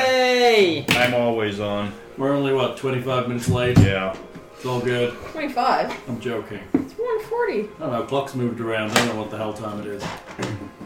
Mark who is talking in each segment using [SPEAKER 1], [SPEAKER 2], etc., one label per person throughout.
[SPEAKER 1] Hey!
[SPEAKER 2] I'm always on.
[SPEAKER 3] We're only what 25 minutes late.
[SPEAKER 2] Yeah.
[SPEAKER 3] It's all good.
[SPEAKER 4] 25.
[SPEAKER 3] I'm joking.
[SPEAKER 4] It's 140.
[SPEAKER 3] I don't know. Clock's moved around. I don't know what the hell time it is.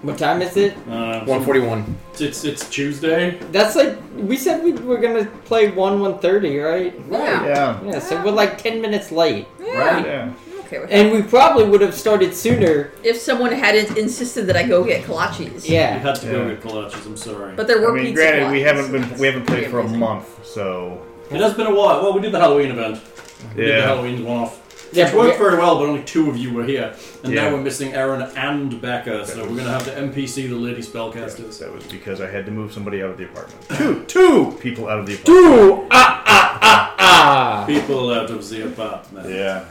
[SPEAKER 1] What time is it?
[SPEAKER 3] Uh,
[SPEAKER 5] One forty-one.
[SPEAKER 3] it's, it's it's Tuesday.
[SPEAKER 1] That's like we said we were gonna play one one thirty, right?
[SPEAKER 4] Yeah.
[SPEAKER 2] Yeah.
[SPEAKER 1] Yeah, so we're like ten minutes late,
[SPEAKER 4] Yeah.
[SPEAKER 2] Yeah.
[SPEAKER 4] I'm okay with
[SPEAKER 1] and we probably would have started sooner.
[SPEAKER 4] it. If someone hadn't insisted that I go get kolaches.
[SPEAKER 3] We
[SPEAKER 1] Yeah,
[SPEAKER 3] had to go
[SPEAKER 2] Yeah.
[SPEAKER 3] get kolaches. I'm sorry.
[SPEAKER 4] But there
[SPEAKER 2] I
[SPEAKER 4] were
[SPEAKER 2] mean,
[SPEAKER 4] pizza
[SPEAKER 2] granted, we
[SPEAKER 4] kolaches,
[SPEAKER 2] haven't
[SPEAKER 4] so
[SPEAKER 2] been
[SPEAKER 4] it's
[SPEAKER 2] we haven't
[SPEAKER 4] pretty
[SPEAKER 2] played for a
[SPEAKER 4] amazing.
[SPEAKER 2] month, so
[SPEAKER 3] it has been a while. Well, we did the Halloween event. We did the
[SPEAKER 2] yeah.
[SPEAKER 3] Halloween one off.
[SPEAKER 1] yeah,
[SPEAKER 3] Which
[SPEAKER 1] but
[SPEAKER 3] worked
[SPEAKER 1] we-
[SPEAKER 3] very well, but only two of you were here, and
[SPEAKER 2] Yeah.
[SPEAKER 3] now we're missing Aaron and Becca, so we're gonna have to NPC the lady spellcasters.
[SPEAKER 2] That was because I had to move somebody out of the apartment.
[SPEAKER 1] two,
[SPEAKER 2] People out of the apartment.
[SPEAKER 1] two,
[SPEAKER 3] uh,
[SPEAKER 1] ah, ah, ah, ah.
[SPEAKER 3] People out of the apartment.
[SPEAKER 2] Yeah.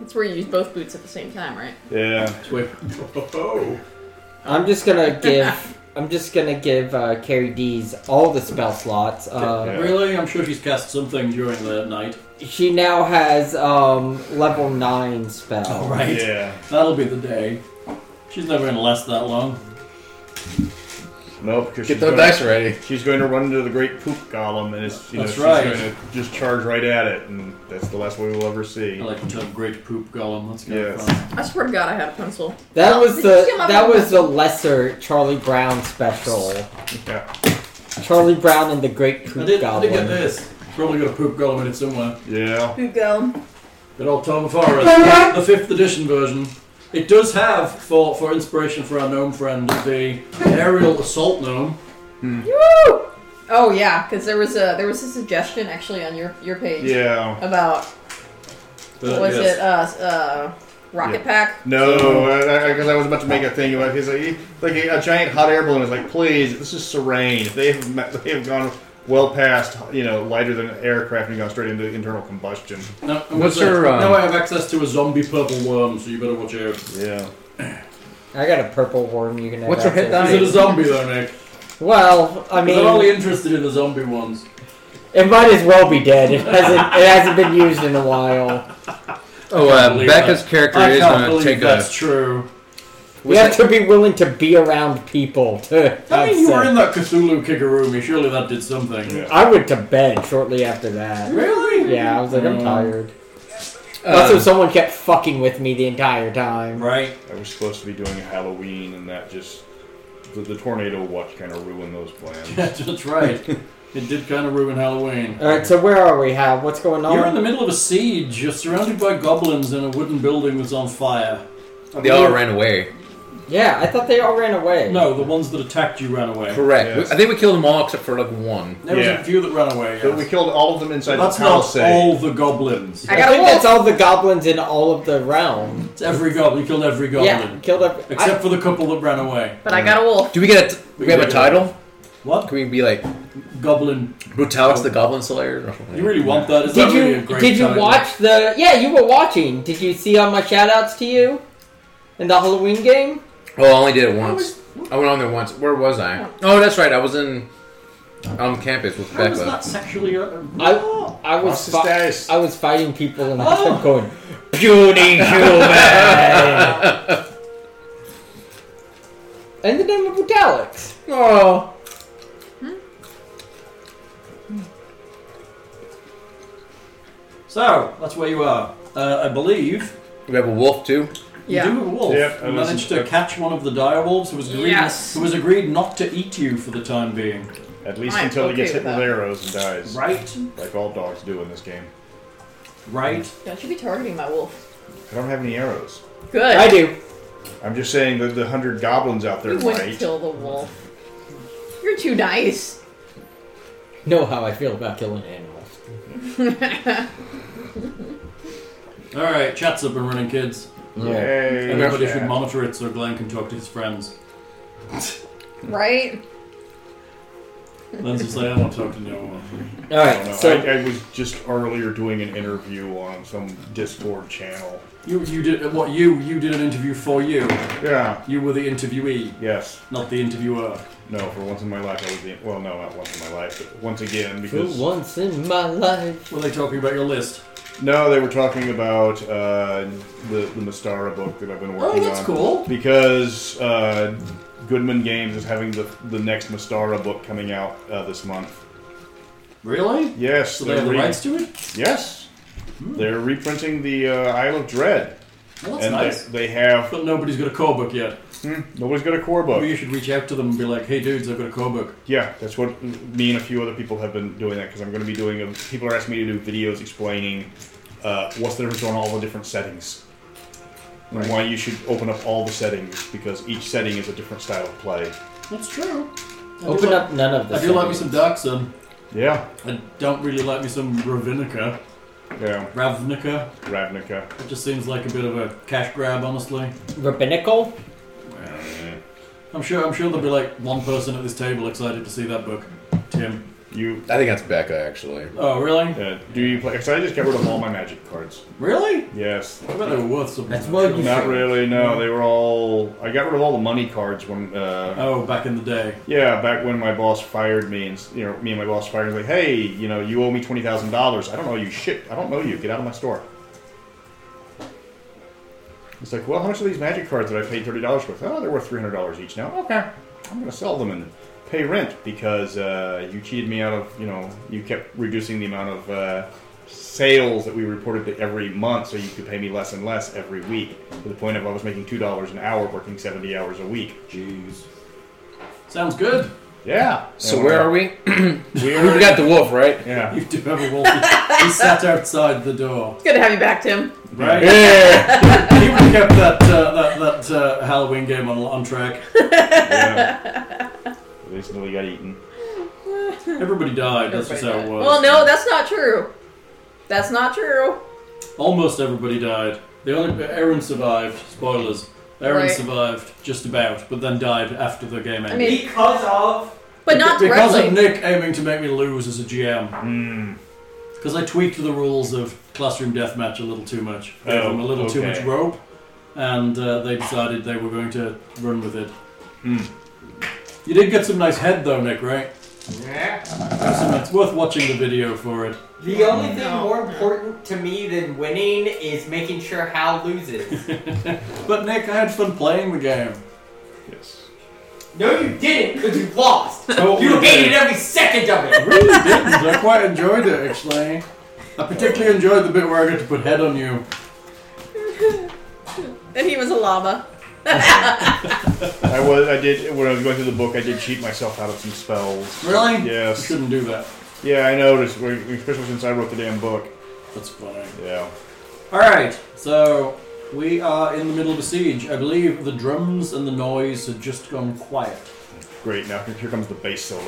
[SPEAKER 4] That's where you use both boots at the same time, right?
[SPEAKER 2] Yeah.
[SPEAKER 3] Wait.
[SPEAKER 1] I'm just gonna give. I'm just gonna give uh, Carrie D's all the spell slots. Uh,
[SPEAKER 2] Yeah.
[SPEAKER 3] Really? I'm sure she's cast something during the night.
[SPEAKER 1] She now has um, level nine spell.
[SPEAKER 3] Oh,
[SPEAKER 2] Yeah.
[SPEAKER 3] That'll be the day. She's never gonna last that long.
[SPEAKER 2] No, because
[SPEAKER 5] Get
[SPEAKER 2] she's
[SPEAKER 5] those
[SPEAKER 2] going,
[SPEAKER 5] dice ready.
[SPEAKER 2] she's going to run into the great poop golem, and it's you know
[SPEAKER 3] That's
[SPEAKER 2] she's
[SPEAKER 3] right.
[SPEAKER 2] going to just charge right at it, and that's the last way we'll ever see.
[SPEAKER 3] I like the term great poop golem. That's kind
[SPEAKER 2] Yes.
[SPEAKER 3] of fun.
[SPEAKER 4] I swear to God, I had a pencil.
[SPEAKER 1] That
[SPEAKER 4] Oh,
[SPEAKER 1] was
[SPEAKER 4] did
[SPEAKER 1] the
[SPEAKER 4] you come up
[SPEAKER 1] that
[SPEAKER 4] with
[SPEAKER 1] was
[SPEAKER 4] that?
[SPEAKER 1] the lesser Charlie Brown special.
[SPEAKER 2] Yeah.
[SPEAKER 1] Charlie Brown and the Great
[SPEAKER 3] I
[SPEAKER 1] Poop
[SPEAKER 3] did, I did get
[SPEAKER 1] Goblin.
[SPEAKER 3] this. Probably got a poop golem in it somewhere.
[SPEAKER 2] Yeah.
[SPEAKER 4] Who go?
[SPEAKER 3] Good old Tom Forest, the fifth edition version. It does have, for, for inspiration for our gnome friend, the aerial assault gnome.
[SPEAKER 4] Oh yeah, because there was a there was a suggestion actually on your your page
[SPEAKER 2] Yeah.
[SPEAKER 4] about
[SPEAKER 3] But,
[SPEAKER 4] was
[SPEAKER 3] yes.
[SPEAKER 4] it uh uh rocket
[SPEAKER 2] Yeah.
[SPEAKER 4] pack?
[SPEAKER 2] No, because I, was about to make a thing about he's like he- like a, a giant hot air balloon is like, please, this is serene. They have met, they have gone well past you know lighter than aircraft and gone straight into internal combustion.
[SPEAKER 3] No, I'm
[SPEAKER 5] What's
[SPEAKER 3] gonna say,
[SPEAKER 5] your, uh,
[SPEAKER 3] Now I have access to a zombie purple worm, so you better watch out.
[SPEAKER 2] Yeah.
[SPEAKER 1] I got a purple worm you can have.
[SPEAKER 5] What's your hit
[SPEAKER 1] after.
[SPEAKER 3] Is it a zombie though, Nick?
[SPEAKER 1] Well, I
[SPEAKER 3] I'm only
[SPEAKER 1] mean,
[SPEAKER 3] interested in the zombie ones.
[SPEAKER 1] it might as well be dead. It hasn't it hasn't been used in a while.
[SPEAKER 5] Oh,
[SPEAKER 3] can't
[SPEAKER 5] uh,
[SPEAKER 3] believe
[SPEAKER 5] Becca's character
[SPEAKER 3] I
[SPEAKER 5] is
[SPEAKER 3] can't
[SPEAKER 5] going to
[SPEAKER 3] believe
[SPEAKER 5] take
[SPEAKER 3] that's
[SPEAKER 5] a.
[SPEAKER 3] true.
[SPEAKER 1] You have to be willing to be around people to.
[SPEAKER 3] I
[SPEAKER 1] have
[SPEAKER 3] mean, you were
[SPEAKER 1] sex.
[SPEAKER 3] in that Cthulhu Kikarumi. Surely that did something.
[SPEAKER 2] Yeah.
[SPEAKER 1] I went to bed shortly after that.
[SPEAKER 3] Really?
[SPEAKER 1] Yeah, I was like, I'm
[SPEAKER 3] Mm.
[SPEAKER 1] tired. also,
[SPEAKER 5] Uh,
[SPEAKER 1] someone kept fucking with me the entire time.
[SPEAKER 3] Right.
[SPEAKER 2] I was supposed to be doing Halloween, and that just the, the tornado watch kind of ruined those plans.
[SPEAKER 3] that's right. it did kind of ruin Halloween.
[SPEAKER 1] All right, so where are we? How? What's going on?
[SPEAKER 3] You're in the middle of a siege. You're surrounded by goblins in a wooden building that's on fire.
[SPEAKER 5] they all ran away.
[SPEAKER 1] Yeah, I thought they all ran away.
[SPEAKER 3] No, the ones that attacked you ran away.
[SPEAKER 5] Correct.
[SPEAKER 2] Yes.
[SPEAKER 5] I think we killed them all except for like one.
[SPEAKER 3] There was
[SPEAKER 2] Yeah.
[SPEAKER 3] a few that ran away.
[SPEAKER 2] But we
[SPEAKER 3] yes.
[SPEAKER 2] killed all of them inside
[SPEAKER 3] That's
[SPEAKER 2] the
[SPEAKER 3] not
[SPEAKER 2] palisade.
[SPEAKER 3] all the goblins.
[SPEAKER 1] I,
[SPEAKER 4] I got a
[SPEAKER 1] think
[SPEAKER 4] wolf.
[SPEAKER 1] that's all the goblins in all of the realm.
[SPEAKER 3] It's every goblin. You killed every
[SPEAKER 1] Yeah,
[SPEAKER 3] goblin.
[SPEAKER 1] killed up.
[SPEAKER 3] Except for the couple that ran away.
[SPEAKER 4] But I got a wolf.
[SPEAKER 5] Do we get a? T-
[SPEAKER 3] We
[SPEAKER 5] we have a
[SPEAKER 3] did.
[SPEAKER 5] title?
[SPEAKER 3] What?
[SPEAKER 5] Can we be like
[SPEAKER 3] Goblin.
[SPEAKER 5] Brutalus the Goblin Slayer?
[SPEAKER 3] You really want
[SPEAKER 1] I,
[SPEAKER 3] that? Is
[SPEAKER 1] did
[SPEAKER 3] that really a
[SPEAKER 1] you
[SPEAKER 3] great
[SPEAKER 1] did you
[SPEAKER 3] title?
[SPEAKER 1] watch the? Yeah, you were watching. Did you see all my shoutouts to you in the Halloween game?
[SPEAKER 5] Well, I only did it once. I went on there once. Where was I? Oh, that's right. I was in on campus with
[SPEAKER 3] How is
[SPEAKER 5] Becca.
[SPEAKER 3] that sexually? Uh,
[SPEAKER 1] I I was
[SPEAKER 2] What's the
[SPEAKER 1] fi-
[SPEAKER 2] status?
[SPEAKER 1] I was fighting people and I
[SPEAKER 3] Oh.
[SPEAKER 1] kept going puny human in the name of Brutalix.
[SPEAKER 5] Oh,
[SPEAKER 3] so that's where you are. Uh, I believe
[SPEAKER 5] we have a wolf too.
[SPEAKER 3] you do
[SPEAKER 4] Yeah.
[SPEAKER 3] have a wolf.
[SPEAKER 2] Yep, I
[SPEAKER 3] you
[SPEAKER 2] was-
[SPEAKER 3] managed to catch one of the direwolves who was agreed
[SPEAKER 4] Yes.
[SPEAKER 3] who was agreed not to eat you for the time being.
[SPEAKER 2] At least
[SPEAKER 4] I'm
[SPEAKER 2] until he
[SPEAKER 4] okay
[SPEAKER 2] gets
[SPEAKER 4] with
[SPEAKER 2] hit with
[SPEAKER 4] that.
[SPEAKER 2] arrows and dies,
[SPEAKER 3] Right,
[SPEAKER 2] like all dogs do in this game.
[SPEAKER 3] right.
[SPEAKER 4] Don't you be targeting my wolf.
[SPEAKER 2] I don't have any arrows.
[SPEAKER 4] Good.
[SPEAKER 1] I do.
[SPEAKER 2] I'm just saying that the hundred goblins out there
[SPEAKER 4] You wouldn't
[SPEAKER 2] might.
[SPEAKER 4] kill the wolf. You're too nice.
[SPEAKER 1] Know how I feel about killing animals.
[SPEAKER 3] All right, chat's up and running, kids.
[SPEAKER 2] Yay.
[SPEAKER 3] Everybody
[SPEAKER 2] Yeah.
[SPEAKER 3] should monitor it so Glenn can talk to his friends.
[SPEAKER 4] Right?
[SPEAKER 3] Glenn's just like, I don't talk to no one.
[SPEAKER 1] All
[SPEAKER 2] I don't
[SPEAKER 1] right,
[SPEAKER 2] know.
[SPEAKER 1] so
[SPEAKER 2] I, I was just earlier doing an interview on some Discord channel.
[SPEAKER 3] You, you did uh, what? You, you did an interview for you.
[SPEAKER 2] Yeah.
[SPEAKER 3] You were the interviewee,
[SPEAKER 2] Yes.
[SPEAKER 3] not the interviewer.
[SPEAKER 2] No. For once in my life, I was the well. No, not once in my life, but once again
[SPEAKER 1] for
[SPEAKER 2] because
[SPEAKER 1] once in my life.
[SPEAKER 3] Were they talking about your list?
[SPEAKER 2] no, they were talking about uh, the the Mastara book that I've been working
[SPEAKER 3] Oh, that's
[SPEAKER 2] on.
[SPEAKER 3] cool.
[SPEAKER 2] Because uh, Goodman Games is having the the next Mastara book coming out uh, this month.
[SPEAKER 3] Really?
[SPEAKER 2] Yes,
[SPEAKER 3] So they
[SPEAKER 2] they're
[SPEAKER 3] have the
[SPEAKER 2] re-
[SPEAKER 3] rights to it?
[SPEAKER 2] Yes, they're reprinting the uh, Isle of Dread,
[SPEAKER 3] Well, that's
[SPEAKER 2] and
[SPEAKER 3] nice.
[SPEAKER 2] they, they have
[SPEAKER 3] But nobody's got a core book yet.
[SPEAKER 2] nobody's got a core book.
[SPEAKER 3] Maybe you should reach out to them and be like, hey dudes, I've got a core book.
[SPEAKER 2] Yeah, that's what me and a few other people have been doing that because I'm going to be doing. A, people are asking me to do videos explaining uh, what's the difference on all the different settings and why you should open up all the settings because each setting is a different style of play.
[SPEAKER 3] That's true. I do
[SPEAKER 1] Open
[SPEAKER 3] like-
[SPEAKER 1] up none of this.
[SPEAKER 3] I do like me some Darkson.
[SPEAKER 2] Yeah,
[SPEAKER 3] I don't really like me some Ravinica.
[SPEAKER 2] yeah,
[SPEAKER 3] Ravnica.
[SPEAKER 2] Ravnica.
[SPEAKER 3] It just seems like a bit of a cash grab, honestly.
[SPEAKER 1] rabbinical.
[SPEAKER 2] Uh,
[SPEAKER 3] I'm sure. I'm sure there'll be like one person at this table excited to see that book. Tim.
[SPEAKER 2] You
[SPEAKER 5] I think that's Becca, actually.
[SPEAKER 3] Oh, really?
[SPEAKER 2] uh, do you play? Because I just got rid of all my magic cards.
[SPEAKER 3] Really?
[SPEAKER 2] Yes,
[SPEAKER 3] I bet they were worth something.
[SPEAKER 1] That's what you-
[SPEAKER 2] not really. No, they were all. I got rid of all the money cards when. Uh,
[SPEAKER 3] Oh, back in the day.
[SPEAKER 2] Yeah, back when my boss fired me, and you know, me and my boss fired me, like, hey, you know, you owe me twenty thousand dollars. I don't owe you shit. I don't know you. Get out of my store. It's like, well, how much are these magic cards that I paid thirty dollars worth? Oh, they're worth three hundred dollars each now. Okay, I'm gonna sell them and pay rent because uh, you cheated me out of, you know, you kept reducing the amount of uh, sales that we reported to every month, so you could pay me less and less every week to the point of I was making two dollars an hour working seventy hours a week.
[SPEAKER 3] Jeez. Sounds good.
[SPEAKER 2] Yeah.
[SPEAKER 5] So where are we?
[SPEAKER 2] we?
[SPEAKER 5] We got the wolf, right?
[SPEAKER 2] Yeah.
[SPEAKER 3] You do have a wolf. he sat outside the door.
[SPEAKER 4] It's good to have you back, Tim.
[SPEAKER 3] Right.
[SPEAKER 5] Yeah.
[SPEAKER 3] He would have kept that uh, that, that uh, Halloween game on on track.
[SPEAKER 2] yeah. At least nobody got eaten.
[SPEAKER 3] Everybody died. That's just how it
[SPEAKER 4] Everybody
[SPEAKER 3] was.
[SPEAKER 4] died. Well, no, that's not true. That's not true.
[SPEAKER 3] Almost everybody died. The only Aaron survived. Spoilers. Aaron
[SPEAKER 4] Right.
[SPEAKER 3] survived just about, but then died after the game ended.
[SPEAKER 4] I mean,
[SPEAKER 6] Because of.
[SPEAKER 4] but not
[SPEAKER 3] because
[SPEAKER 4] directly.
[SPEAKER 3] of Nick aiming to make me lose as a GM.
[SPEAKER 5] Hmm.
[SPEAKER 3] Because I tweaked the rules of classroom deathmatch a little too much. Gave
[SPEAKER 2] Oh,
[SPEAKER 3] them a little too
[SPEAKER 2] okay.
[SPEAKER 3] much rope, and uh, they decided they were going to run with it.
[SPEAKER 2] Hmm.
[SPEAKER 3] You did get some nice head though, Nick. Right?
[SPEAKER 6] Yeah.
[SPEAKER 3] Some- it's worth watching the video for it.
[SPEAKER 6] The only thing more important to me than winning is making sure Hal loses.
[SPEAKER 3] But Nick, I had fun playing the game.
[SPEAKER 2] Yes.
[SPEAKER 6] no, you didn't, because you lost.
[SPEAKER 2] Oh,
[SPEAKER 3] Totally
[SPEAKER 6] you hated
[SPEAKER 3] did.
[SPEAKER 6] every second of it.
[SPEAKER 3] really didn't. I quite enjoyed it actually. I particularly enjoyed the bit where I got to put head on you.
[SPEAKER 4] and he was a llama.
[SPEAKER 2] I was. I did. When I was going through the book, I did cheat myself out of some spells.
[SPEAKER 3] Really? You
[SPEAKER 2] Yes.
[SPEAKER 3] shouldn't do that.
[SPEAKER 2] Yeah, I noticed. we- Especially since I wrote the damn book.
[SPEAKER 3] That's funny.
[SPEAKER 2] Yeah.
[SPEAKER 3] All right, so we are in the middle of a siege. I believe the drums and the noise had just gone quiet.
[SPEAKER 2] Great. Now here comes the bass solo.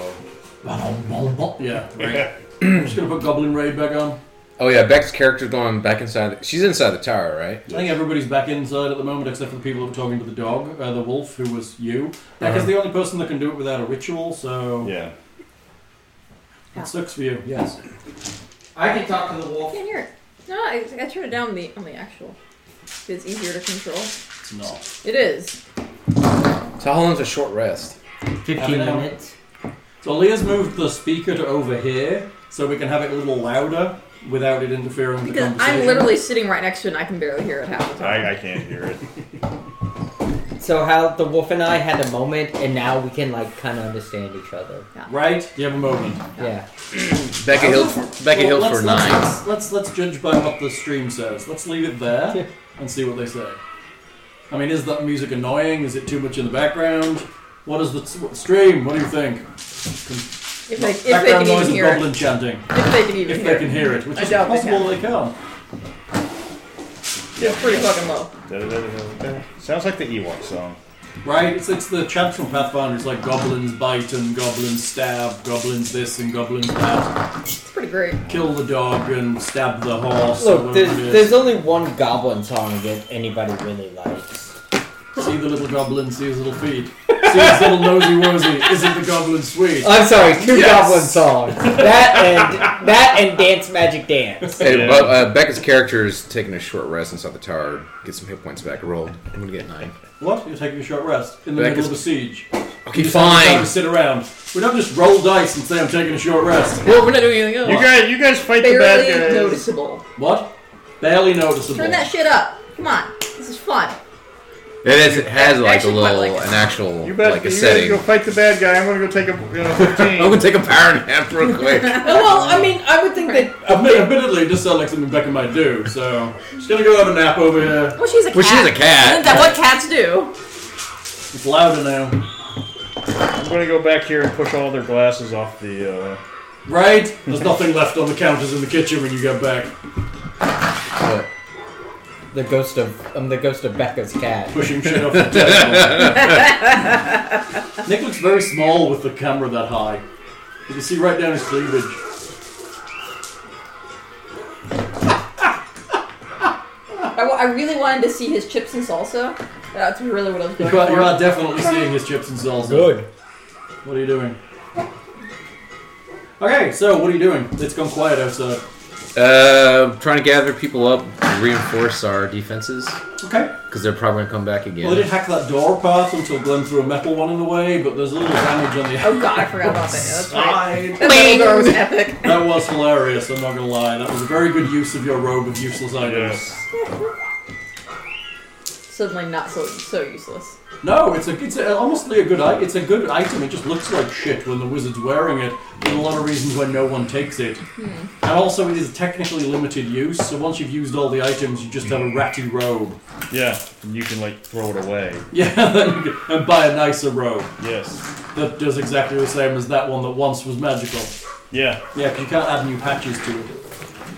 [SPEAKER 3] Yeah, right. I'm just gonna put Goblin Raid back on.
[SPEAKER 5] Oh yeah, Beck's character's going back inside. The, she's inside the tower, right?
[SPEAKER 3] I think everybody's back inside at the moment except for the people that were talking to the dog, uh, the wolf, who was you. Beck is the only person that can do it without a ritual, so
[SPEAKER 2] Yeah.
[SPEAKER 4] Yeah.
[SPEAKER 3] it sucks for you. Yes.
[SPEAKER 6] I can talk to the
[SPEAKER 4] I
[SPEAKER 6] wolf.
[SPEAKER 4] can't hear it. No, I, I turned it down on the, on the actual. It's easier to control.
[SPEAKER 3] It's not.
[SPEAKER 4] It is.
[SPEAKER 5] So how long's a short rest?
[SPEAKER 3] Have it
[SPEAKER 1] Fifteen
[SPEAKER 3] out.
[SPEAKER 1] minutes.
[SPEAKER 3] So Leah's moved the speaker to over here so we can have it a little louder without it interfering with the
[SPEAKER 4] Because
[SPEAKER 3] conversation.
[SPEAKER 4] I'm literally sitting right next to it and I can barely hear it half the time.
[SPEAKER 2] I, I can't hear it.
[SPEAKER 1] So how the wolf and I had a moment, and now we can like kind of understand each other.
[SPEAKER 3] Right? Do you have a moment?
[SPEAKER 1] Yeah.
[SPEAKER 5] Becca
[SPEAKER 3] Well,
[SPEAKER 5] Hill. Becca Hill
[SPEAKER 3] let's- let's-
[SPEAKER 5] for nine.
[SPEAKER 3] Let's, let's let's judge by what the stream says. Let's leave it
[SPEAKER 1] Yeah.
[SPEAKER 3] there and see what they say. I mean, is that music annoying? Is it too much in the background? What is the what, stream? What do you think?
[SPEAKER 4] If they, if they
[SPEAKER 3] background
[SPEAKER 4] can even
[SPEAKER 3] noise and
[SPEAKER 4] hear it.
[SPEAKER 3] goblin chanting.
[SPEAKER 4] If they can
[SPEAKER 3] If
[SPEAKER 4] even hear
[SPEAKER 3] they
[SPEAKER 4] it.
[SPEAKER 3] can hear it, which
[SPEAKER 4] I
[SPEAKER 3] is
[SPEAKER 4] doubt they
[SPEAKER 3] possible
[SPEAKER 4] can.
[SPEAKER 3] they can.
[SPEAKER 4] It's pretty fucking low.
[SPEAKER 2] Da-da-da-da-da. Sounds like the Ewok song.
[SPEAKER 3] Right? It's, it's the chant from Pathfinder. It's like goblins bite and goblins stab, goblins this and goblins that.
[SPEAKER 4] It's pretty great.
[SPEAKER 3] Kill the dog and stab the horse. or
[SPEAKER 1] Look,
[SPEAKER 3] whatever
[SPEAKER 1] there's
[SPEAKER 3] it
[SPEAKER 1] there's
[SPEAKER 3] is.
[SPEAKER 1] only one goblin song that anybody really likes.
[SPEAKER 3] See the little goblin, see his little feet. See his little nosy wozy. Isn't the goblin sweet?
[SPEAKER 1] I'm sorry, two
[SPEAKER 5] Yes.
[SPEAKER 1] goblin songs. That and that and Dance Magic Dance.
[SPEAKER 5] Hey,
[SPEAKER 2] Yeah.
[SPEAKER 5] but, uh, Becca's character is taking a short rest inside the tower. Get some hit points back. Rolled. I'm gonna get nine.
[SPEAKER 3] What? You're taking a short rest in the
[SPEAKER 5] That
[SPEAKER 3] middle
[SPEAKER 5] is-
[SPEAKER 3] of a siege.
[SPEAKER 5] Okay,
[SPEAKER 3] You just have time
[SPEAKER 5] fine.
[SPEAKER 3] to sit around. We don't just roll dice and say I'm taking a short rest.
[SPEAKER 5] Well, we're not doing anything else.
[SPEAKER 2] You guys, you guys fight the
[SPEAKER 4] Barely
[SPEAKER 2] bad guys.
[SPEAKER 4] noticeable.
[SPEAKER 3] What? Barely noticeable.
[SPEAKER 4] Turn that shit up. Come on. This is fun.
[SPEAKER 5] It is. It has
[SPEAKER 4] I
[SPEAKER 5] like a
[SPEAKER 4] actually quite
[SPEAKER 5] little,
[SPEAKER 4] like it.
[SPEAKER 5] an actual,
[SPEAKER 2] You better
[SPEAKER 5] like a
[SPEAKER 2] you better
[SPEAKER 5] setting. Oh.
[SPEAKER 2] go fight the bad guy. I'm gonna go take a you know 15.
[SPEAKER 5] I'm gonna take a power nap real quick.
[SPEAKER 4] Oh, well, I mean, I would think that.
[SPEAKER 3] Admit, admittedly, it does sound like something Becca might do. So she's gonna go have a nap over here.
[SPEAKER 4] Well, she's a cat.
[SPEAKER 5] Well, she's a cat.
[SPEAKER 4] Isn't that what cats do?
[SPEAKER 3] It's louder now,
[SPEAKER 2] I'm gonna go back here and push all their glasses off the. Uh,
[SPEAKER 3] right? There's nothing left on the counters in the kitchen when you get back.
[SPEAKER 5] But
[SPEAKER 1] The ghost of um, the ghost of Becca's cat.
[SPEAKER 3] Pushing shit off the table. Nick looks very small with the camera that high. You can see right down his cleavage.
[SPEAKER 4] I, wa- I really wanted to see his chips and salsa. That's really what I was going
[SPEAKER 3] You are, you
[SPEAKER 4] for.
[SPEAKER 3] are definitely seeing his chips and salsa. What are you doing? Okay, so what are you doing? It's gone quiet outside.
[SPEAKER 5] uh, trying to gather people up, reinforce our defenses
[SPEAKER 3] Okay.
[SPEAKER 5] because they're probably gonna come back again.
[SPEAKER 3] Well, they didn't hack that door path until Glenn threw a metal one in the way, but there's a little damage on the
[SPEAKER 4] Oh god, I forgot about that. Yeah, that's right.
[SPEAKER 3] outside.
[SPEAKER 4] That little girl was epic.
[SPEAKER 3] That was hilarious, I'm not gonna lie. That was a very good use of your robe of useless items.
[SPEAKER 2] yes.
[SPEAKER 4] Suddenly, not so so useless.
[SPEAKER 3] No, it's a it's a, honestly a good i- it's a good item. It just looks like shit when the wizard's wearing it. There's a lot of reasons why no one takes it, and also it is technically limited use. So once you've used all the items, you just have a ratty robe.
[SPEAKER 2] Yeah. And you can like throw it away.
[SPEAKER 3] Yeah, then you can- and buy a nicer robe
[SPEAKER 2] Yes.
[SPEAKER 3] that does exactly the same as that one that once was magical.
[SPEAKER 2] Yeah.
[SPEAKER 3] Yeah, 'cause you can't add new patches to it.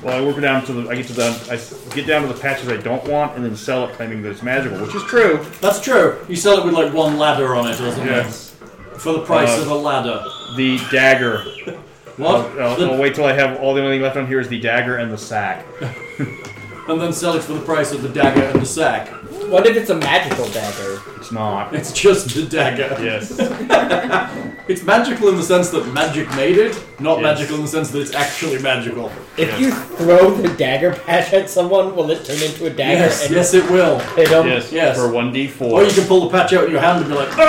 [SPEAKER 2] Well, I work it down to the. I get to the. I s- get down to the patches I don't want, and then sell it, claiming that it's magical, which is true.
[SPEAKER 3] That's true. You sell it with like one ladder on it or something
[SPEAKER 2] Yes.
[SPEAKER 3] for the price
[SPEAKER 2] Uh, uh,
[SPEAKER 3] of a ladder.
[SPEAKER 2] The dagger.
[SPEAKER 5] Oh.
[SPEAKER 3] What?
[SPEAKER 2] I'll, I'll-
[SPEAKER 3] The-
[SPEAKER 2] I'll wait till I have all the only thing left on here is the dagger and the sack. uh,
[SPEAKER 3] and then sell it for the price of the dagger and the sack.
[SPEAKER 1] What if it's a magical dagger?
[SPEAKER 2] It's not.
[SPEAKER 3] It's just the dagger.
[SPEAKER 2] Yes.
[SPEAKER 5] Um,
[SPEAKER 3] It's magical in the sense that magic made it, not
[SPEAKER 2] Yes.
[SPEAKER 3] magical in the sense that it's actually magical.
[SPEAKER 1] If
[SPEAKER 2] Yes.
[SPEAKER 1] you throw the dagger patch at someone, will it turn into a dagger
[SPEAKER 3] Yes,
[SPEAKER 1] and
[SPEAKER 3] yes, it will.
[SPEAKER 1] hit them?
[SPEAKER 2] Yes.
[SPEAKER 3] Yes.
[SPEAKER 2] For one d four.
[SPEAKER 3] Or you can pull the patch out in your hand and be like, "Ah,"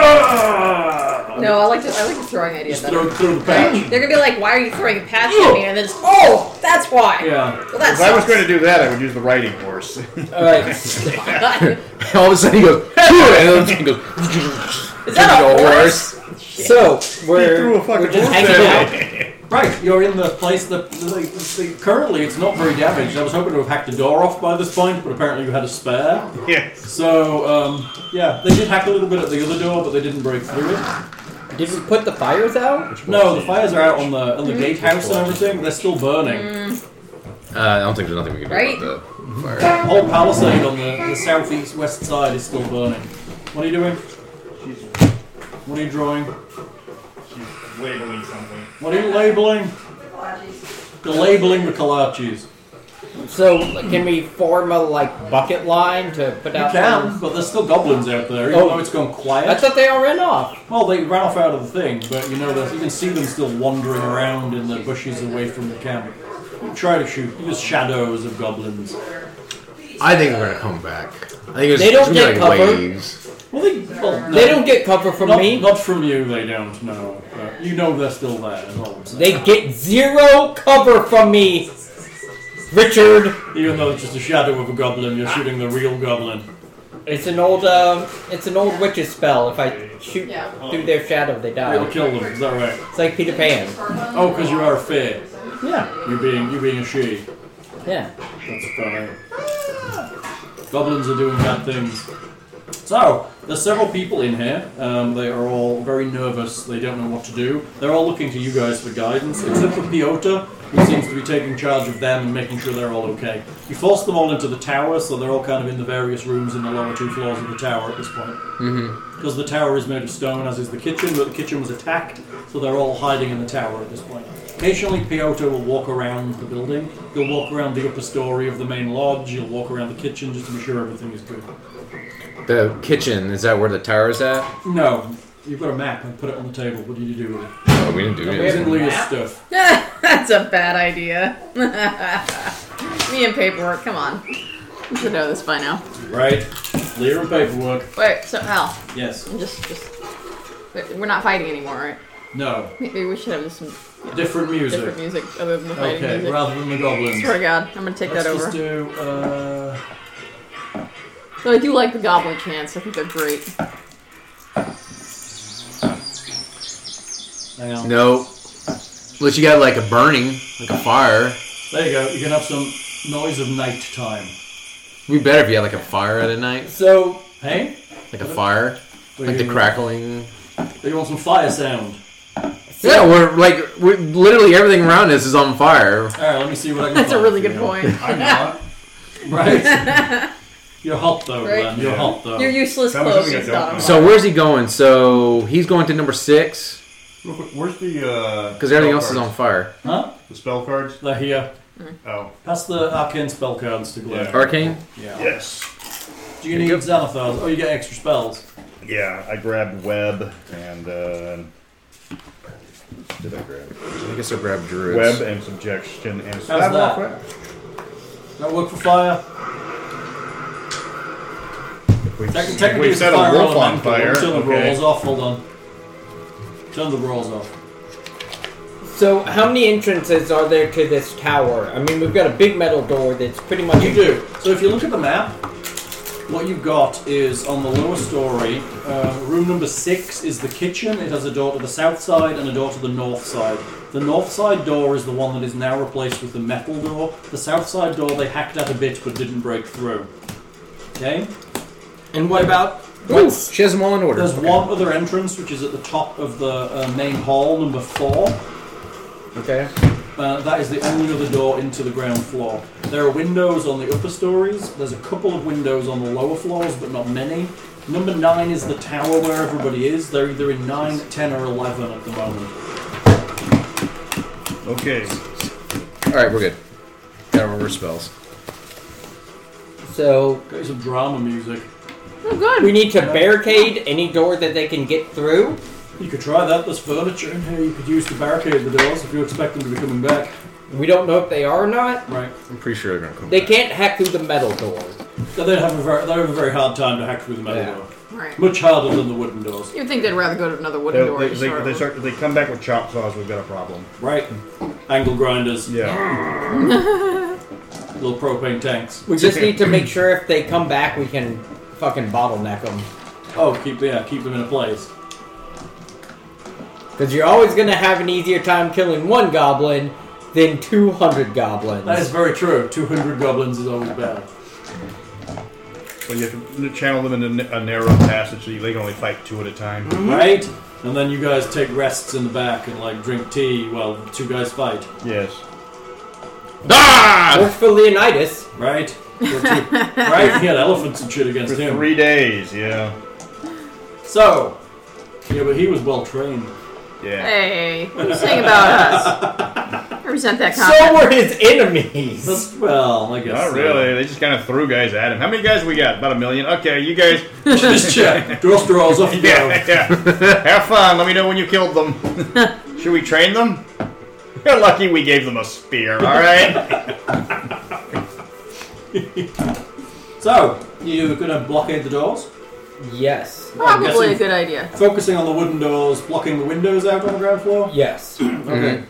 [SPEAKER 2] Ah!
[SPEAKER 4] No, I like the, I like the throwing idea
[SPEAKER 3] just
[SPEAKER 4] better.
[SPEAKER 3] throw, throw the patch.
[SPEAKER 4] They're gonna be like, "Why are you throwing a patch at me?" And then, it's, oh, that's why.
[SPEAKER 3] Yeah.
[SPEAKER 4] Well, that's.
[SPEAKER 2] If I was going to do that, I would use the riding horse.
[SPEAKER 1] All right. Is
[SPEAKER 5] All of a sudden he goes, and then he goes,
[SPEAKER 4] Is that a horse?
[SPEAKER 1] So
[SPEAKER 2] threw
[SPEAKER 1] we're
[SPEAKER 2] a fucking
[SPEAKER 1] we're just
[SPEAKER 2] horse
[SPEAKER 1] hanging
[SPEAKER 2] at
[SPEAKER 1] out.
[SPEAKER 3] Right, you're in the place that. Like, see, currently, it's not very damaged. I was hoping to have hacked the door off by this point, but apparently you had a spare.
[SPEAKER 2] yes.
[SPEAKER 3] So, um, yeah, they did hack a little bit at the other door, but they didn't break through it.
[SPEAKER 1] Did we put the fires out?
[SPEAKER 3] No, the fires are out on the on the gatehouse and everything. They're still burning.
[SPEAKER 5] uh, I don't think there's nothing we can do
[SPEAKER 4] Right?
[SPEAKER 5] about the fire.
[SPEAKER 3] The whole palisade on the, the southeast west side is still burning. What are you doing? What are you drawing?
[SPEAKER 2] She's wiggling something.
[SPEAKER 3] What are you labeling? The labeling the kolaches.
[SPEAKER 1] So can we form a like bucket line to put
[SPEAKER 3] You
[SPEAKER 1] out?
[SPEAKER 3] can,
[SPEAKER 1] fires?
[SPEAKER 3] but there's still goblins out there, even
[SPEAKER 1] Oh.
[SPEAKER 3] though it's gone
[SPEAKER 1] I
[SPEAKER 3] quiet.
[SPEAKER 1] thought they all ran off.
[SPEAKER 3] Well, they ran off out of the thing, but you know, there's- you can see them still wandering around in the bushes away from the camp. You try to shoot, just shadows of goblins.
[SPEAKER 5] I think we're gonna come back. I think it's,
[SPEAKER 1] They don't
[SPEAKER 5] it's
[SPEAKER 1] get
[SPEAKER 5] gonna be like
[SPEAKER 1] covered.
[SPEAKER 5] waves.
[SPEAKER 3] Well, they, well, no.
[SPEAKER 1] They don't get cover from
[SPEAKER 3] not,
[SPEAKER 1] me.
[SPEAKER 3] Not from you, they don't, no. But you know they're still there, is all I'm saying.
[SPEAKER 1] They get zero cover from me, Richard.
[SPEAKER 3] Even though it's just a shadow of a goblin, you're shooting the real goblin.
[SPEAKER 1] It's an old, uh, it's an old witch's spell. If I shoot
[SPEAKER 4] Yeah.
[SPEAKER 1] through their shadow, they
[SPEAKER 3] It'll
[SPEAKER 1] die.
[SPEAKER 3] kill them, is that right?
[SPEAKER 1] It's like Peter Pan.
[SPEAKER 3] Oh, because you are a fae.
[SPEAKER 1] Yeah,
[SPEAKER 3] You being you being a she.
[SPEAKER 1] yeah.
[SPEAKER 3] That's fine. Goblins are doing bad things. So, there's several people in here. Um, they are all very nervous. They don't know what to do. They're all looking to you guys for guidance, except for Piotr, who seems to be taking charge of them and making sure they're all okay. You force them all into the tower, so they're all kind of in the various rooms in the lower two floors of the tower at this point. Because the tower is made of stone, as is the kitchen, but the kitchen was attacked, so they're all hiding in the tower at this point. Occasionally, Piotr will walk around the building. You'll walk around the upper story of the main lodge. You'll walk around the kitchen just to be sure everything is good.
[SPEAKER 5] The kitchen is that where the tower is at?
[SPEAKER 3] No, you've got a map and put it on the table. What do you do with it?
[SPEAKER 5] Oh, we didn't do
[SPEAKER 3] We didn't
[SPEAKER 5] it.
[SPEAKER 3] lose stuff.
[SPEAKER 4] that's a bad idea. me and paperwork. Come on. You should know this by now.
[SPEAKER 3] Right. Clear and paperwork.
[SPEAKER 4] Wait. So Al,
[SPEAKER 3] Yes.
[SPEAKER 4] I'm just just. wait, We're not fighting anymore, right?
[SPEAKER 3] No.
[SPEAKER 4] Maybe we should have just some
[SPEAKER 3] Different music.
[SPEAKER 4] different music other than the fighting
[SPEAKER 3] Okay,
[SPEAKER 4] music.
[SPEAKER 3] rather than the goblins.
[SPEAKER 4] Swear to God, I'm gonna take
[SPEAKER 3] Let's
[SPEAKER 4] that
[SPEAKER 3] just
[SPEAKER 4] over.
[SPEAKER 3] do. Uh,
[SPEAKER 4] So I do like the goblin chants. I think they're great.
[SPEAKER 3] Hang on.
[SPEAKER 5] No. Unless you got like a burning, like a fire.
[SPEAKER 3] There you go. You can have some noise of night time.
[SPEAKER 5] We better if you had like a fire at a night,
[SPEAKER 1] So
[SPEAKER 3] Hey?
[SPEAKER 5] like a fire,
[SPEAKER 3] Do
[SPEAKER 5] like the
[SPEAKER 3] you-
[SPEAKER 5] crackling.
[SPEAKER 3] do You want some fire sound?
[SPEAKER 5] Yeah, we're like we're, literally everything around us is on fire.
[SPEAKER 3] Alright, let me see what I can
[SPEAKER 4] That's a
[SPEAKER 3] find
[SPEAKER 4] really
[SPEAKER 3] for
[SPEAKER 4] good
[SPEAKER 3] you.
[SPEAKER 4] point.
[SPEAKER 2] I'm not.
[SPEAKER 3] Right? You're hot though,
[SPEAKER 4] Right.
[SPEAKER 3] man. You're
[SPEAKER 2] Yeah.
[SPEAKER 3] hot though.
[SPEAKER 4] Your useless
[SPEAKER 2] That was
[SPEAKER 4] clothes
[SPEAKER 2] something I
[SPEAKER 4] is
[SPEAKER 2] don't
[SPEAKER 4] not on
[SPEAKER 2] know.
[SPEAKER 5] So where's he going? So he's going to number six
[SPEAKER 2] Real quick, where's the uh?
[SPEAKER 5] because everything else
[SPEAKER 2] spell
[SPEAKER 5] is on
[SPEAKER 2] cards?
[SPEAKER 5] fire.
[SPEAKER 3] huh?
[SPEAKER 2] The spell cards.
[SPEAKER 3] They're here.
[SPEAKER 2] Oh,
[SPEAKER 3] Pass the arcane spell cards to Glenn.
[SPEAKER 2] Yeah.
[SPEAKER 5] Arcane.
[SPEAKER 3] Yeah.
[SPEAKER 2] yes.
[SPEAKER 3] Do you need
[SPEAKER 5] Yep.
[SPEAKER 3] Xanathars? Oh, you get extra spells.
[SPEAKER 2] Yeah, I grabbed web and uh, did I grab
[SPEAKER 5] I guess I'll grab Druids.
[SPEAKER 2] web and subjection and
[SPEAKER 3] that? Does that work for fire?
[SPEAKER 2] We,
[SPEAKER 3] Technically, technically
[SPEAKER 2] we
[SPEAKER 3] it's
[SPEAKER 2] set a
[SPEAKER 3] fire
[SPEAKER 2] wolf on
[SPEAKER 3] elemental.
[SPEAKER 2] fire.
[SPEAKER 3] Turn the
[SPEAKER 2] okay.
[SPEAKER 3] rolls off. Hold on. Turn the rolls off.
[SPEAKER 1] So, how many entrances are there to this tower? I mean, we've got a big metal door that's pretty much.
[SPEAKER 3] You do. So if you look at the map, what you've got is on the lower story, uh, room number six is the kitchen. It has a door to the south side and a door to the north side. The north side door is the one that is now replaced with the metal door. The south side door they hacked at a bit but didn't break through. Okay?
[SPEAKER 1] And what about?
[SPEAKER 5] What? She has them all in order.
[SPEAKER 3] There's
[SPEAKER 5] Okay.
[SPEAKER 3] one other entrance which is at the top of the uh, main hall, number four.
[SPEAKER 1] Okay.
[SPEAKER 3] Uh, that is the only other door into the ground floor. There are windows on the upper stories. There's a couple of windows on the lower floors, but not many. Number nine is the tower where everybody is. They're either in nine, ten, or eleven at the moment.
[SPEAKER 2] Okay.
[SPEAKER 5] All right, we're good. Gotta remember spells.
[SPEAKER 1] So
[SPEAKER 3] Got you some drama music.
[SPEAKER 4] Oh, good.
[SPEAKER 1] we need to barricade any door that they can get through.
[SPEAKER 3] You could try that. There's furniture in here. You could use to barricade the doors if you expect them to be coming back.
[SPEAKER 1] We don't know if they are or not.
[SPEAKER 3] Right.
[SPEAKER 5] I'm pretty sure they're gonna come.
[SPEAKER 1] They
[SPEAKER 5] back.
[SPEAKER 1] can't hack through the metal door.
[SPEAKER 3] So they'd have a very, they have a very hard time to hack through the metal
[SPEAKER 1] Yeah.
[SPEAKER 3] door.
[SPEAKER 4] Right.
[SPEAKER 3] Much harder than the wooden doors.
[SPEAKER 4] You would think they'd rather go to another wooden door.
[SPEAKER 2] They,
[SPEAKER 4] to
[SPEAKER 2] they,
[SPEAKER 4] start
[SPEAKER 2] they
[SPEAKER 4] with.
[SPEAKER 2] start. They come back with chop saws. We've got a problem.
[SPEAKER 3] Right. Angle grinders.
[SPEAKER 2] Yeah.
[SPEAKER 3] Little propane tanks.
[SPEAKER 1] We just need to make sure if they come back, we can fucking bottleneck them.
[SPEAKER 3] Oh, keep yeah, keep them in a place.
[SPEAKER 1] Because you're always gonna have an easier time killing one goblin than two hundred goblins.
[SPEAKER 3] That is very true. 200 goblins is always better.
[SPEAKER 2] So you have to channel them into n- a narrow passage so you- they can only fight two at a time.
[SPEAKER 3] Right? And then you guys take rests in the back and like drink tea while the two guys fight.
[SPEAKER 2] Yes.
[SPEAKER 5] Ah!
[SPEAKER 1] Works for Leonidas.
[SPEAKER 3] Right? Or two- right? He had elephants and shit
[SPEAKER 2] For
[SPEAKER 3] against him.
[SPEAKER 2] three days. Yeah.
[SPEAKER 3] So! Yeah, but he was well trained.
[SPEAKER 2] Yeah.
[SPEAKER 4] Hey, what are you saying about us? I resent that
[SPEAKER 1] So
[SPEAKER 4] comment.
[SPEAKER 1] were his enemies.
[SPEAKER 3] That's, well, I guess.
[SPEAKER 2] Not
[SPEAKER 3] so.
[SPEAKER 2] really. They just kind of threw guys at him. How many guys we got? About a million. Okay, you guys.
[SPEAKER 3] Just check. Girls, girls, off you
[SPEAKER 2] Yeah,
[SPEAKER 3] go.
[SPEAKER 2] yeah. Have fun. Let me know when you killed them. Should we train them? You're lucky we gave them a spear. All right.
[SPEAKER 3] So, you're gonna blockade the doors?
[SPEAKER 1] Yes.
[SPEAKER 4] Probably
[SPEAKER 3] guessing-
[SPEAKER 4] a good idea.
[SPEAKER 3] Focusing on the wooden doors, blocking the windows out on the ground floor?
[SPEAKER 1] Yes.
[SPEAKER 3] Okay.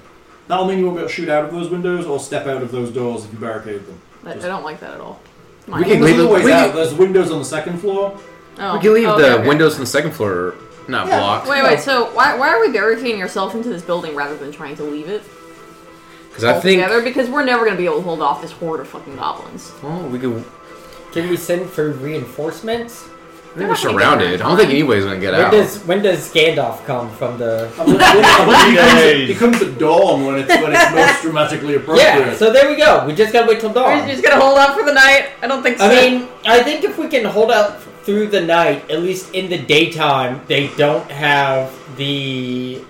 [SPEAKER 3] That'll mean you won't be able to shoot out of those windows or step out of those doors if you barricade them.
[SPEAKER 4] I, I don't like that at all.
[SPEAKER 5] We can
[SPEAKER 3] There's
[SPEAKER 5] leave
[SPEAKER 3] other
[SPEAKER 5] the,
[SPEAKER 3] ways
[SPEAKER 5] we
[SPEAKER 3] out.
[SPEAKER 5] can,
[SPEAKER 3] There's windows on the second floor.
[SPEAKER 4] Oh,
[SPEAKER 5] we can leave
[SPEAKER 4] oh,
[SPEAKER 5] the
[SPEAKER 4] okay, okay.
[SPEAKER 5] windows on the second floor not blocked
[SPEAKER 4] Wait, wait. So why, why are we barricading ourselves into this building rather than trying to leave it
[SPEAKER 5] because I think
[SPEAKER 4] altogether? Because we're never going to be able to hold off this horde of fucking goblins.
[SPEAKER 5] well, Oh, we could.
[SPEAKER 1] Can we send for reinforcements?
[SPEAKER 5] I
[SPEAKER 4] not
[SPEAKER 5] think we're
[SPEAKER 4] gonna get
[SPEAKER 5] surrounded. I don't think anybody's gonna get
[SPEAKER 1] When
[SPEAKER 5] out.
[SPEAKER 1] does when does Gandalf come from the?
[SPEAKER 3] I mean, I mean,
[SPEAKER 2] Days.
[SPEAKER 3] it comes at dawn when it's when it's most dramatically appropriate.
[SPEAKER 1] Yeah. So there we go. We just gotta wait till
[SPEAKER 4] Are you
[SPEAKER 1] dawn.
[SPEAKER 4] just going to hold out for the night? I don't think so.
[SPEAKER 1] I mean, I think if we can hold out through the night, at least in the daytime, they don't have the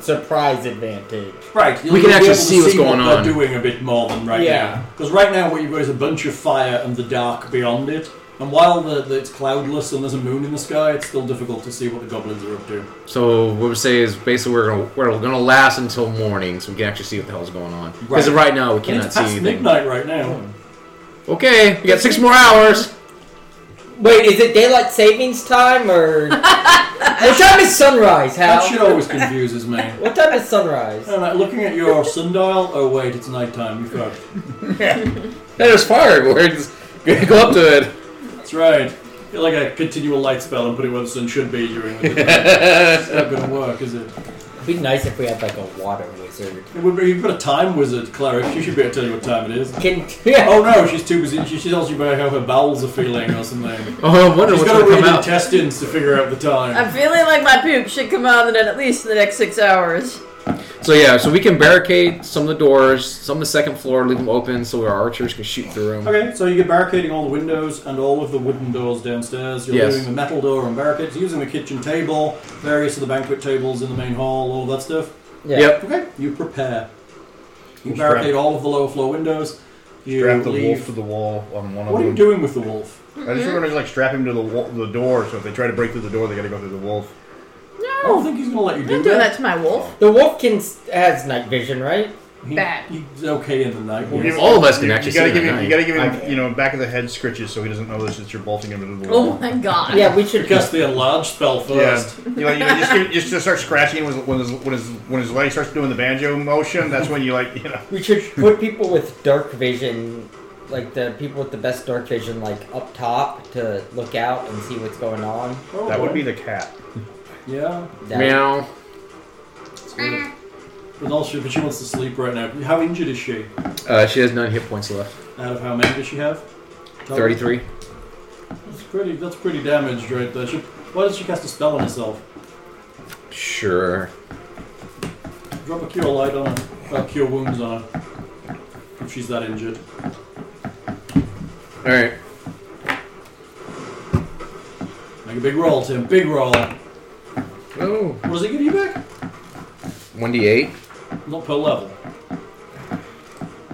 [SPEAKER 1] surprise advantage.
[SPEAKER 3] right, you'll-
[SPEAKER 5] We can
[SPEAKER 3] you'll be
[SPEAKER 5] actually
[SPEAKER 3] able to
[SPEAKER 5] see what's going
[SPEAKER 3] what they're
[SPEAKER 5] on.
[SPEAKER 3] Doing a bit more than right
[SPEAKER 1] Yeah.
[SPEAKER 3] now, because right now what you've got is a bunch of fire and the dark beyond it. And while the, the, it's cloudless and there's a moon in the sky, it's still difficult to see what the goblins are up to.
[SPEAKER 5] So what we say is basically we're gonna we're gonna last until morning, so we can actually see what the hell's going on. Because
[SPEAKER 3] Right.
[SPEAKER 5] right. now we
[SPEAKER 3] And
[SPEAKER 5] cannot
[SPEAKER 3] it's
[SPEAKER 5] see
[SPEAKER 3] past
[SPEAKER 5] anything.
[SPEAKER 3] midnight right
[SPEAKER 1] Hmm.
[SPEAKER 3] now.
[SPEAKER 5] Okay, we got six more hours.
[SPEAKER 1] Wait, is it daylight savings time or? what time is sunrise,
[SPEAKER 3] That shit
[SPEAKER 1] Hal?
[SPEAKER 3] always confuses me. And
[SPEAKER 1] What time is sunrise?
[SPEAKER 3] like, looking at your sundial, oh wait, it's nighttime. You fucked.
[SPEAKER 5] That is fire. We're just gonna go up to it.
[SPEAKER 3] That's right. like a continual light spell and put it where the sun should be during the day. it's not going to work, is it?
[SPEAKER 1] It'd be nice if we had like a water wizard.
[SPEAKER 3] It would be, you put a time wizard cleric. She should be able to tell you what time it is.
[SPEAKER 1] Can
[SPEAKER 3] Oh no, she's too busy. She she tells you about how her bowels are feeling or something.
[SPEAKER 5] Oh, I wonder
[SPEAKER 3] She's
[SPEAKER 5] what's
[SPEAKER 3] got to
[SPEAKER 5] going to
[SPEAKER 3] read
[SPEAKER 5] come out.
[SPEAKER 3] intestines to figure out the time.
[SPEAKER 4] I'm feeling like my poop should come out in at least the next six hours.
[SPEAKER 5] So yeah, so we can barricade some of the doors, some of the second floor, leave them open so our archers can shoot through them.
[SPEAKER 3] Okay, so you're barricading all the windows and all of the wooden doors downstairs. You're
[SPEAKER 5] Yes.
[SPEAKER 3] doing the metal door and barricades, using the kitchen table, various of the banquet tables in the main hall, all of that stuff.
[SPEAKER 1] yeah.
[SPEAKER 5] Yep.
[SPEAKER 3] Okay, you prepare. You
[SPEAKER 2] Strap-
[SPEAKER 3] barricade all of the lower floor windows. You
[SPEAKER 2] Strap the
[SPEAKER 3] leave.
[SPEAKER 2] wolf to the wall on one
[SPEAKER 3] What are you
[SPEAKER 2] of them.
[SPEAKER 3] doing with the wolf?
[SPEAKER 2] I just remember to like strap him to the wall, the door, so if they try to break through the door, they got to go through the wolf.
[SPEAKER 3] I don't think he's going to let you
[SPEAKER 4] I'm
[SPEAKER 3] do
[SPEAKER 4] not doing that to my wolf.
[SPEAKER 1] The wolf can s- has night vision, right?
[SPEAKER 3] He-
[SPEAKER 4] Bad.
[SPEAKER 3] He's okay in the night.
[SPEAKER 2] We'll
[SPEAKER 3] yes.
[SPEAKER 2] give-
[SPEAKER 5] All of us can
[SPEAKER 2] you,
[SPEAKER 5] actually
[SPEAKER 2] You gotta
[SPEAKER 5] see
[SPEAKER 2] give
[SPEAKER 5] that
[SPEAKER 2] him.
[SPEAKER 5] night.
[SPEAKER 2] You gotta give
[SPEAKER 1] Okay.
[SPEAKER 2] him. You know, back of the head scritches, so he doesn't know this. That you're bolting him into the
[SPEAKER 4] Oh
[SPEAKER 2] wall.
[SPEAKER 4] my god.
[SPEAKER 1] Yeah, we should.
[SPEAKER 3] Because the enlarged spell
[SPEAKER 2] Yeah,
[SPEAKER 3] first.
[SPEAKER 2] you know, you know, just, give- just just start scratching when his when his when his, when his leg starts doing the banjo motion. That's when you like you know.
[SPEAKER 1] We should put people with dark vision, like the people with the best dark vision, like up top to look out and see what's going on.
[SPEAKER 2] That would be the cat.
[SPEAKER 3] Yeah.
[SPEAKER 1] That-
[SPEAKER 5] Meow.
[SPEAKER 3] But also, but she wants to sleep right now. How injured is she?
[SPEAKER 5] Uh, she has nine hit points left.
[SPEAKER 3] Out of how many does she have? Double.
[SPEAKER 5] Thirty-three.
[SPEAKER 3] That's pretty. That's pretty damaged right there. She, why does she cast a spell on herself?
[SPEAKER 5] Sure.
[SPEAKER 3] Drop a cure light on her. Uh, cure wounds on her. If she's that injured.
[SPEAKER 5] All right.
[SPEAKER 3] Make a big roll, Tim. Big roll. What
[SPEAKER 5] Oh.
[SPEAKER 3] does it give you back?
[SPEAKER 5] One d eight.
[SPEAKER 3] Not per level.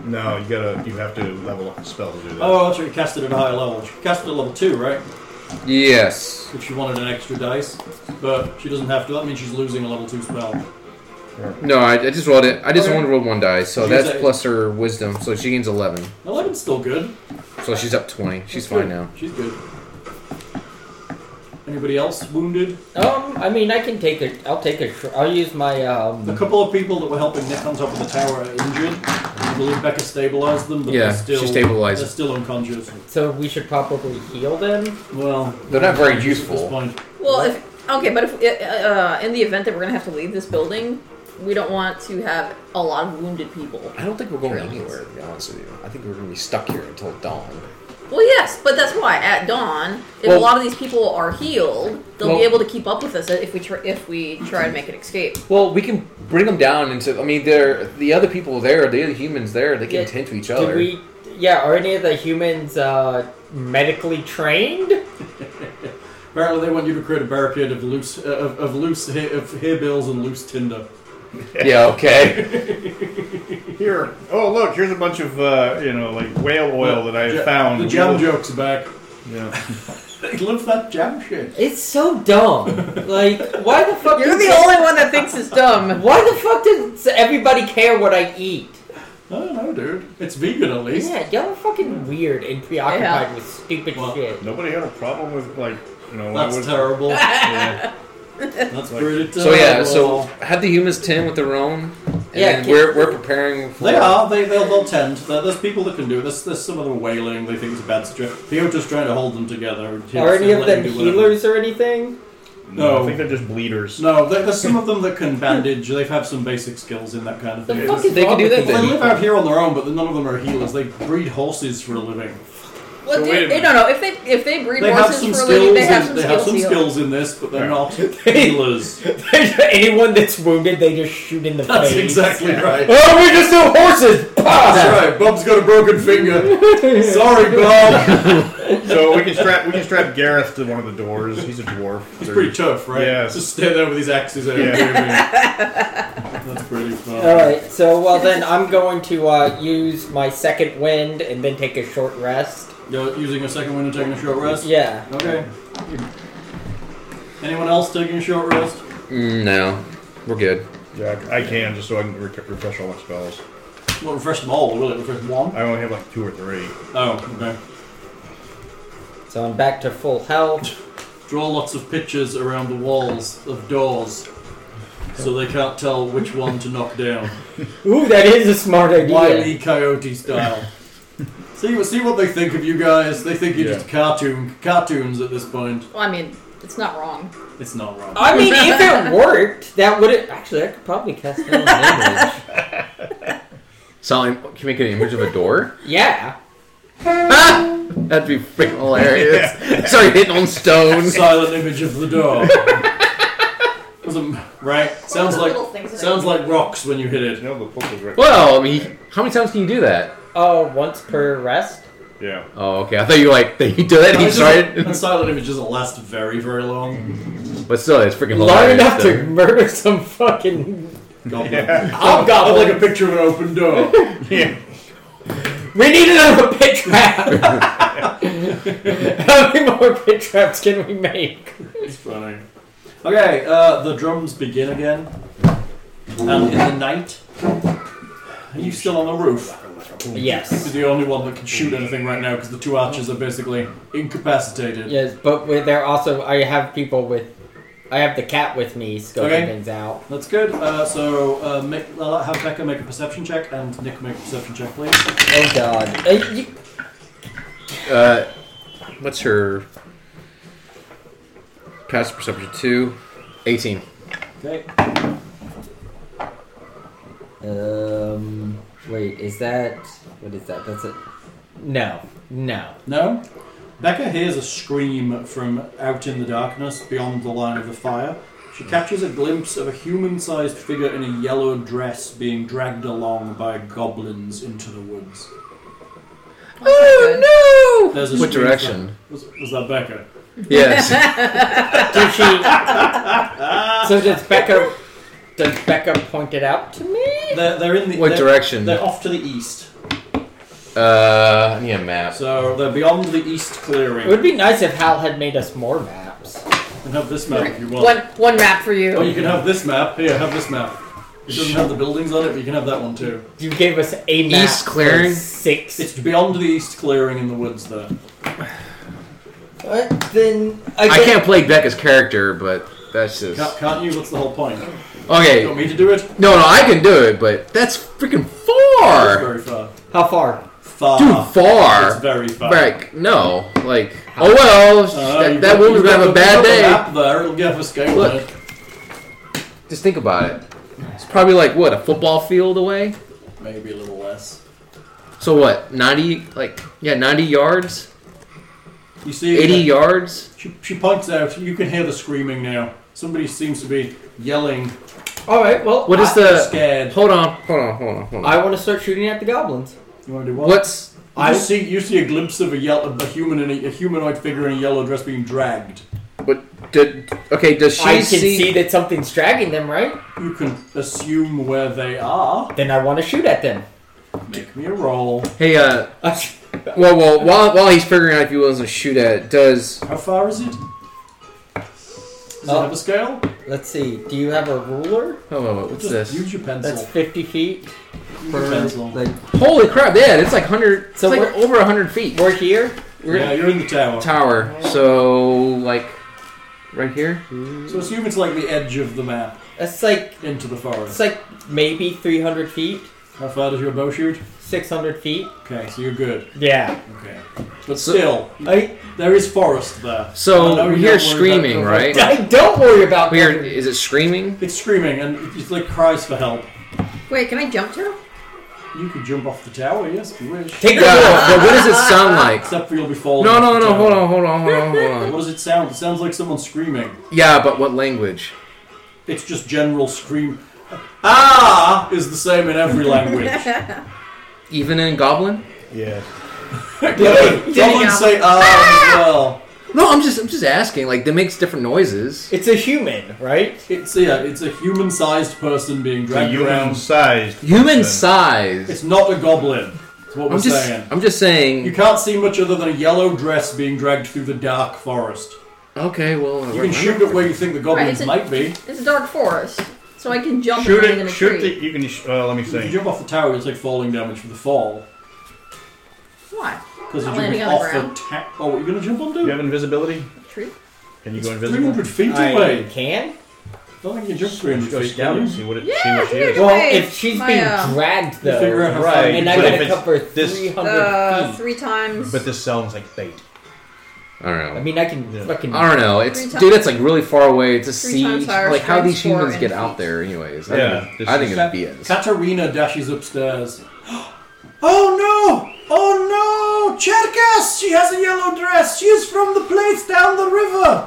[SPEAKER 2] No, you gotta you have to level up the spell to do that.
[SPEAKER 3] Oh, that's right. You cast it at a higher level. She cast it at level two, right?
[SPEAKER 5] Yes.
[SPEAKER 3] If she wanted an extra dice, but she doesn't have to. That means she's losing a level two spell.
[SPEAKER 5] No, I, I just rolled it. I just
[SPEAKER 3] Okay.
[SPEAKER 5] only rolled one die, so
[SPEAKER 3] She's
[SPEAKER 5] that's
[SPEAKER 3] a-
[SPEAKER 5] plus her wisdom, so she gains eleven.
[SPEAKER 3] Eleven's still good.
[SPEAKER 5] So she's up twenty. She's
[SPEAKER 3] That's good.
[SPEAKER 5] fine now.
[SPEAKER 3] She's good. Anybody else wounded?
[SPEAKER 1] Um, I mean, I can take a. I'll take a. sh- I'll use my.
[SPEAKER 3] A
[SPEAKER 1] Um,
[SPEAKER 3] couple of people that were helping Nick on top of the tower are injured. I believe Becca stabilized them, but
[SPEAKER 5] Yeah,
[SPEAKER 3] they're still
[SPEAKER 5] she stabilized
[SPEAKER 3] They're still unconscious.
[SPEAKER 1] so we should probably heal them.
[SPEAKER 3] Well,
[SPEAKER 5] They're not
[SPEAKER 3] unconscious
[SPEAKER 5] very
[SPEAKER 3] at this
[SPEAKER 5] useful.
[SPEAKER 3] point.
[SPEAKER 4] Well, if okay, but if uh, uh, in the event that we're gonna have to leave this building, we don't want to have a lot of wounded people.
[SPEAKER 5] I don't think we're going anywhere, to be honest with you. I think we're going to be stuck here until dawn.
[SPEAKER 4] Well, yes, but that's why at dawn, if
[SPEAKER 5] Well-
[SPEAKER 4] a lot of these people are healed, they'll
[SPEAKER 5] Well-
[SPEAKER 4] be able to keep up with us if we try, if we try to make an escape.
[SPEAKER 5] Well, we can bring them down into. I mean, they're the other people there, the other humans there. They can
[SPEAKER 1] Yeah.
[SPEAKER 5] tend to each
[SPEAKER 1] Did
[SPEAKER 5] other.
[SPEAKER 1] we? Yeah. Are any of the humans uh, medically trained?
[SPEAKER 3] Apparently, they want you to create a barricade of loose, uh, of, of loose, ha- of hairbills and loose tinder.
[SPEAKER 5] Yeah. Okay.
[SPEAKER 2] Here, oh look, here's a bunch of uh, you know like whale oil that I
[SPEAKER 3] Ja-
[SPEAKER 2] found.
[SPEAKER 3] The jam joke's back.
[SPEAKER 2] Yeah.
[SPEAKER 3] They love that jam shit.
[SPEAKER 1] It's so dumb. Like, why the fuck?
[SPEAKER 4] You're
[SPEAKER 1] does-
[SPEAKER 4] the only one that thinks it's dumb.
[SPEAKER 1] Why the fuck does everybody care what I eat?
[SPEAKER 3] I don't know, dude. It's vegan at least.
[SPEAKER 1] Yeah, y'all are fucking weird and preoccupied
[SPEAKER 4] Yeah.
[SPEAKER 1] with stupid
[SPEAKER 3] Well,
[SPEAKER 1] shit.
[SPEAKER 2] Nobody had a problem with like you know. I
[SPEAKER 3] That's
[SPEAKER 2] was-
[SPEAKER 3] terrible.
[SPEAKER 2] Yeah.
[SPEAKER 3] That's pretty terrible.
[SPEAKER 5] so yeah. So have the humans tend with their own, and
[SPEAKER 1] Yeah,
[SPEAKER 5] then
[SPEAKER 1] can-
[SPEAKER 5] we're we're preparing. For,
[SPEAKER 3] They are. They they'll, they'll tend. There- There's people that can do it. There's, there's some of them wailing. They think it's a bad situation. Peyote's trying to hold them together. and he'll
[SPEAKER 1] Are any
[SPEAKER 3] still
[SPEAKER 1] of
[SPEAKER 3] let
[SPEAKER 1] them
[SPEAKER 3] you do whatever.
[SPEAKER 1] healers or anything?
[SPEAKER 2] No,
[SPEAKER 3] No.
[SPEAKER 2] I think they're just bleeders.
[SPEAKER 3] No, there, there's some of them that can bandage. They've have some basic skills in that kind of
[SPEAKER 1] The
[SPEAKER 3] thing.
[SPEAKER 1] fuck
[SPEAKER 3] Well,
[SPEAKER 1] is
[SPEAKER 5] They
[SPEAKER 1] wrong
[SPEAKER 5] can do
[SPEAKER 1] with these
[SPEAKER 5] that then.
[SPEAKER 3] they
[SPEAKER 1] people?
[SPEAKER 3] live out here on their own, but none of them are healers. They breed horses for a living.
[SPEAKER 4] Well,
[SPEAKER 2] So wait a
[SPEAKER 4] they,
[SPEAKER 2] minute.
[SPEAKER 4] no, no. If they if they breed
[SPEAKER 3] They have
[SPEAKER 4] horses
[SPEAKER 3] some
[SPEAKER 4] for
[SPEAKER 3] skills.
[SPEAKER 4] a living, they
[SPEAKER 3] in-
[SPEAKER 4] have some
[SPEAKER 3] they
[SPEAKER 4] skills.
[SPEAKER 3] have some
[SPEAKER 4] to heal.
[SPEAKER 3] skills in this, but they're
[SPEAKER 2] Yeah.
[SPEAKER 3] not healers.
[SPEAKER 1] Anyone that's wounded, they just shoot in the
[SPEAKER 3] That's
[SPEAKER 1] face.
[SPEAKER 3] exactly right.
[SPEAKER 1] Oh, we just do horses.
[SPEAKER 4] Ah!
[SPEAKER 3] That's right. Bob's got a broken finger. Sorry, Bob.
[SPEAKER 2] So we can strap we can strap Gareth to one of the doors. He's a dwarf.
[SPEAKER 3] He's pretty tough, right?
[SPEAKER 2] Yeah.
[SPEAKER 3] Just stand there with his axes out.
[SPEAKER 2] Yeah.
[SPEAKER 3] That's pretty fun.
[SPEAKER 1] All right. So, well, then I'm going to uh, use my second wind and then take a short rest.
[SPEAKER 3] You're using a second wind and taking a short rest?
[SPEAKER 1] Yeah.
[SPEAKER 3] Okay. Anyone else taking a short rest?
[SPEAKER 5] Mm, no, we're good.
[SPEAKER 2] Yeah, I can just so I can re- refresh all my spells.
[SPEAKER 3] Well, refresh them all, will it? Refresh one?
[SPEAKER 2] I only have like two or three.
[SPEAKER 3] Oh, okay.
[SPEAKER 1] So I'm back to full health.
[SPEAKER 3] Draw lots of pictures around the walls of doors so they can't tell which one to knock down.
[SPEAKER 1] Ooh, that is a smart idea.
[SPEAKER 3] Wily Coyote style. See what see what they think of you guys. They think you're
[SPEAKER 5] Yeah.
[SPEAKER 3] just cartoon cartoons at this point.
[SPEAKER 4] Well, I mean, it's not wrong.
[SPEAKER 3] It's not wrong.
[SPEAKER 1] I mean, if it worked, that would have. Actually, I could probably cast that on damage.
[SPEAKER 5] So can you make an image of a door?
[SPEAKER 1] Yeah.
[SPEAKER 5] Ah! That'd be freaking hilarious. Sorry, hitting on stone.
[SPEAKER 3] Silent image of the door. Was a- right. Sounds like
[SPEAKER 4] Little things that
[SPEAKER 3] sounds like rocks when you hit it.
[SPEAKER 2] No, the book was right.
[SPEAKER 5] Well, I mean, how many times can you do that?
[SPEAKER 1] Uh, once per rest.
[SPEAKER 2] Yeah.
[SPEAKER 5] Oh, okay. I thought you were like he did that. He
[SPEAKER 3] It doesn't-
[SPEAKER 5] started,
[SPEAKER 3] And silent image doesn't last very very long.
[SPEAKER 5] but still, it's freaking
[SPEAKER 1] Long
[SPEAKER 5] hilarious.
[SPEAKER 1] enough to
[SPEAKER 5] though.
[SPEAKER 1] murder some fucking Oh,
[SPEAKER 3] Goblin.
[SPEAKER 1] hobgoblin.
[SPEAKER 3] like a picture of an open door.
[SPEAKER 2] Yeah.
[SPEAKER 1] We need another pit trap. How many more pit traps can we make?
[SPEAKER 3] It's funny. Okay, uh, the drums begin again. And in the night, are you still on the roof? You're
[SPEAKER 1] Yes.
[SPEAKER 3] the only one that can shoot anything right now because the two archers are basically incapacitated.
[SPEAKER 1] Yes, but we- they're also. I have people with. I have the cat with me scoping
[SPEAKER 3] Okay.
[SPEAKER 1] things out.
[SPEAKER 3] That's good. Uh, so uh, make, I'll have Becca make a perception check and Nick make a perception check, please.
[SPEAKER 1] Oh god. Uh, you,
[SPEAKER 5] Uh, what's her passive perception? Two. 18.
[SPEAKER 3] Okay.
[SPEAKER 1] Um. Wait, is that what is that? That's it. No, no.
[SPEAKER 3] No? Becca hears a scream from out in the darkness beyond the line of the fire. She catches a glimpse of a human sized figure in a yellow dress being dragged along by goblins into the woods.
[SPEAKER 5] Oh no!
[SPEAKER 3] There's a
[SPEAKER 5] What
[SPEAKER 3] scream
[SPEAKER 5] direction?
[SPEAKER 3] from- was, was that Becca?
[SPEAKER 5] Yes.
[SPEAKER 1] Does she? so does Becca? Does Becca point it out to me?
[SPEAKER 3] They're, they're in the.
[SPEAKER 5] What
[SPEAKER 3] they're-
[SPEAKER 5] direction?
[SPEAKER 3] They're off to the east.
[SPEAKER 5] Uh, I need a map.
[SPEAKER 3] So they're beyond the east
[SPEAKER 1] It
[SPEAKER 3] clearing.
[SPEAKER 1] would be nice if Hal had made us more maps.
[SPEAKER 3] You can have this map if you want.
[SPEAKER 4] One one map for
[SPEAKER 3] Or you
[SPEAKER 4] you.
[SPEAKER 3] can have this map. Here, have this map. It doesn't have the buildings on it, but you can have that one too.
[SPEAKER 1] You gave us a map.
[SPEAKER 5] East clearing?
[SPEAKER 1] for six.
[SPEAKER 3] It's beyond the east clearing in the woods there.
[SPEAKER 1] What? Then I,
[SPEAKER 5] I
[SPEAKER 1] get-
[SPEAKER 5] can't play Becca's character, but that's
[SPEAKER 3] Can't,
[SPEAKER 5] just
[SPEAKER 3] can't you? What's the whole point?
[SPEAKER 5] okay.
[SPEAKER 3] You want me to do it?
[SPEAKER 5] No, no, I can do it, but that's freaking
[SPEAKER 3] That's
[SPEAKER 5] far,
[SPEAKER 3] very far.
[SPEAKER 1] How far?
[SPEAKER 3] Far.
[SPEAKER 5] dude.
[SPEAKER 3] It's
[SPEAKER 5] Far.
[SPEAKER 3] very far.
[SPEAKER 5] Like no, like oh well, sh-
[SPEAKER 3] Uh,
[SPEAKER 5] that,
[SPEAKER 3] you've
[SPEAKER 5] that
[SPEAKER 3] got-
[SPEAKER 5] woman's
[SPEAKER 3] you've
[SPEAKER 5] gonna have
[SPEAKER 3] got the-
[SPEAKER 5] a
[SPEAKER 3] you've
[SPEAKER 5] bad
[SPEAKER 3] got the
[SPEAKER 5] day.
[SPEAKER 3] map there, it'll give a scale
[SPEAKER 5] Look.
[SPEAKER 3] on it.
[SPEAKER 5] Just think about it. It's probably like what a football field away.
[SPEAKER 3] Maybe a little less.
[SPEAKER 5] So what, ninety? Like yeah, ninety yards,
[SPEAKER 3] You see,
[SPEAKER 5] eighty
[SPEAKER 3] that-
[SPEAKER 5] yards.
[SPEAKER 3] She, she points out. You can hear the screaming now. Somebody seems to be yelling,
[SPEAKER 1] All right. Well,
[SPEAKER 5] What is
[SPEAKER 1] I,
[SPEAKER 5] the?
[SPEAKER 3] scared.
[SPEAKER 5] Hold on, hold on, hold on, hold on.
[SPEAKER 1] I want to start shooting at the goblins.
[SPEAKER 3] You want to do what?
[SPEAKER 5] What's
[SPEAKER 3] You just see you see a glimpse of a yell, of a human in a, a humanoid figure in a yellow dress being dragged.
[SPEAKER 5] what? Did, okay, does she
[SPEAKER 1] I can
[SPEAKER 5] see?
[SPEAKER 1] see... that something's dragging them, right?
[SPEAKER 3] You can assume where they are.
[SPEAKER 1] Then I want to shoot at them.
[SPEAKER 3] Make me a roll.
[SPEAKER 5] hey, uh, well, well, while while he's figuring out if he wants to shoot at, does
[SPEAKER 3] How far is it? Does it
[SPEAKER 1] Oh.
[SPEAKER 5] Uh,
[SPEAKER 3] have a scale?
[SPEAKER 1] Let's see. Do you have a ruler?
[SPEAKER 5] oh, what's
[SPEAKER 3] Just
[SPEAKER 5] this?
[SPEAKER 3] use your pencil.
[SPEAKER 1] That's fifty feet.
[SPEAKER 3] use your
[SPEAKER 1] per-
[SPEAKER 3] pencil.
[SPEAKER 1] like,
[SPEAKER 5] Holy crap! Yeah, it's like hundred.
[SPEAKER 1] So
[SPEAKER 5] it's like
[SPEAKER 1] we're-
[SPEAKER 5] over hundred feet.
[SPEAKER 1] we're here.
[SPEAKER 5] We're
[SPEAKER 3] yeah, you're in the tower.
[SPEAKER 5] tower. So like, right here.
[SPEAKER 3] So assume it's like the edge of the map
[SPEAKER 1] That's like
[SPEAKER 3] into the
[SPEAKER 1] it's
[SPEAKER 3] forest.
[SPEAKER 1] like maybe three hundred feet,
[SPEAKER 3] How far does your bow shoot?
[SPEAKER 1] six hundred feet.
[SPEAKER 3] Okay, so you're good.
[SPEAKER 1] Yeah.
[SPEAKER 3] Okay. But still,
[SPEAKER 1] I
[SPEAKER 3] there is forest there. I know
[SPEAKER 5] So
[SPEAKER 3] you
[SPEAKER 5] we hear
[SPEAKER 3] don't worry about
[SPEAKER 5] screaming,
[SPEAKER 3] the-
[SPEAKER 5] right?
[SPEAKER 1] I don't worry about
[SPEAKER 5] We hear.
[SPEAKER 1] them.
[SPEAKER 5] Is it screaming?
[SPEAKER 3] It's screaming and it's like cries for help.
[SPEAKER 4] Wait, can I jump to?
[SPEAKER 3] You could jump off the tower, yes, if you wish.
[SPEAKER 1] Take a
[SPEAKER 5] Yeah,
[SPEAKER 1] look.
[SPEAKER 5] but what does it sound like?
[SPEAKER 3] Except for you'll be falling.
[SPEAKER 5] No,
[SPEAKER 3] off
[SPEAKER 5] no,
[SPEAKER 3] the
[SPEAKER 5] no.
[SPEAKER 3] tower.
[SPEAKER 5] Hold on, hold on, hold on, hold
[SPEAKER 3] What
[SPEAKER 5] on.
[SPEAKER 3] does it sound? It sounds like someone screaming.
[SPEAKER 5] Yeah, but what language?
[SPEAKER 3] It's just general scream. Ah is the same in every language.
[SPEAKER 5] Even in Goblin?
[SPEAKER 2] Yeah.
[SPEAKER 3] Someone say ah as well.
[SPEAKER 5] No, I'm just, I'm just asking. Like, that makes different noises.
[SPEAKER 1] It's a human, right?
[SPEAKER 3] It's yeah, it's a human-sized person being
[SPEAKER 2] The
[SPEAKER 3] dragged
[SPEAKER 2] human
[SPEAKER 3] around.
[SPEAKER 2] sized.
[SPEAKER 5] Human size.
[SPEAKER 3] It's not a goblin. That's what we're
[SPEAKER 5] I'm just,
[SPEAKER 3] saying.
[SPEAKER 5] I'm just
[SPEAKER 3] You
[SPEAKER 5] saying.
[SPEAKER 3] can't see much other than a yellow dress being dragged through the dark forest.
[SPEAKER 5] Okay, well,
[SPEAKER 3] You can shoot it where you think the goblins
[SPEAKER 4] Right,
[SPEAKER 3] might be.
[SPEAKER 4] It's a dark forest, so I can jump
[SPEAKER 2] Shoot
[SPEAKER 4] and hide in
[SPEAKER 2] it.
[SPEAKER 4] a
[SPEAKER 2] Shoot
[SPEAKER 4] tree.
[SPEAKER 2] the. You can. Sh- uh, let me
[SPEAKER 3] If you
[SPEAKER 2] think.
[SPEAKER 3] jump off the tower, you'll take falling damage from the fall.
[SPEAKER 4] Why?
[SPEAKER 3] Because you're
[SPEAKER 4] I'm
[SPEAKER 3] jumping
[SPEAKER 4] landing on the
[SPEAKER 3] off the
[SPEAKER 4] ground.
[SPEAKER 3] ta- Oh, what are you going to jump onto?
[SPEAKER 2] Do you have invisibility?
[SPEAKER 4] Tree?
[SPEAKER 2] Can you go invisible?
[SPEAKER 3] 300 feet
[SPEAKER 1] I
[SPEAKER 3] away.
[SPEAKER 1] can.
[SPEAKER 3] don't think you can jump 300 feet, can you?
[SPEAKER 2] oh, see what it,
[SPEAKER 4] Yeah,
[SPEAKER 2] see what she
[SPEAKER 4] I
[SPEAKER 2] is.
[SPEAKER 4] think
[SPEAKER 1] Well,
[SPEAKER 4] My-
[SPEAKER 1] if she's
[SPEAKER 4] my,
[SPEAKER 1] being
[SPEAKER 4] um,
[SPEAKER 1] dragged though,
[SPEAKER 3] figure out how far
[SPEAKER 1] right?
[SPEAKER 3] you-
[SPEAKER 1] And I
[SPEAKER 2] but
[SPEAKER 1] gotta
[SPEAKER 2] if it's
[SPEAKER 1] cover
[SPEAKER 2] this-
[SPEAKER 1] three
[SPEAKER 3] Oh,
[SPEAKER 1] hundred
[SPEAKER 4] Uh,
[SPEAKER 3] Hmm.
[SPEAKER 1] feet.
[SPEAKER 4] three times.
[SPEAKER 2] But this sounds like bait.
[SPEAKER 5] I don't
[SPEAKER 1] I
[SPEAKER 5] know.
[SPEAKER 1] mean, I can
[SPEAKER 2] Yeah.
[SPEAKER 1] fucking.
[SPEAKER 5] I don't know. It's
[SPEAKER 4] Three times-
[SPEAKER 5] dude. It's like really far away to see
[SPEAKER 4] times higher
[SPEAKER 5] like how
[SPEAKER 4] strength
[SPEAKER 5] these
[SPEAKER 4] score
[SPEAKER 5] humans
[SPEAKER 4] in
[SPEAKER 5] get
[SPEAKER 4] feet.
[SPEAKER 5] out there. Anyways, I
[SPEAKER 2] Yeah,
[SPEAKER 5] think,
[SPEAKER 2] this
[SPEAKER 5] I think
[SPEAKER 2] is-
[SPEAKER 5] it's BS.
[SPEAKER 3] Katarina dashes upstairs. Oh no! Oh no! Cherkis! She has a yellow dress! She's from the place down the river!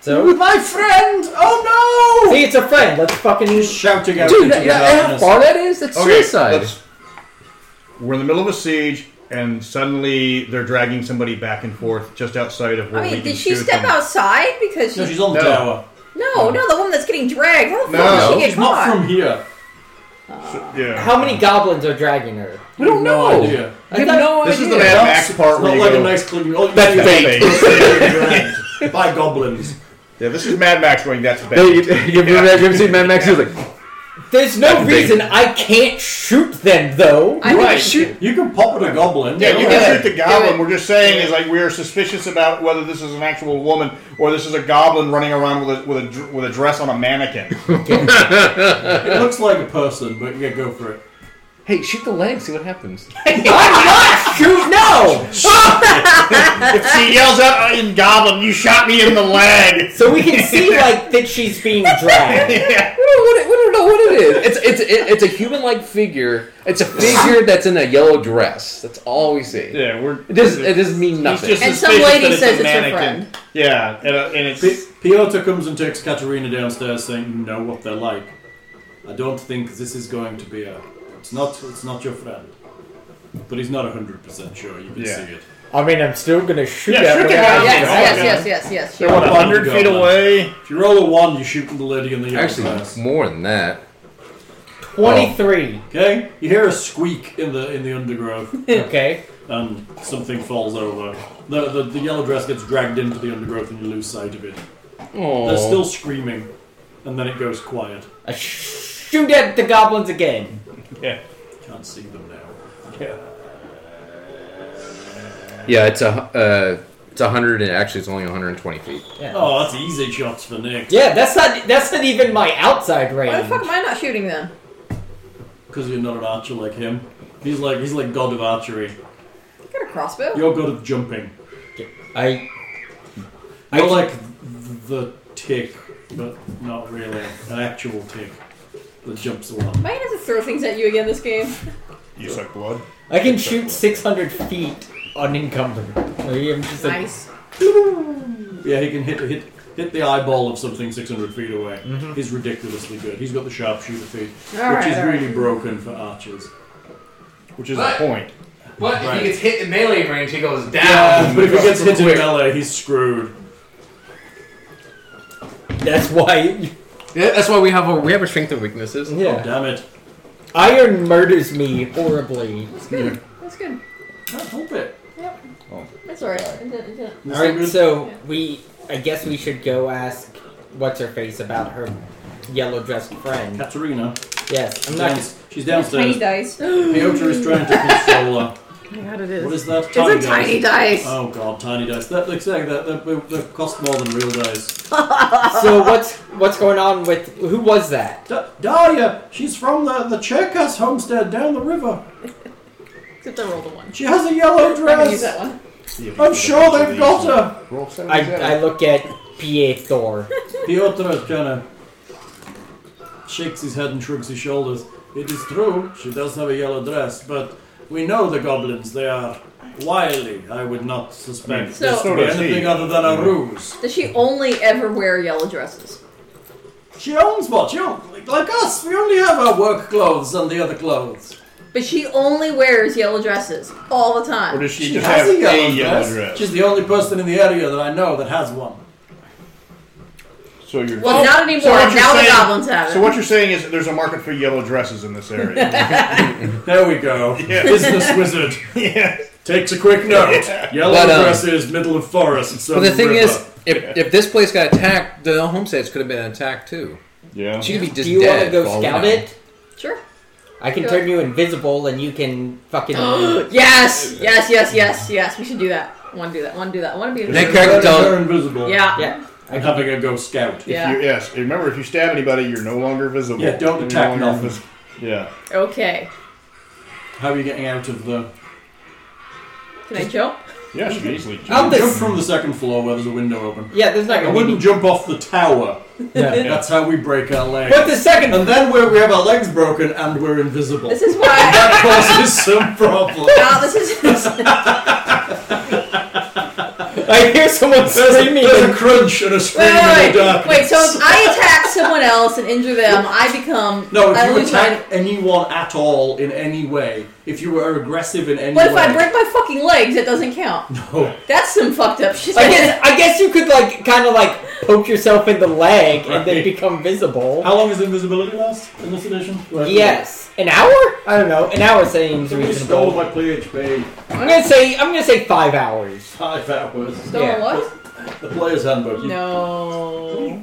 [SPEAKER 1] So
[SPEAKER 3] My friend! Oh
[SPEAKER 1] see, it's a friend. Let's fucking.
[SPEAKER 3] Shouting out
[SPEAKER 5] Dude,
[SPEAKER 3] into
[SPEAKER 5] that,
[SPEAKER 3] the
[SPEAKER 5] that, how
[SPEAKER 3] darkness.
[SPEAKER 5] far that is? That's
[SPEAKER 2] Okay,
[SPEAKER 5] suicide.
[SPEAKER 2] let's- We're in the middle of a siege, and suddenly they're dragging somebody back and forth just outside of where
[SPEAKER 4] I
[SPEAKER 2] we
[SPEAKER 4] mean,
[SPEAKER 2] can
[SPEAKER 4] did she
[SPEAKER 2] shoot
[SPEAKER 4] step
[SPEAKER 2] them.
[SPEAKER 4] outside? Because
[SPEAKER 3] No,
[SPEAKER 4] she,
[SPEAKER 3] she's on the
[SPEAKER 2] No.
[SPEAKER 3] tower.
[SPEAKER 4] no, no, the woman that's getting dragged. How the
[SPEAKER 2] No,
[SPEAKER 4] fuck did
[SPEAKER 5] no,
[SPEAKER 4] she get
[SPEAKER 3] She's not
[SPEAKER 4] caught?
[SPEAKER 3] from here.
[SPEAKER 2] Yeah.
[SPEAKER 1] How many goblins are dragging her?
[SPEAKER 5] we don't
[SPEAKER 3] No
[SPEAKER 5] know.
[SPEAKER 3] idea.
[SPEAKER 5] We have
[SPEAKER 4] Oh,
[SPEAKER 5] no
[SPEAKER 2] This is
[SPEAKER 5] idea.
[SPEAKER 2] the Mad Max part where
[SPEAKER 3] It's not
[SPEAKER 2] you
[SPEAKER 3] like
[SPEAKER 2] go,
[SPEAKER 3] a nice clean. Oh,
[SPEAKER 5] That's
[SPEAKER 3] yeah,
[SPEAKER 5] bait.
[SPEAKER 3] yeah, yeah. By goblins.
[SPEAKER 2] Yeah, this is Mad Max going, that's bait.
[SPEAKER 5] No, you, you, ever- you ever seen Mad Max? He was like,
[SPEAKER 1] There's no
[SPEAKER 5] That's big.
[SPEAKER 1] reason I can't shoot them though.
[SPEAKER 4] I think
[SPEAKER 5] right,
[SPEAKER 4] she-
[SPEAKER 5] shoot.
[SPEAKER 3] You can pop at a goblin.
[SPEAKER 2] Yeah, you
[SPEAKER 1] Yeah.
[SPEAKER 2] can shoot the
[SPEAKER 4] it.
[SPEAKER 2] goblin. We're just saying is like we are suspicious about whether this is an actual woman or this is a goblin running around with a with a dr- with a dress on a mannequin.
[SPEAKER 3] It looks like a person, but yeah, go for it.
[SPEAKER 5] Hey, shoot the leg. See what happens.
[SPEAKER 1] I'm not shoot. No.
[SPEAKER 2] if she yells out in goblin, "You shot me in the leg,"
[SPEAKER 1] So we can see like that she's being dragged.
[SPEAKER 5] We don't, we don't- we don't know what it is. It's it's it, it's a human-like figure. It's a figure that's in a yellow dress. That's all we see.
[SPEAKER 2] yeah, we're
[SPEAKER 5] It doesn't it doesn't mean nothing.
[SPEAKER 2] just
[SPEAKER 4] And some
[SPEAKER 2] suspicious
[SPEAKER 4] lady
[SPEAKER 2] that it's
[SPEAKER 4] says
[SPEAKER 2] a
[SPEAKER 4] it's her
[SPEAKER 2] mannequin.
[SPEAKER 4] friend.
[SPEAKER 2] Yeah, and, uh, and
[SPEAKER 3] P-
[SPEAKER 2] it's
[SPEAKER 3] Piotr comes and takes Katerina downstairs, saying, "You know what they're like. I don't think this is going to be a. It's not. It's not your friend." But he's not hundred percent sure. You can
[SPEAKER 2] Yeah.
[SPEAKER 3] see it.
[SPEAKER 1] I mean, I'm still gonna shoot
[SPEAKER 2] Yeah,
[SPEAKER 1] at
[SPEAKER 2] shoot
[SPEAKER 1] her.
[SPEAKER 2] the goblin. Oh,
[SPEAKER 4] Yes, yes,
[SPEAKER 2] yeah.
[SPEAKER 4] yes, yes, yes,
[SPEAKER 2] they're
[SPEAKER 4] yes.
[SPEAKER 2] what hundred feet
[SPEAKER 3] Goblin.
[SPEAKER 2] away.
[SPEAKER 3] If you roll a one, you shoot the lady in the yellow
[SPEAKER 5] Actually,
[SPEAKER 3] dress.
[SPEAKER 5] more than that.
[SPEAKER 1] Twenty-three.
[SPEAKER 3] Okay, you hear a squeak in the in the undergrowth,
[SPEAKER 4] Oh.
[SPEAKER 1] Okay.
[SPEAKER 3] and something falls over. The, the the yellow dress gets dragged into the undergrowth, and you lose sight of it. They're
[SPEAKER 5] Oh,
[SPEAKER 3] still screaming, and then it goes quiet.
[SPEAKER 1] I shoot at the goblins again.
[SPEAKER 2] Yeah,
[SPEAKER 3] Can't see them now.
[SPEAKER 2] yeah.
[SPEAKER 5] yeah. It's a uh, it's a hundred and actually it's only 120 feet.
[SPEAKER 1] Yeah.
[SPEAKER 3] Oh, that's easy shots for Nick.
[SPEAKER 1] Yeah, that's not that's not even my outside range.
[SPEAKER 4] Why the fuck am I not shooting them?
[SPEAKER 3] Because you're not an archer like him. He's like he's like god of archery.
[SPEAKER 4] I got a crossbow.
[SPEAKER 3] You're god of jumping.
[SPEAKER 1] I I-
[SPEAKER 3] You're like the tick, but not really an actual tick that jumps a lot.
[SPEAKER 4] Am I gonna have to throw things at you again this game?
[SPEAKER 2] You suck blood.
[SPEAKER 1] I can shoot 600 feet unencumbered. Like, I'm just like,
[SPEAKER 4] Nice.
[SPEAKER 3] Yeah, he can hit hit hit the eyeball of something 600 feet away.
[SPEAKER 1] Mm-hmm.
[SPEAKER 3] He's ridiculously good. He's got the sharpshooter feet,
[SPEAKER 4] All
[SPEAKER 3] which
[SPEAKER 4] right,
[SPEAKER 3] is
[SPEAKER 4] all right.
[SPEAKER 3] really broken for archers.
[SPEAKER 2] Which is
[SPEAKER 6] What?
[SPEAKER 2] the point.
[SPEAKER 6] But if
[SPEAKER 3] Right.
[SPEAKER 6] he gets hit in melee range, he goes down.
[SPEAKER 3] but if he gets hit in
[SPEAKER 6] Quick.
[SPEAKER 3] melee, he's screwed.
[SPEAKER 1] that's why
[SPEAKER 5] Yeah, that's why we have our, we have our strength and weaknesses.
[SPEAKER 3] Oh,
[SPEAKER 1] yeah.
[SPEAKER 3] damn it!
[SPEAKER 1] Iron murders me horribly.
[SPEAKER 4] That's good. That's good.
[SPEAKER 3] Can't help it.
[SPEAKER 4] That's alright. It didn't- it didn't-
[SPEAKER 3] Is
[SPEAKER 1] All right,
[SPEAKER 3] that
[SPEAKER 1] so we I guess we should go ask what's her face about her yellow dressed
[SPEAKER 3] good?
[SPEAKER 1] friend.
[SPEAKER 3] Katerina,
[SPEAKER 1] Yes, I'm not.
[SPEAKER 3] down, she's
[SPEAKER 4] Tiny
[SPEAKER 3] downstairs.
[SPEAKER 4] dice.
[SPEAKER 3] Piotr is trying to console her.
[SPEAKER 4] God, it
[SPEAKER 3] What
[SPEAKER 4] is.
[SPEAKER 3] is that?
[SPEAKER 4] It's a tiny dice.
[SPEAKER 3] Oh god, tiny dice. That looks like that. That, that, that cost more than real dice.
[SPEAKER 1] So what's what's going on with who was that?
[SPEAKER 3] D- Dahlia, she's from the the Cherkess homestead down the river.
[SPEAKER 4] Except I rolled a one.
[SPEAKER 3] She has a yellow
[SPEAKER 4] I'm gonna use that one.
[SPEAKER 3] I'm sure they've got her.
[SPEAKER 2] Roll seven, seven.
[SPEAKER 1] I I look at PA Thor.
[SPEAKER 3] Piotr is kind of shakes his head and shrugs his shoulders. It is true, she does have a yellow dress, but we know the goblins. They are wily. I would not suspect
[SPEAKER 4] So-
[SPEAKER 3] this to be
[SPEAKER 2] So does he.
[SPEAKER 3] anything other than a ruse.
[SPEAKER 4] Does she only ever wear yellow dresses?
[SPEAKER 3] She owns what? She owns, like, like us. We only have our work clothes and the other clothes.
[SPEAKER 4] But she only wears yellow dresses all the
[SPEAKER 2] Or
[SPEAKER 4] time.
[SPEAKER 2] does she, just have a yellow dress?
[SPEAKER 3] She's the only person in the area that I know that has one.
[SPEAKER 2] So you're.
[SPEAKER 4] Well, not anymore.
[SPEAKER 2] so what you're
[SPEAKER 4] now the
[SPEAKER 2] saying-
[SPEAKER 4] goblins have it.
[SPEAKER 2] So what you're saying is that there's a market for yellow dresses in this area.
[SPEAKER 3] There we go.
[SPEAKER 2] Yeah.
[SPEAKER 3] Business wizard
[SPEAKER 2] yeah.
[SPEAKER 3] takes a quick note. Yellow
[SPEAKER 5] But, um,
[SPEAKER 3] dresses, middle of forest.
[SPEAKER 5] But the thing
[SPEAKER 3] river.
[SPEAKER 5] is, if, if this place got attacked, the homesteads could have been attacked too.
[SPEAKER 2] Yeah.
[SPEAKER 5] She could be just
[SPEAKER 1] Do you want to
[SPEAKER 5] dead.
[SPEAKER 1] go
[SPEAKER 5] for all we
[SPEAKER 1] scout
[SPEAKER 5] know.
[SPEAKER 1] it?
[SPEAKER 4] Sure.
[SPEAKER 1] I can
[SPEAKER 4] Yeah.
[SPEAKER 1] turn you invisible and you can fucking
[SPEAKER 4] Yes, yes, yes, yes, yes. We should do that. I want to do that. I want to do that. I want to be
[SPEAKER 5] Nick
[SPEAKER 4] invisible.
[SPEAKER 5] Kirk-
[SPEAKER 3] They're
[SPEAKER 5] don't-
[SPEAKER 3] invisible.
[SPEAKER 4] Yeah.
[SPEAKER 1] yeah.
[SPEAKER 3] and having a go scout.
[SPEAKER 4] Yeah.
[SPEAKER 2] You, yes. Remember, if you stab anybody, you're no longer visible.
[SPEAKER 3] Yeah, don't
[SPEAKER 2] You're
[SPEAKER 3] attack
[SPEAKER 2] longer
[SPEAKER 3] nothing.
[SPEAKER 2] vis- Yeah.
[SPEAKER 4] Okay.
[SPEAKER 3] How are you getting out of the?
[SPEAKER 4] Can I jump?
[SPEAKER 2] Yeah, she can easily.
[SPEAKER 4] Oh,
[SPEAKER 1] I'm the-
[SPEAKER 3] Jump from the second floor where there's a window open.
[SPEAKER 1] Yeah, there's not
[SPEAKER 3] I
[SPEAKER 1] gonna be.
[SPEAKER 3] wouldn't jump off the tower.
[SPEAKER 1] Yeah.
[SPEAKER 3] That's how we break our legs.
[SPEAKER 1] But the second.
[SPEAKER 3] And then where we have our legs broken and we're invisible.
[SPEAKER 4] This is why.
[SPEAKER 3] that causes some problem.
[SPEAKER 4] No, this is.
[SPEAKER 1] I hear someone
[SPEAKER 3] There's a,
[SPEAKER 1] screaming.
[SPEAKER 3] there's a crunch and a scream
[SPEAKER 4] Wait,
[SPEAKER 3] in
[SPEAKER 4] wait,
[SPEAKER 3] the
[SPEAKER 4] wait.
[SPEAKER 3] dark.
[SPEAKER 4] Wait, so if I attack someone else and injure them, I become.
[SPEAKER 3] No, if
[SPEAKER 4] I
[SPEAKER 3] you
[SPEAKER 4] lose my-
[SPEAKER 3] attack anyone at all in any way, if you were aggressive in any
[SPEAKER 4] What
[SPEAKER 3] way,
[SPEAKER 4] if I break my fucking legs? That doesn't count.
[SPEAKER 3] Oh,
[SPEAKER 4] That's some fucked up shit.
[SPEAKER 1] I guess, I guess you could like kind of like poke yourself in the leg and then
[SPEAKER 3] Right.
[SPEAKER 1] become visible.
[SPEAKER 3] how long does invisibility last in this edition?
[SPEAKER 1] Yes, an hour? I don't know. An hour seems
[SPEAKER 3] Somebody stole
[SPEAKER 1] reasonable.
[SPEAKER 3] my PHP
[SPEAKER 1] I'm gonna say I'm gonna say five hours.
[SPEAKER 3] five hours.
[SPEAKER 4] Stolen
[SPEAKER 1] Yeah.
[SPEAKER 4] what?
[SPEAKER 3] The player's handbook. You,
[SPEAKER 4] No.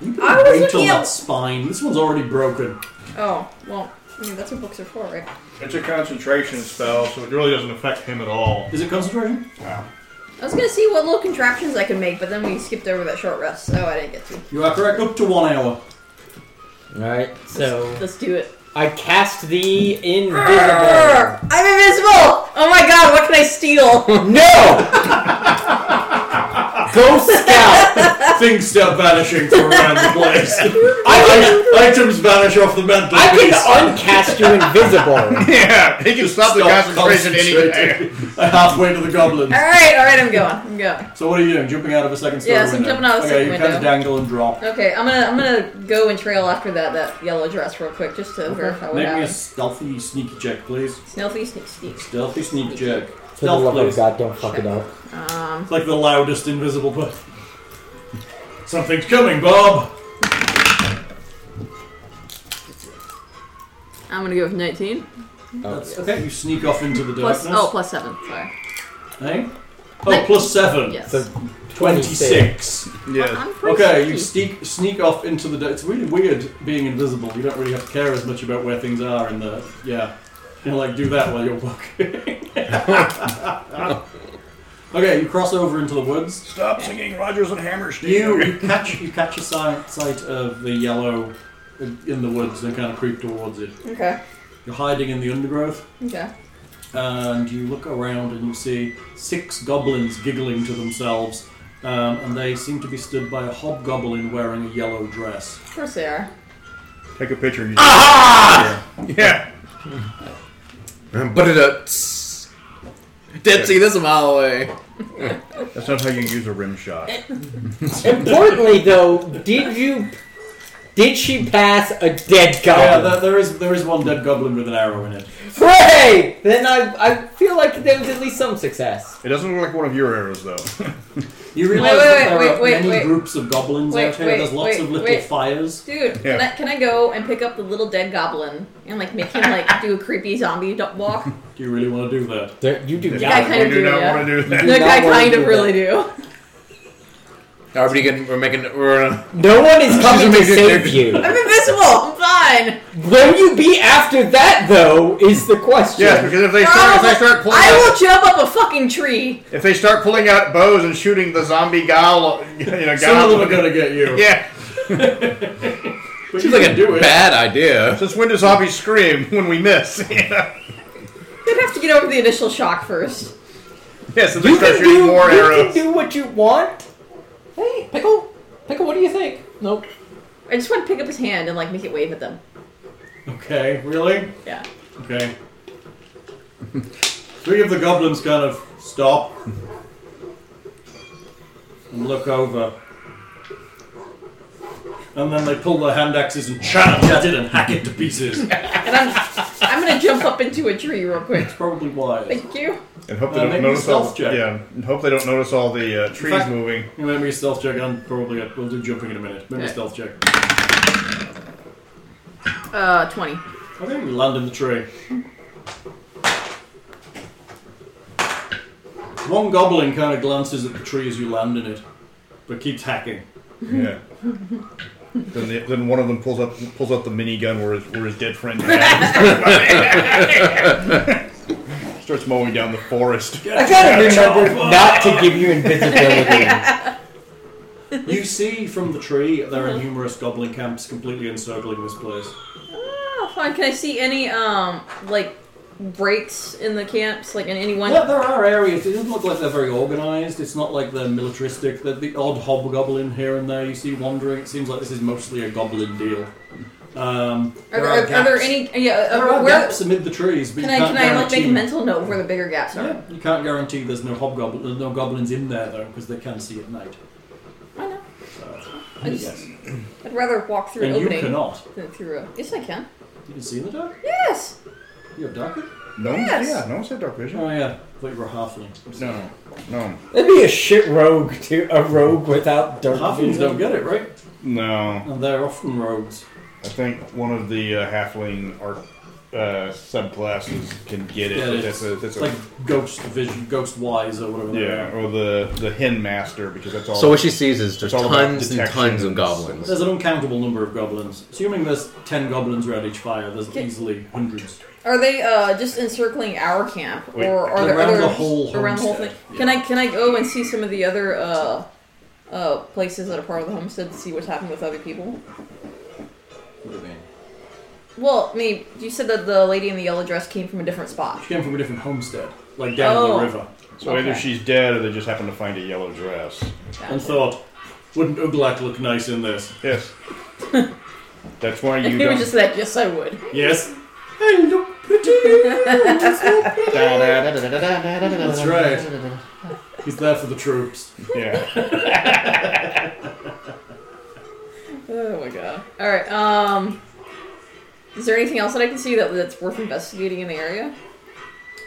[SPEAKER 3] you can
[SPEAKER 4] I was
[SPEAKER 3] wait till
[SPEAKER 4] looking at-
[SPEAKER 3] that spine. This one's already broken.
[SPEAKER 4] Oh, well, I mean, that's what books are for, right?
[SPEAKER 2] It's a concentration spell, so it really doesn't affect him at all.
[SPEAKER 3] Is it concentration?
[SPEAKER 4] I was gonna see what little contraptions I could make, but then we skipped over that short rest, so I didn't get to.
[SPEAKER 3] You are correct. Up to one hour.
[SPEAKER 1] Alright, so
[SPEAKER 4] Let's do it.
[SPEAKER 1] I cast the invisible.
[SPEAKER 4] Arr, I'm invisible! Oh my god, what can I steal?
[SPEAKER 1] no! Go scout!
[SPEAKER 4] Ah.
[SPEAKER 3] Things start vanishing from around the place.
[SPEAKER 1] I can
[SPEAKER 3] Items vanish off the mantelpiece.
[SPEAKER 1] I can uncast you invisible.
[SPEAKER 2] Yeah, he can stop, the concentration anyway.
[SPEAKER 3] concentrating. halfway to the goblins.
[SPEAKER 4] alright, alright, I'm going. I'm going.
[SPEAKER 3] So what are you doing? Jumping out of a second story
[SPEAKER 4] Yes, I'm
[SPEAKER 3] window?
[SPEAKER 4] jumping out of a
[SPEAKER 3] okay,
[SPEAKER 4] second
[SPEAKER 3] you kind of
[SPEAKER 4] window.
[SPEAKER 3] dangle and drop.
[SPEAKER 4] Okay, I'm gonna I'm gonna go and trail after that that yellow dress real quick just to verify what
[SPEAKER 3] Make me a
[SPEAKER 4] happened.
[SPEAKER 3] stealthy sneak check, please.
[SPEAKER 4] Snealthy sneak sneak.
[SPEAKER 3] Stealthy sneak check.
[SPEAKER 1] For the
[SPEAKER 3] Stealth,
[SPEAKER 1] love of
[SPEAKER 3] please.
[SPEAKER 1] God, don't fuck it up.
[SPEAKER 4] Um
[SPEAKER 3] It's like the loudest invisible but Something's coming, Bob!
[SPEAKER 4] I'm gonna go with nineteen.
[SPEAKER 1] Oh,
[SPEAKER 3] That's okay. You sneak off into the darkness.
[SPEAKER 4] Plus oh plus seven, sorry.
[SPEAKER 3] Eh? Oh, plus seven.
[SPEAKER 4] Yes.
[SPEAKER 1] So
[SPEAKER 3] Twenty-six.
[SPEAKER 2] yeah.
[SPEAKER 4] I'm pretty
[SPEAKER 3] Okay, you
[SPEAKER 4] sneaky.
[SPEAKER 3] sneak sneak off into the. dark. It's really weird being invisible. You don't really have to care as much about where things are in the. Yeah, you know, like do that while you're walking. okay, you cross over into the woods.
[SPEAKER 2] Stop singing Rogers and Hammerstein.
[SPEAKER 3] You, you catch you catch a sight, sight of the yellow uh, in the woods and kind of creep towards it.
[SPEAKER 4] Okay.
[SPEAKER 3] You're hiding in the undergrowth,
[SPEAKER 4] Okay.
[SPEAKER 3] and you look around and you see six goblins giggling to themselves, um, and they seem to be stood by a hobgoblin wearing a yellow dress.
[SPEAKER 4] Of course they are.
[SPEAKER 2] Take a picture. And Aha! Yeah.
[SPEAKER 5] But it up. Did see this a mile away.
[SPEAKER 2] yeah. That's not how you use a rim shot.
[SPEAKER 1] Importantly, though, did you did she pass a dead
[SPEAKER 3] Yeah,
[SPEAKER 1] goblin?
[SPEAKER 3] there, there is there is one dead goblin with an arrow in it.
[SPEAKER 1] Hooray! Then I I feel like there was at least some success.
[SPEAKER 2] It doesn't look like one of your arrows, though.
[SPEAKER 3] You realize
[SPEAKER 4] wait,
[SPEAKER 3] that there
[SPEAKER 4] wait,
[SPEAKER 3] are
[SPEAKER 4] wait,
[SPEAKER 3] many
[SPEAKER 4] wait.
[SPEAKER 3] groups of goblins
[SPEAKER 4] Wait,
[SPEAKER 3] out here.
[SPEAKER 4] wait,
[SPEAKER 3] There's lots
[SPEAKER 4] wait,
[SPEAKER 3] of little
[SPEAKER 4] wait.
[SPEAKER 3] fires.
[SPEAKER 4] Dude,
[SPEAKER 2] Yeah.
[SPEAKER 4] can, I, can I go and pick up the little dead goblin and like make him like do a creepy zombie do- walk?
[SPEAKER 3] Do you really want to do that?
[SPEAKER 1] There, you do
[SPEAKER 4] Yeah, I
[SPEAKER 1] not.
[SPEAKER 4] kind of
[SPEAKER 2] we
[SPEAKER 4] do,
[SPEAKER 2] do not
[SPEAKER 4] yeah.
[SPEAKER 2] want to do
[SPEAKER 1] You
[SPEAKER 2] that.
[SPEAKER 1] do
[SPEAKER 4] Like
[SPEAKER 1] not
[SPEAKER 4] I
[SPEAKER 1] wanna
[SPEAKER 4] kind
[SPEAKER 1] do
[SPEAKER 4] of
[SPEAKER 1] that.
[SPEAKER 4] really do.
[SPEAKER 5] Everybody, getting, we're making. We're, uh,
[SPEAKER 1] No one is coming to
[SPEAKER 5] She's amazing.
[SPEAKER 1] save you.
[SPEAKER 4] I'm invisible. I'm fine.
[SPEAKER 1] Will you be after that though? Is the question.
[SPEAKER 2] Yes, because if they start,
[SPEAKER 4] Girl,
[SPEAKER 2] if they start pulling,
[SPEAKER 4] I
[SPEAKER 2] out,
[SPEAKER 4] will jump up a fucking tree.
[SPEAKER 2] if they start pulling out bows and shooting the zombie gal, you know,
[SPEAKER 3] Some of them are
[SPEAKER 2] goblin.
[SPEAKER 3] gonna get you.
[SPEAKER 2] Yeah.
[SPEAKER 3] But
[SPEAKER 5] seems
[SPEAKER 3] you
[SPEAKER 5] like
[SPEAKER 3] can
[SPEAKER 5] a
[SPEAKER 3] do it.
[SPEAKER 5] bad idea.
[SPEAKER 2] Since when do zombies scream when we miss? yeah.
[SPEAKER 4] You'd have to get over the initial shock first.
[SPEAKER 2] Yeah, so they
[SPEAKER 1] you
[SPEAKER 2] start
[SPEAKER 1] can
[SPEAKER 2] shooting
[SPEAKER 1] do
[SPEAKER 2] more
[SPEAKER 1] you
[SPEAKER 2] arrows.
[SPEAKER 1] can do what you want. Hey, pickle, pickle, what do you think? Nope.
[SPEAKER 4] I just want to pick up his hand and like make it wave at them.
[SPEAKER 3] Okay, really?
[SPEAKER 4] Yeah.
[SPEAKER 3] Okay. Three of the goblins kind of stop and look over. And then they pull their hand axes and charge at it and hack it to pieces.
[SPEAKER 4] And I'm I'm gonna jump up into a tree real quick.
[SPEAKER 3] Probably wise.
[SPEAKER 4] Thank you.
[SPEAKER 2] And hope
[SPEAKER 3] Uh,
[SPEAKER 2] they
[SPEAKER 3] make
[SPEAKER 2] don't
[SPEAKER 3] me
[SPEAKER 2] notice all.
[SPEAKER 3] stealth check.
[SPEAKER 2] Yeah, and hope they don't notice all the uh, trees
[SPEAKER 3] fact-
[SPEAKER 2] moving.
[SPEAKER 3] You make me a stealth check, and I'm probably i we'll do jumping in a minute. Make me a stealth check.
[SPEAKER 4] Uh, twenty.
[SPEAKER 3] Okay, you land in the tree. One goblin kind of glances at the tree as you land in it, but keeps hacking.
[SPEAKER 2] Yeah. then, the, then one of them pulls up pulls up the minigun where his where his dead friend had. starts mowing down the forest.
[SPEAKER 1] I gotta remember not to give you invisibility.
[SPEAKER 3] You see from the tree there are numerous goblin camps completely encircling this place.
[SPEAKER 4] Oh, fine. Can I see any um like breaks in the camps, like in any one?
[SPEAKER 3] Yeah, there are areas. It doesn't look like they're very organised. It's not like they're militaristic. They're the odd hobgoblin here and there you see wandering. It seems like this is mostly a goblin deal. Um,
[SPEAKER 4] Are,
[SPEAKER 6] There
[SPEAKER 4] there,
[SPEAKER 6] are
[SPEAKER 4] are, are there
[SPEAKER 6] gaps.
[SPEAKER 4] any? Yeah.
[SPEAKER 3] there
[SPEAKER 4] uh,
[SPEAKER 3] are
[SPEAKER 4] where,
[SPEAKER 3] gaps amid the trees, but
[SPEAKER 4] can
[SPEAKER 3] you
[SPEAKER 4] I
[SPEAKER 3] can't
[SPEAKER 4] can I like,
[SPEAKER 3] guarantee.
[SPEAKER 4] make a mental note of where the bigger gaps are?
[SPEAKER 3] yeah, you can't guarantee there's no hobgoblin, there's no goblins in there though, because they can see at night.
[SPEAKER 4] I know.
[SPEAKER 3] So,
[SPEAKER 4] I just-
[SPEAKER 3] Uh, yes.
[SPEAKER 4] I'd rather walk through an
[SPEAKER 3] And you
[SPEAKER 4] opening
[SPEAKER 3] cannot.
[SPEAKER 4] than through a. Yes, I can.
[SPEAKER 3] You can see in the dark.
[SPEAKER 4] Yes.
[SPEAKER 3] You have dark. vision?
[SPEAKER 2] No one's,
[SPEAKER 4] Yes.
[SPEAKER 2] yeah, no one's had dark vision.
[SPEAKER 3] Oh yeah, I thought you were a halfling.
[SPEAKER 2] No, no,
[SPEAKER 1] That'd be a shit rogue to a rogue without dark
[SPEAKER 3] Halflings
[SPEAKER 1] vision.
[SPEAKER 3] don't get it right,
[SPEAKER 2] no.
[SPEAKER 3] and they're often rogues.
[SPEAKER 2] I think one of the uh, halfling arc uh, subclasses can get it.
[SPEAKER 3] Yeah,
[SPEAKER 2] but
[SPEAKER 3] it
[SPEAKER 2] that's
[SPEAKER 3] is.
[SPEAKER 2] a that's
[SPEAKER 3] It's
[SPEAKER 2] a
[SPEAKER 3] like ghost vision, ghost wise, or whatever. they
[SPEAKER 2] yeah,
[SPEAKER 3] are.
[SPEAKER 2] or the the hen master because that's all.
[SPEAKER 5] So what she sees is there's
[SPEAKER 2] It's all about
[SPEAKER 5] tons and
[SPEAKER 2] detection
[SPEAKER 5] tons of
[SPEAKER 2] and
[SPEAKER 5] goblins.
[SPEAKER 3] There's an uncountable number of goblins. Assuming there's ten goblins around each fire, there's
[SPEAKER 4] Okay.
[SPEAKER 3] easily hundreds.
[SPEAKER 4] Are they uh, just encircling our camp,
[SPEAKER 2] Wait,
[SPEAKER 4] or are there
[SPEAKER 3] around
[SPEAKER 4] other
[SPEAKER 3] the whole
[SPEAKER 4] around the whole thing?
[SPEAKER 3] homestead,
[SPEAKER 4] Can
[SPEAKER 3] yeah.
[SPEAKER 4] I can I go and see some of the other uh, uh, places that are part of the homestead to see what's happened with other people?
[SPEAKER 3] What do you mean?
[SPEAKER 4] Well, I mean, you said that the lady in the yellow dress came from a different spot.
[SPEAKER 3] She came from a different homestead, like down
[SPEAKER 4] Oh.
[SPEAKER 3] the river,
[SPEAKER 2] so either
[SPEAKER 4] okay.
[SPEAKER 2] she's dead or they just happen to find a yellow dress.
[SPEAKER 3] and thought, wouldn't Uglak look nice in this?
[SPEAKER 2] Yes. that's why you
[SPEAKER 4] He
[SPEAKER 2] don't.
[SPEAKER 4] was just like, yes, I would.
[SPEAKER 3] Yes. I look pretty.
[SPEAKER 2] That's
[SPEAKER 3] That's right. He's there for the troops.
[SPEAKER 2] Yeah.
[SPEAKER 4] Oh my god. All right. Um, is there anything else that I can see that that's worth investigating in the area?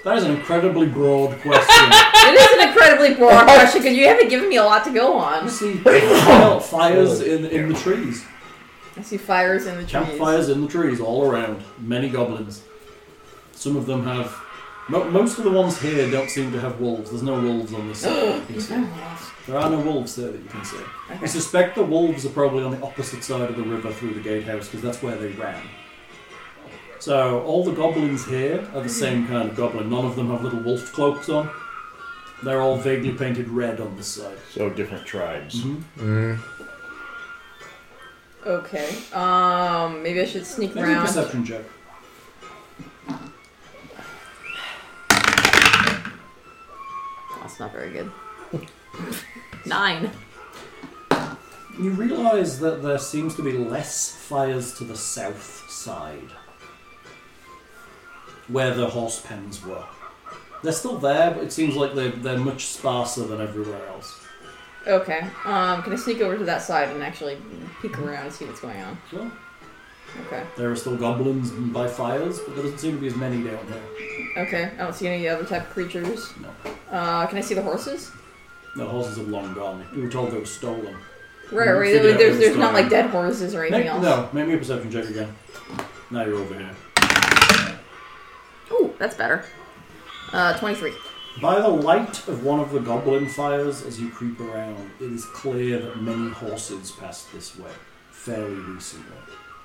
[SPEAKER 3] That is an incredibly broad question.
[SPEAKER 4] It is an incredibly broad question because you haven't given me a lot to go on.
[SPEAKER 3] you see fire- fires in, in the trees,
[SPEAKER 4] I see fires in the trees.
[SPEAKER 3] campfires in the trees all around. Many goblins. Some of them have. Mo- most of the ones here don't seem to have wolves. There's no wolves on this side. that you can see. There are no wolves there that you can see. I suspect the wolves are probably on the opposite side of the river through the gatehouse because that's where they ran. So all the goblins here are the same kind of goblin. None of them have little wolf cloaks on. They're all vaguely painted red on this side.
[SPEAKER 2] so different tribes.
[SPEAKER 5] Mm.
[SPEAKER 4] Okay. Um, maybe I should sneak
[SPEAKER 3] Maybe a
[SPEAKER 4] around.
[SPEAKER 3] perception check.
[SPEAKER 4] That's not very good. Nine.
[SPEAKER 3] You realise that there seems to be less fires to the south side, where the horse pens were. They're still there, but it seems like they're, they're much sparser than everywhere else.
[SPEAKER 4] Okay. Um, can I sneak over to that side and actually peek around and see what's going on?
[SPEAKER 3] Well,
[SPEAKER 4] Okay.
[SPEAKER 3] There are still goblins by fires, but there doesn't seem to be as many down there.
[SPEAKER 4] Okay. I don't see any other type of creatures.
[SPEAKER 3] No.
[SPEAKER 4] Uh, can I see the horses?
[SPEAKER 3] The horses have long gone. We were told they were stolen.
[SPEAKER 4] Right,
[SPEAKER 3] Mm,
[SPEAKER 4] right.
[SPEAKER 3] figure
[SPEAKER 4] There-
[SPEAKER 3] out
[SPEAKER 4] There's,
[SPEAKER 3] where
[SPEAKER 4] there's
[SPEAKER 3] it's
[SPEAKER 4] not
[SPEAKER 3] going.
[SPEAKER 4] like dead horses or anything
[SPEAKER 3] Make-
[SPEAKER 4] else.
[SPEAKER 3] no, make me a perception check again. Now you're over here.
[SPEAKER 4] Ooh, that's better. Uh, 23.
[SPEAKER 3] By the light of one of the goblin fires as you creep around, it is clear that many horses passed this way fairly recently.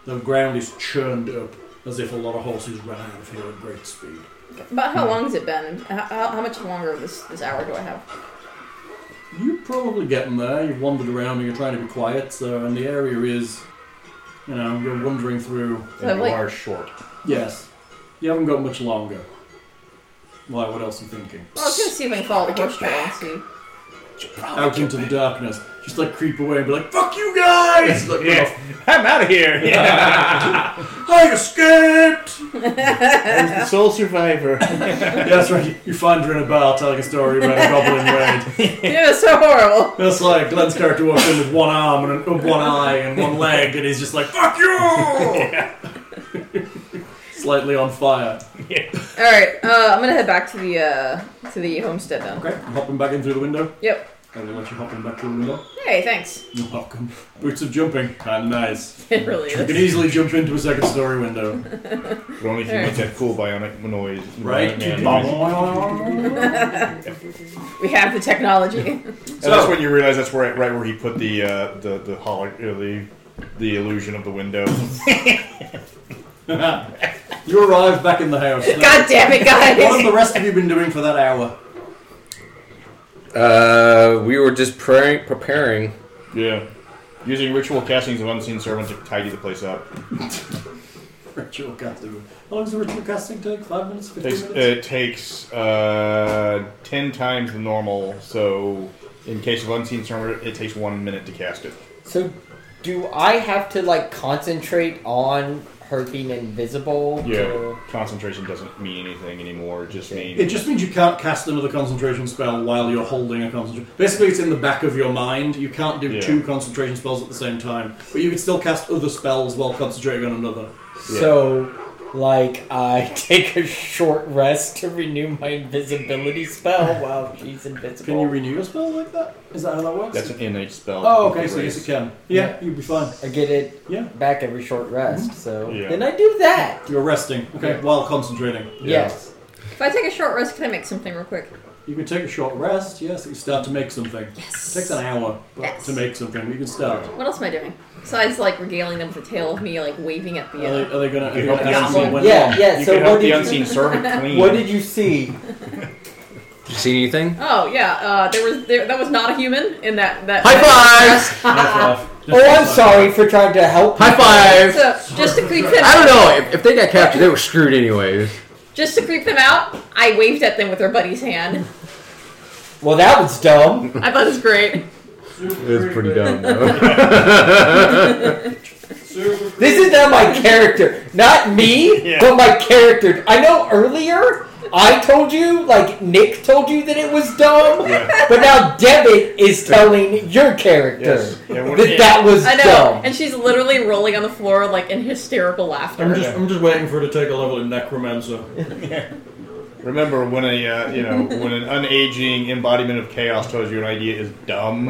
[SPEAKER 3] The ground is churned up as if a lot of horses ran out of here at great speed.
[SPEAKER 4] About how long has it been? How, how, how much longer of this, this hour do I have?
[SPEAKER 3] You're probably getting there. You've wandered around and you're trying to be quiet, so, and the area is, you know, you're wandering through.
[SPEAKER 4] So
[SPEAKER 2] And
[SPEAKER 4] I'm
[SPEAKER 2] you
[SPEAKER 4] like-
[SPEAKER 2] are short.
[SPEAKER 3] Yes. You haven't got much longer. Why, what else are you thinking?
[SPEAKER 4] Well, I was gonna see if I can follow the horse trail and see.
[SPEAKER 3] Out into the darkness. Just like creep away and be like, fuck you guys! Like, run off.
[SPEAKER 2] I'm out of here. Yeah.
[SPEAKER 3] I escaped!
[SPEAKER 2] I'm the sole survivor.
[SPEAKER 3] Yeah, that's right. You find her in a bar telling a story about a goblin raid.
[SPEAKER 4] yeah, it's so horrible.
[SPEAKER 3] That's like Glenn's character walks in with one arm and an- one eye and one leg, and he's just like, fuck you! Slightly on fire.
[SPEAKER 4] All right, uh, I'm gonna head back to the uh, to the homestead then.
[SPEAKER 3] Okay, I'm hopping back in through the window.
[SPEAKER 4] Yep.
[SPEAKER 3] I will let you hop in back through the window.
[SPEAKER 4] Hey, thanks.
[SPEAKER 3] You're welcome. Boots of jumping. Kind of nice.
[SPEAKER 4] It really
[SPEAKER 3] You can
[SPEAKER 4] is.
[SPEAKER 3] easily jump into a second story window.
[SPEAKER 2] But only if you make that cool bionic noise.
[SPEAKER 3] Right?
[SPEAKER 2] Bionic man.
[SPEAKER 3] You
[SPEAKER 4] We have the technology.
[SPEAKER 2] And that's when you realize that's where right where he put the uh, the the holo- uh, the the illusion of the window.
[SPEAKER 3] do. you arrive back in the house.
[SPEAKER 4] God damn it,
[SPEAKER 3] What have
[SPEAKER 4] guys!
[SPEAKER 3] the rest of you been doing for that hour?
[SPEAKER 5] Uh, we were just praying, preparing
[SPEAKER 2] Yeah. Using ritual castings of unseen servants to tidy the place up.
[SPEAKER 3] Ritual casting. How long does the ritual casting take? Five minutes?
[SPEAKER 2] It
[SPEAKER 3] Fifteen
[SPEAKER 2] takes, uh,
[SPEAKER 3] minutes?
[SPEAKER 2] it takes uh, ten times the normal, so in case of unseen servant, it takes one minute to cast it.
[SPEAKER 1] So, do I have to like concentrate on her being invisible?
[SPEAKER 2] Yeah.
[SPEAKER 1] or-
[SPEAKER 2] Concentration doesn't mean anything anymore. It just means
[SPEAKER 3] It just means you can't cast another concentration spell while you're holding a concentration. Basically, it's in the back of your mind. You can't do
[SPEAKER 2] Yeah.
[SPEAKER 3] two concentration spells at the same time, but you can still cast other spells while concentrating on another.
[SPEAKER 1] So, like, I take a short rest to renew my invisibility spell while she's invisible.
[SPEAKER 3] Can you renew a spell like that? Is that how that works?
[SPEAKER 2] that's an innate spell.
[SPEAKER 3] oh, okay. So yes,
[SPEAKER 2] Raise.
[SPEAKER 3] you can. Yeah, you'd be fine.
[SPEAKER 1] I get it
[SPEAKER 3] Yeah.
[SPEAKER 1] back every short rest, so
[SPEAKER 2] Yeah.
[SPEAKER 1] then I do that.
[SPEAKER 3] You're resting, okay,
[SPEAKER 2] Yeah.
[SPEAKER 3] while concentrating.
[SPEAKER 1] Yes.
[SPEAKER 4] If I take a short rest, can I make something real quick?
[SPEAKER 3] You can take a short rest, yes, you start to make something.
[SPEAKER 4] Yes.
[SPEAKER 3] It takes an hour but
[SPEAKER 4] Yes.
[SPEAKER 3] to make something, but you can start.
[SPEAKER 4] What else am I doing? Besides, like, regaling them with the tale of me, like, waving at the uh,
[SPEAKER 3] Are, they,
[SPEAKER 4] end.
[SPEAKER 3] are they gonna, are
[SPEAKER 2] You
[SPEAKER 3] they
[SPEAKER 2] help
[SPEAKER 3] gonna
[SPEAKER 2] the
[SPEAKER 3] ask
[SPEAKER 2] unseen-
[SPEAKER 3] me when
[SPEAKER 1] yeah,
[SPEAKER 3] long?
[SPEAKER 1] yeah.
[SPEAKER 2] You
[SPEAKER 1] So
[SPEAKER 2] can
[SPEAKER 1] what
[SPEAKER 2] help the
[SPEAKER 1] did you,
[SPEAKER 2] unseen servant clean.
[SPEAKER 1] what did you see?
[SPEAKER 5] You see anything?
[SPEAKER 4] Oh, yeah, uh, there was, there, that was not a human in that, that.
[SPEAKER 5] High five!
[SPEAKER 3] Half off. Just
[SPEAKER 1] Oh, I'm
[SPEAKER 3] half
[SPEAKER 1] sorry for trying to help.
[SPEAKER 5] High five!
[SPEAKER 4] So, just to creep them
[SPEAKER 5] I don't know. If, if they got captured, they were screwed anyways.
[SPEAKER 4] Just to creep them out, I waved at them with her buddy's hand.
[SPEAKER 1] Well, that was dumb.
[SPEAKER 4] I thought it was great.
[SPEAKER 5] It's pretty dumb, though.
[SPEAKER 1] This is not my character. Not me,
[SPEAKER 2] Yeah.
[SPEAKER 1] but my character. I know earlier I told you, like Nick told you that it was dumb,
[SPEAKER 2] Yeah.
[SPEAKER 1] but now Devin is telling your character
[SPEAKER 2] Yes. Yeah, what-
[SPEAKER 1] that that was
[SPEAKER 4] I know.
[SPEAKER 1] dumb.
[SPEAKER 4] And she's lliterally rolling on the floor, like, in hysterical laughter.
[SPEAKER 3] I'm just, I'm just waiting for her to take a level in necromancer.
[SPEAKER 2] Remember when a uh, you know when an unaging embodiment of chaos tells you an idea is dumb?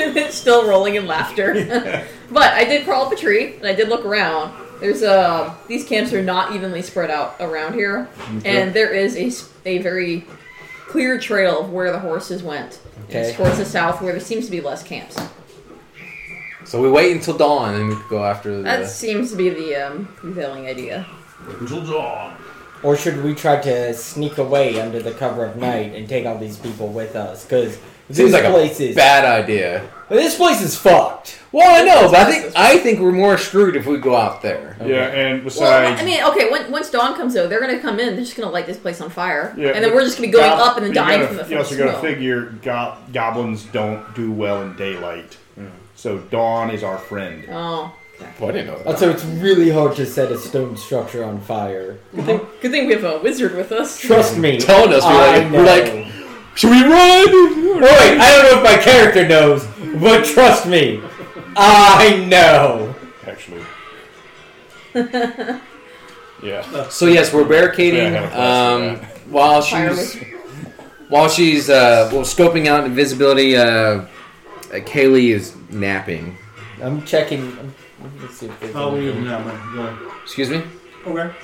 [SPEAKER 4] It's still rolling in laughter. but I did crawl up a tree and I did look around. There's uh these camps are not evenly spread out around here, and there is a s- a very clear trail of where the horses went. And It's
[SPEAKER 1] Okay.
[SPEAKER 4] towards the south where there seems to be less camps.
[SPEAKER 5] so we wait until dawn and we go after the.
[SPEAKER 4] That seems to be the um, prevailing idea.
[SPEAKER 3] Until dawn.
[SPEAKER 1] Or should we try to sneak away under the cover of night and take all these people with us? Because
[SPEAKER 5] Seems
[SPEAKER 1] this
[SPEAKER 5] like
[SPEAKER 1] place
[SPEAKER 5] a
[SPEAKER 1] is
[SPEAKER 5] bad idea.
[SPEAKER 1] this place is fucked.
[SPEAKER 5] Well, I know, but I think I think we're more screwed if we go out there.
[SPEAKER 2] Yeah, and
[SPEAKER 4] Well,
[SPEAKER 2] besides,
[SPEAKER 4] I mean, okay. When, once dawn comes, though, they're gonna come in. They're just gonna light this place on fire,
[SPEAKER 2] Yeah,
[SPEAKER 4] and then
[SPEAKER 2] but
[SPEAKER 4] we're just gonna be going
[SPEAKER 2] gob-
[SPEAKER 4] up and then
[SPEAKER 2] you
[SPEAKER 4] dying
[SPEAKER 2] gotta-
[SPEAKER 4] from the
[SPEAKER 2] You also got to
[SPEAKER 4] smoke.
[SPEAKER 2] figure go- goblins don't do well in daylight, so dawn is our friend.
[SPEAKER 4] Oh,
[SPEAKER 5] Well, I didn't know
[SPEAKER 1] Also, it's really hard to set a stone structure on fire.
[SPEAKER 4] good thing we have a wizard with us.
[SPEAKER 1] Trust me.
[SPEAKER 5] Telling us, we're
[SPEAKER 1] I
[SPEAKER 5] like- we're like-
[SPEAKER 1] know.
[SPEAKER 5] Should we run?
[SPEAKER 1] Oh, wait, I don't know if my character knows, but trust me, I know.
[SPEAKER 2] Actually, yeah,
[SPEAKER 5] So yes, we're barricading
[SPEAKER 2] Yeah, I kinda
[SPEAKER 5] um,
[SPEAKER 2] flashed
[SPEAKER 5] while
[SPEAKER 4] Fire
[SPEAKER 5] she's while she's uh, well scoping out invisibility. Uh, uh, Kaylee is napping.
[SPEAKER 1] I'm checking. I'm- Let's see if there's
[SPEAKER 3] How are you
[SPEAKER 1] anything.
[SPEAKER 3] now, man? Go
[SPEAKER 5] Excuse me.
[SPEAKER 3] on. Okay.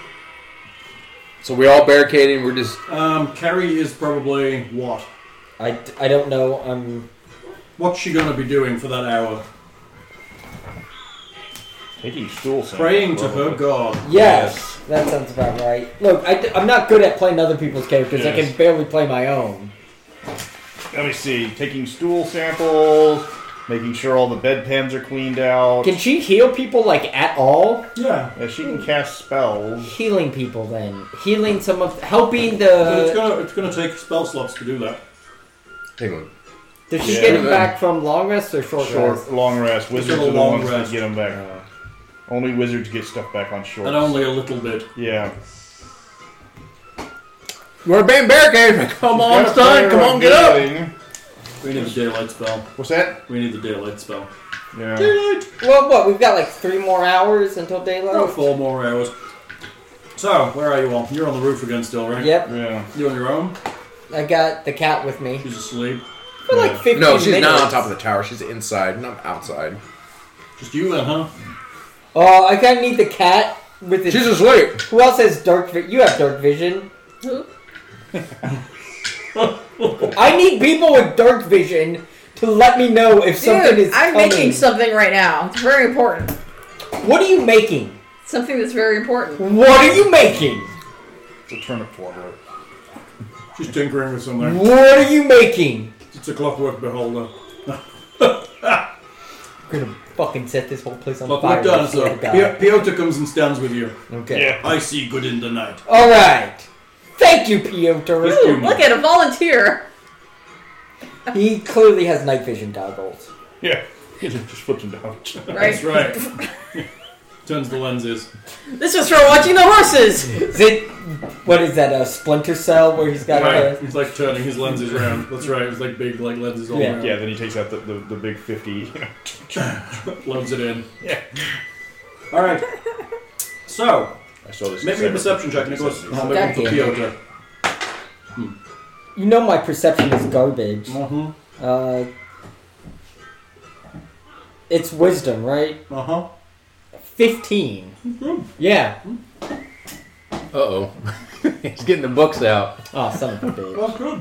[SPEAKER 5] So we're all barricading. We're just
[SPEAKER 3] Um, Carrie is probably what?
[SPEAKER 1] I, I don't know. I'm.
[SPEAKER 3] What's she gonna be doing for that hour?
[SPEAKER 2] taking stool. samples.
[SPEAKER 3] Praying to her god.
[SPEAKER 1] Yes, that sounds about right. Look, I, am not good at playing other people's characters. I
[SPEAKER 2] Yes.
[SPEAKER 1] can barely play my own.
[SPEAKER 2] Let me see. Taking stool samples, making sure all the bedpans are cleaned out.
[SPEAKER 1] Can she heal people like at all?
[SPEAKER 3] Yeah.
[SPEAKER 2] yeah, she can cast spells.
[SPEAKER 1] Healing people, then healing some of helping
[SPEAKER 3] But it's
[SPEAKER 1] the.
[SPEAKER 3] gonna it's gonna take spell slots to do that.
[SPEAKER 5] hang on.
[SPEAKER 1] Does she
[SPEAKER 2] Yeah.
[SPEAKER 1] get it back from long rest or short,
[SPEAKER 2] Short,
[SPEAKER 1] rest?
[SPEAKER 2] long rest. Wizards
[SPEAKER 3] a
[SPEAKER 2] are the
[SPEAKER 3] long
[SPEAKER 2] ones
[SPEAKER 3] rest.
[SPEAKER 2] that get them back. Only wizards get stuff back on short.
[SPEAKER 3] And only a little bit.
[SPEAKER 2] Yeah.
[SPEAKER 5] We're being barricaded. Come on, son. Come on, get up.
[SPEAKER 3] We need the daylight spell.
[SPEAKER 2] What's that?
[SPEAKER 3] We need the daylight spell.
[SPEAKER 2] Yeah.
[SPEAKER 1] Well, what we've got like three more hours until daylight.
[SPEAKER 3] About four more hours. So, where are you all? You're on the roof again still, right?
[SPEAKER 1] Yep,
[SPEAKER 2] Yeah.
[SPEAKER 3] You on your own?
[SPEAKER 1] I got the cat with me.
[SPEAKER 3] She's asleep.
[SPEAKER 1] For like 15
[SPEAKER 5] No, she's not on
[SPEAKER 1] minutes.
[SPEAKER 5] top of the tower. She's inside, and I'm outside.
[SPEAKER 3] Just you then, huh?
[SPEAKER 1] Oh, I kind of need the cat with
[SPEAKER 5] She's
[SPEAKER 1] his.
[SPEAKER 5] asleep.
[SPEAKER 1] Who else has dark vision? You have dark vision.
[SPEAKER 4] Who?
[SPEAKER 1] I need people with dark vision to let me know if something
[SPEAKER 4] Dude,
[SPEAKER 1] is
[SPEAKER 4] I'm
[SPEAKER 1] coming.
[SPEAKER 4] making something right now. It's very important.
[SPEAKER 1] what are you making?
[SPEAKER 4] Something that's very important.
[SPEAKER 1] What are you making?
[SPEAKER 2] It's a turnip for her.
[SPEAKER 3] She's tinkering with something.
[SPEAKER 1] What are you making?
[SPEAKER 3] It's a clockwork beholder.
[SPEAKER 1] I'm gonna fucking set this whole place on fire.
[SPEAKER 3] Clockwork
[SPEAKER 1] I swear
[SPEAKER 3] dancer.
[SPEAKER 1] to God.
[SPEAKER 3] Pi- Piotr comes and stands with you.
[SPEAKER 1] Okay.
[SPEAKER 3] I see good in the night.
[SPEAKER 1] All right. Thank you, Piotr.
[SPEAKER 3] Thank you.
[SPEAKER 4] Ooh, look at a volunteer.
[SPEAKER 1] He clearly has night vision goggles.
[SPEAKER 2] Yeah. He just flips him down.
[SPEAKER 4] Right.
[SPEAKER 3] That's right. Turns the lenses.
[SPEAKER 4] This was for watching the horses.
[SPEAKER 1] Is it? What is that? A splinter cell where he's got
[SPEAKER 3] Right.
[SPEAKER 1] a
[SPEAKER 3] He's like turning his lenses around. That's right. It's like big like lenses all
[SPEAKER 1] Yeah.
[SPEAKER 3] around.
[SPEAKER 2] Yeah, then he takes out the, the, the big 50.
[SPEAKER 3] Loads it in.
[SPEAKER 2] Yeah.
[SPEAKER 3] All right. So,
[SPEAKER 2] I saw this.
[SPEAKER 3] make me a perception check, Nicholas. I'll make one for Piotr.
[SPEAKER 1] You know my perception is garbage.
[SPEAKER 3] Uh-huh.
[SPEAKER 1] Uh, it's wisdom, right?
[SPEAKER 3] Uh-huh.
[SPEAKER 1] Fifteen. Yeah.
[SPEAKER 5] Uh oh. He's getting the books out.
[SPEAKER 1] Oh, son of a bitch.
[SPEAKER 3] That's good.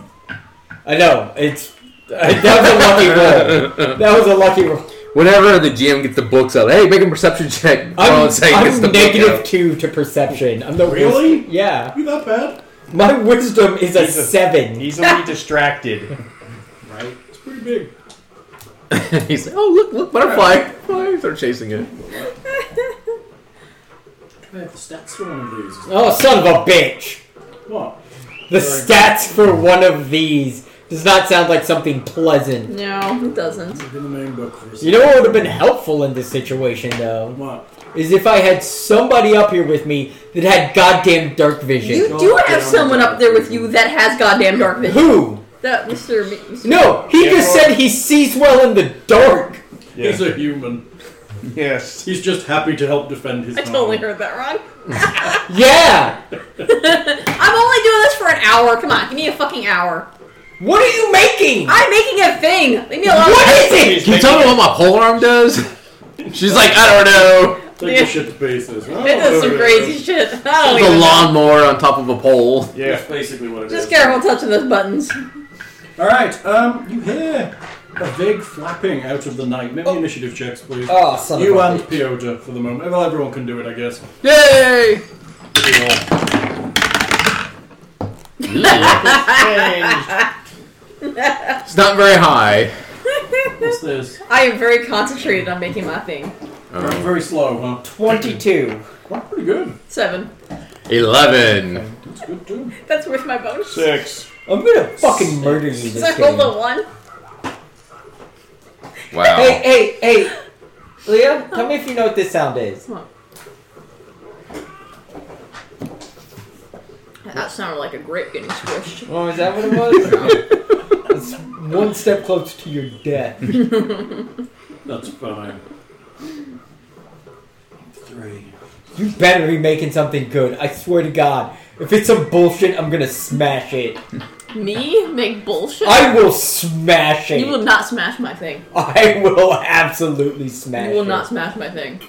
[SPEAKER 1] I know. It's that was a lucky roll. That was a lucky roll.
[SPEAKER 5] Whenever the GM gets the books out, hey, make a perception check.
[SPEAKER 1] I'm,
[SPEAKER 5] Roland Sagan gets
[SPEAKER 1] I'm
[SPEAKER 5] the book
[SPEAKER 1] negative
[SPEAKER 5] out.
[SPEAKER 1] two to perception. I'm the
[SPEAKER 3] Really?
[SPEAKER 1] worst- Yeah.
[SPEAKER 3] You that bad?
[SPEAKER 1] My wisdom is a
[SPEAKER 2] He's a-
[SPEAKER 1] seven.
[SPEAKER 2] Easily distracted.
[SPEAKER 3] Right. It's pretty big.
[SPEAKER 5] He's like, oh look, look, butterfly. Flies are chasing it.
[SPEAKER 3] I have the stats for one of these.
[SPEAKER 1] Oh, son of a bitch!
[SPEAKER 3] What?
[SPEAKER 1] The
[SPEAKER 3] Sorry.
[SPEAKER 1] stats for one of these does not sound like something pleasant.
[SPEAKER 4] No, it doesn't.
[SPEAKER 3] Look in the main book for a
[SPEAKER 1] You
[SPEAKER 3] second.
[SPEAKER 1] know what would have been helpful in this situation, though,
[SPEAKER 3] What?
[SPEAKER 1] is if I had somebody up here with me that had goddamn dark vision.
[SPEAKER 4] You do have someone up there with you that has goddamn dark vision.
[SPEAKER 1] Who?
[SPEAKER 4] That Mr. Mi- Mr.
[SPEAKER 1] No, he just
[SPEAKER 2] Yeah.
[SPEAKER 1] said he sees well in the dark.
[SPEAKER 3] He's a human.
[SPEAKER 2] Yes.
[SPEAKER 3] He's just happy to help defend his
[SPEAKER 4] I totally
[SPEAKER 3] mom.
[SPEAKER 4] heard that wrong.
[SPEAKER 1] Yeah.
[SPEAKER 4] I'm only doing this for an hour. Come on, give me a fucking hour.
[SPEAKER 1] What are you making?
[SPEAKER 4] I'm making a thing. Leave me alone.
[SPEAKER 1] What is it?
[SPEAKER 5] Can you tell me what my pole arm does? She's like, I don't know.
[SPEAKER 3] Take the shit to pieces.
[SPEAKER 4] It does
[SPEAKER 3] Oh,
[SPEAKER 4] some crazy shit. Oh, I don't
[SPEAKER 5] It's a
[SPEAKER 4] even know.
[SPEAKER 5] lawnmower on top of a pole.
[SPEAKER 2] Yeah.
[SPEAKER 3] That's basically what it is.
[SPEAKER 4] Just careful touching those buttons.
[SPEAKER 3] All right. Um, you hear a vague flapping out of the night. Maybe initiative checks, please.
[SPEAKER 1] Oh, son
[SPEAKER 3] you
[SPEAKER 1] of a
[SPEAKER 3] and Piotr for the moment. Well, everyone can do it, I guess.
[SPEAKER 5] Yay!
[SPEAKER 3] You all.
[SPEAKER 5] It's not very high.
[SPEAKER 3] What's this?
[SPEAKER 4] I am very concentrated on making my thing.
[SPEAKER 3] Very,
[SPEAKER 5] Um,
[SPEAKER 3] very slow, huh?
[SPEAKER 1] Twenty-two.
[SPEAKER 3] Well, pretty good.
[SPEAKER 4] Seven.
[SPEAKER 5] Eleven.
[SPEAKER 3] That's good too.
[SPEAKER 4] That's worth my bonus.
[SPEAKER 2] Six.
[SPEAKER 1] I'm gonna fucking murder you
[SPEAKER 4] So I
[SPEAKER 1] this
[SPEAKER 4] rolled
[SPEAKER 1] game.
[SPEAKER 4] a one.
[SPEAKER 1] Hey,
[SPEAKER 5] Wow.
[SPEAKER 1] hey, hey, Leah, tell me if you know what this sound is.
[SPEAKER 4] That sounded like a grape getting squished.
[SPEAKER 1] Oh, is that what it was? it's one step closer to your death.
[SPEAKER 3] That's fine. Three.
[SPEAKER 1] You better be making something good. I swear to God. If it's some bullshit, I'm gonna smash it.
[SPEAKER 4] Me make bullshit.
[SPEAKER 1] I will smash it.
[SPEAKER 4] You will not smash my thing.
[SPEAKER 1] I will absolutely smash
[SPEAKER 4] You
[SPEAKER 1] it.
[SPEAKER 4] will not smash my thing.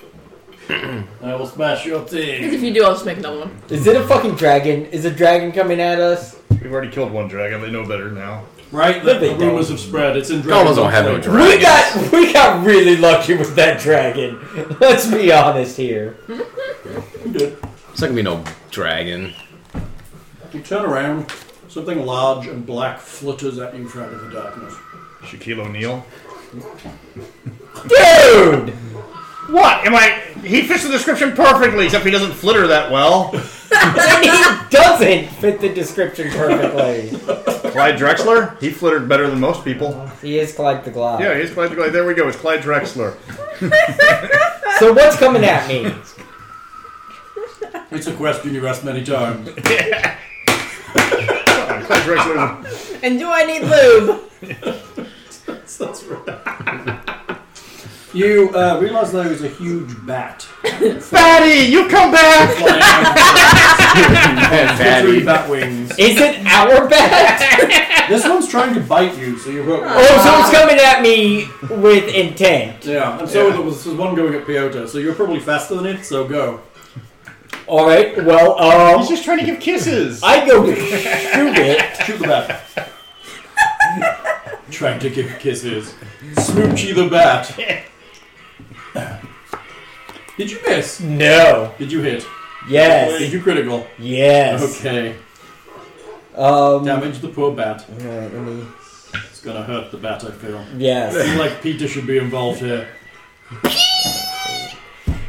[SPEAKER 3] I will smash your
[SPEAKER 4] Because if
[SPEAKER 3] teeth.
[SPEAKER 4] you do, I'll just make another one.
[SPEAKER 1] Is it a fucking dragon? Is a dragon coming at us?
[SPEAKER 2] We've already killed one dragon. They know better now.
[SPEAKER 3] Right,
[SPEAKER 1] But
[SPEAKER 3] the,
[SPEAKER 1] they
[SPEAKER 3] the rumors
[SPEAKER 1] don't.
[SPEAKER 3] have spread. It's in Dragon's
[SPEAKER 5] Goblins don't have no
[SPEAKER 3] Lair.
[SPEAKER 5] dragons.
[SPEAKER 1] We got we got really lucky with that dragon. Let's be honest here.
[SPEAKER 3] We did.
[SPEAKER 5] It's not gonna be no dragon.
[SPEAKER 3] You turn around. Something large and black flutters at you out of the darkness.
[SPEAKER 2] Shaquille O'Neal.
[SPEAKER 1] Dude!
[SPEAKER 2] What? Am I. He fits the description perfectly, except he doesn't flitter that well.
[SPEAKER 1] It doesn't fit the description perfectly.
[SPEAKER 2] Clyde Drexler? He flittered better than most people.
[SPEAKER 1] he is Clyde the Glide.
[SPEAKER 2] Yeah, he's Clyde Drexler. There we go. It's Clyde Drexler.
[SPEAKER 1] So what's coming at me?
[SPEAKER 3] It's a question you've asked many times.
[SPEAKER 2] Clyde Drexler.
[SPEAKER 4] And do I need lube?
[SPEAKER 3] That's right. you uh, realize there is a huge bat
[SPEAKER 2] Fatty, you come back!
[SPEAKER 3] flying out of the
[SPEAKER 5] Fatty.
[SPEAKER 3] three bat wings.
[SPEAKER 1] Is it our bat?
[SPEAKER 3] This one's trying to bite you, so you've got.
[SPEAKER 1] oh, so it's coming at me with intent.
[SPEAKER 3] Yeah, and so
[SPEAKER 2] Yeah.
[SPEAKER 3] there was, there was one going at Piotr, so you're probably faster than it, so go.
[SPEAKER 1] All right. Well,
[SPEAKER 2] He's
[SPEAKER 1] um,
[SPEAKER 2] just trying to give kisses.
[SPEAKER 1] I go to shoot it.
[SPEAKER 3] Shoot the bat. Trying to give kisses. Smoochy the bat. Did you miss?
[SPEAKER 1] No.
[SPEAKER 3] Did you hit? Did
[SPEAKER 1] Yes.
[SPEAKER 3] you critical?
[SPEAKER 1] Yes.
[SPEAKER 3] Okay.
[SPEAKER 1] Um.
[SPEAKER 3] Damage the poor bat.
[SPEAKER 1] Alright, let me.
[SPEAKER 3] It's gonna hurt the bat, I feel. I
[SPEAKER 1] Yes.
[SPEAKER 3] feel like Peter should be involved here.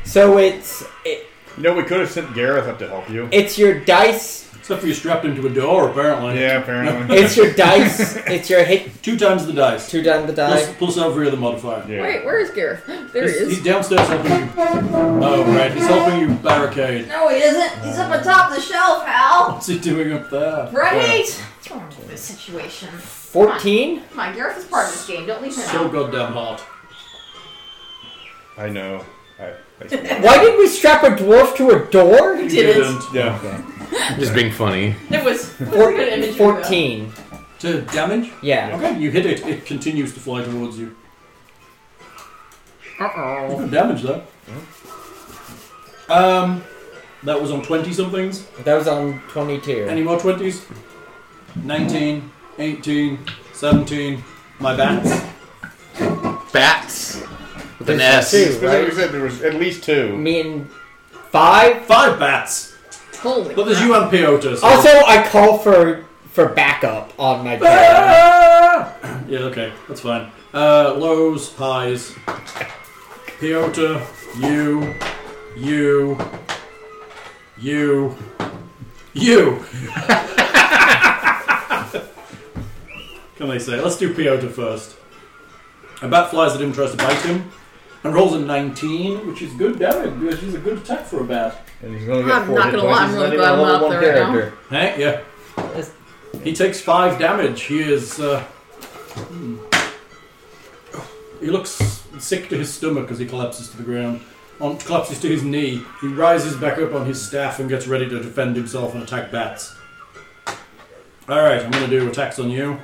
[SPEAKER 1] So it's it,
[SPEAKER 2] You know, we could have sent Gareth up to help you.
[SPEAKER 1] it's your dice.
[SPEAKER 3] Except for you strapped him to a door, apparently.
[SPEAKER 2] Yeah, apparently.
[SPEAKER 1] It's your dice. It's your hit
[SPEAKER 3] Two times the dice.
[SPEAKER 1] two down the
[SPEAKER 3] Plus,
[SPEAKER 1] die.
[SPEAKER 3] plus every other modifier.
[SPEAKER 2] yeah.
[SPEAKER 4] Wait, where is Gareth? There he
[SPEAKER 3] He's, he's
[SPEAKER 4] is.
[SPEAKER 3] downstairs helping you. Oh, right. He's helping you barricade.
[SPEAKER 4] No, he isn't. He's up atop the shelf, Hal.
[SPEAKER 3] What's he doing up there?
[SPEAKER 4] Right? What's wrong with this situation?
[SPEAKER 1] Fourteen.
[SPEAKER 4] Come on, Gareth is part of this game. Don't leave him
[SPEAKER 3] So
[SPEAKER 4] out.
[SPEAKER 3] goddamn hot.
[SPEAKER 2] I know. I, I,
[SPEAKER 1] Why did we strap a dwarf to a door?
[SPEAKER 4] He did it.
[SPEAKER 2] yeah.
[SPEAKER 5] Just being funny.
[SPEAKER 4] It was it was a
[SPEAKER 1] Four,
[SPEAKER 4] good imagery, though.
[SPEAKER 1] Fourteen.
[SPEAKER 3] To damage?
[SPEAKER 1] Yeah.
[SPEAKER 3] Okay, you hit it. It continues to fly towards you.
[SPEAKER 1] Uh oh.
[SPEAKER 3] Good damage, though. Um, that was on 20 somethings.
[SPEAKER 1] That was on twenty-two.
[SPEAKER 3] Any more 20s? 19, 18, 17. My bats.
[SPEAKER 5] Bats with an
[SPEAKER 1] There's
[SPEAKER 5] S.
[SPEAKER 1] two.
[SPEAKER 2] Because like we said, there was at least two.
[SPEAKER 1] Me and five.
[SPEAKER 3] Five bats!
[SPEAKER 4] Holy.
[SPEAKER 3] But there's
[SPEAKER 4] crap.
[SPEAKER 3] you and Piotr. So.
[SPEAKER 1] Also, I call for for backup on my. Plan.
[SPEAKER 3] Ah! yeah, okay, that's fine. Uh, lows, highs. Piotr, you, you, you, you. Can they say? Let's do Piotr first. A bat flies at him, tries to bite him, and rolls a 19, which is good damage, which is a good attack for a bat.
[SPEAKER 2] And he's only
[SPEAKER 4] I'm not
[SPEAKER 2] hit
[SPEAKER 4] gonna lie,
[SPEAKER 2] points.
[SPEAKER 4] I'm
[SPEAKER 2] He's
[SPEAKER 4] really
[SPEAKER 2] even
[SPEAKER 4] glad I'm
[SPEAKER 2] level
[SPEAKER 4] not
[SPEAKER 2] one
[SPEAKER 4] up there right now.
[SPEAKER 2] character.
[SPEAKER 3] Hey, yeah. He takes five damage. He is. Uh, hmm. he looks sick to his stomach as he collapses to the ground. On collapses to his knee. He rises back up on his staff and gets ready to defend himself and attack bats. All right, I'm going to do attacks on you.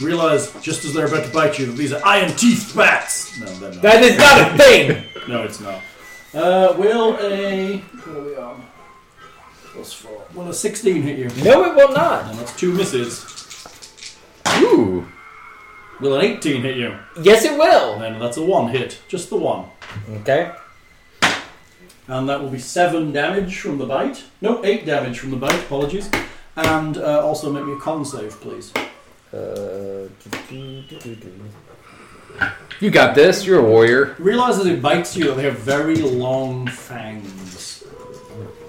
[SPEAKER 3] Realize just as they're about to bite you that these are iron teeth bats. No, they're not.
[SPEAKER 1] That is not a thing.
[SPEAKER 3] No, it's not. Uh, will a what are we on? Plus four. Will a sixteen hit you?
[SPEAKER 1] No, it will not.
[SPEAKER 3] And that's two misses.
[SPEAKER 5] Ooh.
[SPEAKER 3] Will an eighteen hit you?
[SPEAKER 1] Yes, it will.
[SPEAKER 3] Then that's a one hit, just the one.
[SPEAKER 1] Okay.
[SPEAKER 3] And that will be seven damage from the bite. No, eight damage from the bite. Apologies. And uh, also make me a con save, please.
[SPEAKER 1] Uh, do, do, do, do.
[SPEAKER 5] You got this. You're a warrior.
[SPEAKER 3] Realize as it bites you that they have very long fangs.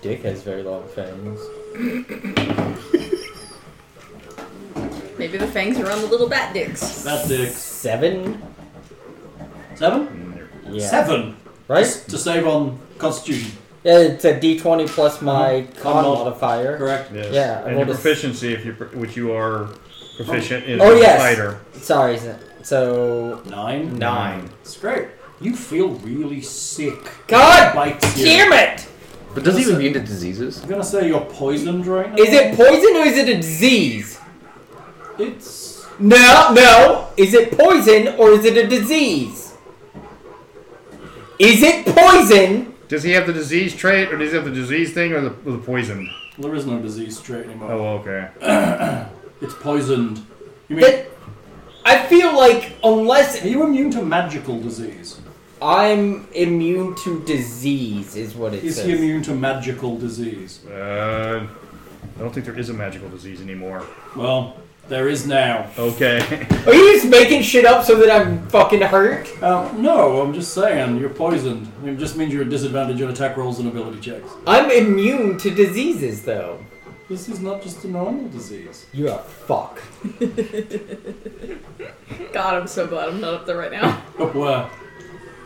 [SPEAKER 1] Dick has very long fangs.
[SPEAKER 4] Maybe the fangs are on the little bat dicks.
[SPEAKER 3] That's it.
[SPEAKER 1] Seven.
[SPEAKER 3] Seven.
[SPEAKER 1] Yeah.
[SPEAKER 3] Seven
[SPEAKER 1] Right?
[SPEAKER 3] to save on Constitution.
[SPEAKER 1] Yeah, it's a D20 plus my con
[SPEAKER 3] Con mod.
[SPEAKER 1] modifier.
[SPEAKER 3] Correct.
[SPEAKER 2] Yes.
[SPEAKER 1] Yeah, I
[SPEAKER 2] And your
[SPEAKER 1] rolled a s-
[SPEAKER 2] proficiency, if you which you are proficient in,
[SPEAKER 1] Oh,
[SPEAKER 2] is
[SPEAKER 1] yes.
[SPEAKER 2] fighter.
[SPEAKER 1] Sorry, isn't it? so
[SPEAKER 3] Nine.
[SPEAKER 1] nine.
[SPEAKER 3] It's great. You feel really sick.
[SPEAKER 1] God
[SPEAKER 3] Bites you.
[SPEAKER 1] damn it!
[SPEAKER 5] But does he even immune to diseases?
[SPEAKER 3] I'm gonna say you're poisoned right now.
[SPEAKER 1] Is it poison or is it a disease?
[SPEAKER 3] It's.
[SPEAKER 1] No, no. Is it poison or is it a disease? Is it poison?
[SPEAKER 2] Does he have the disease trait, or does he have the disease thing, or the, or the poison?
[SPEAKER 3] There is no disease trait anymore.
[SPEAKER 2] Oh, okay.
[SPEAKER 3] It's poisoned. You mean?
[SPEAKER 1] That I feel like unless
[SPEAKER 3] Are you immune to magical disease?
[SPEAKER 1] I'm immune to disease, is what it
[SPEAKER 3] Is
[SPEAKER 1] says.
[SPEAKER 3] he immune to magical disease?
[SPEAKER 2] Uh, I don't think there is a magical disease anymore.
[SPEAKER 3] Well, there is now.
[SPEAKER 2] Okay.
[SPEAKER 1] Are you just making shit up so that I'm fucking hurt?
[SPEAKER 3] Um, no, I'm just saying you're poisoned. It just means you're at disadvantage on attack rolls and ability checks.
[SPEAKER 1] I'm immune to diseases, though.
[SPEAKER 3] This is not just a normal disease.
[SPEAKER 1] You're a fuck.
[SPEAKER 4] God, I'm so glad I'm not up there right now.
[SPEAKER 3] Up where?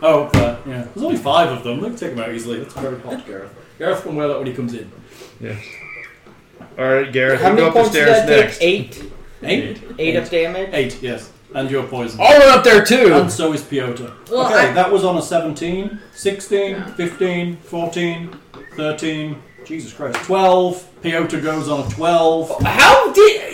[SPEAKER 3] Oh, up there. Yeah. There's only five of them. They can take them out easily. It's very hot, Gareth. Gareth can wear that when he comes in.
[SPEAKER 2] yes. All right, Gareth,
[SPEAKER 1] How
[SPEAKER 2] you go
[SPEAKER 1] many
[SPEAKER 2] up the
[SPEAKER 1] points did
[SPEAKER 2] stairs
[SPEAKER 1] I take?
[SPEAKER 2] next.
[SPEAKER 1] Eight?
[SPEAKER 3] Eight.
[SPEAKER 1] Eight of damage?
[SPEAKER 3] Eight. Yes. And you're poisoned.
[SPEAKER 5] All up there too.
[SPEAKER 3] And so is Piotr.
[SPEAKER 4] Well,
[SPEAKER 3] okay,
[SPEAKER 4] I-
[SPEAKER 3] that was on a 17, 16,
[SPEAKER 4] Yeah.
[SPEAKER 3] 15, 14, 13, Jesus Christ, 12. Piotr goes on a 12.
[SPEAKER 1] How did.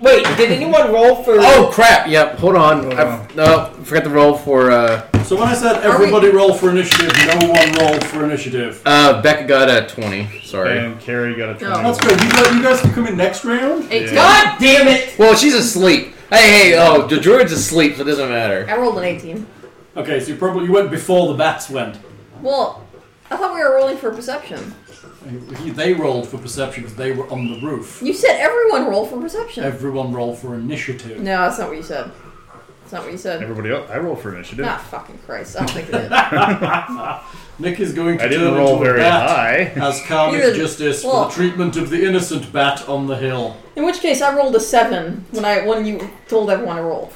[SPEAKER 1] Wait, did anyone roll for.
[SPEAKER 5] Oh crap! Yep. Hold on.
[SPEAKER 2] Hold
[SPEAKER 5] I, no, forgot the roll for uh,
[SPEAKER 3] So when I said
[SPEAKER 4] we-
[SPEAKER 3] everybody roll for initiative, no one rolled for initiative.
[SPEAKER 5] uh, Becca got a twenty. Sorry.
[SPEAKER 2] And Carrie got a
[SPEAKER 4] No.
[SPEAKER 2] twenty.
[SPEAKER 3] That's good. You guys, you guys can come in next round.
[SPEAKER 4] 18.
[SPEAKER 1] God damn it!
[SPEAKER 5] Well, she's asleep. Hey, hey, oh, the druid's asleep, so it doesn't matter.
[SPEAKER 4] I rolled an 18.
[SPEAKER 3] Okay, so you probably you went before the bats went.
[SPEAKER 4] Well, I thought we were rolling for perception.
[SPEAKER 3] He- They rolled for perception because they were on the roof.
[SPEAKER 4] You said everyone roll for perception.
[SPEAKER 3] Everyone rolled for initiative.
[SPEAKER 4] no, that's not what you said. That's not what you said.
[SPEAKER 2] Everybody else, I roll for initiative.
[SPEAKER 4] Ah, fucking Christ. I don't think it is.
[SPEAKER 3] Nick is going to
[SPEAKER 2] I didn't
[SPEAKER 3] turn
[SPEAKER 2] roll
[SPEAKER 3] into a
[SPEAKER 2] very
[SPEAKER 3] bat
[SPEAKER 2] high.
[SPEAKER 3] as karmic
[SPEAKER 4] You're-
[SPEAKER 3] justice
[SPEAKER 4] well-
[SPEAKER 3] for the treatment of the innocent bat on the hill.
[SPEAKER 4] In which case, I rolled a seven when I when you told everyone to roll.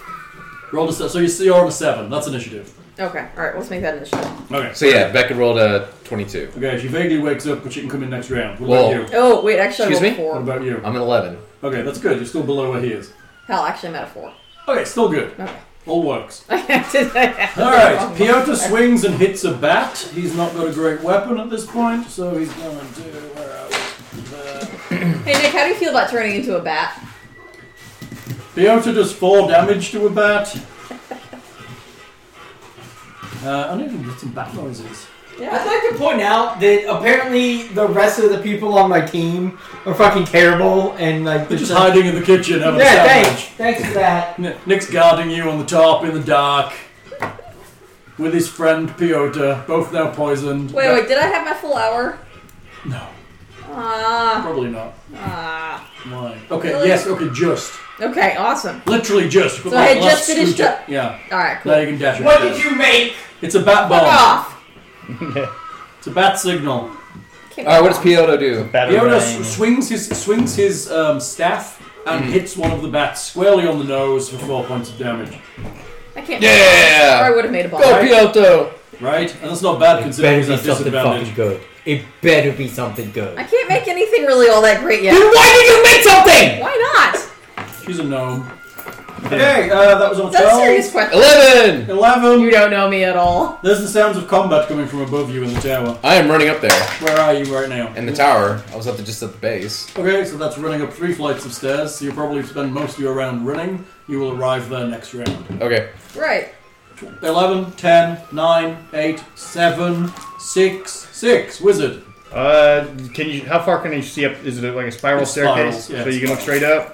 [SPEAKER 3] Rolled a se- so you see you're on a seven. That's initiative.
[SPEAKER 4] Okay, all right, let's make that initiative.
[SPEAKER 3] Okay.
[SPEAKER 5] So yeah, Becca rolled a 22.
[SPEAKER 3] Okay. She vaguely wakes up, but she can come in next round. What
[SPEAKER 5] Well-
[SPEAKER 3] about you?
[SPEAKER 4] Oh wait, actually,
[SPEAKER 5] Excuse
[SPEAKER 4] I rolled
[SPEAKER 5] me?
[SPEAKER 4] a four.
[SPEAKER 3] What about you?
[SPEAKER 5] I'm an 11.
[SPEAKER 3] Okay, that's good. You're still below where he is.
[SPEAKER 4] Hell, actually, I'm at a four.
[SPEAKER 3] Okay, still good.
[SPEAKER 4] Okay.
[SPEAKER 3] All works. All right,
[SPEAKER 4] Alright,
[SPEAKER 3] Piotr swings and hits a bat. He's not got a great weapon at this point, so he's going to. Where are we? Uh,
[SPEAKER 4] Hey Nick, how do you feel about turning into a bat?
[SPEAKER 3] There. Piotr does four damage to a bat. Uh, I need to get some bat noises.
[SPEAKER 6] I'd like to point out that apparently the rest of the people on my team are fucking terrible and like
[SPEAKER 3] They're just
[SPEAKER 6] they're-
[SPEAKER 3] hiding in the kitchen having
[SPEAKER 6] Yeah,
[SPEAKER 3] a
[SPEAKER 6] thanks.
[SPEAKER 3] sandwich.
[SPEAKER 6] Thanks for that.
[SPEAKER 3] N- Nick's guarding you on the top in the dark with his friend Piotr, both now poisoned.
[SPEAKER 4] Wait, wait, did I have my full hour?
[SPEAKER 3] No,
[SPEAKER 4] Ah,
[SPEAKER 3] probably not.
[SPEAKER 4] ah.
[SPEAKER 3] Why? Okay,
[SPEAKER 4] Really?
[SPEAKER 3] yes, okay, just.
[SPEAKER 4] Okay, awesome.
[SPEAKER 3] Literally just.
[SPEAKER 4] So I had just finished
[SPEAKER 3] it.
[SPEAKER 4] up-
[SPEAKER 3] Yeah.
[SPEAKER 4] All right, cool.
[SPEAKER 3] Now you can dash it.
[SPEAKER 6] What did you make?
[SPEAKER 3] It's a bat
[SPEAKER 4] Fuck
[SPEAKER 3] bomb.
[SPEAKER 4] off.
[SPEAKER 3] It's a bat signal.
[SPEAKER 4] Can't
[SPEAKER 5] All right,
[SPEAKER 4] be
[SPEAKER 5] what does
[SPEAKER 4] wrong.
[SPEAKER 5] Piotr do?
[SPEAKER 3] Yoda s- swings his swings his um, staff and
[SPEAKER 1] Mm.
[SPEAKER 3] hits one of the bats squarely on the nose for four points of damage.
[SPEAKER 4] I can't. Or I
[SPEAKER 5] Yeah!
[SPEAKER 4] would have made a bomb.
[SPEAKER 5] Go Piotr!
[SPEAKER 3] Right, and that's not bad
[SPEAKER 1] It
[SPEAKER 3] considering
[SPEAKER 1] better
[SPEAKER 3] he's
[SPEAKER 1] be
[SPEAKER 3] at
[SPEAKER 1] something fucking
[SPEAKER 3] disadvantage.
[SPEAKER 1] good. It better be something
[SPEAKER 4] I
[SPEAKER 1] good.
[SPEAKER 4] can't make anything really all that great yet.
[SPEAKER 1] Then why did you make something?
[SPEAKER 4] Why not?
[SPEAKER 3] She's a gnome. Okay, uh, that was on
[SPEAKER 4] Is that a serious
[SPEAKER 3] twelve.
[SPEAKER 4] question?
[SPEAKER 5] 11!
[SPEAKER 4] You
[SPEAKER 3] Eleven.
[SPEAKER 4] don't know me at all.
[SPEAKER 3] There's the sounds of combat coming from above you in the tower.
[SPEAKER 5] I am running up there
[SPEAKER 3] Where are you right now?
[SPEAKER 5] in the tower. I was up to just at the base.
[SPEAKER 3] Okay, so that's running up three flights of stairs. So you'll probably spend most of your round running. You will arrive there next round.
[SPEAKER 5] Okay.
[SPEAKER 4] Right.
[SPEAKER 3] 11, 10, 9, 8, 7, 6, 6. Wizard.
[SPEAKER 2] Uh, can you? How far can you see up? Is it like a spiral
[SPEAKER 3] It spirals,
[SPEAKER 2] staircase?
[SPEAKER 3] yeah,
[SPEAKER 2] so
[SPEAKER 3] it
[SPEAKER 2] you can look straight up.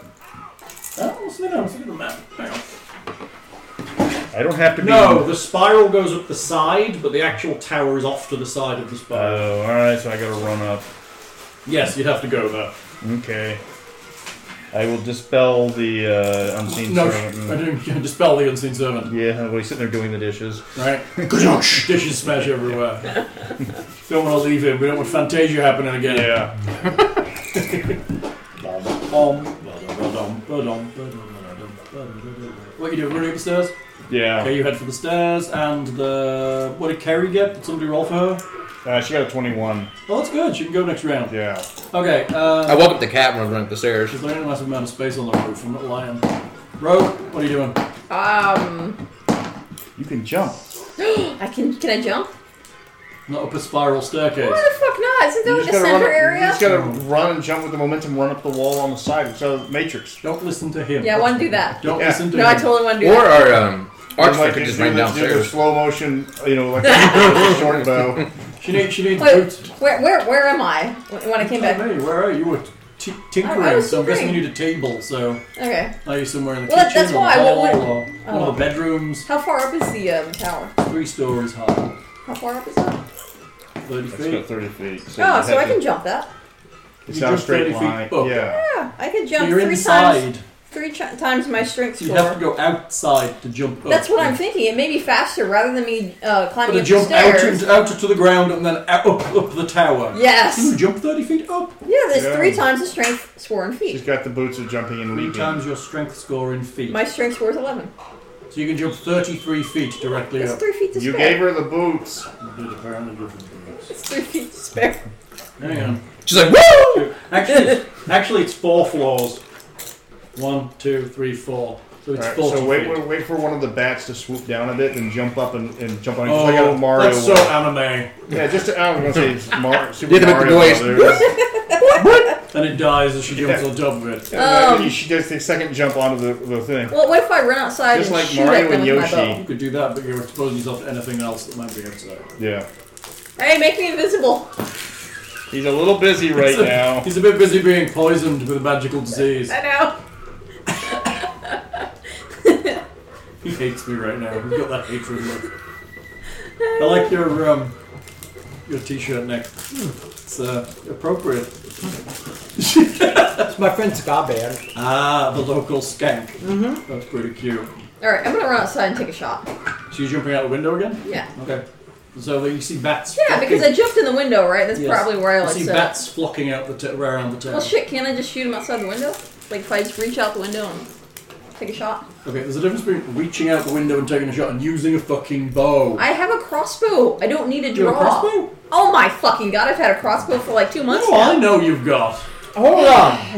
[SPEAKER 3] Oh, let's look at, let's look at the map. Hang on.
[SPEAKER 2] I don't have to be.
[SPEAKER 3] No, the spiral goes up the side, but the actual tower is off to the side of the spiral.
[SPEAKER 2] Oh, all right. So I got to run up.
[SPEAKER 3] yes, you'd have to go there.
[SPEAKER 2] Okay. I will dispel the uh, unseen
[SPEAKER 3] No,
[SPEAKER 2] servant.
[SPEAKER 3] I didn't you dispel the unseen servant.
[SPEAKER 2] Yeah, well, he's sitting there doing the dishes.
[SPEAKER 3] Right? Dishes smash everywhere. don't want to leave him. We don't want Fantasia happening again.
[SPEAKER 2] Yeah.
[SPEAKER 3] What you doing? Running up the stairs?
[SPEAKER 2] Yeah.
[SPEAKER 3] Okay, you head for the stairs, and the what did Kerry get? Did somebody roll for her?
[SPEAKER 2] Uh, she got a 21.
[SPEAKER 3] Oh, that's good. She can go next round.
[SPEAKER 2] Yeah.
[SPEAKER 3] Okay.
[SPEAKER 5] I
[SPEAKER 3] Uh,
[SPEAKER 5] woke up the cat when I was running up the stairs.
[SPEAKER 3] there's only a massive amount of space on the roof. I'm not lying. Rogue, what are you doing?
[SPEAKER 4] Um,
[SPEAKER 2] You can jump.
[SPEAKER 4] I can. Can I jump?
[SPEAKER 3] Not up a spiral staircase.
[SPEAKER 4] Why the fuck not? Isn't that
[SPEAKER 2] You
[SPEAKER 4] like
[SPEAKER 2] just
[SPEAKER 4] the
[SPEAKER 2] gotta run
[SPEAKER 4] center
[SPEAKER 2] up- You
[SPEAKER 4] area?
[SPEAKER 2] just gotta run and jump with the momentum, run up the wall on the side. It's a matrix.
[SPEAKER 3] Don't listen to him.
[SPEAKER 4] Yeah, I want to do that.
[SPEAKER 3] Don't
[SPEAKER 2] Yeah.
[SPEAKER 3] listen to
[SPEAKER 4] No,
[SPEAKER 3] him.
[SPEAKER 4] I totally want to do
[SPEAKER 5] Or
[SPEAKER 4] that.
[SPEAKER 5] our um,
[SPEAKER 2] It's
[SPEAKER 5] archer could
[SPEAKER 2] they
[SPEAKER 5] just
[SPEAKER 2] do
[SPEAKER 5] run
[SPEAKER 2] the- do the
[SPEAKER 5] downstairs.
[SPEAKER 2] slow motion, you know, like a short bow.
[SPEAKER 3] she needs. She needs
[SPEAKER 4] Wait,
[SPEAKER 3] boots.
[SPEAKER 4] where, where, where am I when when I came back?
[SPEAKER 3] Oh, Hey, where are you? You were t- tinkering,
[SPEAKER 4] I- I was
[SPEAKER 3] so I'm guessing you
[SPEAKER 4] tinkering.
[SPEAKER 3] need a table. So
[SPEAKER 4] Okay.
[SPEAKER 3] are you somewhere in the
[SPEAKER 4] Well, that-
[SPEAKER 3] kitchen
[SPEAKER 4] that's
[SPEAKER 3] or
[SPEAKER 4] why,
[SPEAKER 3] the hall
[SPEAKER 4] what- what-
[SPEAKER 3] or one
[SPEAKER 4] oh.
[SPEAKER 3] of the bedrooms?
[SPEAKER 4] How far up is the um, tower?
[SPEAKER 3] Three stories high,
[SPEAKER 4] How far up is that?
[SPEAKER 3] thirty
[SPEAKER 2] It's got
[SPEAKER 3] feet.
[SPEAKER 2] 30 feet. So
[SPEAKER 4] Oh,
[SPEAKER 2] you
[SPEAKER 4] so I
[SPEAKER 2] have to-
[SPEAKER 4] can jump that.
[SPEAKER 2] It's
[SPEAKER 3] You
[SPEAKER 2] not a
[SPEAKER 3] jump
[SPEAKER 2] straight
[SPEAKER 3] 30 feet
[SPEAKER 2] line.
[SPEAKER 3] up.
[SPEAKER 2] Yeah.
[SPEAKER 4] Yeah, I could
[SPEAKER 3] So
[SPEAKER 4] jump
[SPEAKER 3] you're
[SPEAKER 4] three
[SPEAKER 3] inside.
[SPEAKER 4] times. Three ch- times my strength
[SPEAKER 3] You have to
[SPEAKER 4] score.
[SPEAKER 3] go outside to jump up.
[SPEAKER 4] That's what I'm thinking. It may be faster rather than me uh, climbing
[SPEAKER 3] But
[SPEAKER 4] up
[SPEAKER 3] jump
[SPEAKER 4] the
[SPEAKER 3] out
[SPEAKER 4] stairs.
[SPEAKER 3] and out to the ground and then out, up up the tower. Can
[SPEAKER 4] yes.
[SPEAKER 3] you jump thirty feet up?
[SPEAKER 4] Yeah, there's
[SPEAKER 2] Hmm. Yeah.
[SPEAKER 4] three times the strength score in
[SPEAKER 2] She's
[SPEAKER 4] feet.
[SPEAKER 2] got the boots of jumping and
[SPEAKER 3] Three
[SPEAKER 2] leaping.
[SPEAKER 3] times your strength score in feet.
[SPEAKER 4] My strength score is 11.
[SPEAKER 3] So you can jump thirty-three feet directly
[SPEAKER 4] That's
[SPEAKER 3] up.
[SPEAKER 4] three feet to
[SPEAKER 2] You
[SPEAKER 4] spare.
[SPEAKER 2] gave her the boots.
[SPEAKER 4] It's three feet to spare.
[SPEAKER 3] Hang on.
[SPEAKER 5] She's like, woo!
[SPEAKER 3] Actually, actually, it's four floors. One, two, three, four. So it's
[SPEAKER 2] All right,
[SPEAKER 3] four.
[SPEAKER 2] so wait,
[SPEAKER 3] feet.
[SPEAKER 2] wait, wait for one of the bats to swoop down a bit and jump up and, and jump on it. just like
[SPEAKER 3] Oh,
[SPEAKER 2] how Mario.
[SPEAKER 3] that's so anime.
[SPEAKER 2] yeah, just I was gonna say Mar- Super
[SPEAKER 5] You had to make the
[SPEAKER 2] Mario
[SPEAKER 5] noise.
[SPEAKER 2] Brothers.
[SPEAKER 3] And it dies as she jumps
[SPEAKER 2] Yeah.
[SPEAKER 3] on top of it.
[SPEAKER 2] And
[SPEAKER 4] Um.
[SPEAKER 2] then she does the second jump onto the, the thing.
[SPEAKER 4] Well, what if I run outside
[SPEAKER 2] Just
[SPEAKER 4] and
[SPEAKER 2] like
[SPEAKER 4] shoot
[SPEAKER 2] Mario
[SPEAKER 4] at them
[SPEAKER 2] and
[SPEAKER 4] with
[SPEAKER 2] Yoshi.
[SPEAKER 4] my bow?
[SPEAKER 3] You could do that, but you're exposing yourself to anything else that might be outside.
[SPEAKER 2] Yeah,
[SPEAKER 4] Hey, make me invisible.
[SPEAKER 2] he's a little busy right
[SPEAKER 3] So,
[SPEAKER 2] now.
[SPEAKER 3] He's a bit busy being poisoned with a magical disease.
[SPEAKER 4] I know.
[SPEAKER 3] He hates me right now. He's got that hatred look. I like your um, your t-shirt neck. It's uh, appropriate.
[SPEAKER 6] It's my friend ska band.
[SPEAKER 3] Ah, the local skank. Mm-hmm. That's pretty cute.
[SPEAKER 4] Alright, I'm gonna run outside and take a shot.
[SPEAKER 3] She's jumping out the window again.
[SPEAKER 4] Yeah.
[SPEAKER 3] Okay. So that you see bats.
[SPEAKER 4] Yeah, because I jumped in the window, right? That's
[SPEAKER 3] Yes.
[SPEAKER 4] probably where I
[SPEAKER 3] You
[SPEAKER 4] like
[SPEAKER 3] see
[SPEAKER 4] sit.
[SPEAKER 3] bats flocking out the t- around the town.
[SPEAKER 4] Well, shit, can't I just shoot him outside the window? Like, if I just reach out the window and take a shot?
[SPEAKER 3] Okay, there's a difference between reaching out the window and taking a shot and using a fucking bow.
[SPEAKER 4] I have a crossbow. I don't need a
[SPEAKER 3] You
[SPEAKER 4] draw.
[SPEAKER 3] have a crossbow?
[SPEAKER 4] Oh my fucking god, I've had a crossbow for like two months
[SPEAKER 3] oh,
[SPEAKER 4] now.
[SPEAKER 3] I know you've got.
[SPEAKER 1] Hold on.
[SPEAKER 4] I,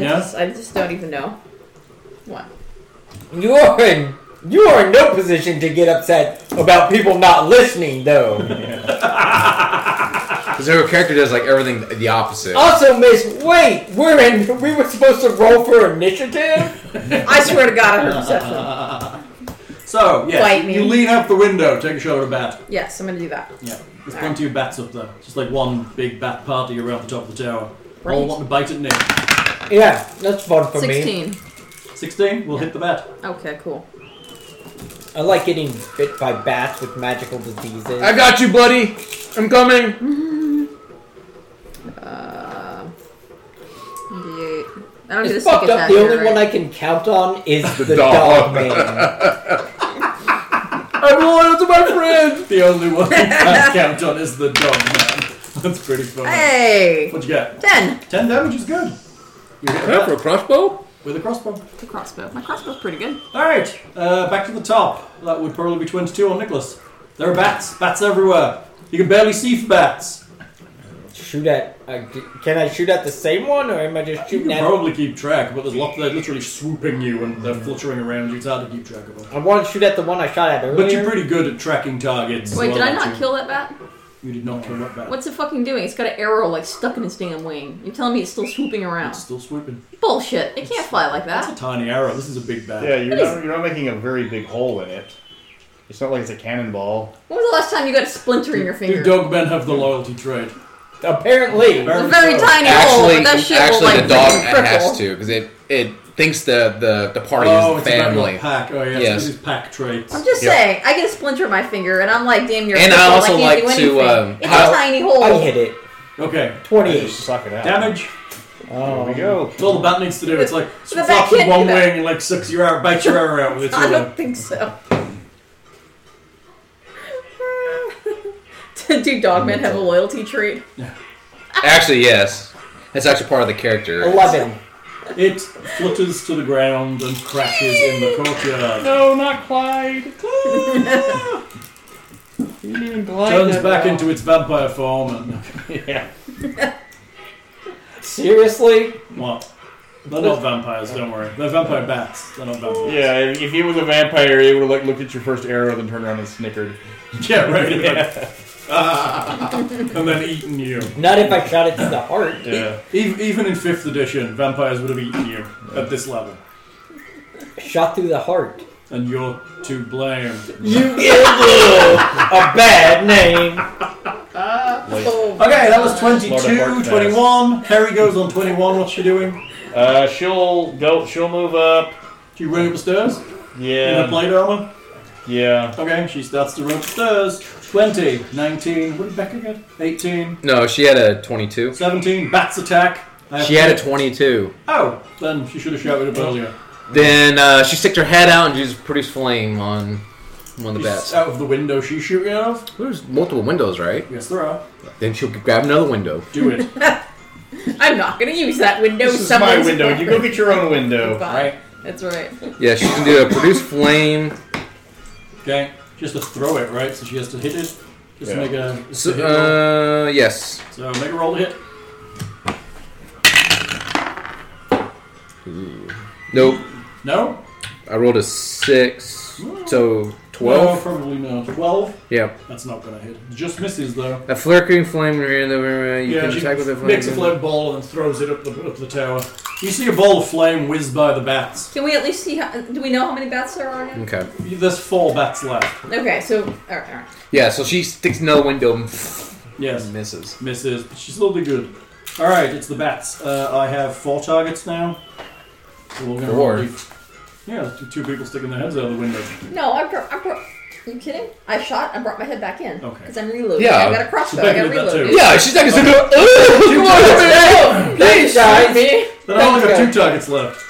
[SPEAKER 3] Yeah?
[SPEAKER 4] just, I just don't even know. What?
[SPEAKER 1] You are in you are in no position to get upset about people not listening though.
[SPEAKER 5] Because her character does like everything the opposite.
[SPEAKER 1] also, Miss, wait, we're in we were supposed to roll for initiative?
[SPEAKER 4] I swear to god, I heard perception.
[SPEAKER 3] So, yes,
[SPEAKER 4] Bite
[SPEAKER 3] you,
[SPEAKER 4] me.
[SPEAKER 3] lean out the window, take a shot at a bat.
[SPEAKER 4] Yes, I'm gonna do that.
[SPEAKER 3] Yeah, there's plenty of bats up there. Just like one big bat party around the top of the tower. All
[SPEAKER 4] Right.
[SPEAKER 3] want to bite at Nick.
[SPEAKER 1] Yeah, that's fun for me.
[SPEAKER 4] 16.
[SPEAKER 3] 16, we'll hit the bat.
[SPEAKER 4] Okay, cool.
[SPEAKER 1] I like getting bit by bats with magical diseases.
[SPEAKER 5] I got you, buddy. I'm coming.
[SPEAKER 4] Uh, 88. I don't do a
[SPEAKER 1] it's
[SPEAKER 4] sneak
[SPEAKER 1] fucked up.
[SPEAKER 4] attack.
[SPEAKER 1] The
[SPEAKER 4] here,
[SPEAKER 1] only
[SPEAKER 4] right?
[SPEAKER 1] one I can count on is the,
[SPEAKER 5] dog.
[SPEAKER 1] dog man.
[SPEAKER 5] I'm loyal to my friend.
[SPEAKER 3] The only one that count on is the dog man. That's pretty funny.
[SPEAKER 4] Hey!
[SPEAKER 3] What'd you get?
[SPEAKER 4] 10.
[SPEAKER 3] 10 damage is good. You hit a
[SPEAKER 5] Yeah,
[SPEAKER 3] bat
[SPEAKER 5] for a crossbow?
[SPEAKER 3] with a crossbow.
[SPEAKER 4] The crossbow. My crossbow's pretty good.
[SPEAKER 3] Alright, uh, back to the top. That would probably be 22 on Nicholas. There are bats, bats everywhere. You can barely see for bats.
[SPEAKER 1] Shoot at. Uh, d- can I shoot at the same one, or am I just
[SPEAKER 3] You
[SPEAKER 1] shooting
[SPEAKER 3] can
[SPEAKER 1] at?
[SPEAKER 3] probably keep track, but there's lots that are literally swooping you and they're fluttering around you. It's hard to keep track of them.
[SPEAKER 1] I want to shoot at the one I shot at earlier.
[SPEAKER 3] But you're pretty good at tracking targets. so
[SPEAKER 4] Wait, did
[SPEAKER 3] I'll
[SPEAKER 4] I
[SPEAKER 3] let
[SPEAKER 4] not
[SPEAKER 3] you-
[SPEAKER 4] kill that bat?
[SPEAKER 3] You did not kill that bat.
[SPEAKER 4] What's it fucking doing? It's got an arrow like stuck in its damn wing. You're telling me it's still swooping around?
[SPEAKER 3] It's still swooping.
[SPEAKER 4] Bullshit. It can't fly like
[SPEAKER 3] That's a
[SPEAKER 4] that.
[SPEAKER 3] tiny arrow. This is a big bat.
[SPEAKER 2] Yeah, you're not, you're not making a very big hole in it. It's not like it's a cannonball.
[SPEAKER 4] When was the last time you got a splinter in your
[SPEAKER 3] Do
[SPEAKER 4] finger?
[SPEAKER 3] dog men have the loyalty trait?
[SPEAKER 1] Apparently,
[SPEAKER 4] It's a very
[SPEAKER 3] so.
[SPEAKER 4] tiny hole,
[SPEAKER 5] Actually,
[SPEAKER 4] but that shit
[SPEAKER 5] actually,
[SPEAKER 4] will like
[SPEAKER 5] the dog
[SPEAKER 4] cripple.
[SPEAKER 5] has to because it it thinks the the the party
[SPEAKER 3] Oh,
[SPEAKER 5] is
[SPEAKER 3] it's
[SPEAKER 5] the
[SPEAKER 3] about
[SPEAKER 5] family.
[SPEAKER 3] your pack. Oh, yeah,
[SPEAKER 5] Yes.
[SPEAKER 3] so this is pack traits.
[SPEAKER 4] I'm just
[SPEAKER 5] Yep.
[SPEAKER 4] saying, I get a splinter in my finger, and I'm like damn near.
[SPEAKER 5] And I
[SPEAKER 4] crippled,
[SPEAKER 5] also
[SPEAKER 4] I can't
[SPEAKER 5] like
[SPEAKER 4] do
[SPEAKER 5] to,
[SPEAKER 4] anything.
[SPEAKER 5] um,
[SPEAKER 4] it's
[SPEAKER 5] how-
[SPEAKER 4] a tiny hole.
[SPEAKER 1] I hit it.
[SPEAKER 3] Okay.
[SPEAKER 2] Just
[SPEAKER 1] Twenty-eight.
[SPEAKER 2] suck it out.
[SPEAKER 3] Damage. Um,
[SPEAKER 2] There we go.
[SPEAKER 3] That's all the bat needs to do. It's like
[SPEAKER 4] The bat
[SPEAKER 3] flaps with
[SPEAKER 4] can't
[SPEAKER 3] one
[SPEAKER 4] do that.
[SPEAKER 3] wing and like sucks your arrow, bites your arrow out with its
[SPEAKER 4] I
[SPEAKER 3] other.
[SPEAKER 4] don't think so. Do dogmen have a loyalty trait?
[SPEAKER 5] Actually, yes. That's actually part of the character.
[SPEAKER 1] Eleven.
[SPEAKER 3] It flutters to the ground and crashes in the courtyard.
[SPEAKER 2] No, not Clyde. you didn't even glide
[SPEAKER 3] Turns
[SPEAKER 2] that
[SPEAKER 3] back
[SPEAKER 2] well.
[SPEAKER 3] into its vampire form and
[SPEAKER 2] Yeah.
[SPEAKER 1] Seriously?
[SPEAKER 3] What? They're not vampires, don't worry. They're vampire bats. They're not vampires.
[SPEAKER 2] Yeah, if if he was a vampire, he would have like, looked at your first arrow, then turned around and snickered.
[SPEAKER 3] Yeah, right. Yeah. and then eaten you.
[SPEAKER 1] Not if I shot it to the heart.
[SPEAKER 2] Yeah.
[SPEAKER 3] Even, even in 5th edition, vampires would have eaten you at this level.
[SPEAKER 1] Shot through the heart.
[SPEAKER 3] And you're to blame.
[SPEAKER 1] You give a bad name.
[SPEAKER 4] Oh,
[SPEAKER 3] Okay, that was
[SPEAKER 2] Load of
[SPEAKER 3] 22,
[SPEAKER 2] work
[SPEAKER 3] 21. Harry goes on 21. What's she doing?
[SPEAKER 2] Uh, she'll go. She'll move up.
[SPEAKER 3] She running upstairs? In
[SPEAKER 5] Um,
[SPEAKER 3] her
[SPEAKER 2] Yeah.
[SPEAKER 3] plate armor?
[SPEAKER 2] Yeah.
[SPEAKER 3] Okay, she starts to run upstairs. 20, 19. What did Becca get? 18,
[SPEAKER 5] No, she had a 22.
[SPEAKER 3] 17. Bats attack. I have
[SPEAKER 5] She had a
[SPEAKER 3] to-
[SPEAKER 5] 22.
[SPEAKER 3] Oh, then she should have shouted it earlier.
[SPEAKER 5] Then uh, she sticked her head out and just produced flame on one of the
[SPEAKER 3] She's
[SPEAKER 5] bats.
[SPEAKER 3] out of the window she's shooting out of?
[SPEAKER 5] There's multiple windows, right?
[SPEAKER 3] Yes, there are.
[SPEAKER 5] Then she'll grab another window.
[SPEAKER 3] Do it.
[SPEAKER 4] I'm not gonna use that window.
[SPEAKER 2] This is my
[SPEAKER 4] someone's
[SPEAKER 2] window. You go get your own window.
[SPEAKER 4] Fine.
[SPEAKER 3] Right.
[SPEAKER 4] That's right.
[SPEAKER 5] Yeah, she can do a produce flame.
[SPEAKER 3] Okay. She has to throw it, right? So she has to hit it. Just
[SPEAKER 2] Yeah.
[SPEAKER 3] make a. just
[SPEAKER 5] So,
[SPEAKER 3] a hit roll.
[SPEAKER 5] uh, yes.
[SPEAKER 3] so make a roll to hit.
[SPEAKER 5] Nope.
[SPEAKER 3] No?
[SPEAKER 5] I rolled a six, so
[SPEAKER 3] No,
[SPEAKER 5] twelve.
[SPEAKER 3] probably not. 12?
[SPEAKER 5] Yeah.
[SPEAKER 3] That's not going to hit. Just misses, though.
[SPEAKER 5] A flickering flame in your hand over. uh, You
[SPEAKER 3] yeah,
[SPEAKER 5] can
[SPEAKER 3] she
[SPEAKER 5] attack with a flame.
[SPEAKER 3] makes a flame ball and throws it up the, up the tower. You see a ball of flame whiz by the bats.
[SPEAKER 4] Can we at least see? How, do we know how many bats there are? Again?
[SPEAKER 5] Okay.
[SPEAKER 3] There's four bats left.
[SPEAKER 4] Okay, so all right, all right.
[SPEAKER 5] Yeah, so she sticks another window and
[SPEAKER 3] Yes.
[SPEAKER 5] misses.
[SPEAKER 3] Misses. But she's still good. Alright, it's the bats. Uh, I have four targets now. So we're gonna
[SPEAKER 5] Four?
[SPEAKER 3] roll each- Yeah, two- two people sticking their heads out of the window.
[SPEAKER 4] No, I'm, pro- I'm pro- Are you kidding? I shot and brought my head back in.
[SPEAKER 3] Okay.
[SPEAKER 4] Because I'm reloading.
[SPEAKER 5] Yeah.
[SPEAKER 4] I've got a crossbow.
[SPEAKER 3] Becca
[SPEAKER 4] I gotta
[SPEAKER 3] did that too.
[SPEAKER 4] reload.
[SPEAKER 5] Yeah, she's not gonna sit there. "Ugh, Come on,
[SPEAKER 3] times.
[SPEAKER 5] give me help,
[SPEAKER 4] Please
[SPEAKER 5] please."
[SPEAKER 4] shot me.
[SPEAKER 3] Then I only got
[SPEAKER 4] Okay.
[SPEAKER 3] two targets left.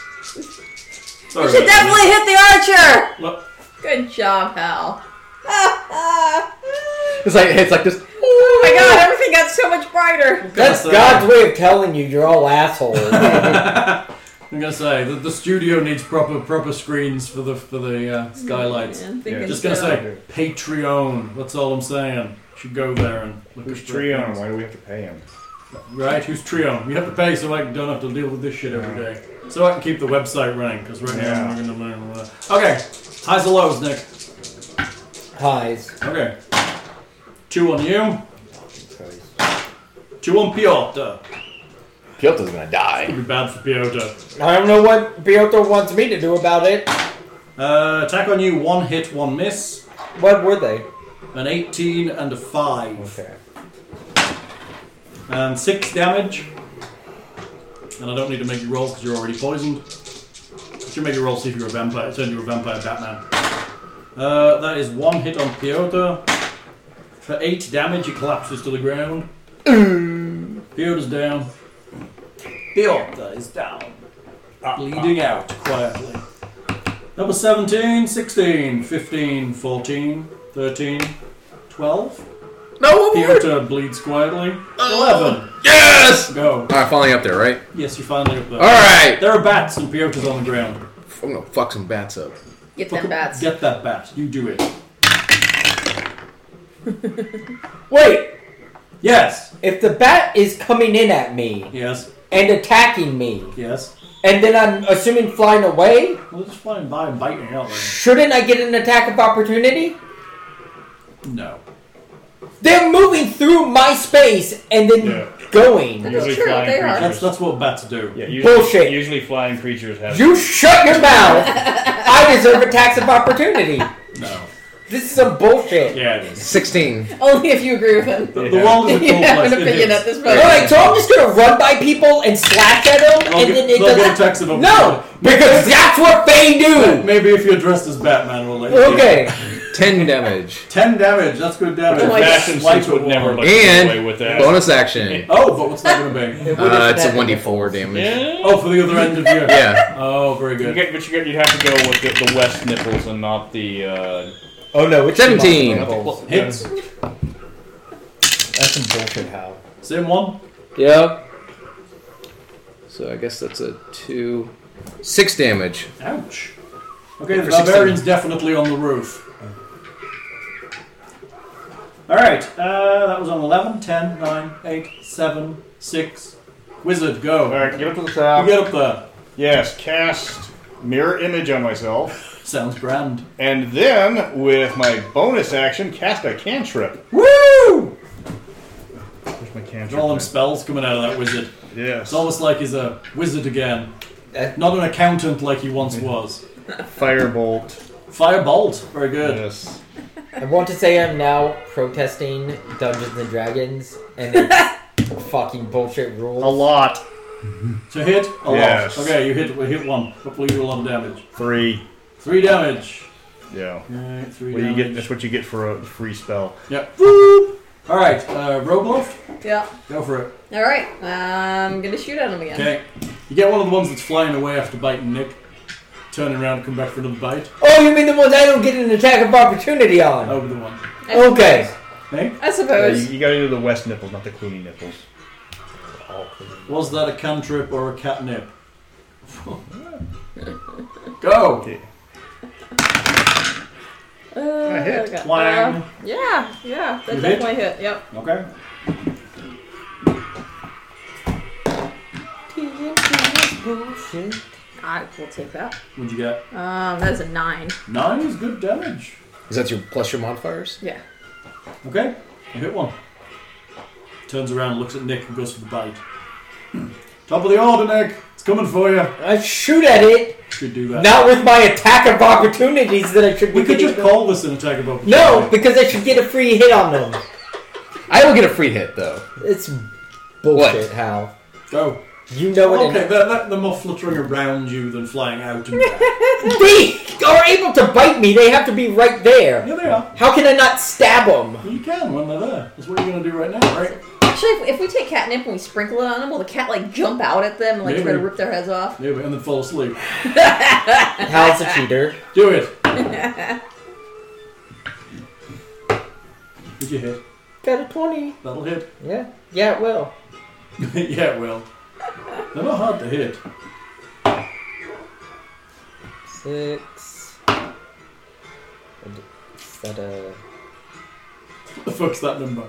[SPEAKER 3] Sorry.
[SPEAKER 4] You should
[SPEAKER 3] about
[SPEAKER 4] definitely hit the archer!
[SPEAKER 3] that. Look,
[SPEAKER 4] Good job, Hal. oh
[SPEAKER 5] It's like it's like this.
[SPEAKER 4] my god, everything got so much brighter.
[SPEAKER 1] That's
[SPEAKER 3] That's, uh,
[SPEAKER 1] God's way of telling you you're all assholes.
[SPEAKER 3] I'm gonna say the, the studio needs proper proper screens for the for the uh, skylights.
[SPEAKER 4] Yeah, I'm thinking
[SPEAKER 2] Yeah,
[SPEAKER 3] Just gonna
[SPEAKER 4] so.
[SPEAKER 3] say Patreon. That's all I'm saying. Should go there and look
[SPEAKER 2] Who's
[SPEAKER 3] at
[SPEAKER 2] Treon? Why do we have to pay him?
[SPEAKER 3] Right? Who's Treon? You have to pay so I don't have to deal with this shit every day. So I can keep the website running because right now I'm
[SPEAKER 2] Yeah.
[SPEAKER 3] not gonna learn all that. Okay, highs and lows, Nick.
[SPEAKER 1] Highs.
[SPEAKER 3] Okay, two on you, two on Piotr.
[SPEAKER 5] Kyoto's gonna die.
[SPEAKER 3] Be bad for Piotr.
[SPEAKER 1] I don't know what Bioto wants me to do about it.
[SPEAKER 3] Uh, attack on you, one hit, one miss.
[SPEAKER 1] What were they?
[SPEAKER 3] An 18 and a 5.
[SPEAKER 1] Okay.
[SPEAKER 3] And 6 Um, damage. And I don't need to make you roll because you're already poisoned. I should make you roll, see if you're a vampire. Turn you a vampire Batman. Uh, that is one hit on Piotr. For 8 damage, he collapses to the ground. Piotr's down. Piotr is down. Bleeding out quietly. Ah, Number 17, 16, 15, 14, 13, 12.
[SPEAKER 5] No. one more.
[SPEAKER 3] Piotr bleeds quietly. Eleven.
[SPEAKER 5] Yes.
[SPEAKER 3] Go.
[SPEAKER 5] All right, finally up there, right?
[SPEAKER 3] Yes, you finally up there.
[SPEAKER 5] All right.
[SPEAKER 3] There are bats and Piotr's on the ground.
[SPEAKER 5] I'm gonna fuck some bats up.
[SPEAKER 4] Get them bats.
[SPEAKER 3] Get that bat. You do it.
[SPEAKER 1] Wait,
[SPEAKER 3] Yes.
[SPEAKER 1] if the bat is coming in at me
[SPEAKER 3] Yes.
[SPEAKER 1] and attacking me,
[SPEAKER 3] Yes.
[SPEAKER 1] and then I'm assuming flying away,
[SPEAKER 3] Well, just flying by and biting out there.
[SPEAKER 1] shouldn't I get an attack of opportunity?
[SPEAKER 3] No.
[SPEAKER 1] They're moving through my space and then
[SPEAKER 2] Yeah.
[SPEAKER 1] going.
[SPEAKER 4] That's
[SPEAKER 2] Usually
[SPEAKER 4] true,
[SPEAKER 2] flying
[SPEAKER 4] they are.
[SPEAKER 3] That's
[SPEAKER 2] creatures.
[SPEAKER 3] that's what bats do.
[SPEAKER 2] Yeah, usually,
[SPEAKER 1] Bullshit.
[SPEAKER 2] Usually flying creatures have.
[SPEAKER 1] You shut your mouth. I deserve attacks of opportunity.
[SPEAKER 3] No.
[SPEAKER 1] This is some bullshit.
[SPEAKER 3] Yeah, it is.
[SPEAKER 5] Sixteen.
[SPEAKER 4] Only if you agree with him.
[SPEAKER 3] The, the
[SPEAKER 2] Yeah.
[SPEAKER 3] world is a
[SPEAKER 4] You
[SPEAKER 3] cool
[SPEAKER 4] have
[SPEAKER 3] place.
[SPEAKER 4] an
[SPEAKER 3] It
[SPEAKER 4] opinion
[SPEAKER 3] is.
[SPEAKER 4] at this
[SPEAKER 1] All
[SPEAKER 4] point.
[SPEAKER 1] right, so I'm just gonna run by people and slash at them,
[SPEAKER 3] They'll
[SPEAKER 1] and
[SPEAKER 3] get,
[SPEAKER 1] then it
[SPEAKER 3] they'll get
[SPEAKER 1] doesn't.
[SPEAKER 3] attacks of
[SPEAKER 1] No, because that's what they do.
[SPEAKER 3] Maybe if you're dressed as Batman, we'll let you.
[SPEAKER 1] Okay.
[SPEAKER 5] Ten damage.
[SPEAKER 3] Ten damage. That's good damage.
[SPEAKER 4] Oh, I
[SPEAKER 2] Fashion
[SPEAKER 3] Swipe
[SPEAKER 2] sense
[SPEAKER 3] at
[SPEAKER 2] would
[SPEAKER 3] one.
[SPEAKER 2] never let you get away
[SPEAKER 5] And
[SPEAKER 2] with that.
[SPEAKER 5] bonus action.
[SPEAKER 3] Oh, but what's that going to be?
[SPEAKER 5] Uh, it's a one d four damage.
[SPEAKER 2] Yeah.
[SPEAKER 3] Oh, for the other end of your.
[SPEAKER 5] Yeah.
[SPEAKER 3] Oh, very
[SPEAKER 2] You
[SPEAKER 3] good.
[SPEAKER 2] get, but you get, you'd have to go with the, the west nipples and not the. Uh,
[SPEAKER 1] Oh no, it's
[SPEAKER 5] Seventeen.
[SPEAKER 3] Hits.
[SPEAKER 1] That's some bullshit. How?
[SPEAKER 3] Same one.
[SPEAKER 5] Yep. So I guess that's a two. Six damage.
[SPEAKER 3] Ouch. Okay, the
[SPEAKER 5] for 16.
[SPEAKER 3] barbarian's definitely on the roof. Alright, uh, that was on 11, 10, 9, 8, 7, 6. Wizard, go.
[SPEAKER 2] Alright, get up to the
[SPEAKER 3] You
[SPEAKER 2] top.
[SPEAKER 3] get up there.
[SPEAKER 2] Yes, cast mirror image on myself.
[SPEAKER 3] Sounds grand.
[SPEAKER 2] And then, with my bonus action, cast a cantrip.
[SPEAKER 3] Woo!
[SPEAKER 2] Where's my
[SPEAKER 3] All them
[SPEAKER 2] cantrip?
[SPEAKER 3] spells coming out of that wizard.
[SPEAKER 2] Yes.
[SPEAKER 3] It's almost like he's a wizard again.
[SPEAKER 2] Uh,
[SPEAKER 1] Eh.
[SPEAKER 3] Not an accountant like he once was.
[SPEAKER 2] Firebolt.
[SPEAKER 3] Firebolt, very good.
[SPEAKER 2] Yes.
[SPEAKER 1] I want to say I'm now protesting Dungeons and Dragons and its fucking bullshit
[SPEAKER 2] A
[SPEAKER 1] rules.
[SPEAKER 2] lot.
[SPEAKER 3] To hit a
[SPEAKER 2] Yes.
[SPEAKER 3] lot. Okay, you hit we hit one. Hopefully you do a lot of damage.
[SPEAKER 2] Three.
[SPEAKER 3] Three damage.
[SPEAKER 2] Yeah.
[SPEAKER 3] Alright, three
[SPEAKER 2] Well, you
[SPEAKER 3] damage.
[SPEAKER 2] get that's what you get for a free spell.
[SPEAKER 3] Yep. Alright, uh, Robloft,
[SPEAKER 4] Yeah.
[SPEAKER 3] go for it.
[SPEAKER 4] Alright, I'm gonna shoot at him again.
[SPEAKER 3] Okay. You get one of the ones that's flying away after biting Nick. Turn around, come back for another bite.
[SPEAKER 1] Oh, you mean the ones I don't get an attack of opportunity on?
[SPEAKER 3] Over the one.
[SPEAKER 4] I suppose.
[SPEAKER 1] Okay.
[SPEAKER 3] Hey?
[SPEAKER 4] I
[SPEAKER 2] Yeah,
[SPEAKER 4] suppose.
[SPEAKER 2] you, you gotta do the west nipples, not the Clooney nipples.
[SPEAKER 3] Was that a cantrip or a catnip? Go!
[SPEAKER 2] Yeah.
[SPEAKER 4] Uh,
[SPEAKER 2] I hit.
[SPEAKER 4] okay.
[SPEAKER 3] Wham.
[SPEAKER 4] Uh, yeah, yeah. That
[SPEAKER 3] You hit?
[SPEAKER 4] definitely hit. Yep.
[SPEAKER 3] Okay.
[SPEAKER 1] Bullshit.
[SPEAKER 4] I will take that.
[SPEAKER 3] What'd you get?
[SPEAKER 4] Um, that's a nine.
[SPEAKER 3] Nine is good damage.
[SPEAKER 5] Is that your plus your modifiers?
[SPEAKER 4] Yeah.
[SPEAKER 3] Okay. You hit one. Turns around, looks at Nick, and goes for the bite. Hmm. Top of the order, Nick. It's coming for you.
[SPEAKER 1] I shoot at it,
[SPEAKER 3] Should do that.
[SPEAKER 1] not with my attack of opportunities that I should be
[SPEAKER 3] we could just
[SPEAKER 1] getting-
[SPEAKER 3] call this an attack of opportunity.
[SPEAKER 1] No, because I should get a free hit on them.
[SPEAKER 5] I will get a free hit though.
[SPEAKER 1] It's bullshit, Hal.
[SPEAKER 3] Go.
[SPEAKER 1] You know what?
[SPEAKER 3] Okay, they're, they're- they're more fluttering around you than flying out and back.
[SPEAKER 1] They are able to bite me. They have to be right there.
[SPEAKER 3] yeah, they are.
[SPEAKER 1] How can I not stab them?
[SPEAKER 3] You can when they're there. That's what you're going to do right now, right?
[SPEAKER 4] Actually, if, if we take catnip and we sprinkle it on them, will the cat like jump out at them and like try to
[SPEAKER 3] Maybe.
[SPEAKER 4] rip their heads off?
[SPEAKER 3] Maybe, and then fall asleep.
[SPEAKER 1] Hal's a cheater.
[SPEAKER 3] Do it. Did you hit?
[SPEAKER 1] Got a twenty.
[SPEAKER 3] That'll hit.
[SPEAKER 1] Yeah, yeah, it will.
[SPEAKER 3] yeah, it will. They're not hard to hit.
[SPEAKER 1] Six. Is that a?
[SPEAKER 3] What the fuck's that number?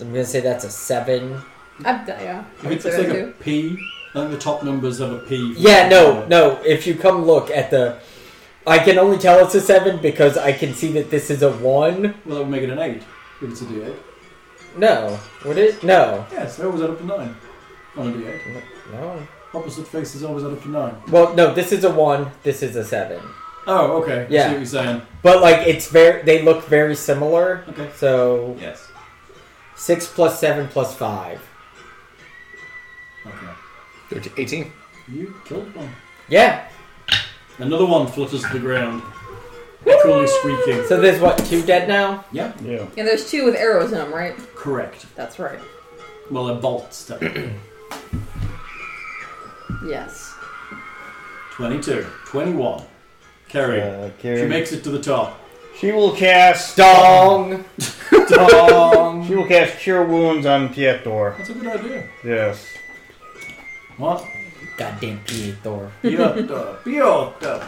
[SPEAKER 1] I'm gonna say that's a seven.
[SPEAKER 4] I've done, yeah.
[SPEAKER 3] If it's
[SPEAKER 4] That's
[SPEAKER 3] like
[SPEAKER 4] what I
[SPEAKER 3] a P, then the top numbers have a P.
[SPEAKER 1] Yeah, no, no. If you come look at the, I can only tell it's a seven because I can see that this is a one.
[SPEAKER 3] Well, that would make it an 8 if it's a D8.
[SPEAKER 1] No, would it? No,
[SPEAKER 3] Yes, they always add up to 9 on a D8.
[SPEAKER 1] no.
[SPEAKER 3] Opposite faces always add up to 9.
[SPEAKER 1] Well, no. This is a one. This is a seven.
[SPEAKER 3] Oh, okay. I
[SPEAKER 1] Yeah.
[SPEAKER 3] see what you're saying.
[SPEAKER 1] But like, it's very. They look very similar.
[SPEAKER 3] Okay.
[SPEAKER 1] So
[SPEAKER 3] Yes.
[SPEAKER 1] six plus seven plus five.
[SPEAKER 3] Okay.
[SPEAKER 5] 18.
[SPEAKER 3] You killed one.
[SPEAKER 1] Yeah.
[SPEAKER 3] Another one flutters to the ground, literally squeaking.
[SPEAKER 1] So there's what two dead now.
[SPEAKER 3] Yeah,
[SPEAKER 2] Yeah.
[SPEAKER 4] Yeah, there's two with arrows in them, right?
[SPEAKER 3] correct.
[SPEAKER 4] That's right.
[SPEAKER 3] Well, they're bolts, technically.
[SPEAKER 4] Yes.
[SPEAKER 3] 22, 21. Carrie.
[SPEAKER 2] Uh,
[SPEAKER 3] she
[SPEAKER 2] Carrie.
[SPEAKER 3] makes it to the top.
[SPEAKER 2] She will cast.
[SPEAKER 1] Dong.
[SPEAKER 3] Dong!
[SPEAKER 2] She will cast Cure Wounds on Pietdor.
[SPEAKER 3] That's a good idea.
[SPEAKER 2] Yes.
[SPEAKER 3] What?
[SPEAKER 1] Goddamn Thor.
[SPEAKER 3] Piotr. Piotr.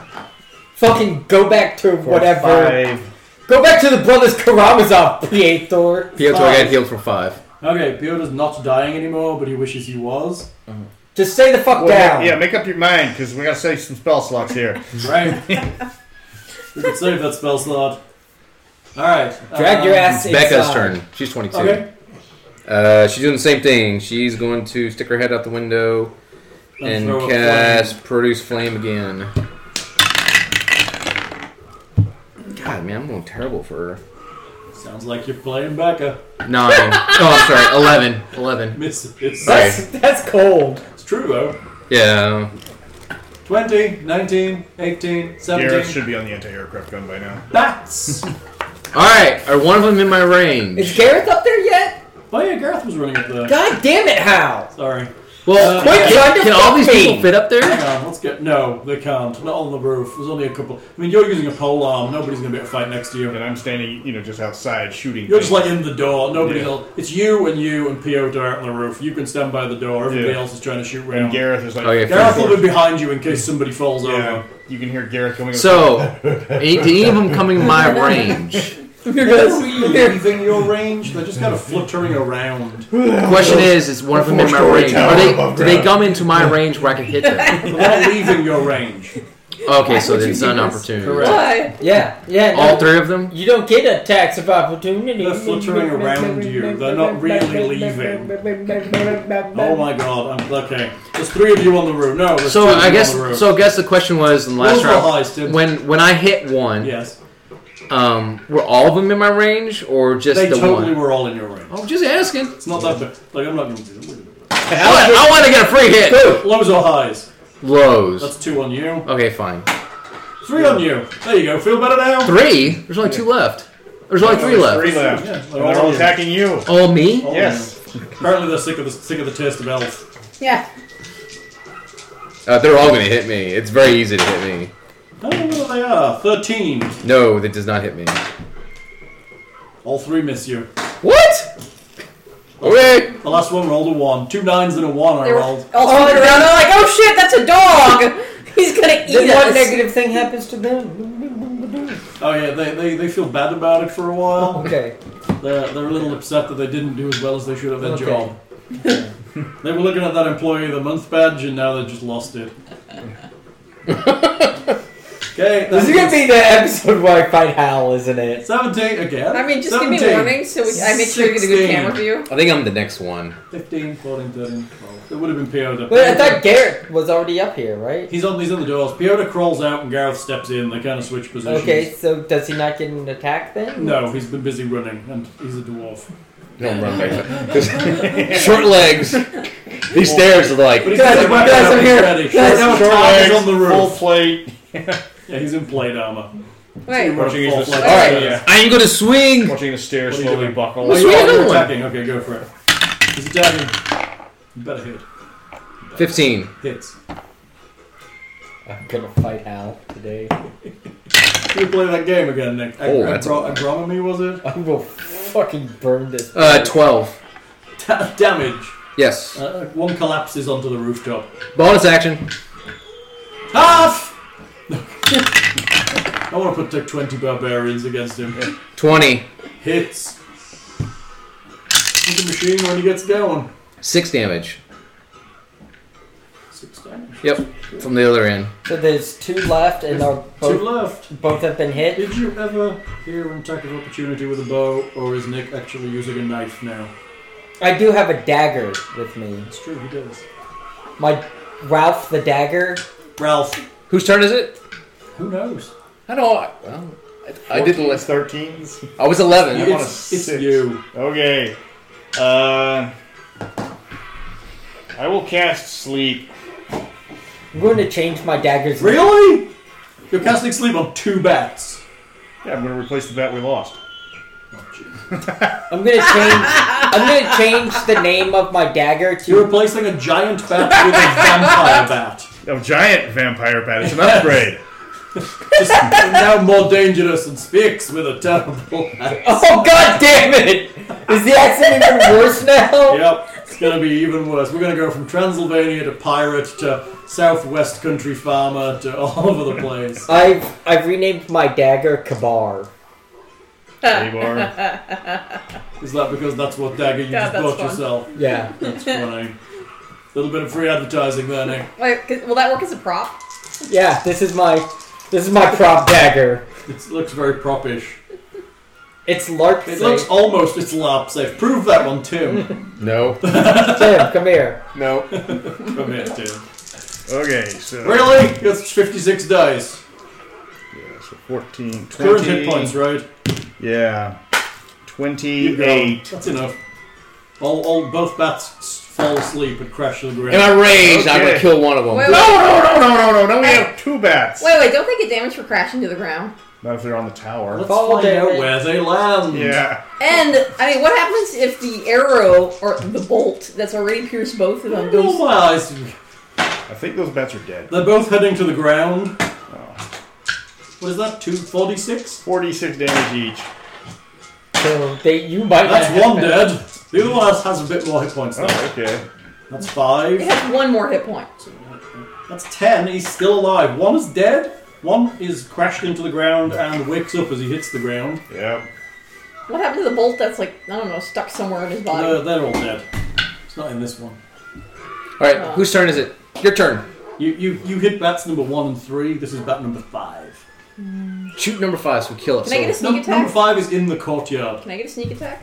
[SPEAKER 1] Fucking go back to
[SPEAKER 2] For
[SPEAKER 1] whatever.
[SPEAKER 2] Five.
[SPEAKER 1] Go back to the brothers Karamazov, Pietor.
[SPEAKER 5] Piotr got healed for 5.
[SPEAKER 3] Okay, Piotr's not dying anymore, but he wishes he was.
[SPEAKER 1] Just stay the fuck
[SPEAKER 2] Well,
[SPEAKER 1] down.
[SPEAKER 2] Yeah, make up your mind because we gotta save some spell slots here.
[SPEAKER 3] Right. we could save that spell slot. um, Alright.
[SPEAKER 1] Drag your ass
[SPEAKER 5] It's Um, Becca's
[SPEAKER 1] inside.
[SPEAKER 5] turn. She's 22.
[SPEAKER 3] Okay.
[SPEAKER 5] Uh, she's doing the same thing. She's going to stick her head out the window and,
[SPEAKER 3] throw a
[SPEAKER 5] cast Produce Flame again. God, man, I'm going terrible for
[SPEAKER 3] flame. Sounds like you're playing Becca.
[SPEAKER 5] her. 9. oh, I'm sorry. 11. 11.
[SPEAKER 3] Miss it's,
[SPEAKER 5] Sorry.
[SPEAKER 1] That's, that's cold.
[SPEAKER 3] it's true though.
[SPEAKER 5] Yeah.
[SPEAKER 3] 20, 19, 18,
[SPEAKER 2] Gareth
[SPEAKER 3] 17.
[SPEAKER 2] should be on the anti-aircraft gun by now.
[SPEAKER 3] Bats!
[SPEAKER 5] Alright, are one of them in my range?
[SPEAKER 1] Is Gareth up there yet?
[SPEAKER 3] oh yeah, Gareth was running up there.
[SPEAKER 1] God damn it, how?
[SPEAKER 3] Sorry.
[SPEAKER 5] Well,
[SPEAKER 3] Uh,
[SPEAKER 1] Quit trying to
[SPEAKER 5] can all
[SPEAKER 1] fuck
[SPEAKER 5] these
[SPEAKER 1] me.
[SPEAKER 5] people fit up there?
[SPEAKER 3] Hang on, let's get. No, they can't. Not on the roof. There's only a couple. I mean, you're using a pole arm. Nobody's going to be able to fight next to you.
[SPEAKER 2] And I'm standing, you know, just outside shooting.
[SPEAKER 3] You're
[SPEAKER 2] things.
[SPEAKER 3] just like in the door. Nobody
[SPEAKER 2] Yeah.
[SPEAKER 3] else. It's you and you and Piotr out on the roof. You can stand by the door. Everybody
[SPEAKER 2] Yeah.
[SPEAKER 3] else is trying to shoot
[SPEAKER 2] And
[SPEAKER 3] round.
[SPEAKER 2] Gareth is like.
[SPEAKER 5] Okay,
[SPEAKER 3] Gareth will be behind you in case somebody falls
[SPEAKER 2] Yeah,
[SPEAKER 3] over.
[SPEAKER 2] you can hear Gareth coming.
[SPEAKER 5] So, any, any of them coming in my range?
[SPEAKER 1] Here
[SPEAKER 3] They're
[SPEAKER 1] goes.
[SPEAKER 3] leaving your range. They're just kind of fluttering around. They're
[SPEAKER 5] Question is, is one of them in my range? Are they?
[SPEAKER 2] above
[SPEAKER 5] Do they
[SPEAKER 2] ground.
[SPEAKER 5] come into my range where I can hit them?
[SPEAKER 3] not leaving your range.
[SPEAKER 5] Okay, so
[SPEAKER 4] would
[SPEAKER 5] then it's
[SPEAKER 4] you do
[SPEAKER 5] an
[SPEAKER 4] this?
[SPEAKER 5] opportunity.
[SPEAKER 3] Correct.
[SPEAKER 4] Why?
[SPEAKER 1] Yeah, yeah. No.
[SPEAKER 5] All three of them?
[SPEAKER 1] You don't get a tax of opportunity.
[SPEAKER 3] They're fluttering around you. They're not really leaving. Oh my god. I'm, okay. There's three of you on the roof. No, there's
[SPEAKER 5] So
[SPEAKER 3] two of
[SPEAKER 5] I
[SPEAKER 3] you
[SPEAKER 5] guess.
[SPEAKER 3] on the roof.
[SPEAKER 5] So I guess the question was in the last
[SPEAKER 3] Those were
[SPEAKER 5] round.
[SPEAKER 3] highs, didn't-
[SPEAKER 5] When when I hit one,
[SPEAKER 3] Yes.
[SPEAKER 5] um, were all of them in my range or just
[SPEAKER 3] They
[SPEAKER 5] the
[SPEAKER 3] totally
[SPEAKER 5] one?
[SPEAKER 3] were all in your range.
[SPEAKER 5] Oh, just asking.
[SPEAKER 3] It's not that bad. Like, I'm not going to do that.
[SPEAKER 5] I want, I want to get a free hit.
[SPEAKER 3] Lows or highs?
[SPEAKER 5] Lows.
[SPEAKER 3] That's two on you.
[SPEAKER 5] Okay, fine.
[SPEAKER 3] Three on you. There you go. Feel better now?
[SPEAKER 5] Three. There's only two left. There's only three left.
[SPEAKER 2] Three left.
[SPEAKER 3] Yeah, they're
[SPEAKER 2] And they're
[SPEAKER 3] all
[SPEAKER 2] all
[SPEAKER 3] you.
[SPEAKER 2] attacking you.
[SPEAKER 5] All me.
[SPEAKER 3] All
[SPEAKER 2] Yes.
[SPEAKER 3] you. Apparently they're sick of the sick of the taste of elf.
[SPEAKER 4] Yeah.
[SPEAKER 5] Uh, they're all gonna hit me. It's very easy to hit me.
[SPEAKER 3] I don't know where they are. Thirteen.
[SPEAKER 5] No, that does not hit me.
[SPEAKER 3] All three miss you.
[SPEAKER 5] What? Okay.
[SPEAKER 3] The last one rolled a one. Two nines and a one I
[SPEAKER 4] They were all
[SPEAKER 3] rolled.
[SPEAKER 4] swimming around. They're like, oh shit, that's a dog. He's gonna eat
[SPEAKER 1] Then one
[SPEAKER 4] us.
[SPEAKER 1] negative thing happens to them.
[SPEAKER 3] Oh yeah, they, they, they feel bad about it for a while.
[SPEAKER 1] Okay.
[SPEAKER 3] They're, they're a little upset that they didn't do as well as they should at their
[SPEAKER 1] Okay.
[SPEAKER 3] job. they were looking at that employee of the month badge and now they just lost it. okay,
[SPEAKER 1] This is gonna be the episode where I fight Hal, isn't it?
[SPEAKER 3] seventeen again.
[SPEAKER 4] I mean, just give me
[SPEAKER 3] 17.
[SPEAKER 4] warning so we, I make sure you get a good
[SPEAKER 3] 16.
[SPEAKER 4] camera view.
[SPEAKER 5] I think I'm the next one.
[SPEAKER 3] 15, 14, 13, 12. It would have been Piotr.
[SPEAKER 1] Wait, I thought Gareth was already up here, right?
[SPEAKER 3] He's on, he's on the doors. Piotr crawls out and Gareth steps in. They kind of switch positions.
[SPEAKER 1] Okay, so does he not get an attack then?
[SPEAKER 3] No, he's been busy running and he's a dwarf.
[SPEAKER 5] Don't run back. Short legs. These stairs are like.
[SPEAKER 3] But he's
[SPEAKER 6] Guys,
[SPEAKER 3] got
[SPEAKER 6] guys,
[SPEAKER 3] weapons
[SPEAKER 6] I'm here.
[SPEAKER 3] ready.
[SPEAKER 6] Guys,
[SPEAKER 3] Short
[SPEAKER 6] I'm
[SPEAKER 2] Short
[SPEAKER 3] legs
[SPEAKER 2] legs,
[SPEAKER 3] on the
[SPEAKER 2] full
[SPEAKER 3] roof.
[SPEAKER 2] plate.
[SPEAKER 3] Yeah, he's in plate armor.
[SPEAKER 4] Right.
[SPEAKER 3] What a
[SPEAKER 2] Watching as
[SPEAKER 3] full
[SPEAKER 2] the-
[SPEAKER 3] fledged-
[SPEAKER 5] All right.
[SPEAKER 2] Yeah.
[SPEAKER 5] I'm gonna swing.
[SPEAKER 2] Watching the stair
[SPEAKER 3] What are you
[SPEAKER 2] slowly
[SPEAKER 3] doing?
[SPEAKER 2] buckle.
[SPEAKER 3] Oh,
[SPEAKER 5] Let's
[SPEAKER 3] you
[SPEAKER 5] swing
[SPEAKER 3] are
[SPEAKER 5] another one.
[SPEAKER 3] attacking. Okay, go for it. He's attacking. You better hit.
[SPEAKER 5] Fifteen.
[SPEAKER 3] Hits.
[SPEAKER 1] I'm gonna fight Hal today.
[SPEAKER 3] You play that game again, Nick. Ag-
[SPEAKER 5] Oh, that's
[SPEAKER 3] agro- agronomy was it?
[SPEAKER 1] I will fucking burn this.
[SPEAKER 5] Uh, twelve.
[SPEAKER 3] Da- damage.
[SPEAKER 5] Yes.
[SPEAKER 3] Uh, one collapses onto the rooftop.
[SPEAKER 5] Bonus action.
[SPEAKER 3] Half. I want to put like twenty barbarians against him.
[SPEAKER 5] Twenty.
[SPEAKER 3] Hits. Hit the machine when he gets going.
[SPEAKER 5] Six damage.
[SPEAKER 3] Six damage.
[SPEAKER 5] Yep. From the other end.
[SPEAKER 1] So there's two left, and are
[SPEAKER 3] Two
[SPEAKER 1] both,
[SPEAKER 3] left.
[SPEAKER 1] both have been hit.
[SPEAKER 3] Did you ever hear an attack of opportunity with a bow, or is Nick actually using a knife now?
[SPEAKER 1] I do have a dagger with me.
[SPEAKER 3] It's true, he does.
[SPEAKER 1] My Ralph the dagger.
[SPEAKER 3] Ralph,
[SPEAKER 5] Whose turn is it?
[SPEAKER 3] who knows?
[SPEAKER 5] I don't. I- Well, I, I did the list.
[SPEAKER 2] 13s.
[SPEAKER 5] I was eleven.
[SPEAKER 2] want a
[SPEAKER 3] It's, it's
[SPEAKER 2] six.
[SPEAKER 3] you.
[SPEAKER 2] Okay. Uh, I will cast sleep.
[SPEAKER 1] I'm going to change my daggers.
[SPEAKER 3] Really? You're casting sleep on two bats.
[SPEAKER 2] Yeah, I'm going to replace the bat we lost.
[SPEAKER 3] Oh, gee.
[SPEAKER 1] I'm gonna change. I'm gonna change the name of my dagger
[SPEAKER 3] You're
[SPEAKER 1] to.
[SPEAKER 3] replacing a giant bat with a vampire bat.
[SPEAKER 2] A Oh, giant vampire bat. It's an upgrade.
[SPEAKER 3] Just now more dangerous and speaks with a terrible accent.
[SPEAKER 1] Oh god damn it! Is the accent even worse now?
[SPEAKER 3] Yep, it's gonna be even worse. We're gonna go from Transylvania to pirate to southwest country farmer to all over the place.
[SPEAKER 1] I've I've renamed my dagger Kabar.
[SPEAKER 2] Abar.
[SPEAKER 3] Is that because that's what dagger you
[SPEAKER 4] God,
[SPEAKER 3] just bought
[SPEAKER 4] that's fun.
[SPEAKER 3] yourself?
[SPEAKER 1] Yeah.
[SPEAKER 3] That's funny. Little bit of free advertising there, Nick.
[SPEAKER 4] Wait, c- will that work as a prop?
[SPEAKER 1] Yeah, this is my this is my prop dagger.
[SPEAKER 3] It looks very propish.
[SPEAKER 1] It's larp.
[SPEAKER 3] It looks almost it's lap safe. Prove that one, Tim.
[SPEAKER 5] No.
[SPEAKER 1] Tim, come here.
[SPEAKER 5] No.
[SPEAKER 3] Come here, Tim.
[SPEAKER 2] Okay, so.
[SPEAKER 3] Really? That's 56 dice.
[SPEAKER 2] Yeah, so 14, 20.
[SPEAKER 3] Current hit points, right?
[SPEAKER 2] Yeah.
[SPEAKER 3] You go.
[SPEAKER 2] 28.
[SPEAKER 3] That's enough. All, all both bats s- fall asleep and crash to the ground.
[SPEAKER 5] In a rage, I'm gonna
[SPEAKER 2] Okay.
[SPEAKER 5] kill one of them.
[SPEAKER 4] Wait,
[SPEAKER 2] No,
[SPEAKER 4] wait,
[SPEAKER 2] no, no, no, no, no. Now we have two bats.
[SPEAKER 4] wait, wait, don't they get damage for crashing to the ground?
[SPEAKER 2] Not if they're on the tower.
[SPEAKER 3] Let's
[SPEAKER 1] Fall
[SPEAKER 3] find out
[SPEAKER 1] damage.
[SPEAKER 3] where they land.
[SPEAKER 2] Yeah.
[SPEAKER 4] And I mean, what happens if the arrow or the bolt that's already pierced both of them
[SPEAKER 3] Oh
[SPEAKER 4] goes?
[SPEAKER 3] my eyes.
[SPEAKER 2] I think those bats are dead.
[SPEAKER 3] They're both heading to the ground. What is that? 246?
[SPEAKER 2] 46 damage each.
[SPEAKER 1] So they you might.
[SPEAKER 3] That's
[SPEAKER 1] not have
[SPEAKER 3] one
[SPEAKER 1] that.
[SPEAKER 3] dead. The other one has, has a bit more hit points though.
[SPEAKER 2] Oh, okay.
[SPEAKER 3] That's
[SPEAKER 4] It
[SPEAKER 3] five.
[SPEAKER 4] has one more hit point.
[SPEAKER 3] That's ten. He's still alive. One is dead. One is crashed into the ground and wakes up as he hits the ground.
[SPEAKER 2] Yeah.
[SPEAKER 4] What happened to the bolt that's like I don't know, stuck somewhere in his body?
[SPEAKER 3] They're, they're all dead. It's not in this one.
[SPEAKER 5] All right. Whose turn is it? Your turn.
[SPEAKER 3] You, you, you hit bats number one and three. This is bat number five.
[SPEAKER 5] Shoot number five, so we kill it.
[SPEAKER 4] Can I get a
[SPEAKER 5] so-
[SPEAKER 4] sneak
[SPEAKER 3] Num- number
[SPEAKER 4] attack?
[SPEAKER 3] five is in the courtyard
[SPEAKER 4] Can I get a sneak attack?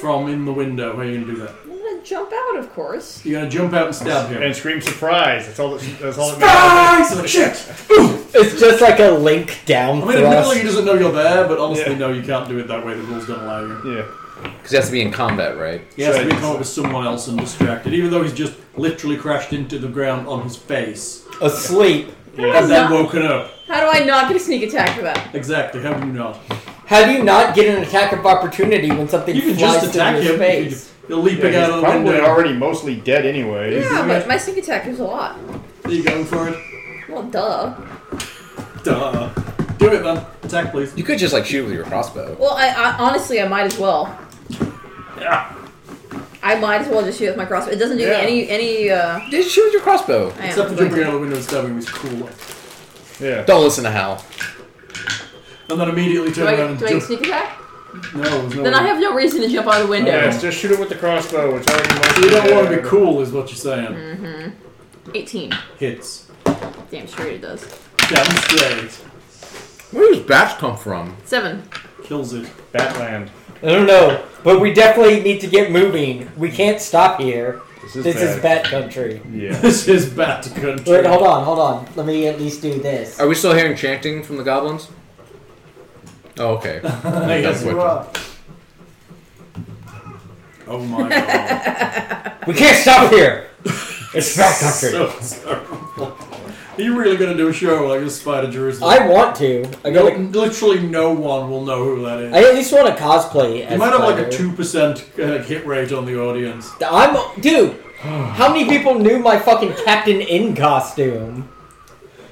[SPEAKER 3] from in the window. How are you going to do that?
[SPEAKER 4] I'm gonna jump out, of course.
[SPEAKER 3] You're going to jump out and stab him. Ah,
[SPEAKER 2] And scream surprise. That's all that, that's all that matters.
[SPEAKER 3] Surprise! He's like, shit!
[SPEAKER 1] It's just like a link down
[SPEAKER 3] I mean, admittedly, he
[SPEAKER 1] thrust.
[SPEAKER 3] doesn't know you're there, but honestly,
[SPEAKER 2] Yeah.
[SPEAKER 3] no, you can't do it that way. The rules don't allow you.
[SPEAKER 2] Yeah.
[SPEAKER 5] Because it has to be in combat, right?
[SPEAKER 3] He has to
[SPEAKER 2] Right.
[SPEAKER 3] be caught with someone else and distracted, even though he's just literally crashed into the ground on his face
[SPEAKER 1] Asleep.
[SPEAKER 3] and then
[SPEAKER 4] Not-
[SPEAKER 3] woken up.
[SPEAKER 4] How do I not get a sneak attack for that?
[SPEAKER 3] Exactly. How do you not?
[SPEAKER 1] How do you not get an attack of opportunity when something
[SPEAKER 3] You can
[SPEAKER 1] flies
[SPEAKER 3] just
[SPEAKER 1] through
[SPEAKER 3] attack
[SPEAKER 1] your
[SPEAKER 3] him.
[SPEAKER 1] face?
[SPEAKER 3] You're leaping
[SPEAKER 2] Yeah,
[SPEAKER 3] out
[SPEAKER 2] he's
[SPEAKER 3] of the
[SPEAKER 2] probably
[SPEAKER 3] window.
[SPEAKER 2] already mostly dead anyway.
[SPEAKER 4] Yeah, but my sneak attack is a lot.
[SPEAKER 3] Are you going for it?
[SPEAKER 4] Well, duh.
[SPEAKER 3] Duh. Do it, man. Attack, please.
[SPEAKER 5] You could just like shoot with your crossbow.
[SPEAKER 4] Well, I, I honestly, I might as well. I might as well just shoot with my crossbow. It doesn't do
[SPEAKER 2] Yeah.
[SPEAKER 4] me any any. Uh,
[SPEAKER 5] Did you shoot with your crossbow?
[SPEAKER 4] I am
[SPEAKER 3] Except for
[SPEAKER 4] going
[SPEAKER 3] jumping
[SPEAKER 4] to-
[SPEAKER 3] out of the window and stabbing him is cool.
[SPEAKER 2] Yeah.
[SPEAKER 5] Don't listen to Hal.
[SPEAKER 3] And then immediately
[SPEAKER 4] Do
[SPEAKER 3] turn
[SPEAKER 4] I,
[SPEAKER 3] around
[SPEAKER 4] get-
[SPEAKER 3] and
[SPEAKER 4] do I get
[SPEAKER 3] jump.
[SPEAKER 4] sneak attack?
[SPEAKER 3] No, there's no
[SPEAKER 4] Then
[SPEAKER 3] way.
[SPEAKER 4] I have no reason to jump out of the window.
[SPEAKER 2] Yes, just shoot it with the crossbow. It's already mostly
[SPEAKER 3] You don't want to
[SPEAKER 2] dead.
[SPEAKER 3] be cool, is what you're saying.
[SPEAKER 4] 18.
[SPEAKER 3] Hits.
[SPEAKER 4] Damn straight it does.
[SPEAKER 3] Damn straight.
[SPEAKER 5] Where does bats come from?
[SPEAKER 4] 7.
[SPEAKER 3] Kills it.
[SPEAKER 2] Batland.
[SPEAKER 1] I don't know, but we definitely need to get moving. We can't stop here.
[SPEAKER 2] This is
[SPEAKER 1] This
[SPEAKER 2] bad.
[SPEAKER 1] is bat country.
[SPEAKER 2] Yeah.
[SPEAKER 3] This is bad to country.
[SPEAKER 1] Wait, hold on, hold on. Let me at least do this.
[SPEAKER 5] Are we still hearing chanting from the goblins? Oh, okay.
[SPEAKER 3] Hey,
[SPEAKER 5] That's
[SPEAKER 3] yes, you
[SPEAKER 5] what-
[SPEAKER 3] are. Oh my god.
[SPEAKER 1] We can't stop here. It's Fat Country.
[SPEAKER 3] So terrible. Are you really going to do a show like this Spider Jerusalem?
[SPEAKER 1] I want to. I
[SPEAKER 3] No,
[SPEAKER 1] gotta.
[SPEAKER 3] literally no one will know who that is.
[SPEAKER 1] I at least want to cosplay.
[SPEAKER 3] you
[SPEAKER 1] as
[SPEAKER 3] might have like a
[SPEAKER 1] Spider.
[SPEAKER 3] two percent uh, hit rate on the audience.
[SPEAKER 1] I'm dude. How many people knew my fucking Captain In costume?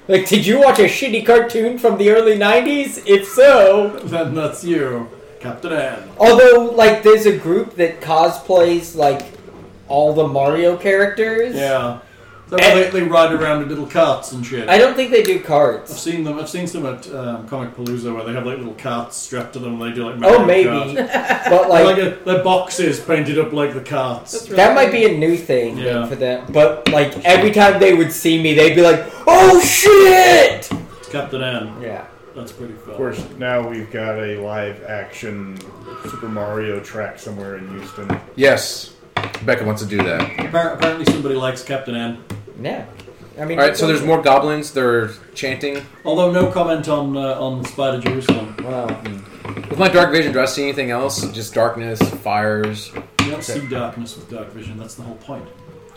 [SPEAKER 1] Like, did you watch a shitty cartoon from the early '90s? If so,
[SPEAKER 3] Then that's you, Captain N.
[SPEAKER 1] although like there's a group that cosplays like all the Mario characters.
[SPEAKER 3] Yeah. So
[SPEAKER 1] And-
[SPEAKER 3] they, they ride around in little carts and shit.
[SPEAKER 1] I don't think they do
[SPEAKER 3] I've
[SPEAKER 1] cards.
[SPEAKER 3] seen them. I've seen some at um, Comic Palooza where they have like little carts strapped to them. and They do like Mario
[SPEAKER 1] Oh, maybe,
[SPEAKER 3] Kart.
[SPEAKER 1] but
[SPEAKER 3] They're
[SPEAKER 1] like
[SPEAKER 3] like a, their boxes painted up like the carts.
[SPEAKER 4] That's really
[SPEAKER 1] that might be
[SPEAKER 4] funny.
[SPEAKER 1] a new thing
[SPEAKER 3] Yeah.
[SPEAKER 1] for them. But like every time they would see me, they'd be like, "Oh shit!"
[SPEAKER 3] It's Captain N.
[SPEAKER 1] Yeah.
[SPEAKER 3] That's pretty fun.
[SPEAKER 2] Of course, now we've got a live action Super Mario track somewhere in Houston.
[SPEAKER 5] Yes, Becca wants to do that.
[SPEAKER 3] Appar- Apparently, somebody likes Captain N.
[SPEAKER 1] Yeah. I
[SPEAKER 5] All
[SPEAKER 1] mean.
[SPEAKER 5] right, so there's more goblins. They're chanting.
[SPEAKER 3] Although no comment on uh, on Spider Jerusalem.
[SPEAKER 1] Wow.
[SPEAKER 5] With my dark vision, do I see anything else? Just darkness, fires.
[SPEAKER 3] You don't see darkness with dark vision. That's the whole point.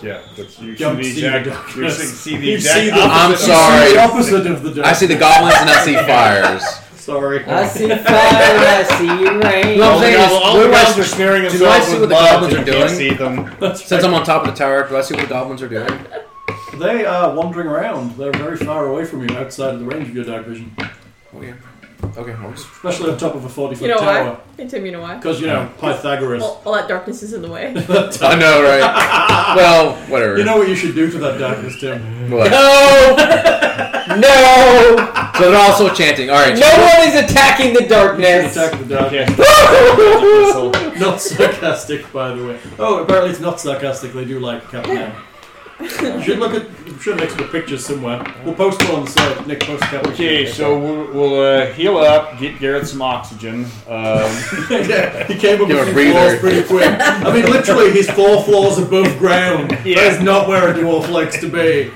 [SPEAKER 2] Yeah, that's you
[SPEAKER 3] don't
[SPEAKER 2] see
[SPEAKER 3] see
[SPEAKER 2] the
[SPEAKER 3] the
[SPEAKER 2] exact. You
[SPEAKER 3] darkness.
[SPEAKER 2] see, see the
[SPEAKER 3] You
[SPEAKER 2] exact.
[SPEAKER 3] see the-
[SPEAKER 5] I'm
[SPEAKER 2] opposite.
[SPEAKER 5] sorry.
[SPEAKER 3] You see the opposite of the dark.
[SPEAKER 5] I see the goblins and I see fires.
[SPEAKER 3] Sorry.
[SPEAKER 1] I see fire, I see rain.
[SPEAKER 5] No,
[SPEAKER 2] All the
[SPEAKER 5] I'm
[SPEAKER 2] goblins-
[SPEAKER 5] saying is,
[SPEAKER 2] all the
[SPEAKER 5] where do I
[SPEAKER 2] goblins
[SPEAKER 5] s-
[SPEAKER 2] are smearing
[SPEAKER 5] do I
[SPEAKER 2] themselves
[SPEAKER 5] see
[SPEAKER 2] with
[SPEAKER 5] what the
[SPEAKER 2] mud,
[SPEAKER 5] goblins
[SPEAKER 2] and
[SPEAKER 5] are
[SPEAKER 2] you can't
[SPEAKER 5] doing?
[SPEAKER 2] See them.
[SPEAKER 3] That's
[SPEAKER 5] Since
[SPEAKER 3] right.
[SPEAKER 5] I'm on top of the tower, do I see what the goblins are doing?
[SPEAKER 3] They are wandering around. They're very far away from you, outside of the range of your dark vision,
[SPEAKER 5] Oh, yeah. Okay, I'll just-
[SPEAKER 3] especially on top of a forty foot
[SPEAKER 4] You know
[SPEAKER 3] tower.
[SPEAKER 4] why? Hey, Tim, you know why?
[SPEAKER 3] Because you know Pythagoras.
[SPEAKER 4] All, all that darkness is in the way.
[SPEAKER 5] I know, right? well, whatever.
[SPEAKER 3] You know what you should do to that darkness, Tim?
[SPEAKER 5] What?
[SPEAKER 1] No! no!
[SPEAKER 5] So they're also chanting. All right.
[SPEAKER 1] No one is attacking the darkness!
[SPEAKER 3] Attack the darkness.
[SPEAKER 2] Yeah.
[SPEAKER 3] Not sarcastic, by the way. Oh, apparently it's not sarcastic. They do like Captain N. You should look at. I'm sure Nick's got pictures somewhere. We'll post one on the site. Nick posts Captain.
[SPEAKER 2] Okay, so we'll, we'll uh, heal up, get Garrett some oxygen. Um,
[SPEAKER 3] yeah, he came up
[SPEAKER 5] Give
[SPEAKER 3] with
[SPEAKER 5] a
[SPEAKER 3] a few
[SPEAKER 5] breather.
[SPEAKER 3] floors pretty quick. I mean, literally, he's four floors above ground. That is not where a dwarf likes to be.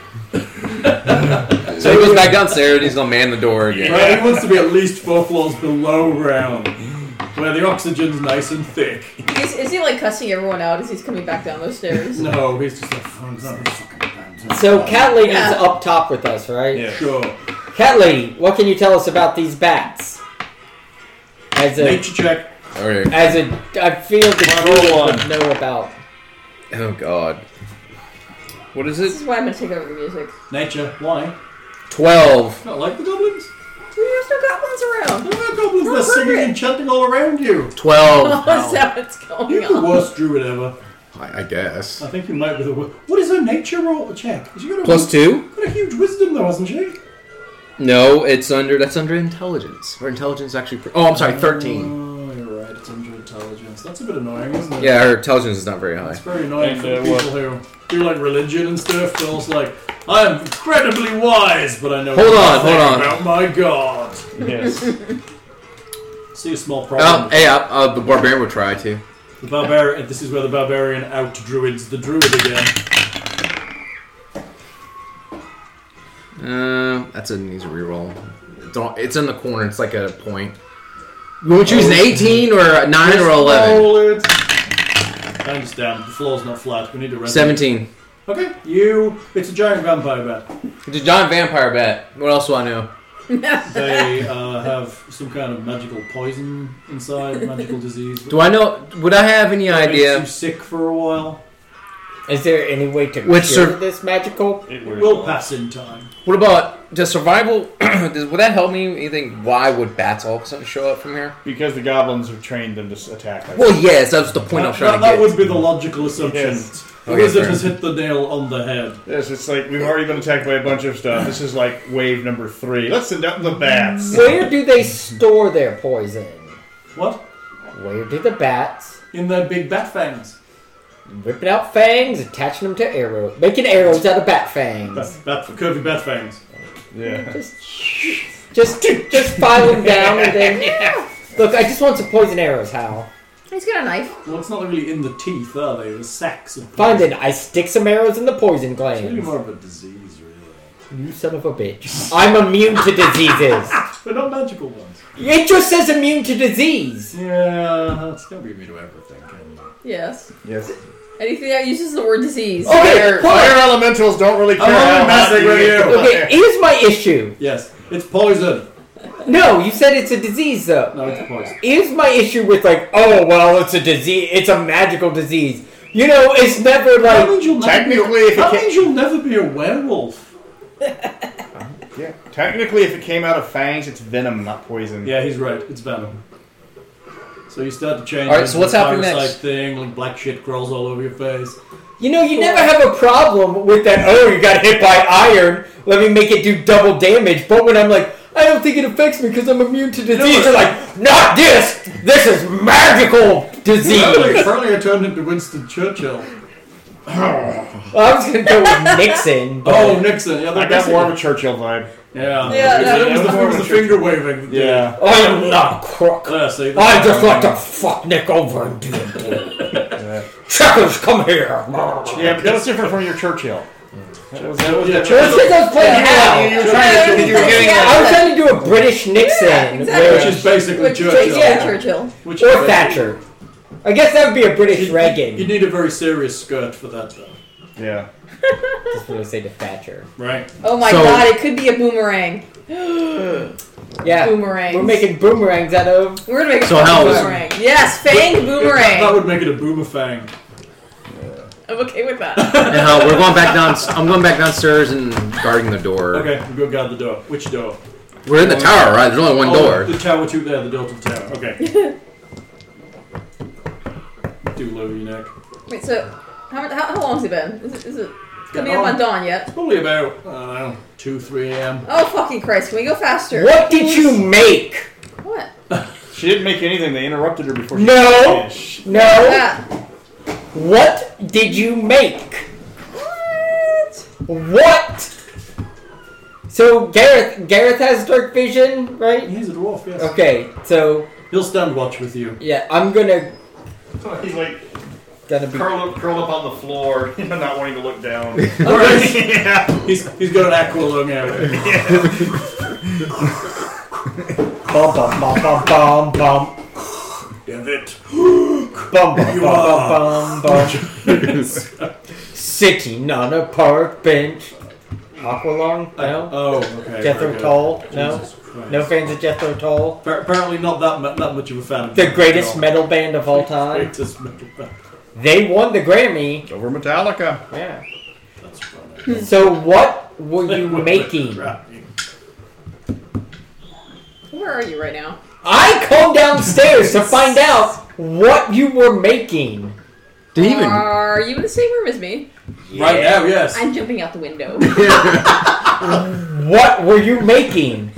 [SPEAKER 5] So he goes back downstairs and he's gonna man the door again.
[SPEAKER 3] Right? He wants to be at least four floors below ground, where the oxygen's nice and thick.
[SPEAKER 4] is, is he like cussing everyone out as he's coming back down those stairs?
[SPEAKER 3] No, he's just like, "Oh, it's not a fucking band."
[SPEAKER 1] So, Cat Lady's
[SPEAKER 4] Yeah.
[SPEAKER 1] up top with us, right?
[SPEAKER 2] Yeah.
[SPEAKER 3] Sure.
[SPEAKER 1] Cat Lady, what can you tell us about these bats? As a.
[SPEAKER 3] Nature check.
[SPEAKER 5] Okay.
[SPEAKER 1] As a. I feel the
[SPEAKER 2] Level
[SPEAKER 1] druid
[SPEAKER 2] one.
[SPEAKER 1] would know about.
[SPEAKER 5] Oh God. What is
[SPEAKER 4] This
[SPEAKER 5] it?
[SPEAKER 4] is why I'm gonna take over the music.
[SPEAKER 3] Nature. Why?
[SPEAKER 5] Twelve.
[SPEAKER 3] Not like the goblins.
[SPEAKER 4] There's no goblins around.
[SPEAKER 3] They're not goblins. They're
[SPEAKER 4] We're
[SPEAKER 3] singing
[SPEAKER 4] perfect.
[SPEAKER 3] and chanting all around you.
[SPEAKER 5] Twelve.
[SPEAKER 4] Oh, is that what's going
[SPEAKER 3] You're the
[SPEAKER 4] on?
[SPEAKER 3] worst druid ever.
[SPEAKER 5] I, I guess.
[SPEAKER 3] I think you might be the worst. What is her nature roll check? She got a
[SPEAKER 5] Plus two?
[SPEAKER 3] Got a huge wisdom though, hasn't she?
[SPEAKER 5] No, it's under. That's under intelligence. Her intelligence is actually. Pre- oh, I'm sorry. Thirteen.
[SPEAKER 3] Oh, you're right. It's under intelligence. That's a bit annoying, isn't it?
[SPEAKER 5] Yeah, her intelligence is not very high.
[SPEAKER 3] It's very annoying
[SPEAKER 2] And,
[SPEAKER 3] for the
[SPEAKER 2] uh,
[SPEAKER 3] people who do like religion and stuff. They're also like, I am incredibly wise, but I know
[SPEAKER 5] Hold on,
[SPEAKER 3] nothing
[SPEAKER 5] hold on.
[SPEAKER 3] about my god.
[SPEAKER 2] yes.
[SPEAKER 3] See a small
[SPEAKER 5] Oh,
[SPEAKER 3] problem.
[SPEAKER 5] hey, uh, uh, the barbarian will try to.
[SPEAKER 3] The barbarian. This is where the barbarian out druids the druid again.
[SPEAKER 5] Uh, that's an easy reroll. Don't. It's in the corner. It's like a point. You want to choose an eighteen or a nine or
[SPEAKER 3] Just
[SPEAKER 5] eleven?
[SPEAKER 3] roll it. I understand. The floor's not flat. We need to rest.
[SPEAKER 5] Seventeen.
[SPEAKER 3] Okay, you. It's a giant vampire bat.
[SPEAKER 5] It's a giant vampire bat. What else do I know?
[SPEAKER 3] They uh, have some kind of magical poison inside, magical disease.
[SPEAKER 5] Do I know? Would I have any
[SPEAKER 3] Makes you
[SPEAKER 5] idea?
[SPEAKER 3] sick for a while.
[SPEAKER 1] Is there any way to
[SPEAKER 5] Which
[SPEAKER 1] cure
[SPEAKER 5] sur-
[SPEAKER 1] this magical?
[SPEAKER 2] It
[SPEAKER 3] It
[SPEAKER 2] wears
[SPEAKER 3] will
[SPEAKER 2] off.
[SPEAKER 3] pass in time.
[SPEAKER 5] What about does survival? does, would that help me? Anything? Why would bats all of a sudden show up from here?
[SPEAKER 2] Because the goblins have trained them to s- attack. us.
[SPEAKER 5] Well, yes, that's the point I'm
[SPEAKER 3] That,
[SPEAKER 5] trying
[SPEAKER 3] that- that
[SPEAKER 5] to
[SPEAKER 3] would be the logical assumption.
[SPEAKER 2] Yes.
[SPEAKER 3] The
[SPEAKER 5] Okay,
[SPEAKER 3] wizard
[SPEAKER 5] fair.
[SPEAKER 3] has hit the nail on the head.
[SPEAKER 2] Yes, it's like we've already been attacked by a bunch of stuff. This is like wave number three. Let's send out the bats.
[SPEAKER 1] Where do they store their poison?
[SPEAKER 3] What?
[SPEAKER 1] Where do the bats?
[SPEAKER 3] In their big bat fangs.
[SPEAKER 1] Ripping out fangs, attaching them to arrows, making arrows out of bat fangs.
[SPEAKER 3] Bat, bat, curvy bat fangs.
[SPEAKER 2] Yeah.
[SPEAKER 1] Just, just file them down and then. Look, I just want some poison arrows, Hal.
[SPEAKER 4] He's got a knife.
[SPEAKER 3] Well, it's not really in the teeth, are they? The sacks. Of
[SPEAKER 1] Fine
[SPEAKER 3] poison.
[SPEAKER 1] then, I stick some arrows in the poison
[SPEAKER 3] It's really
[SPEAKER 1] glands.
[SPEAKER 3] more of a disease, really.
[SPEAKER 1] You son of a bitch. I'm immune to diseases.
[SPEAKER 3] But not magical ones.
[SPEAKER 1] It just says immune to disease.
[SPEAKER 3] Yeah, it's gonna be me to everything, can you?
[SPEAKER 4] Yes.
[SPEAKER 2] Yes.
[SPEAKER 4] Anything that uses the word disease.
[SPEAKER 1] Oh,
[SPEAKER 2] Fire,
[SPEAKER 1] hold on.
[SPEAKER 2] fire elementals don't really care
[SPEAKER 3] I'm only
[SPEAKER 2] how hot
[SPEAKER 3] messing
[SPEAKER 2] you
[SPEAKER 3] with
[SPEAKER 2] get
[SPEAKER 3] you.
[SPEAKER 1] Okay,
[SPEAKER 2] fire.
[SPEAKER 1] here's my issue.
[SPEAKER 3] Yes, it's poison.
[SPEAKER 1] No, you said it's a disease though.
[SPEAKER 3] No, it's poison.
[SPEAKER 1] Here's my issue with like, oh well, it's a disease. It's a magical disease. You know, it's never
[SPEAKER 3] That
[SPEAKER 1] like
[SPEAKER 3] means you'll never be
[SPEAKER 2] technically, if
[SPEAKER 3] a,
[SPEAKER 2] it
[SPEAKER 3] that
[SPEAKER 2] can't-
[SPEAKER 3] means you'll never be a werewolf.
[SPEAKER 2] Yeah. Technically, if it came out of fangs, it's venom, not poison.
[SPEAKER 3] Yeah, he's right. It's venom. So you start to change.
[SPEAKER 5] All right,
[SPEAKER 3] into
[SPEAKER 5] so what's
[SPEAKER 3] the
[SPEAKER 5] happening
[SPEAKER 3] parasite
[SPEAKER 5] next?
[SPEAKER 3] Thing like black shit crawls all over your face.
[SPEAKER 1] you know, you never have a problem with that. Oh, you got hit by iron. Let me make it do double damage. But when I'm like, I don't think it affects me because I'm immune to disease. You're like, not this. This is magical disease.
[SPEAKER 3] Earlier, I turned him to Winston Churchill.
[SPEAKER 1] I was gonna go with Nixon. But
[SPEAKER 3] Oh, Nixon. Yeah,
[SPEAKER 2] I got more of a Churchill vibe.
[SPEAKER 3] Yeah,
[SPEAKER 4] Yeah,
[SPEAKER 3] It was-
[SPEAKER 4] that-
[SPEAKER 3] it was, the, it was the finger waving. that did it.
[SPEAKER 1] I am Oh, not a crook.
[SPEAKER 3] Yeah, see,
[SPEAKER 1] I just like to fuck Nick over and do it. Checkers, come here.
[SPEAKER 2] Yeah, but that's different from your Churchill. That was, that was
[SPEAKER 3] Yeah,
[SPEAKER 2] the
[SPEAKER 1] Let's
[SPEAKER 2] Churchill.
[SPEAKER 1] get those playing
[SPEAKER 2] Yeah,
[SPEAKER 1] out.
[SPEAKER 2] you- you were trying to- you were getting
[SPEAKER 1] I was trying to do a British Nixon
[SPEAKER 4] Yeah, exactly.
[SPEAKER 1] where-
[SPEAKER 3] which is basically
[SPEAKER 4] Which
[SPEAKER 3] Churchill.
[SPEAKER 4] yeah, Churchill.
[SPEAKER 3] Which
[SPEAKER 1] or Thatcher. I guess that would be a British Reagan.
[SPEAKER 3] You need a very serious skirt for that, though.
[SPEAKER 2] Yeah.
[SPEAKER 1] That's what I say to Thatcher.
[SPEAKER 3] Right.
[SPEAKER 4] Oh my
[SPEAKER 6] So-
[SPEAKER 4] god, it could be a boomerang.
[SPEAKER 1] Yeah,
[SPEAKER 4] Boomerangs.
[SPEAKER 1] we're making boomerangs out of.
[SPEAKER 4] We're gonna make a
[SPEAKER 6] So
[SPEAKER 4] fucking
[SPEAKER 6] how is-
[SPEAKER 4] boomerang. Yes, fang
[SPEAKER 3] That, that
[SPEAKER 4] boomerang.
[SPEAKER 3] would make it a boomerfang.
[SPEAKER 4] I'm okay with that.
[SPEAKER 5] Anyhow, we're going back down. I'm going back downstairs and guarding the door.
[SPEAKER 3] Okay, we go guard the door. Which door?
[SPEAKER 5] We're in the tower, right? There's only one
[SPEAKER 3] Oh,
[SPEAKER 5] door.
[SPEAKER 3] The tower two there, the door to the tower. Okay. Do lower your neck.
[SPEAKER 4] Wait, so how, how, how long's it been? Is it, is it coming up
[SPEAKER 3] long.
[SPEAKER 4] on dawn yet?
[SPEAKER 3] Probably about, I don't know, 2, 3 a.m.
[SPEAKER 4] Oh fucking Christ! Can we go faster?
[SPEAKER 1] What did you make?
[SPEAKER 4] What?
[SPEAKER 2] She didn't make anything. They interrupted her before she
[SPEAKER 1] No.
[SPEAKER 2] finished.
[SPEAKER 1] No.
[SPEAKER 4] That.
[SPEAKER 1] What did you make?
[SPEAKER 4] What?
[SPEAKER 1] What? So Gareth, Gareth has dark vision, right?
[SPEAKER 3] He's a dwarf, yes.
[SPEAKER 1] Okay, so
[SPEAKER 3] He'll stand watch with you.
[SPEAKER 1] yeah, I'm gonna
[SPEAKER 2] He's like
[SPEAKER 1] gonna be.
[SPEAKER 2] curl up, curl up on the floor, not wanting to look down.
[SPEAKER 3] Alright.
[SPEAKER 2] yeah.
[SPEAKER 3] he's, he's got an aqua lung out.
[SPEAKER 1] Bum bum bum bum bum bum
[SPEAKER 3] Damn it.
[SPEAKER 1] bum bum
[SPEAKER 3] You
[SPEAKER 1] bum bum bum. Sitting on a park bench. Aqualung? No.
[SPEAKER 3] Oh, okay. very
[SPEAKER 1] Jethro
[SPEAKER 3] good.
[SPEAKER 1] Tull? No.
[SPEAKER 3] Jesus Christ.
[SPEAKER 1] No fans of Jethro Tull.
[SPEAKER 3] Appa- Apparently not that mu- that much of a fan. Of
[SPEAKER 1] The
[SPEAKER 3] Jethro
[SPEAKER 1] greatest
[SPEAKER 3] Tull.
[SPEAKER 1] metal band of all time.
[SPEAKER 3] Greatest metal band.
[SPEAKER 1] They won the Grammy.
[SPEAKER 2] Over Metallica.
[SPEAKER 1] Yeah.
[SPEAKER 3] That's funny.
[SPEAKER 1] So what were you making?
[SPEAKER 4] Where are you right now?
[SPEAKER 1] I come downstairs to find out what you were making.
[SPEAKER 5] Did he even?
[SPEAKER 4] Are you in the same room as me?
[SPEAKER 3] Right now, yes.
[SPEAKER 4] I'm jumping out the window.
[SPEAKER 1] What were you making?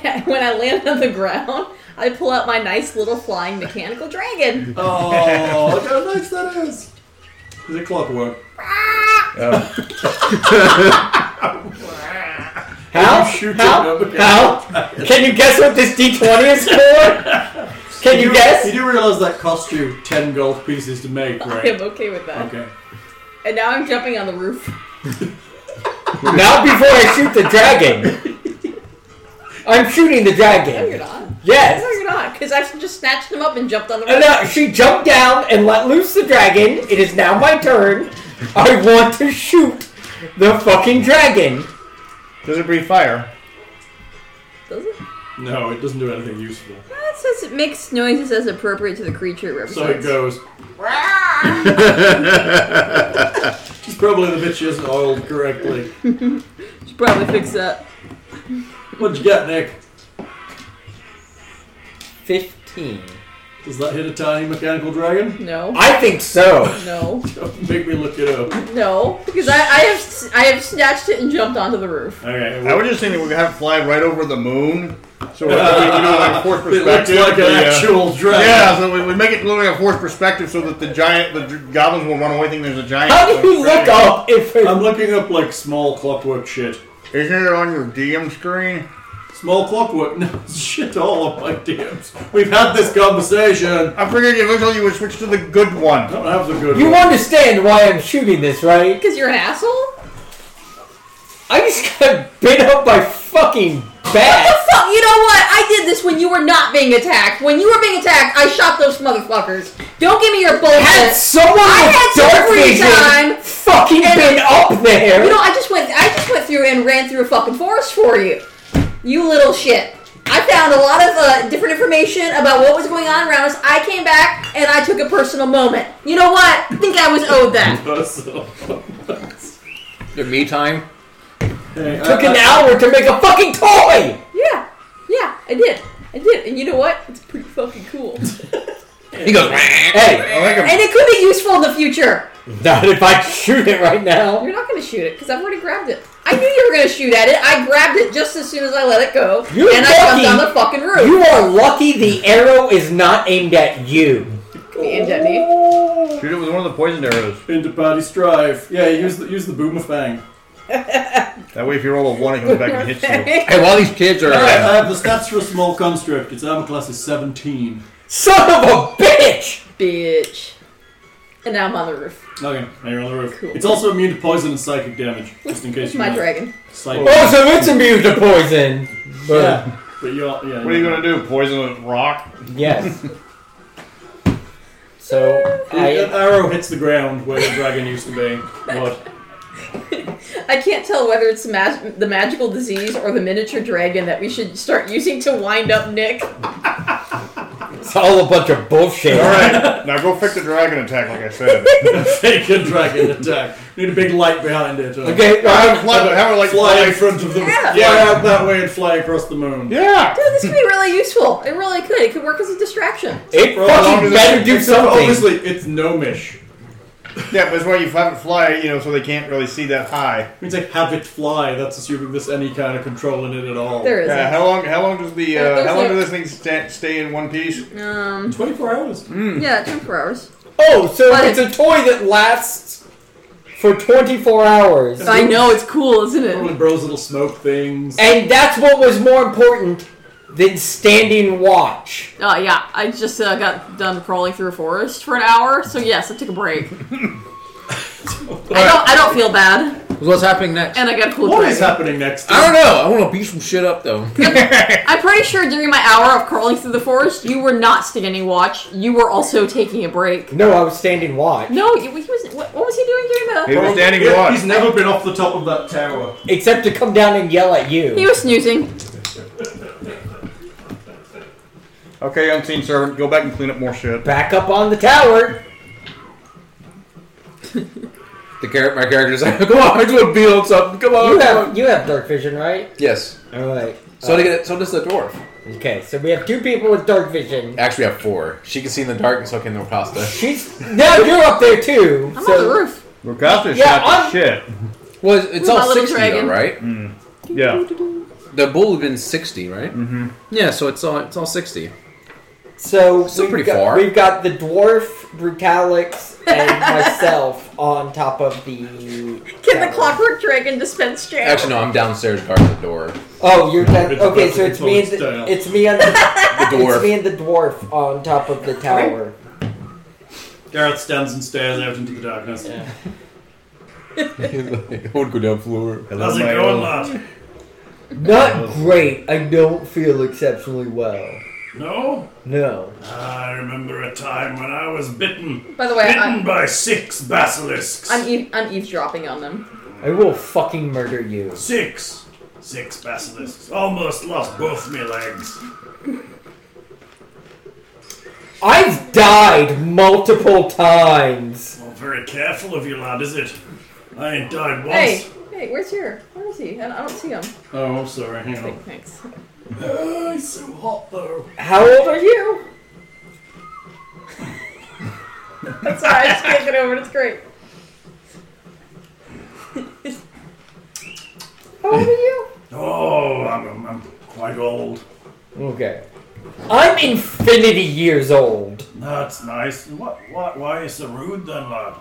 [SPEAKER 4] when I land on the ground, I pull out my nice little flying mechanical dragon.
[SPEAKER 3] Oh, look how nice that is. Is it clockwork?
[SPEAKER 1] How?
[SPEAKER 3] You shoot
[SPEAKER 1] How?
[SPEAKER 3] it.
[SPEAKER 1] How? Can you guess what this D20 is for? Can you
[SPEAKER 3] You
[SPEAKER 1] guess?
[SPEAKER 3] do realize that cost you 10 gold pieces to make,
[SPEAKER 4] I
[SPEAKER 3] right?
[SPEAKER 4] am okay with that.
[SPEAKER 3] Okay.
[SPEAKER 4] And now I'm jumping on the roof.
[SPEAKER 1] Now before I shoot the dragon. I'm shooting the
[SPEAKER 4] No, you're
[SPEAKER 1] dragon.
[SPEAKER 4] not. No,
[SPEAKER 1] Yes.
[SPEAKER 4] you're not. Because I just snatched him up and jumped on the
[SPEAKER 1] And
[SPEAKER 4] roof.
[SPEAKER 1] now she jumped down and let loose the dragon. It is now my turn. I want to shoot the fucking dragon.
[SPEAKER 2] Does it breathe fire?
[SPEAKER 4] Does it?
[SPEAKER 3] No, it doesn't do anything useful.
[SPEAKER 4] It says it makes noises as appropriate to the creature it
[SPEAKER 3] So it
[SPEAKER 4] represents.
[SPEAKER 3] goes. She's probably the bitch isn't oiled correctly.
[SPEAKER 4] Should probably fix that.
[SPEAKER 3] What'd you get, Nick?
[SPEAKER 1] 15.
[SPEAKER 3] Does that hit a tiny mechanical dragon?
[SPEAKER 4] No.
[SPEAKER 1] I think so.
[SPEAKER 4] No.
[SPEAKER 3] Make me look it up.
[SPEAKER 4] No. Because I, I have s- I have snatched it and jumped onto the roof.
[SPEAKER 3] Okay.
[SPEAKER 2] I would just think that we could have it fly right over the moon. So we're, you know, like force
[SPEAKER 3] it looks
[SPEAKER 2] perspective.
[SPEAKER 3] like an
[SPEAKER 2] the, uh,
[SPEAKER 3] actual dragon.
[SPEAKER 2] Yeah, so we, we make it look like a forced perspective so that the giant, the dr- goblins will run away thinking there's a giant.
[SPEAKER 1] How do you look
[SPEAKER 2] dragon.
[SPEAKER 1] up if it,
[SPEAKER 3] I'm looking up like small clockwork shit.
[SPEAKER 2] Isn't it on your DM screen?
[SPEAKER 3] Small clockwork? No, shit all of my DMs. We've had this conversation.
[SPEAKER 2] I figured it looked like you would switch to the good
[SPEAKER 3] I
[SPEAKER 2] one.
[SPEAKER 3] don't have the good
[SPEAKER 1] you
[SPEAKER 3] one.
[SPEAKER 1] understand why I'm shooting this, right?
[SPEAKER 4] Because you're an asshole?
[SPEAKER 1] I just got bit up by fucking
[SPEAKER 4] What
[SPEAKER 1] bad.
[SPEAKER 4] the fuck? You know what? I did this when you were not being attacked. When you were being attacked, I shot those motherfuckers. Don't give me your bullshit.
[SPEAKER 1] Had someone
[SPEAKER 4] I
[SPEAKER 1] with
[SPEAKER 4] had some
[SPEAKER 1] dark
[SPEAKER 4] free
[SPEAKER 1] vision
[SPEAKER 4] time,
[SPEAKER 1] fucking
[SPEAKER 4] and-
[SPEAKER 1] been up there.
[SPEAKER 4] You know, I just went. I just went through and ran through a fucking forest for you. You little shit. I found a lot of uh, different information about what was going on around us. I came back and I took a personal moment. You know what? I think I was owed that.
[SPEAKER 5] The me time.
[SPEAKER 1] Took an hour to make a fucking toy.
[SPEAKER 4] Yeah, yeah, I did. I did. And you know what? It's pretty fucking cool.
[SPEAKER 5] He goes.
[SPEAKER 1] Hey,
[SPEAKER 4] and it could be useful in the future.
[SPEAKER 1] not if I shoot it right now.
[SPEAKER 4] You're not gonna shoot it because I've already grabbed it. I knew you were gonna shoot at it. I grabbed it just as soon as I let it go,
[SPEAKER 1] You're
[SPEAKER 4] and I jumped
[SPEAKER 1] lucky.
[SPEAKER 4] on the fucking roof.
[SPEAKER 1] You are lucky the arrow is not aimed at you.
[SPEAKER 4] Damn, Jenny.
[SPEAKER 2] Shoot it with one of the poisoned arrows.
[SPEAKER 3] Into body strife. Yeah, use the use the boomerfang.
[SPEAKER 2] That way, if you roll a one, it comes back and hits you.
[SPEAKER 5] Hey, while these kids are.
[SPEAKER 3] All right, I
[SPEAKER 5] Uh,
[SPEAKER 3] have the stats for a small construct. Its armor class is 17.
[SPEAKER 1] Son of a bitch!
[SPEAKER 4] Bitch. And now I'm on the roof.
[SPEAKER 3] Okay, now you're on the roof.
[SPEAKER 4] Cool.
[SPEAKER 3] It's also immune to poison and psychic damage, just in case
[SPEAKER 4] It's
[SPEAKER 3] you
[SPEAKER 4] my
[SPEAKER 3] know.
[SPEAKER 4] dragon.
[SPEAKER 3] Psychic.
[SPEAKER 1] Oh, so it's immune to poison. But-
[SPEAKER 3] Yeah, but you're yeah.
[SPEAKER 2] What are you gonna do? Poison a rock?
[SPEAKER 1] Yes. so
[SPEAKER 3] An
[SPEAKER 1] I
[SPEAKER 3] arrow hits the ground where the dragon used to be. What?
[SPEAKER 4] I can't tell whether it's mag- the magical disease or the miniature dragon that we should start using to wind up Nick.
[SPEAKER 1] it's all a bunch of bullshit.
[SPEAKER 2] All right, now go pick the dragon attack, like I said.
[SPEAKER 3] Fake a dragon attack. You need a big light behind it. uh,
[SPEAKER 1] Okay,
[SPEAKER 2] Have it
[SPEAKER 1] um,
[SPEAKER 2] fly- have it like
[SPEAKER 3] Fly in
[SPEAKER 2] fly.
[SPEAKER 3] front of the
[SPEAKER 4] Yeah.
[SPEAKER 3] fly out that way and fly across the moon.
[SPEAKER 2] Yeah.
[SPEAKER 4] Dude, this could be really useful. It really could. It could work as a distraction.
[SPEAKER 1] it
[SPEAKER 3] For as long
[SPEAKER 1] fucking
[SPEAKER 3] as
[SPEAKER 1] better
[SPEAKER 3] it's-
[SPEAKER 1] do
[SPEAKER 3] except for
[SPEAKER 1] something.
[SPEAKER 3] Obviously, it's gnomish.
[SPEAKER 2] Yeah, but that's why you have it fly, you know, so they can't really see that high.
[SPEAKER 3] It means like have it fly. That's assuming there's any kind of control in it at all.
[SPEAKER 4] There
[SPEAKER 2] Yeah,
[SPEAKER 4] isn't.
[SPEAKER 2] Uh, how long? How long does the? Uh,
[SPEAKER 4] There's
[SPEAKER 2] how long
[SPEAKER 4] a-
[SPEAKER 2] does this thing sta stay in one piece?
[SPEAKER 4] Um,
[SPEAKER 3] 24 hours.
[SPEAKER 4] yeah, 24 hours.
[SPEAKER 1] Oh, so
[SPEAKER 4] But
[SPEAKER 1] it's a toy that lasts for 24 hours.
[SPEAKER 4] I know, it's cool, isn't it?
[SPEAKER 3] Probably bros little smoke things.
[SPEAKER 1] And that's what was more important than standing watch.
[SPEAKER 4] Oh, yeah. I just uh, got done crawling through a forest for an hour, so yes, I took a break. I don't, I don't feel bad,
[SPEAKER 5] uh, what's happening next?
[SPEAKER 4] and I got a cool
[SPEAKER 3] What
[SPEAKER 4] dragon.
[SPEAKER 3] is happening next?
[SPEAKER 5] I don't know. I want to beat some shit up though.
[SPEAKER 4] I'm pretty sure during my hour of crawling through the forest, you were not standing watch. You were also taking a break.
[SPEAKER 1] No, I was standing watch.
[SPEAKER 4] No, he he was. What, what was he doing during
[SPEAKER 2] He
[SPEAKER 4] the?
[SPEAKER 2] was standing
[SPEAKER 3] Yeah,
[SPEAKER 2] watch.
[SPEAKER 3] He's never been off the top of that tower.
[SPEAKER 1] Except to come down and yell at you.
[SPEAKER 4] He was snoozing.
[SPEAKER 2] Okay, unseen servant, go back and clean up more shit.
[SPEAKER 1] Back up on the tower.
[SPEAKER 5] The char- my character's like, come on, I just want to beat on something. Come on.
[SPEAKER 4] Oh.
[SPEAKER 1] You
[SPEAKER 5] come
[SPEAKER 1] have
[SPEAKER 5] on."
[SPEAKER 1] you have dark vision, right?
[SPEAKER 5] Yes.
[SPEAKER 1] All right. Uh,
[SPEAKER 5] So to get so does the dwarf.
[SPEAKER 1] Okay, so we have two people with dark vision.
[SPEAKER 5] Actually, we have four. She can see in the dark, and so can the pasta.
[SPEAKER 1] She's now you're up there too.
[SPEAKER 4] I'm
[SPEAKER 1] so
[SPEAKER 4] on the roof.
[SPEAKER 2] Rukasta's
[SPEAKER 1] Yeah,
[SPEAKER 2] shot
[SPEAKER 1] I'm-
[SPEAKER 2] the shit.
[SPEAKER 5] Well, it's- it's
[SPEAKER 4] Ooh, my
[SPEAKER 5] all
[SPEAKER 4] little
[SPEAKER 5] sixty
[SPEAKER 4] dragon.
[SPEAKER 5] though, right?
[SPEAKER 2] Yeah.
[SPEAKER 5] The bull would been sixty, right? Mm-hmm. Yeah, so it's all it's all sixty.
[SPEAKER 1] So
[SPEAKER 5] Still
[SPEAKER 1] we've
[SPEAKER 5] pretty
[SPEAKER 1] got,
[SPEAKER 5] far.
[SPEAKER 1] We've got the dwarf, Brutalix, and myself on top of the.
[SPEAKER 4] Can the
[SPEAKER 1] tower.
[SPEAKER 4] clockwork dragon dispense jam?
[SPEAKER 5] Actually, no, I'm downstairs, guarding the door. The
[SPEAKER 1] Oh, you're down.
[SPEAKER 3] it's a
[SPEAKER 1] Okay, so it's me. And
[SPEAKER 3] control
[SPEAKER 1] the,
[SPEAKER 3] style.
[SPEAKER 1] it's me on the. It's me
[SPEAKER 5] dwarf.
[SPEAKER 1] and the dwarf on top of the tower.
[SPEAKER 3] Gareth stands and stares out into the darkness.
[SPEAKER 5] I would go down floor.
[SPEAKER 2] Hello,
[SPEAKER 3] How's it
[SPEAKER 2] my
[SPEAKER 3] going,
[SPEAKER 2] old-
[SPEAKER 3] lad?
[SPEAKER 1] Not great. I don't feel exceptionally well.
[SPEAKER 3] No?
[SPEAKER 1] No.
[SPEAKER 3] I remember a time when I was bitten.
[SPEAKER 4] By the way, I'm,
[SPEAKER 3] by six basilisks.
[SPEAKER 4] I'm, eve- I'm eavesdropping on them.
[SPEAKER 1] I will fucking murder you.
[SPEAKER 3] Six. Six basilisks. Almost lost both my legs.
[SPEAKER 1] I've died multiple times.
[SPEAKER 3] Well, very careful of you, lad, is it? I ain't died once.
[SPEAKER 4] Hey, hey, where's your? Where is he? I don't, I don't see him.
[SPEAKER 3] Oh, I'm sorry. Hang
[SPEAKER 4] Wait, thanks.
[SPEAKER 3] Oh, it's so hot, though.
[SPEAKER 1] How old are you?
[SPEAKER 4] I'm sorry, I just can't get over it. It's great. How old are you?
[SPEAKER 3] Oh, I'm, I'm, I'm quite old.
[SPEAKER 1] Okay. I'm infinity years old.
[SPEAKER 3] That's nice. What, what, why are you so rude then, lad?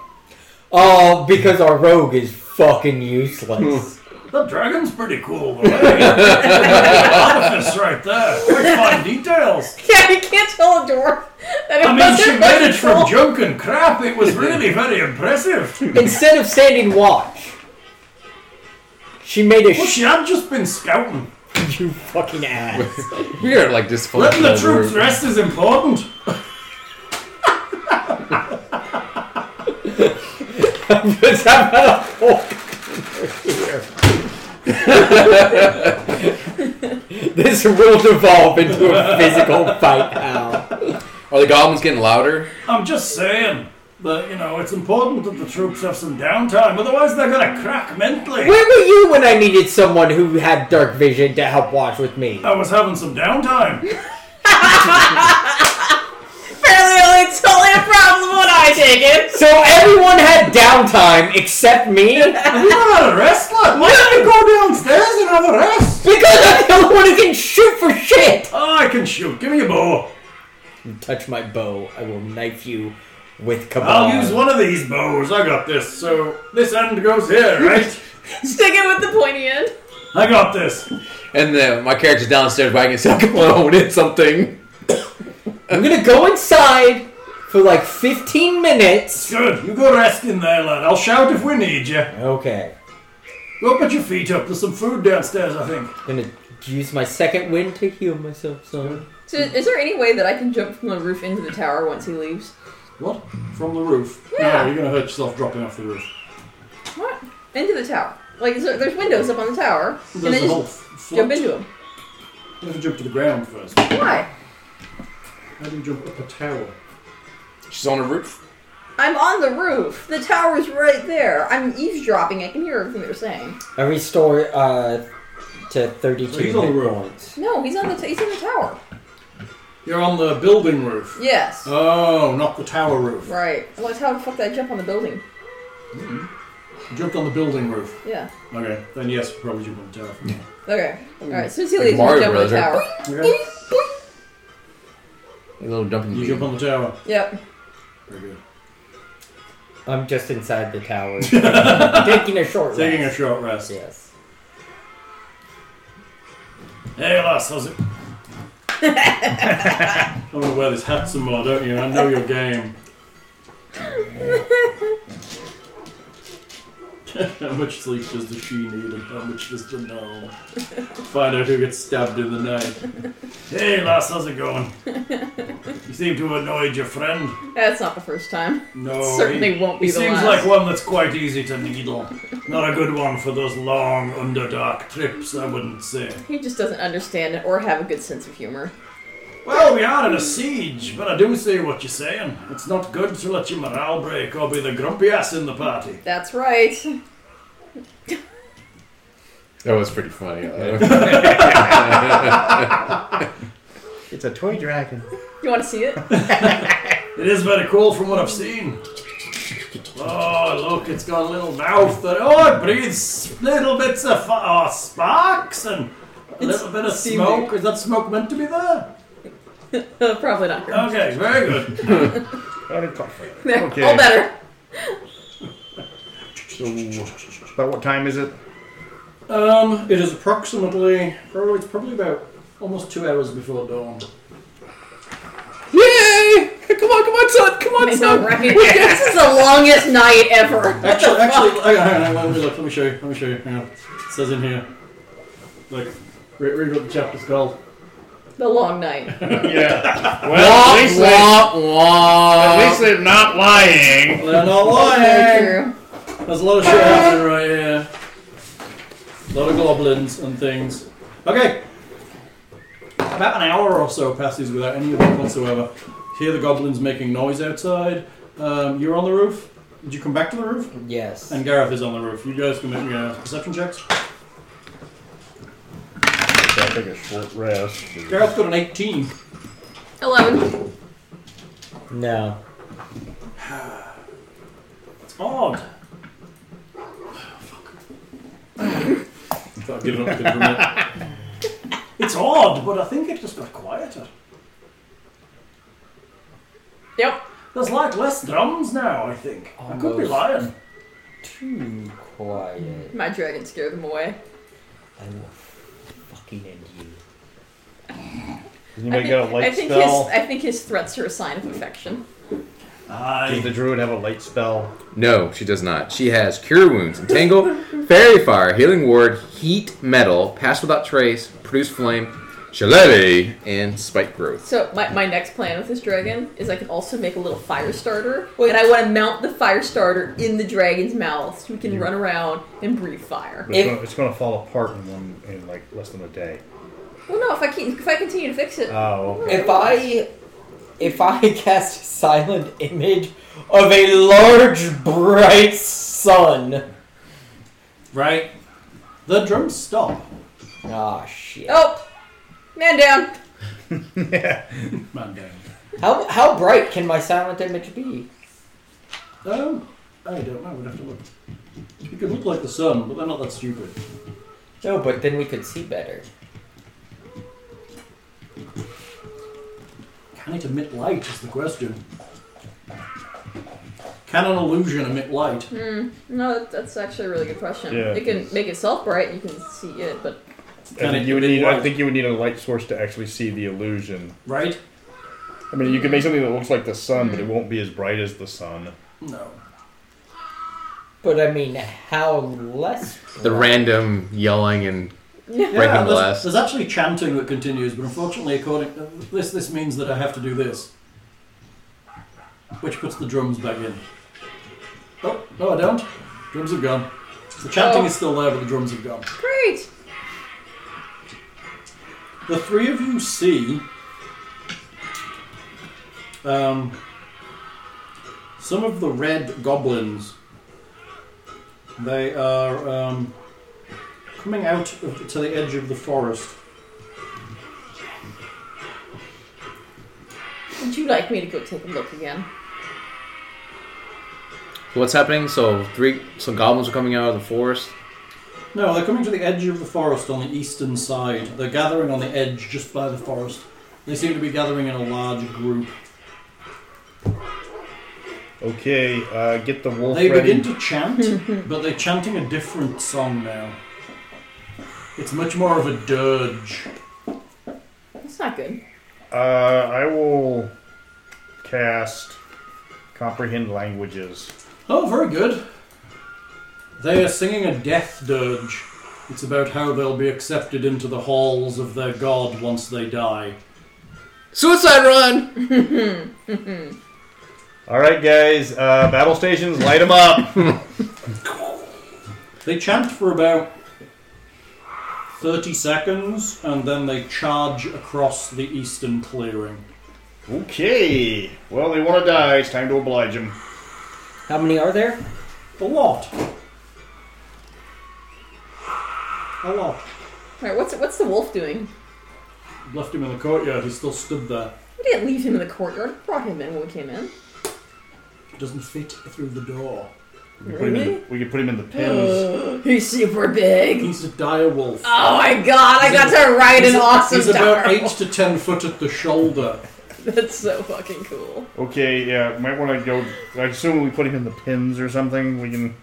[SPEAKER 1] Oh, because our rogue is fucking useless.
[SPEAKER 3] That dragon's pretty cool, though. eh? Artifice right there. Quite fine details.
[SPEAKER 4] Yeah, you can't tell a dwarf that it
[SPEAKER 3] I mean,
[SPEAKER 4] wasn't
[SPEAKER 3] she made it
[SPEAKER 4] magical.
[SPEAKER 3] from junk and crap. It was really very impressive.
[SPEAKER 1] Instead of standing watch, she made a
[SPEAKER 3] Well,
[SPEAKER 1] sh-
[SPEAKER 3] she had just been scouting.
[SPEAKER 1] you fucking ass.
[SPEAKER 5] We are like dysfunctional.
[SPEAKER 3] Letting the troops
[SPEAKER 5] We're-
[SPEAKER 3] rest is important.
[SPEAKER 1] Because I'm not a Hulk. this will devolve into a physical fight now.
[SPEAKER 5] Are the goblins getting louder?
[SPEAKER 3] I'm just saying that you know it's important that the troops have some downtime, otherwise they're gonna crack mentally.
[SPEAKER 1] Where were you when I needed someone who had dark vision to help watch with me?
[SPEAKER 3] I was having some downtime.
[SPEAKER 4] Apparently, it's only a problem when I take it.
[SPEAKER 1] So everyone had downtime except me? Because
[SPEAKER 3] You're not a wrestler. Why don't you go downstairs and have a rest?
[SPEAKER 1] I'm the only one who can shoot for shit!
[SPEAKER 3] Oh, I can shoot. Give me a bow.
[SPEAKER 1] Touch my bow, I will knife you with kabal.
[SPEAKER 3] I'll use one of these bows. I got this. So this end goes here, right?
[SPEAKER 4] Stick it with the pointy end.
[SPEAKER 3] I got this.
[SPEAKER 5] And then my character's downstairs wagging his tail. Come on, hit something.
[SPEAKER 1] I'm gonna go inside for like 15 minutes.
[SPEAKER 3] Good. You go rest in there, lad. I'll shout if we need you.
[SPEAKER 1] Okay.
[SPEAKER 3] Go put your feet up. There's some food downstairs, I think.
[SPEAKER 1] I'm gonna use my second wind to heal myself, son.
[SPEAKER 4] So, is there any way that I can jump from the roof into the tower once he leaves?
[SPEAKER 3] What? From the roof?
[SPEAKER 4] Yeah.
[SPEAKER 3] No, you're gonna hurt yourself dropping off the roof.
[SPEAKER 4] What? Into the tower. Like, is there, there's windows up on the tower. and
[SPEAKER 3] There's
[SPEAKER 4] then
[SPEAKER 3] a whole
[SPEAKER 4] just
[SPEAKER 3] f- float.
[SPEAKER 4] jump into them.
[SPEAKER 3] You have to jump to the ground first.
[SPEAKER 4] Why?
[SPEAKER 3] How do you jump up a tower?
[SPEAKER 5] She's on a roof.
[SPEAKER 4] I'm on the roof. The tower's right there. I'm eavesdropping. I can hear everything they're saying.
[SPEAKER 1] I restore uh, to 32
[SPEAKER 3] So he's on the
[SPEAKER 1] hit
[SPEAKER 3] road.
[SPEAKER 1] points.
[SPEAKER 4] No, he's on the t- he's in the tower.
[SPEAKER 3] You're on the building roof.
[SPEAKER 4] Yes.
[SPEAKER 3] Oh, not the tower roof.
[SPEAKER 4] Right. Well, that's how the fuck did I jump on the building?
[SPEAKER 3] You jumped on the building roof.
[SPEAKER 4] Yeah.
[SPEAKER 3] Okay, then yes, probably jump on the tower.
[SPEAKER 4] Okay.
[SPEAKER 3] Mm.
[SPEAKER 4] All right. As soon as he
[SPEAKER 5] Like
[SPEAKER 4] leaves,
[SPEAKER 5] Mario
[SPEAKER 4] we jump on the
[SPEAKER 5] Brothers,
[SPEAKER 4] tower.
[SPEAKER 3] Okay.
[SPEAKER 5] A little jumping.
[SPEAKER 3] You
[SPEAKER 5] bean.
[SPEAKER 3] jump on the tower.
[SPEAKER 4] Yep.
[SPEAKER 3] Very good.
[SPEAKER 1] I'm just inside the tower. taking a short
[SPEAKER 3] Taking a
[SPEAKER 1] rest.
[SPEAKER 3] short rest.
[SPEAKER 1] Yes.
[SPEAKER 3] Hey, lass, how's it? I'm gonna wear this hat some more, don't you? I know your game. how much sleep does the she need and how much does the no? Find out who gets stabbed in the night. Hey, lass, how's it going? You seem to have annoyed your friend.
[SPEAKER 4] That's not the first time.
[SPEAKER 3] No,
[SPEAKER 4] Certainly
[SPEAKER 3] Oh, he,
[SPEAKER 4] won't be
[SPEAKER 3] he
[SPEAKER 4] the
[SPEAKER 3] seems
[SPEAKER 4] last.
[SPEAKER 3] like one that's quite easy to needle. Not a good one for those long underdark trips, I wouldn't say.
[SPEAKER 4] He just doesn't understand it or have a good sense of humor.
[SPEAKER 3] Well, we are in a siege, but I do see what you're saying. It's not good to let your morale break or be the grumpy ass in the party.
[SPEAKER 4] That's right.
[SPEAKER 5] That was pretty funny.
[SPEAKER 6] It's a toy dragon.
[SPEAKER 4] You want to see it?
[SPEAKER 3] It is very cool from what I've seen. Oh, look, it's got a little mouth that. Oh, it breathes little bits of fu- oh, sparks and a little bit of
[SPEAKER 4] steaming.
[SPEAKER 3] smoke. Is that smoke meant to be there?
[SPEAKER 4] Uh, Probably not. Here.
[SPEAKER 3] Okay, very good.
[SPEAKER 4] There.
[SPEAKER 2] okay.
[SPEAKER 4] All better.
[SPEAKER 2] So, about what time is it?
[SPEAKER 3] Um, it is approximately. Probably, it's probably about almost two hours before dawn.
[SPEAKER 5] Yay! Come on, come on, son! Come on,
[SPEAKER 4] I
[SPEAKER 5] son!
[SPEAKER 4] know, right? this is the longest night ever.
[SPEAKER 3] Actually, actually, hang on, hang on, let me look. Let me show you. Let me show you. Hang on. It says in here. Look, read, read what the chapter's called.
[SPEAKER 4] The long night.
[SPEAKER 2] Yeah. Well, at least, they,
[SPEAKER 5] Wah, wah,
[SPEAKER 2] at
[SPEAKER 5] wah.
[SPEAKER 2] least they're not lying.
[SPEAKER 3] They're not lying.
[SPEAKER 4] Very true.
[SPEAKER 3] There's a lot of shit happening right here. A lot of goblins and things. Okay. About an hour or so passes without any event whatsoever. Hear the goblins making noise outside. Um, you're on the roof. Did you come back to the roof?
[SPEAKER 1] Yes.
[SPEAKER 3] And Gareth is on the roof. You guys can make me uh, perception checks.
[SPEAKER 2] So I take a short rest.
[SPEAKER 3] Gareth got an 18.
[SPEAKER 4] Eleven.
[SPEAKER 1] No.
[SPEAKER 3] It's odd. Fuck. Thought giving up the permit. It's odd, but I think it just got quieter.
[SPEAKER 4] Yep.
[SPEAKER 3] There's like less drums now, I think. I could be
[SPEAKER 1] Almost.
[SPEAKER 3] lying.
[SPEAKER 1] Too quiet.
[SPEAKER 4] My dragon scared them away.
[SPEAKER 1] I will fucking end you.
[SPEAKER 2] Can you
[SPEAKER 4] I
[SPEAKER 2] make
[SPEAKER 4] think,
[SPEAKER 2] out a light
[SPEAKER 4] I think
[SPEAKER 2] spell?
[SPEAKER 4] his I think his threats are a sign of affection.
[SPEAKER 2] Does
[SPEAKER 3] Aye.
[SPEAKER 2] the druid have a light spell?
[SPEAKER 5] No, she does not. She has Cure Wounds, Entangle, Fairy Fire, Healing Ward, Heat Metal, Pass Without Trace, produce flame, shillelagh, and spike growth.
[SPEAKER 4] So my, my next plan with this dragon is I can also make a little fire starter, and I want to mount the fire starter in the dragon's mouth so we can run around and breathe fire.
[SPEAKER 2] But it's,
[SPEAKER 1] If-
[SPEAKER 2] gonna, it's gonna fall apart in one in like less than a day.
[SPEAKER 4] Well, no, if I can, if I continue to fix it,
[SPEAKER 2] Oh, okay.
[SPEAKER 1] If I if I cast silent image of a large bright sun.
[SPEAKER 3] Right? The drums stop.
[SPEAKER 1] Ah shit.
[SPEAKER 4] oh, man down.
[SPEAKER 3] Man down.
[SPEAKER 1] How how bright can my silent image be?
[SPEAKER 3] Um, I don't know. We'd have to look. It could look like the sun, but they're not that stupid.
[SPEAKER 1] No, Oh, but then we could see better.
[SPEAKER 3] Can it emit light? Is the question. Can an illusion emit light?
[SPEAKER 4] No, that, that's actually a really good question.
[SPEAKER 2] Yeah.
[SPEAKER 4] It can make itself bright. You can see it, but
[SPEAKER 2] I
[SPEAKER 3] Can it
[SPEAKER 2] think you would
[SPEAKER 3] emit
[SPEAKER 2] need. I
[SPEAKER 3] light?
[SPEAKER 2] think you would need a light source to actually see the illusion.
[SPEAKER 3] Right?
[SPEAKER 2] I mean, you could make something that looks like the sun, but it won't be as bright as the sun.
[SPEAKER 3] No.
[SPEAKER 1] But I mean how less
[SPEAKER 5] The random yelling and
[SPEAKER 3] Yeah,
[SPEAKER 5] Breaking
[SPEAKER 3] there's,
[SPEAKER 5] glass.
[SPEAKER 3] there's actually chanting that continues, but unfortunately, according this this means that I have to do this, which puts the drums back in. Oh no, I don't. Drums have gone. The chanting
[SPEAKER 4] Oh.
[SPEAKER 3] is still there, but the drums have gone.
[SPEAKER 4] great.
[SPEAKER 3] The three of you see um, some of the red goblins. They are um, coming out of, to the edge of the forest.
[SPEAKER 4] Would you like me to go take a look again?
[SPEAKER 5] what's happening? So three, so goblins are coming out of the forest.
[SPEAKER 3] No, they're coming to the edge of the forest on the eastern side. They're gathering on the edge just by the forest. They seem to be gathering in a large group.
[SPEAKER 2] Okay, uh, get the wolf
[SPEAKER 3] They
[SPEAKER 2] ready.
[SPEAKER 3] begin to chant, but they're chanting a different song now. It's much more of a dirge.
[SPEAKER 4] That's not good.
[SPEAKER 2] uh, I will cast comprehend languages.
[SPEAKER 3] Oh, very good. They are singing a death dirge. It's about how they'll be accepted into the halls of their god once they die.
[SPEAKER 5] Suicide run!
[SPEAKER 2] All right, guys, uh, battle stations, light them up.
[SPEAKER 3] They chant for about 30 seconds and then they charge across the eastern clearing.
[SPEAKER 2] okay. Well, they want to die. It's time to oblige them.
[SPEAKER 1] how many are there?
[SPEAKER 3] A lot. A lot.
[SPEAKER 4] All right, what's what's the wolf doing?
[SPEAKER 3] Left him in the courtyard, he still stood there.
[SPEAKER 4] We didn't leave him in the courtyard. We Brought him in when we came in.
[SPEAKER 3] Doesn't fit through the door.
[SPEAKER 2] We put 'em in the- we can put him in the
[SPEAKER 3] Uh.
[SPEAKER 2] pins.
[SPEAKER 4] He's super big.
[SPEAKER 3] He's a dire wolf.
[SPEAKER 4] Oh my god! I got to ride
[SPEAKER 3] He's
[SPEAKER 4] an
[SPEAKER 3] a-
[SPEAKER 4] awesome
[SPEAKER 3] He's about
[SPEAKER 4] dire
[SPEAKER 3] eight
[SPEAKER 4] wolf.
[SPEAKER 3] to ten foot at the shoulder.
[SPEAKER 4] That's so fucking cool.
[SPEAKER 2] Okay, yeah, might want to go. I assume we put him in the pins or something. We can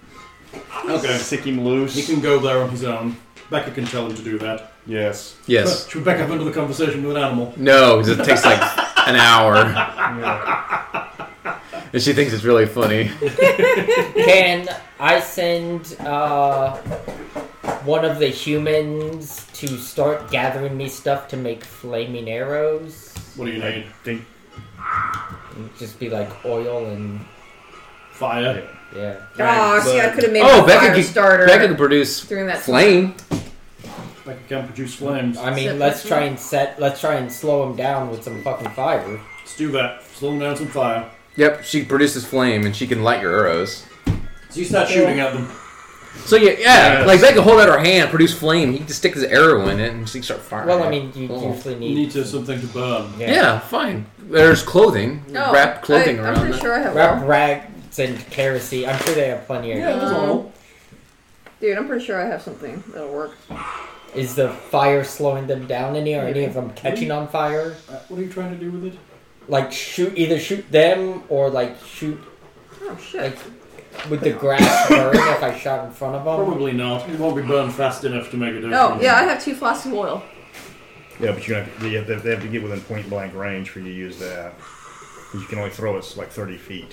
[SPEAKER 3] Okay.
[SPEAKER 2] sick him loose.
[SPEAKER 3] He can go there on his own. Becca can tell him to do that.
[SPEAKER 2] Yes.
[SPEAKER 5] Yes.
[SPEAKER 3] Should we back up into the conversation with an animal?
[SPEAKER 5] No, 'cause it takes like an hour, and she thinks it's really funny.
[SPEAKER 1] Can I send uh, one of the humans to start gathering me stuff to make flaming arrows?
[SPEAKER 3] What do you
[SPEAKER 2] I
[SPEAKER 3] need?
[SPEAKER 2] think.
[SPEAKER 1] And just be like oil and
[SPEAKER 3] Fire.
[SPEAKER 1] yeah.
[SPEAKER 4] Oh, see, I could have made
[SPEAKER 5] Oh,
[SPEAKER 4] a
[SPEAKER 5] Becca
[SPEAKER 4] fire
[SPEAKER 5] could,
[SPEAKER 4] starter
[SPEAKER 5] Becca could produce
[SPEAKER 4] during that
[SPEAKER 5] flame.
[SPEAKER 3] Becca can produce flames.
[SPEAKER 1] I
[SPEAKER 4] Set
[SPEAKER 1] mean, let's
[SPEAKER 4] this
[SPEAKER 1] try
[SPEAKER 4] one.
[SPEAKER 1] and set. Let's try and slow him down with some fucking fire.
[SPEAKER 3] Let's do that. Slow him down some fire.
[SPEAKER 5] Yep, she produces flame, and she can light your arrows.
[SPEAKER 3] So you start shooting at them.
[SPEAKER 5] So yeah, yeah,
[SPEAKER 2] Yes.
[SPEAKER 5] like they can hold out her hand, produce flame. He can stick his arrow in it, and she can start firing.
[SPEAKER 1] Well, I
[SPEAKER 5] it.
[SPEAKER 1] mean, you
[SPEAKER 5] Oh.
[SPEAKER 1] usually
[SPEAKER 3] You
[SPEAKER 1] need.
[SPEAKER 3] need to something to burn.
[SPEAKER 5] yeah. fine. There's clothing,
[SPEAKER 4] No,
[SPEAKER 5] wrap clothing
[SPEAKER 4] I,
[SPEAKER 5] around.
[SPEAKER 4] I'm pretty
[SPEAKER 5] it.
[SPEAKER 4] sure I have
[SPEAKER 1] Wrap
[SPEAKER 4] oil.
[SPEAKER 1] rags and kerosene. I'm sure they have plenty of.
[SPEAKER 3] Yeah, that's all.
[SPEAKER 4] Dude, I'm pretty sure I have something that'll work.
[SPEAKER 1] Is the fire slowing them down any? Or any of them catching on fire?
[SPEAKER 3] Uh, What are you trying to do with it?
[SPEAKER 1] Like shoot, either shoot them or like shoot
[SPEAKER 4] Oh shit.
[SPEAKER 1] like with the grass burn if I shot in front of them.
[SPEAKER 3] Probably not. It won't be burned fast enough to make a difference.
[SPEAKER 4] Oh yeah, I have two flasks of oil.
[SPEAKER 2] Yeah, but you have, they, have to, they have to get within point blank range for you to use that. 'Cause You can only throw it like 30 feet.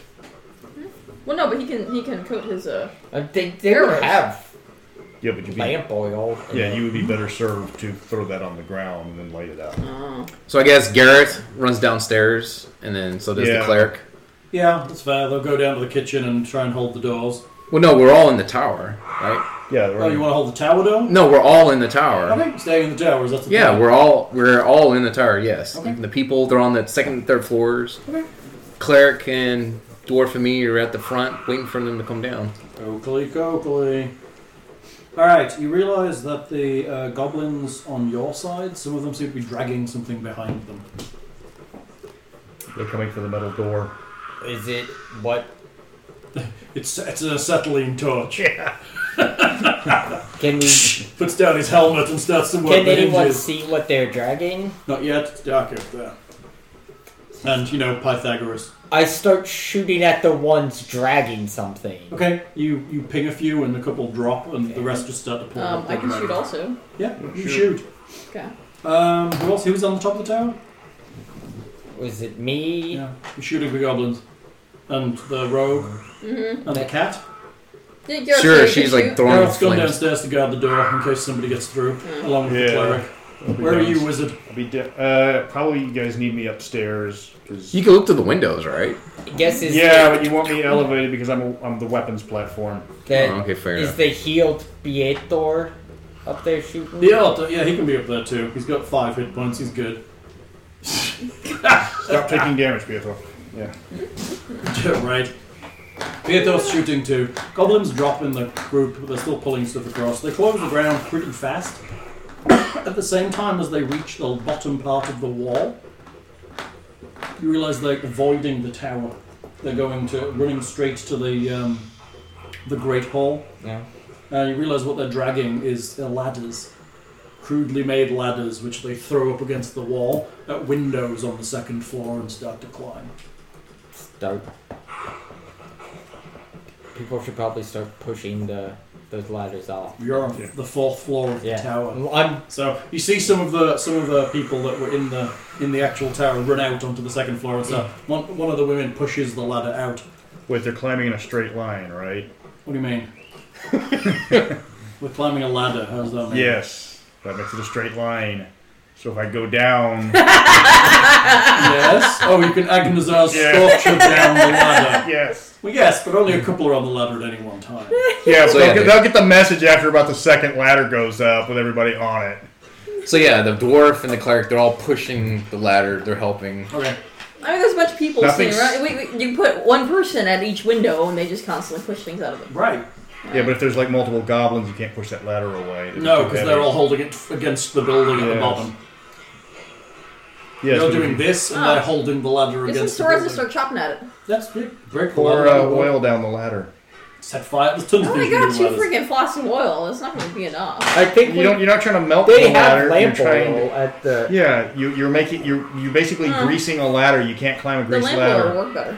[SPEAKER 4] Well, no, but he can he can coat his uh.
[SPEAKER 1] Uh, They, they would
[SPEAKER 4] Arrows.
[SPEAKER 1] have
[SPEAKER 2] Yeah, but you'd be,
[SPEAKER 6] lamp oil. and
[SPEAKER 2] yeah, you would be better served to throw that on the ground and then light it
[SPEAKER 3] Mm.
[SPEAKER 2] out.
[SPEAKER 5] So I guess Garrett runs downstairs, and then so does
[SPEAKER 2] Yeah.
[SPEAKER 5] the cleric.
[SPEAKER 3] Yeah, that's fair. They'll go down to the kitchen and try and hold the doors.
[SPEAKER 5] Well, no, we're all in the tower, right?
[SPEAKER 2] Yeah,
[SPEAKER 3] Oh, you want to hold the tower down?
[SPEAKER 5] No, we're all in the
[SPEAKER 3] I
[SPEAKER 5] tower.
[SPEAKER 3] think staying in the tower is that's the
[SPEAKER 5] Yeah,
[SPEAKER 3] plan.
[SPEAKER 5] we're all we're all in the tower. Yes,
[SPEAKER 3] Okay.
[SPEAKER 5] the people they're on the second, and third floors. Cleric and dwarf and me are at the front, waiting for them to come down.
[SPEAKER 3] Oakley, Oakley. All right, you realise that the uh, goblins on your side, some of them seem to be dragging something behind them.
[SPEAKER 2] they're coming for the metal door.
[SPEAKER 6] Is it what?
[SPEAKER 3] It's it's an acetylene torch.
[SPEAKER 6] Can we?
[SPEAKER 3] Puts down his helmet and starts to work
[SPEAKER 6] Can
[SPEAKER 3] the
[SPEAKER 6] anyone
[SPEAKER 3] hinges.
[SPEAKER 6] see what they're dragging?
[SPEAKER 3] Not yet. It's dark out there. And you know Pythagoras.
[SPEAKER 6] I start shooting at the ones dragging something.
[SPEAKER 3] Okay, you you ping a few and a couple drop, and the rest just start to pull.
[SPEAKER 4] Um, I can shoot also.
[SPEAKER 3] Yeah, you shoot.
[SPEAKER 4] Okay.
[SPEAKER 3] Um, who else? Who's on the top of the tower?
[SPEAKER 6] Was it me?
[SPEAKER 3] Yeah, you're shooting the goblins, and the rogue, and the cat.
[SPEAKER 4] Yeah, you're okay,
[SPEAKER 5] Sure,
[SPEAKER 4] you
[SPEAKER 5] she's
[SPEAKER 4] can
[SPEAKER 5] like
[SPEAKER 4] shoot.
[SPEAKER 5] throwing
[SPEAKER 3] Let's go
[SPEAKER 5] flames.
[SPEAKER 3] downstairs to guard the door in case somebody gets through, along with the
[SPEAKER 2] Yeah.
[SPEAKER 3] cleric. Where are you, wizard?
[SPEAKER 2] I'll be da- uh, probably you guys need me upstairs. 'cause-
[SPEAKER 5] You can look through the windows, right?
[SPEAKER 6] Guess is
[SPEAKER 2] yeah, but you want me elevated because I'm, a, I'm the weapons platform.
[SPEAKER 6] the,
[SPEAKER 5] Oh, okay, fair
[SPEAKER 6] is
[SPEAKER 5] enough.
[SPEAKER 6] the healed Beator up there shooting?
[SPEAKER 3] Yeah, I'll t- yeah, he can be up there too. He's got five hit points. He's good.
[SPEAKER 2] Stop taking damage, Pietro. Yeah.
[SPEAKER 3] Yeah, right. Beatos shooting too. Goblins drop in the group, but they're still pulling stuff across. They close the ground pretty fast. At the same time as they reach the bottom part of the wall, you realise they're avoiding the tower. They're going to running straight to the um, the great hall.
[SPEAKER 6] Yeah.
[SPEAKER 3] And you realise what they're dragging is uh, ladders, crudely made ladders, which they throw up against the wall at windows on the second floor and start to climb.
[SPEAKER 6] Start. People should probably start pushing the those ladders off.
[SPEAKER 3] You're on the fourth floor of the
[SPEAKER 6] Yeah.
[SPEAKER 3] tower.
[SPEAKER 6] I'm
[SPEAKER 3] So you see some of the some of the people that were in the in the actual tower run out onto the second floor and stuff. One one of the women pushes the ladder out.
[SPEAKER 2] Wait, they're climbing in a straight line, right?
[SPEAKER 3] What do you mean? We're climbing a ladder. How's
[SPEAKER 5] Oh,
[SPEAKER 3] that? Mean?
[SPEAKER 2] Yes. That makes it a straight line. So if I go down,
[SPEAKER 3] Yes. Oh, you can Agnazar
[SPEAKER 2] Yeah.
[SPEAKER 3] sculpture down the ladder.
[SPEAKER 2] yes.
[SPEAKER 3] Well, yes, but only a couple are on the ladder at any one time.
[SPEAKER 2] Yeah,
[SPEAKER 5] So,
[SPEAKER 2] they'll,
[SPEAKER 5] yeah,
[SPEAKER 2] get,
[SPEAKER 5] they-
[SPEAKER 2] they'll get the message after about the second ladder goes up with everybody on it.
[SPEAKER 5] So yeah, the dwarf and the cleric they're all pushing the ladder. They're helping.
[SPEAKER 3] Okay.
[SPEAKER 4] I mean, there's a bunch of people
[SPEAKER 2] Nothing's-
[SPEAKER 4] sitting around. We, we, you put one person at each window, and they just constantly push things out of them.
[SPEAKER 3] Right.
[SPEAKER 2] Yeah, but if there's like multiple goblins, you can't push that ladder away. It's
[SPEAKER 3] No,
[SPEAKER 2] too
[SPEAKER 3] because
[SPEAKER 2] heavy.
[SPEAKER 3] they're all holding it against the building at the
[SPEAKER 2] Yes.
[SPEAKER 3] bottom.
[SPEAKER 2] Yes,
[SPEAKER 3] they're
[SPEAKER 2] we
[SPEAKER 3] doing
[SPEAKER 2] can
[SPEAKER 3] this, and
[SPEAKER 4] Ah.
[SPEAKER 3] they're holding the ladder
[SPEAKER 4] Get some
[SPEAKER 3] against the
[SPEAKER 4] swords
[SPEAKER 3] building.
[SPEAKER 4] and start chopping at it.
[SPEAKER 3] That's big. Break the
[SPEAKER 2] pour
[SPEAKER 3] ladder.
[SPEAKER 2] uh, oil down the ladder.
[SPEAKER 3] Set fire. There's tons
[SPEAKER 4] Oh
[SPEAKER 3] of
[SPEAKER 4] my
[SPEAKER 3] things you
[SPEAKER 4] god,
[SPEAKER 3] can do
[SPEAKER 4] two
[SPEAKER 3] with ladders.
[SPEAKER 4] freaking flasks of oil. That's not going to be enough.
[SPEAKER 6] I think
[SPEAKER 2] You don't. You're not trying to melt
[SPEAKER 6] they
[SPEAKER 2] the
[SPEAKER 6] have
[SPEAKER 2] ladder.
[SPEAKER 6] lamp
[SPEAKER 2] you're trying
[SPEAKER 6] oil at the.
[SPEAKER 2] To, yeah, you, you're making you're you basically greasing a ladder. You can't climb a
[SPEAKER 4] The
[SPEAKER 2] greased
[SPEAKER 4] lamp oil will
[SPEAKER 2] ladder.
[SPEAKER 4] work better.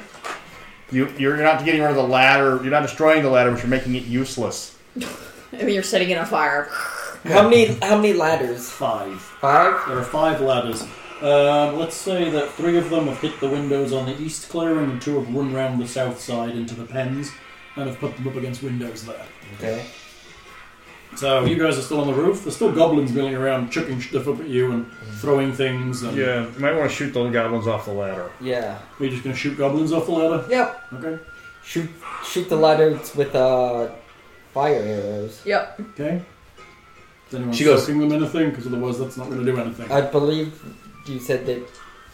[SPEAKER 2] You, you're not getting rid of the ladder. You're not destroying the ladder, but you're making it useless.
[SPEAKER 4] I mean, you're setting it on fire.
[SPEAKER 6] How many? How many ladders?
[SPEAKER 3] Five.
[SPEAKER 6] Five.
[SPEAKER 3] There are five ladders. Um, let's say that three of them have hit the windows on the east clearing, and two have run round the south side into the pens, and have put them up against windows there.
[SPEAKER 6] Okay.
[SPEAKER 3] So you guys are still on the roof. There's still goblins milling around, chucking stuff up at you and throwing things. And
[SPEAKER 2] Yeah, you might want to shoot those goblins off the ladder.
[SPEAKER 6] Yeah.
[SPEAKER 3] We're just gonna shoot goblins off the ladder.
[SPEAKER 6] Yep.
[SPEAKER 3] Okay.
[SPEAKER 6] Shoot. Shoot the ladders with uh, fire arrows.
[SPEAKER 4] Yep.
[SPEAKER 3] Okay. Is anyone
[SPEAKER 5] She goes- Uh,
[SPEAKER 3] soaking them anything? Because otherwise, that's not gonna do anything.
[SPEAKER 6] I believe you said that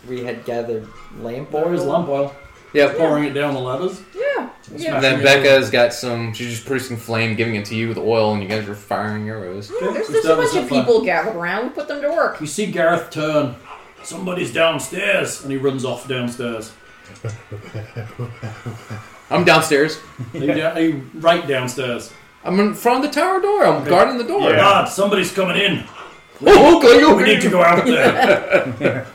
[SPEAKER 6] we had gathered lamp oil.
[SPEAKER 3] There is lamp oil.
[SPEAKER 5] Yep.
[SPEAKER 3] Pouring it down the ladders.
[SPEAKER 4] Yeah. Yeah.
[SPEAKER 5] And then Becca's got some. She's just producing flame, giving it to you with oil, and you guys are firing arrows.
[SPEAKER 4] Yeah, There's,
[SPEAKER 3] we
[SPEAKER 4] there's a
[SPEAKER 3] start with
[SPEAKER 4] bunch
[SPEAKER 3] that
[SPEAKER 4] of
[SPEAKER 3] fire.
[SPEAKER 4] people gathered around. We put them to work.
[SPEAKER 3] You see Gareth turn. Somebody's downstairs, and he runs off downstairs.
[SPEAKER 5] I'm downstairs.
[SPEAKER 3] Are you, da- are you right downstairs?
[SPEAKER 5] I'm in front of the tower door. I'm guarding the door.
[SPEAKER 2] Yeah.
[SPEAKER 3] God, somebody's coming in.
[SPEAKER 5] Oh, okay,
[SPEAKER 3] We
[SPEAKER 5] okay.
[SPEAKER 3] need to go out there.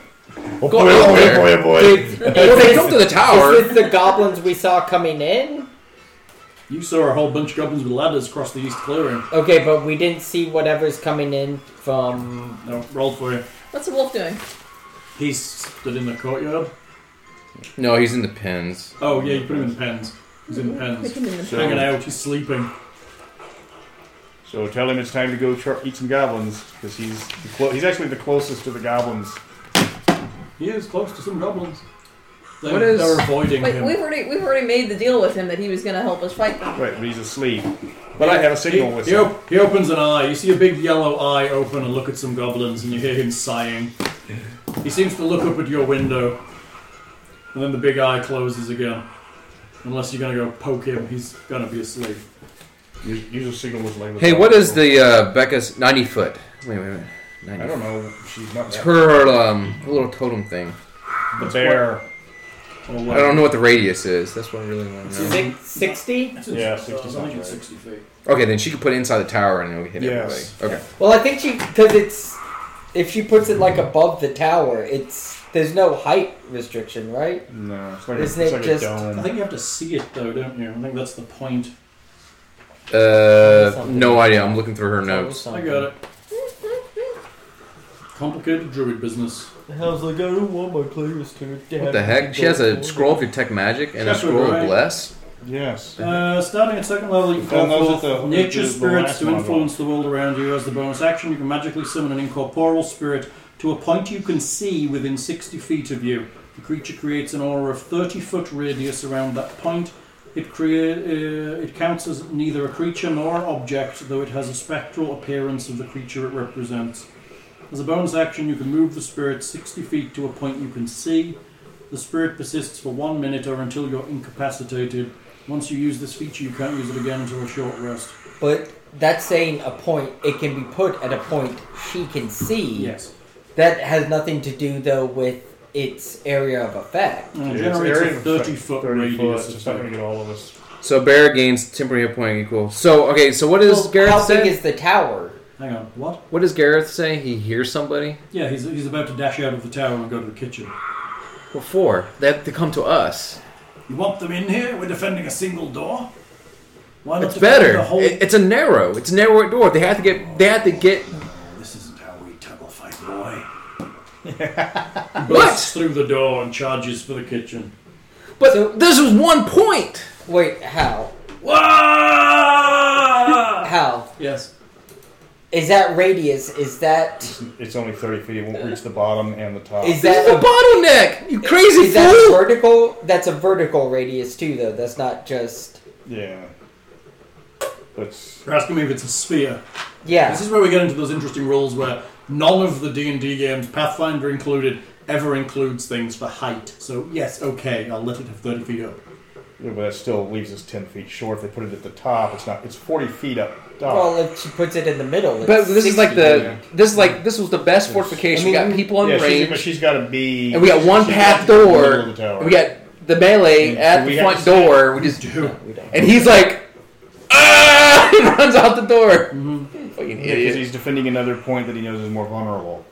[SPEAKER 2] Oh,
[SPEAKER 5] boy, oh, boy, oh,
[SPEAKER 2] boy, boy,
[SPEAKER 5] If they come to the
[SPEAKER 6] Is
[SPEAKER 5] tower,
[SPEAKER 6] this the goblins we saw coming in?
[SPEAKER 3] you saw a whole bunch of goblins with ladders across the east clearing.
[SPEAKER 6] Okay, but we didn't see whatever's coming in from.
[SPEAKER 3] No, rolled for you.
[SPEAKER 4] What's the wolf doing?
[SPEAKER 3] He's stood in the courtyard.
[SPEAKER 5] no, he's in the pins.
[SPEAKER 3] Oh yeah, you put him in the pens. He's in the pens.
[SPEAKER 4] Put him in the
[SPEAKER 3] Hanging out, he's sleeping.
[SPEAKER 2] So tell him it's time to go char- eat some goblins because he's the clo- he's actually the closest to the goblins.
[SPEAKER 3] He is close to some goblins. They,
[SPEAKER 5] What is-
[SPEAKER 3] They're avoiding
[SPEAKER 4] Wait,
[SPEAKER 3] him.
[SPEAKER 4] we've already we've already made the deal with him that he was going to help us fight them.
[SPEAKER 2] Right, but he's asleep. But I have a signal
[SPEAKER 3] he,
[SPEAKER 2] with
[SPEAKER 3] he,
[SPEAKER 2] him.
[SPEAKER 3] op- he opens an eye. You see a big yellow eye open and look at some goblins, and you hear him sighing. He seems to look up at your window, and then the big eye closes again. Unless you're gonna go poke him, he's gonna be asleep.
[SPEAKER 2] Use, use a signal with language.
[SPEAKER 5] Hey, what is the uh, Becca's ninety foot? Wait, wait, wait.
[SPEAKER 2] I
[SPEAKER 5] 90.
[SPEAKER 2] don't know. She's not
[SPEAKER 5] It's her um, little totem thing.
[SPEAKER 2] the bear.
[SPEAKER 3] Or
[SPEAKER 5] I don't know what the radius is. That's what I really want to know.
[SPEAKER 6] Six, 60?
[SPEAKER 2] Yeah, 60
[SPEAKER 3] I think
[SPEAKER 2] sounds
[SPEAKER 3] it's
[SPEAKER 2] right.
[SPEAKER 3] 60 feet.
[SPEAKER 5] Okay, then she could put it inside the tower and it would hit
[SPEAKER 2] Yes.
[SPEAKER 5] everybody. Okay.
[SPEAKER 6] Well, I think she because it's if she puts it like above the tower, it's there's no height restriction, right?
[SPEAKER 2] No, it's like,
[SPEAKER 6] Isn't
[SPEAKER 2] a, it's
[SPEAKER 6] it
[SPEAKER 2] like
[SPEAKER 6] just-
[SPEAKER 2] a
[SPEAKER 3] I
[SPEAKER 2] dome.
[SPEAKER 3] think you have to see it though, don't you? I think that's the point.
[SPEAKER 5] Uh, no idea. I'm looking through her notes.
[SPEAKER 3] I got it. Complicated druid business.
[SPEAKER 6] I was like, I don't want my players to.
[SPEAKER 5] What the heck? She has a scroll of detect magic and a
[SPEAKER 3] That's
[SPEAKER 5] scroll of
[SPEAKER 3] right.
[SPEAKER 5] bless.
[SPEAKER 2] Yes.
[SPEAKER 3] Uh, starting at second level, you
[SPEAKER 2] Then
[SPEAKER 3] can call
[SPEAKER 2] those
[SPEAKER 3] forth
[SPEAKER 2] are the-
[SPEAKER 3] nature
[SPEAKER 2] the- the
[SPEAKER 3] spirits
[SPEAKER 2] last
[SPEAKER 3] to
[SPEAKER 2] one,
[SPEAKER 3] influence the world around you. As the bonus action, you can magically summon an incorporeal spirit to a point you can see within 60 feet of you. The creature creates an aura of 30 foot radius around that point. It, crea- uh, it counts as neither a creature nor an object, though it has a spectral appearance of the creature it represents. As a bonus action, you can move the spirit 60 feet to a point you can see. The spirit persists for one minute or until you're incapacitated. Once you use this feature, you can't use it again until a short rest.
[SPEAKER 6] But that's saying a point. It can be put at a point she can see.
[SPEAKER 3] Yes.
[SPEAKER 6] That has nothing to do though with its area of effect.
[SPEAKER 3] And it
[SPEAKER 2] Yeah, it's
[SPEAKER 3] generates
[SPEAKER 2] area
[SPEAKER 3] a
[SPEAKER 2] of
[SPEAKER 3] 30
[SPEAKER 2] effect,
[SPEAKER 3] foot
[SPEAKER 2] 30 foot,
[SPEAKER 3] radius.
[SPEAKER 2] It's just not going to get all of us.
[SPEAKER 5] So bear gains temporary hit point equal. So okay. So what does
[SPEAKER 6] Well,
[SPEAKER 5] Gareth
[SPEAKER 6] how big
[SPEAKER 5] say?
[SPEAKER 6] is the tower?
[SPEAKER 3] Hang on, what?
[SPEAKER 5] what does Gareth say? He hears somebody.
[SPEAKER 3] Yeah, he's, he's about to dash out of the tower and go to the kitchen.
[SPEAKER 5] What for? They have to come to us.
[SPEAKER 3] You want them in here? We're defending a single door? Why not
[SPEAKER 5] It's
[SPEAKER 3] defend
[SPEAKER 5] better.
[SPEAKER 3] The whole...
[SPEAKER 5] It- it's a narrow. It's a narrow door. They have to get. They have to get.
[SPEAKER 3] This isn't how we tuggle fight, boy.
[SPEAKER 5] What?
[SPEAKER 3] through the door and charges for the kitchen.
[SPEAKER 5] But
[SPEAKER 6] So-
[SPEAKER 5] this was one point.
[SPEAKER 6] Wait, how?
[SPEAKER 5] Ah!
[SPEAKER 3] Wah!
[SPEAKER 6] How
[SPEAKER 3] yes.
[SPEAKER 6] is that radius? Is that
[SPEAKER 2] It's only 30 feet. It won't reach the bottom and the top.
[SPEAKER 5] This
[SPEAKER 6] is that
[SPEAKER 5] is a
[SPEAKER 6] a,
[SPEAKER 5] bottleneck. You crazy
[SPEAKER 6] is that
[SPEAKER 5] fool.
[SPEAKER 6] vertical? That's a vertical radius too, though. That's not just
[SPEAKER 2] yeah. That's.
[SPEAKER 3] You're asking me if it's a sphere.
[SPEAKER 6] yeah.
[SPEAKER 3] This is where we get into those interesting rules where none of the D and D games, Pathfinder included, ever includes things for height. So yes, okay, I'll let it have thirty feet up.
[SPEAKER 2] Yeah, but that still leaves us 10 feet short. If they put it at the top, it's not. It's 40 feet up top.
[SPEAKER 6] Well, if she puts it in the middle, it's
[SPEAKER 5] But this is
[SPEAKER 6] 60.
[SPEAKER 5] like the. This is like this was the best fortification. we got people on
[SPEAKER 2] yeah, she's, but
[SPEAKER 5] range,
[SPEAKER 2] she's got to be.
[SPEAKER 5] and we got one
[SPEAKER 2] she's
[SPEAKER 5] path
[SPEAKER 2] gotta be in the
[SPEAKER 5] door.
[SPEAKER 2] middle of the tower.
[SPEAKER 5] and we got the melee
[SPEAKER 2] And
[SPEAKER 5] at
[SPEAKER 2] we
[SPEAKER 5] the
[SPEAKER 2] have
[SPEAKER 5] front
[SPEAKER 2] to stay-
[SPEAKER 5] door. We just
[SPEAKER 3] Dude,
[SPEAKER 5] and he's like, ah! He runs out the door. Fucking
[SPEAKER 2] Mm-hmm. Yeah, because
[SPEAKER 5] idiot.
[SPEAKER 2] he's defending another point that he knows is more vulnerable.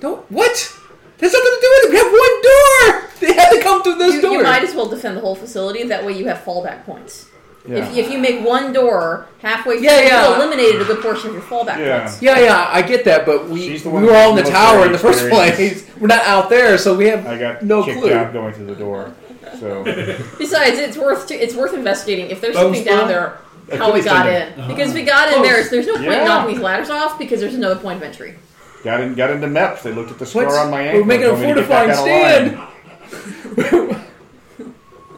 [SPEAKER 5] Don't what? There's nothing to do with it. We have one door. They had to come through this
[SPEAKER 4] You,
[SPEAKER 5] door.
[SPEAKER 4] you might as well defend the whole facility. That way, you have fallback points.
[SPEAKER 2] Yeah.
[SPEAKER 4] If, if you make one door halfway through,
[SPEAKER 5] Yeah, yeah.
[SPEAKER 4] you've eliminated a good portion of your fallback
[SPEAKER 2] Yeah.
[SPEAKER 4] points.
[SPEAKER 5] yeah, yeah, I get that, but we
[SPEAKER 2] She's the
[SPEAKER 5] we
[SPEAKER 2] one
[SPEAKER 5] were
[SPEAKER 2] with
[SPEAKER 5] all in
[SPEAKER 2] the
[SPEAKER 5] the
[SPEAKER 2] military
[SPEAKER 5] tower in the first
[SPEAKER 2] experience.
[SPEAKER 5] place. We're not out there, so we have
[SPEAKER 2] I got
[SPEAKER 5] no
[SPEAKER 2] kicked
[SPEAKER 5] clue.
[SPEAKER 2] out going through the door. So
[SPEAKER 4] Besides, it's worth to, it's worth investigating if there's
[SPEAKER 3] Bone
[SPEAKER 4] something down
[SPEAKER 3] stone?
[SPEAKER 4] there.
[SPEAKER 2] That
[SPEAKER 4] How
[SPEAKER 2] could
[SPEAKER 4] we
[SPEAKER 2] be
[SPEAKER 4] got
[SPEAKER 2] something.
[SPEAKER 4] in because if we got in there. There's no point
[SPEAKER 2] Yeah.
[SPEAKER 4] in knocking these ladders off because there's another point of entry.
[SPEAKER 2] got in, got into MEPS. They looked at the scar
[SPEAKER 5] What's-
[SPEAKER 2] on my ankle.
[SPEAKER 5] we're making a
[SPEAKER 2] told me to get back
[SPEAKER 5] fortifying
[SPEAKER 2] out of line.
[SPEAKER 5] stand.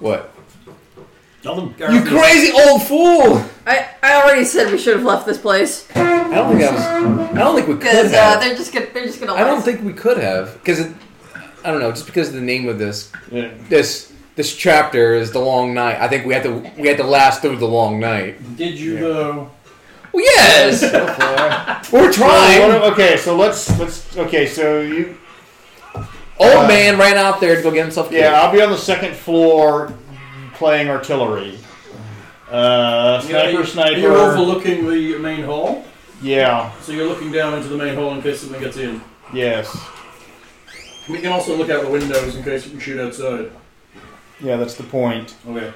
[SPEAKER 5] what?
[SPEAKER 3] tell them,
[SPEAKER 5] You
[SPEAKER 3] Gareth,
[SPEAKER 5] crazy old fool!
[SPEAKER 4] I, I already said we should have left this place
[SPEAKER 5] I don't think I was. I don't think we could
[SPEAKER 4] because
[SPEAKER 5] have.
[SPEAKER 4] uh, they're just gonna they're just gonna.
[SPEAKER 5] I don't
[SPEAKER 4] lie.
[SPEAKER 5] think we could have because it. I don't know. Just because the name of this
[SPEAKER 2] Yeah.
[SPEAKER 5] this this chapter is the long night. I think we have to we had to last through the long night.
[SPEAKER 3] Did you though?
[SPEAKER 5] Well, yes, we're
[SPEAKER 2] So what
[SPEAKER 5] trying.
[SPEAKER 2] do- okay, so let's let's okay. So you
[SPEAKER 5] Old man ran out there to go get himself. Killed.
[SPEAKER 2] uh, yeah, I'll be on the second floor playing artillery. Uh, sniper,
[SPEAKER 3] you're,
[SPEAKER 2] sniper.
[SPEAKER 3] You're overlooking the main hall,
[SPEAKER 2] yeah.
[SPEAKER 3] so you're looking down into the main hall in case something gets in.
[SPEAKER 2] Yes.
[SPEAKER 3] We can also look out the windows in case you can shoot outside.
[SPEAKER 2] Yeah, that's the point.
[SPEAKER 3] Okay.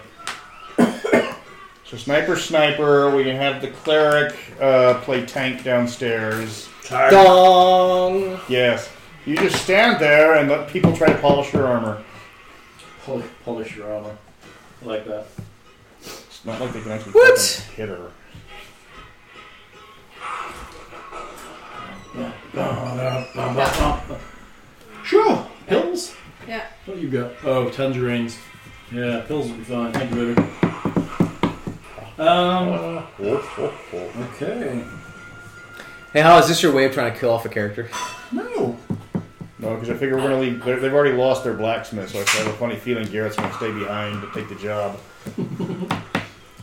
[SPEAKER 2] So sniper, sniper. We can have the cleric uh, play tank downstairs.
[SPEAKER 3] Tired.
[SPEAKER 6] dong.
[SPEAKER 2] Yes. You just stand there and let people try to polish your armor.
[SPEAKER 3] Polish, polish your armor. I like that.
[SPEAKER 2] It's not like they can actually
[SPEAKER 5] What?
[SPEAKER 2] fucking hit her.
[SPEAKER 3] Sure. Pills?
[SPEAKER 4] Yeah.
[SPEAKER 3] What you got? Oh, tangerines. Yeah, pills will be fine. Thank you, baby. Um.
[SPEAKER 2] Oh,
[SPEAKER 3] Okay.
[SPEAKER 5] Hey, Hal, is this your way of trying to kill off a character?
[SPEAKER 3] No.
[SPEAKER 2] No, because I figure we're gonna leave. they're- They've already lost their blacksmith, so I have a funny feeling Garrett's gonna stay behind to take the job.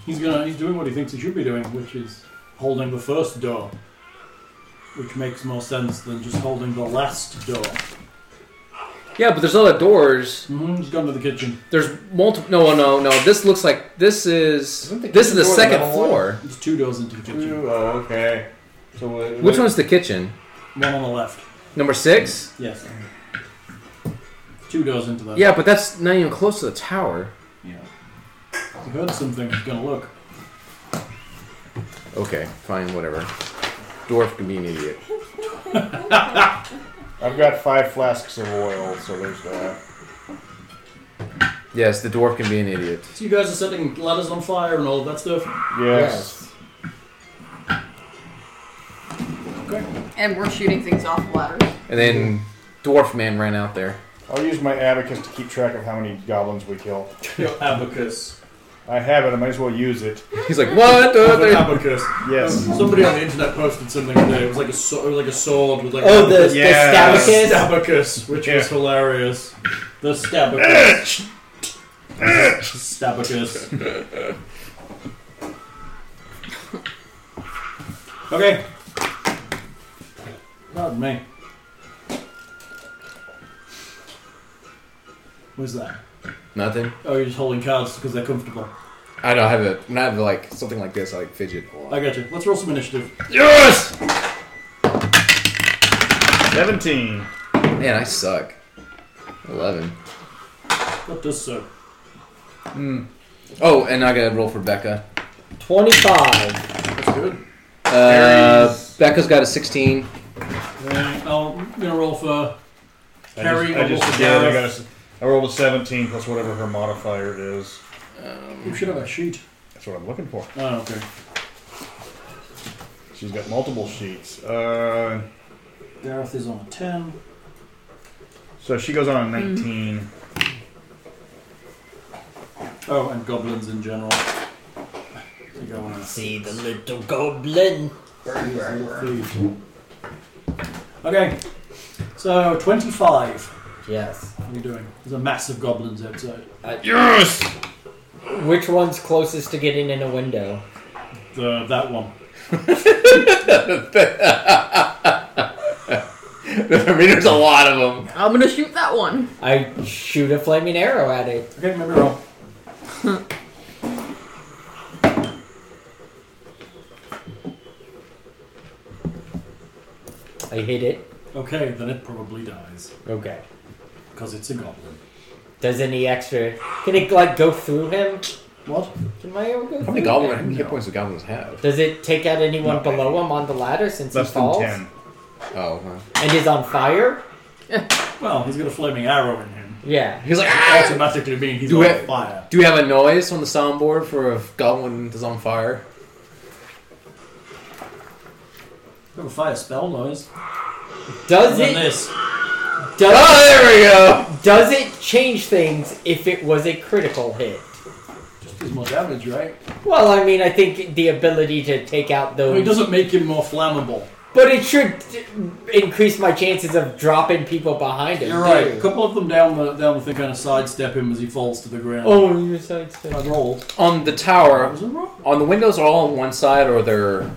[SPEAKER 3] He's gonna. He's doing what he thinks he should be doing, which is holding the first door, which makes more sense than just holding the last door.
[SPEAKER 5] Yeah, but there's other doors.
[SPEAKER 3] Mm-hmm. He's gone to the kitchen.
[SPEAKER 5] There's multiple. No, no, no. This looks like this is
[SPEAKER 2] Isn't the
[SPEAKER 5] this is the
[SPEAKER 2] kitchen door the
[SPEAKER 5] second
[SPEAKER 2] metal
[SPEAKER 5] floor.
[SPEAKER 3] There's two doors into the kitchen.
[SPEAKER 2] Ooh, oh, okay. So uh,
[SPEAKER 5] Which one's the kitchen?
[SPEAKER 3] One on the left.
[SPEAKER 5] Number six.
[SPEAKER 3] Yes. Two doors into that.
[SPEAKER 5] Yeah, but that's not even close to the tower.
[SPEAKER 3] Yeah. He heard something. He's gonna look.
[SPEAKER 5] Okay, fine, whatever. Dwarf can be an idiot.
[SPEAKER 2] I've got five flasks of oil, so there's that.
[SPEAKER 5] Yes, the dwarf can be an idiot.
[SPEAKER 3] So you guys are setting ladders on fire and all of that stuff.
[SPEAKER 2] Yes.
[SPEAKER 4] And we're shooting things off ladders.
[SPEAKER 5] And then dwarf man ran out there.
[SPEAKER 2] I'll use my abacus to keep track of how many goblins we kill.
[SPEAKER 3] Your abacus.
[SPEAKER 2] I have it. I might as well use it.
[SPEAKER 5] He's like, what? Uh,
[SPEAKER 3] With an
[SPEAKER 5] there-"
[SPEAKER 3] abacus.
[SPEAKER 2] Yes.
[SPEAKER 3] Somebody on the internet posted something today. It was like a so- it was like a sword with like
[SPEAKER 6] Oh,
[SPEAKER 3] a
[SPEAKER 6] the,
[SPEAKER 2] Yeah.
[SPEAKER 6] the stabacus?
[SPEAKER 3] stabacus, which
[SPEAKER 2] Yeah.
[SPEAKER 3] was hilarious. The stabacus. stabacus. okay. Pardon me. What's that?
[SPEAKER 5] Nothing.
[SPEAKER 3] Oh, you're just holding cards because they're comfortable.
[SPEAKER 5] I don't have it. When I have like something like this, I like fidget a lot.
[SPEAKER 3] I got you. Let's roll some initiative.
[SPEAKER 5] Yes.
[SPEAKER 2] Seventeen.
[SPEAKER 5] Man, I suck. Eleven.
[SPEAKER 3] That does so.
[SPEAKER 5] Oh, and I gotta roll for Becca.
[SPEAKER 6] 25.
[SPEAKER 3] That's good.
[SPEAKER 5] Uh,
[SPEAKER 2] Carries.
[SPEAKER 5] Becca's got a sixteen.
[SPEAKER 3] Then Uh, I'll, I'm gonna roll for
[SPEAKER 2] I
[SPEAKER 3] Harry.
[SPEAKER 2] just, I
[SPEAKER 3] I'll roll
[SPEAKER 2] just
[SPEAKER 3] for
[SPEAKER 2] yeah, I,
[SPEAKER 3] Gareth.
[SPEAKER 2] got a s I rolled a seventeen plus whatever her modifier is.
[SPEAKER 3] You should have a sheet.
[SPEAKER 2] That's what I'm looking for.
[SPEAKER 3] Oh, okay.
[SPEAKER 2] She's got multiple sheets. Uh,
[SPEAKER 3] Gareth is on a 10.
[SPEAKER 2] so she goes on a nineteen.
[SPEAKER 3] Oh, and goblins in general. They go on a
[SPEAKER 6] See the little goblin.
[SPEAKER 3] thieves. Okay, so 25.
[SPEAKER 6] Yes.
[SPEAKER 3] What are you doing? There's a mass of goblins uh, outside.
[SPEAKER 6] Which one's closest to getting in a window?
[SPEAKER 3] The, that one.
[SPEAKER 5] I mean, there's a lot of them.
[SPEAKER 4] I'm gonna shoot that one.
[SPEAKER 6] I shoot a flaming arrow at it.
[SPEAKER 3] Okay, remember roll.
[SPEAKER 6] I hit it.
[SPEAKER 3] Okay, then it probably dies.
[SPEAKER 6] Okay.
[SPEAKER 3] Because it's a goblin.
[SPEAKER 6] Does any extra. Can it, like, go through him?
[SPEAKER 3] What?
[SPEAKER 6] Can my arrow
[SPEAKER 5] How
[SPEAKER 6] go through
[SPEAKER 5] many
[SPEAKER 6] him?
[SPEAKER 5] goblins? How many hit points do goblins have?
[SPEAKER 6] Does it take out anyone below him on the ladder since
[SPEAKER 2] Less
[SPEAKER 6] he
[SPEAKER 2] than
[SPEAKER 6] falls?
[SPEAKER 2] ten.
[SPEAKER 5] Oh, huh.
[SPEAKER 6] And is on fire?
[SPEAKER 3] Well, he's got a flaming arrow in him.
[SPEAKER 6] Yeah.
[SPEAKER 5] he's like, "Ah!"
[SPEAKER 3] Automatically mean he's
[SPEAKER 5] Do
[SPEAKER 3] on
[SPEAKER 5] it.
[SPEAKER 3] fire.
[SPEAKER 5] Do you have a noise on the soundboard for if goblin is on fire?
[SPEAKER 3] Got a fire spell noise.
[SPEAKER 6] Does
[SPEAKER 3] And then
[SPEAKER 6] it
[SPEAKER 3] this.
[SPEAKER 6] does,
[SPEAKER 5] Oh, there we go.
[SPEAKER 6] does it change things if it was a critical hit?
[SPEAKER 3] Just as more damage, right?
[SPEAKER 6] Well, I mean, I think the ability to take out
[SPEAKER 3] I
[SPEAKER 6] those,
[SPEAKER 3] mean, it doesn't make him more flammable.
[SPEAKER 6] but it should d- increase my chances of dropping people behind him.
[SPEAKER 3] You're right.
[SPEAKER 6] too.
[SPEAKER 3] A couple of them down the down the thing kind of sidestep him as he falls to the ground.
[SPEAKER 6] Oh, you sidestep.
[SPEAKER 3] I rolled.
[SPEAKER 5] On the
[SPEAKER 3] That
[SPEAKER 5] tower,
[SPEAKER 3] was a roll.
[SPEAKER 5] on the windows are all on one side, or they're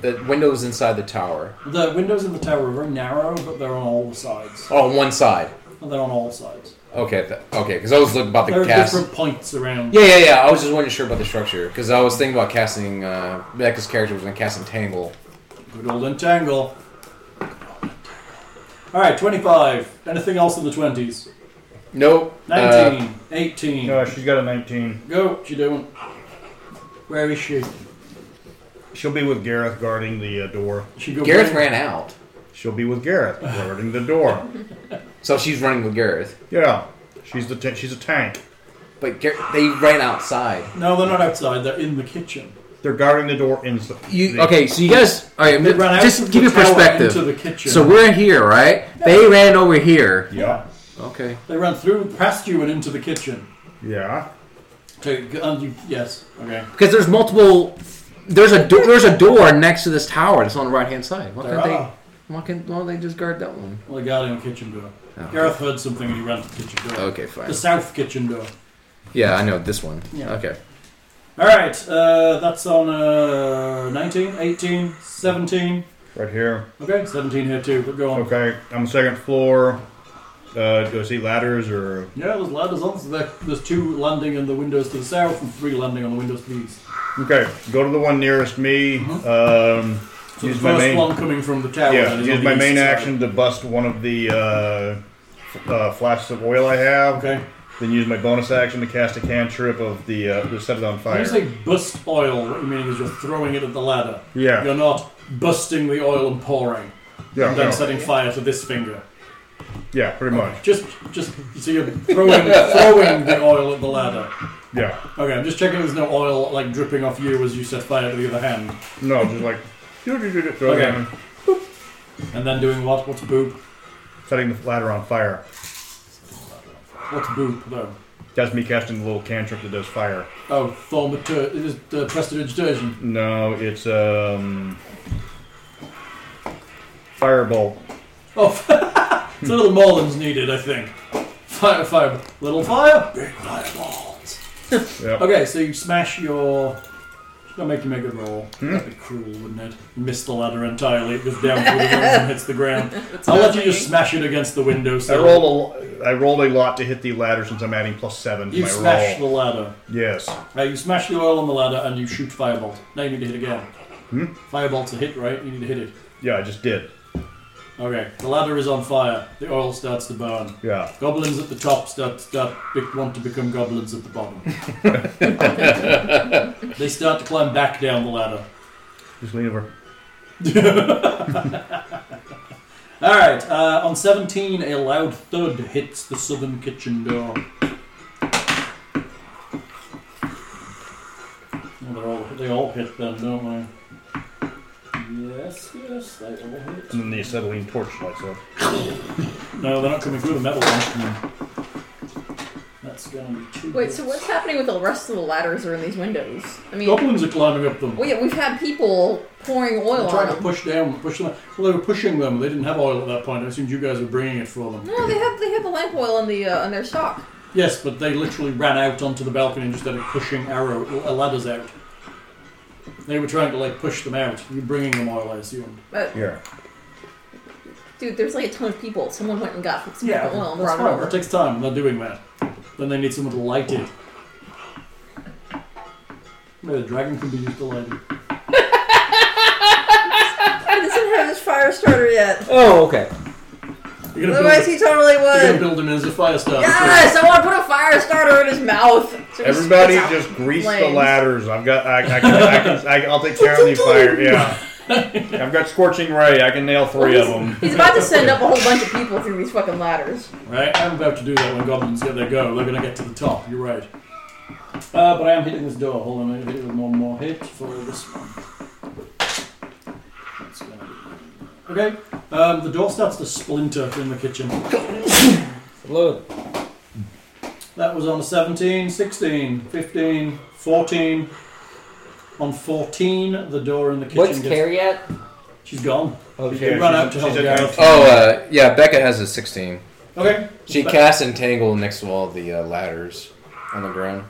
[SPEAKER 5] the windows inside the tower
[SPEAKER 3] The windows in the tower are very narrow, but they're on all the sides.
[SPEAKER 5] oh, on one side.
[SPEAKER 3] And they're on all sides.
[SPEAKER 5] Okay, th- okay, because I was looking about
[SPEAKER 3] There
[SPEAKER 5] the
[SPEAKER 3] are
[SPEAKER 5] cast.
[SPEAKER 3] different points around.
[SPEAKER 5] Yeah, yeah, yeah. I was just wasn't sure about the structure because I was thinking about casting uh, Becca's character was gonna cast Entangle.
[SPEAKER 3] Good old entangle. All right, 25. Anything else in the 20s?
[SPEAKER 5] Nope. uh,
[SPEAKER 3] 19, 18.
[SPEAKER 2] No, she's got a nineteen.
[SPEAKER 3] Go. What you doing? Where is she?
[SPEAKER 2] She'll be with Gareth guarding the uh, door.
[SPEAKER 3] She go
[SPEAKER 5] Gareth
[SPEAKER 3] back?
[SPEAKER 5] ran out,
[SPEAKER 2] She'll be with Gareth guarding the door.
[SPEAKER 5] so she's running with Gareth.
[SPEAKER 2] Yeah, she's the ta- she's a tank.
[SPEAKER 5] But Gar- they ran outside.
[SPEAKER 3] No, they're not outside. They're in the kitchen.
[SPEAKER 2] They're They're guarding the door instantly.
[SPEAKER 5] You
[SPEAKER 2] They-
[SPEAKER 5] okay? So you guys, all right.
[SPEAKER 3] They ran out
[SPEAKER 5] Just
[SPEAKER 3] of
[SPEAKER 5] give
[SPEAKER 3] the
[SPEAKER 5] you
[SPEAKER 3] tower
[SPEAKER 5] perspective.
[SPEAKER 3] into the kitchen.
[SPEAKER 5] So we're here, right? They ran over here.
[SPEAKER 2] Yeah.
[SPEAKER 5] Okay.
[SPEAKER 3] They ran through past you and into the kitchen.
[SPEAKER 2] Yeah.
[SPEAKER 3] To, um, you, yes. Okay.
[SPEAKER 5] Because there's multiple. There's a do- there's a door next to this tower that's on the right hand side. Why
[SPEAKER 3] There
[SPEAKER 5] can't
[SPEAKER 3] are.
[SPEAKER 5] they? Why can't why don't they just guard that one?
[SPEAKER 3] Well, they guarded on kitchen door.
[SPEAKER 5] Oh.
[SPEAKER 3] Gareth heard something and he ran to the kitchen door.
[SPEAKER 5] Okay, fine.
[SPEAKER 3] The south kitchen door.
[SPEAKER 5] Yeah, I know this one.
[SPEAKER 3] Yeah.
[SPEAKER 5] Okay.
[SPEAKER 3] All right, uh, that's on uh, 19, 18, 17.
[SPEAKER 2] Right here.
[SPEAKER 3] Okay, 17 here too, but go on.
[SPEAKER 2] Okay. I'm second floor. Uh, do I see ladders or?
[SPEAKER 3] Yeah, there's ladders on. So there, there's two landing on the windows to the south and three landing on the windows to the east.
[SPEAKER 2] Okay. Go to the one nearest me. Um,
[SPEAKER 3] Uh-huh. So
[SPEAKER 2] use
[SPEAKER 3] the
[SPEAKER 2] my
[SPEAKER 3] first
[SPEAKER 2] main.
[SPEAKER 3] one coming from the tower.
[SPEAKER 2] yeah.
[SPEAKER 3] then is
[SPEAKER 2] Use
[SPEAKER 3] on
[SPEAKER 2] my
[SPEAKER 3] the
[SPEAKER 2] main
[SPEAKER 3] east side.
[SPEAKER 2] action to bust one of the uh, f- uh, flashes of oil I have.
[SPEAKER 3] Okay.
[SPEAKER 2] Then use my bonus action to cast a cantrip of the uh, to set it on
[SPEAKER 3] When
[SPEAKER 2] fire.
[SPEAKER 3] you say bust oil, what you mean is you're throwing it at the ladder.
[SPEAKER 2] Yeah.
[SPEAKER 3] You're not busting the oil and pouring.
[SPEAKER 2] yeah,
[SPEAKER 3] and then
[SPEAKER 2] no.
[SPEAKER 3] setting fire to this finger.
[SPEAKER 2] yeah, pretty much.
[SPEAKER 3] Just, just so you're throwing, throwing the oil at the ladder.
[SPEAKER 2] Yeah,
[SPEAKER 3] Okay, I'm just checking there's no oil like dripping off you as you set fire to the other hand,
[SPEAKER 2] no, just like do, do, do, do, throw it
[SPEAKER 3] Okay.
[SPEAKER 2] in,
[SPEAKER 3] and then doing what? What's boop?
[SPEAKER 2] setting the ladder on fire.
[SPEAKER 3] What's boop though?
[SPEAKER 2] That's me casting the little cantrip that does fire.
[SPEAKER 3] Oh, formatur. It is uh, prestidigitation.
[SPEAKER 2] No, it's um firebolt.
[SPEAKER 3] Oh, it's a little more than's needed, I think. Fire, fire, little fire, big fireballs.
[SPEAKER 2] Yep.
[SPEAKER 3] Okay, so you smash your. Should I make you make a roll?
[SPEAKER 2] Hmm?
[SPEAKER 3] That'd be cruel, wouldn't it? You miss the ladder entirely. It goes down through the roof and hits the ground. I'll let you just smash it against the window.
[SPEAKER 2] I
[SPEAKER 3] sill.
[SPEAKER 2] rolled a I rolled a lot to hit the ladder since I'm adding plus seven to
[SPEAKER 3] You
[SPEAKER 2] my
[SPEAKER 3] smash the
[SPEAKER 2] roll.
[SPEAKER 3] ladder.
[SPEAKER 2] yes.
[SPEAKER 3] Uh, you smash the oil on the ladder and you shoot firebolt. Now you need to hit again.
[SPEAKER 2] Hmm?
[SPEAKER 3] Firebolt's a hit, right? You need to hit it.
[SPEAKER 2] Yeah, I just did.
[SPEAKER 3] Okay, the ladder is on fire. The oil starts to burn.
[SPEAKER 2] Yeah.
[SPEAKER 3] Goblins at the top start, start be- want to become goblins at the bottom. they start to climb back down the ladder.
[SPEAKER 2] Just lean over.
[SPEAKER 3] All right, uh, on 17, a loud thud hits the southern kitchen door. Well, they're all, they all hit then, don't they? Yes, yes, they all hit.
[SPEAKER 2] And then the acetylene torch lights up.
[SPEAKER 3] No, they're not coming through the metal one. That's gonna be too
[SPEAKER 4] Wait, so what's happening with the rest of the ladders that are in these windows? I mean,
[SPEAKER 3] Goblins are climbing up them.
[SPEAKER 4] well, yeah, we've had people pouring oil
[SPEAKER 3] They're trying
[SPEAKER 4] on
[SPEAKER 3] to
[SPEAKER 4] them.
[SPEAKER 3] push down, push them. Well, they were pushing them. They didn't have oil at that point. I assumed you guys were bringing it for them.
[SPEAKER 4] no, they have they have the lamp oil on the uh, on their stock.
[SPEAKER 3] Yes, but they literally ran out onto the balcony and just had a pushing arrow, uh, ladders out. They were trying to like push them out. You're bringing them oil, I assumed.
[SPEAKER 4] But
[SPEAKER 2] Here.
[SPEAKER 4] dude, there's like a ton of people. Someone went and got some fucking oil
[SPEAKER 3] that's
[SPEAKER 4] and brought it
[SPEAKER 3] fine.
[SPEAKER 4] over.
[SPEAKER 3] That takes time. They're doing that. Then they need someone to light it. Maybe the dragon can be used to light it.
[SPEAKER 4] He doesn't have his fire starter yet.
[SPEAKER 1] Oh, okay.
[SPEAKER 3] You're gonna build it-
[SPEAKER 4] he totally
[SPEAKER 3] you're gonna build him as a fire starter.
[SPEAKER 4] Yes, I want to put a fire starter in his mouth. So he
[SPEAKER 2] Everybody,
[SPEAKER 4] spits out
[SPEAKER 2] just grease the
[SPEAKER 4] flames.
[SPEAKER 2] ladders. I've got. I, I can. I can I, I'll take care of the fire. Yeah. I've got scorching ray. I can nail three of them.
[SPEAKER 4] He's about to send up a whole bunch of people through these fucking ladders.
[SPEAKER 3] Right, I'm about to do that when goblins get their go. They're going to get to the top. You're right. Uh, but I am hitting this door. Hold on, I'm going to hit it with one more hit for this one. That's gonna be- Okay, um, the door starts to splinter in the kitchen.
[SPEAKER 6] Look,
[SPEAKER 3] That was on a 17, 16, 15, 14. On 14, the door in the kitchen
[SPEAKER 6] what's
[SPEAKER 3] gets.
[SPEAKER 6] Carrie at?
[SPEAKER 3] She's gone.
[SPEAKER 6] Oh,
[SPEAKER 3] You
[SPEAKER 2] Yeah,
[SPEAKER 3] run
[SPEAKER 2] she's-
[SPEAKER 3] out to
[SPEAKER 2] she's
[SPEAKER 3] help
[SPEAKER 2] at
[SPEAKER 3] Gareth.
[SPEAKER 5] Oh uh, yeah, Becca has a sixteen.
[SPEAKER 3] Okay.
[SPEAKER 5] She casts entangle next to all the uh, ladders on the ground.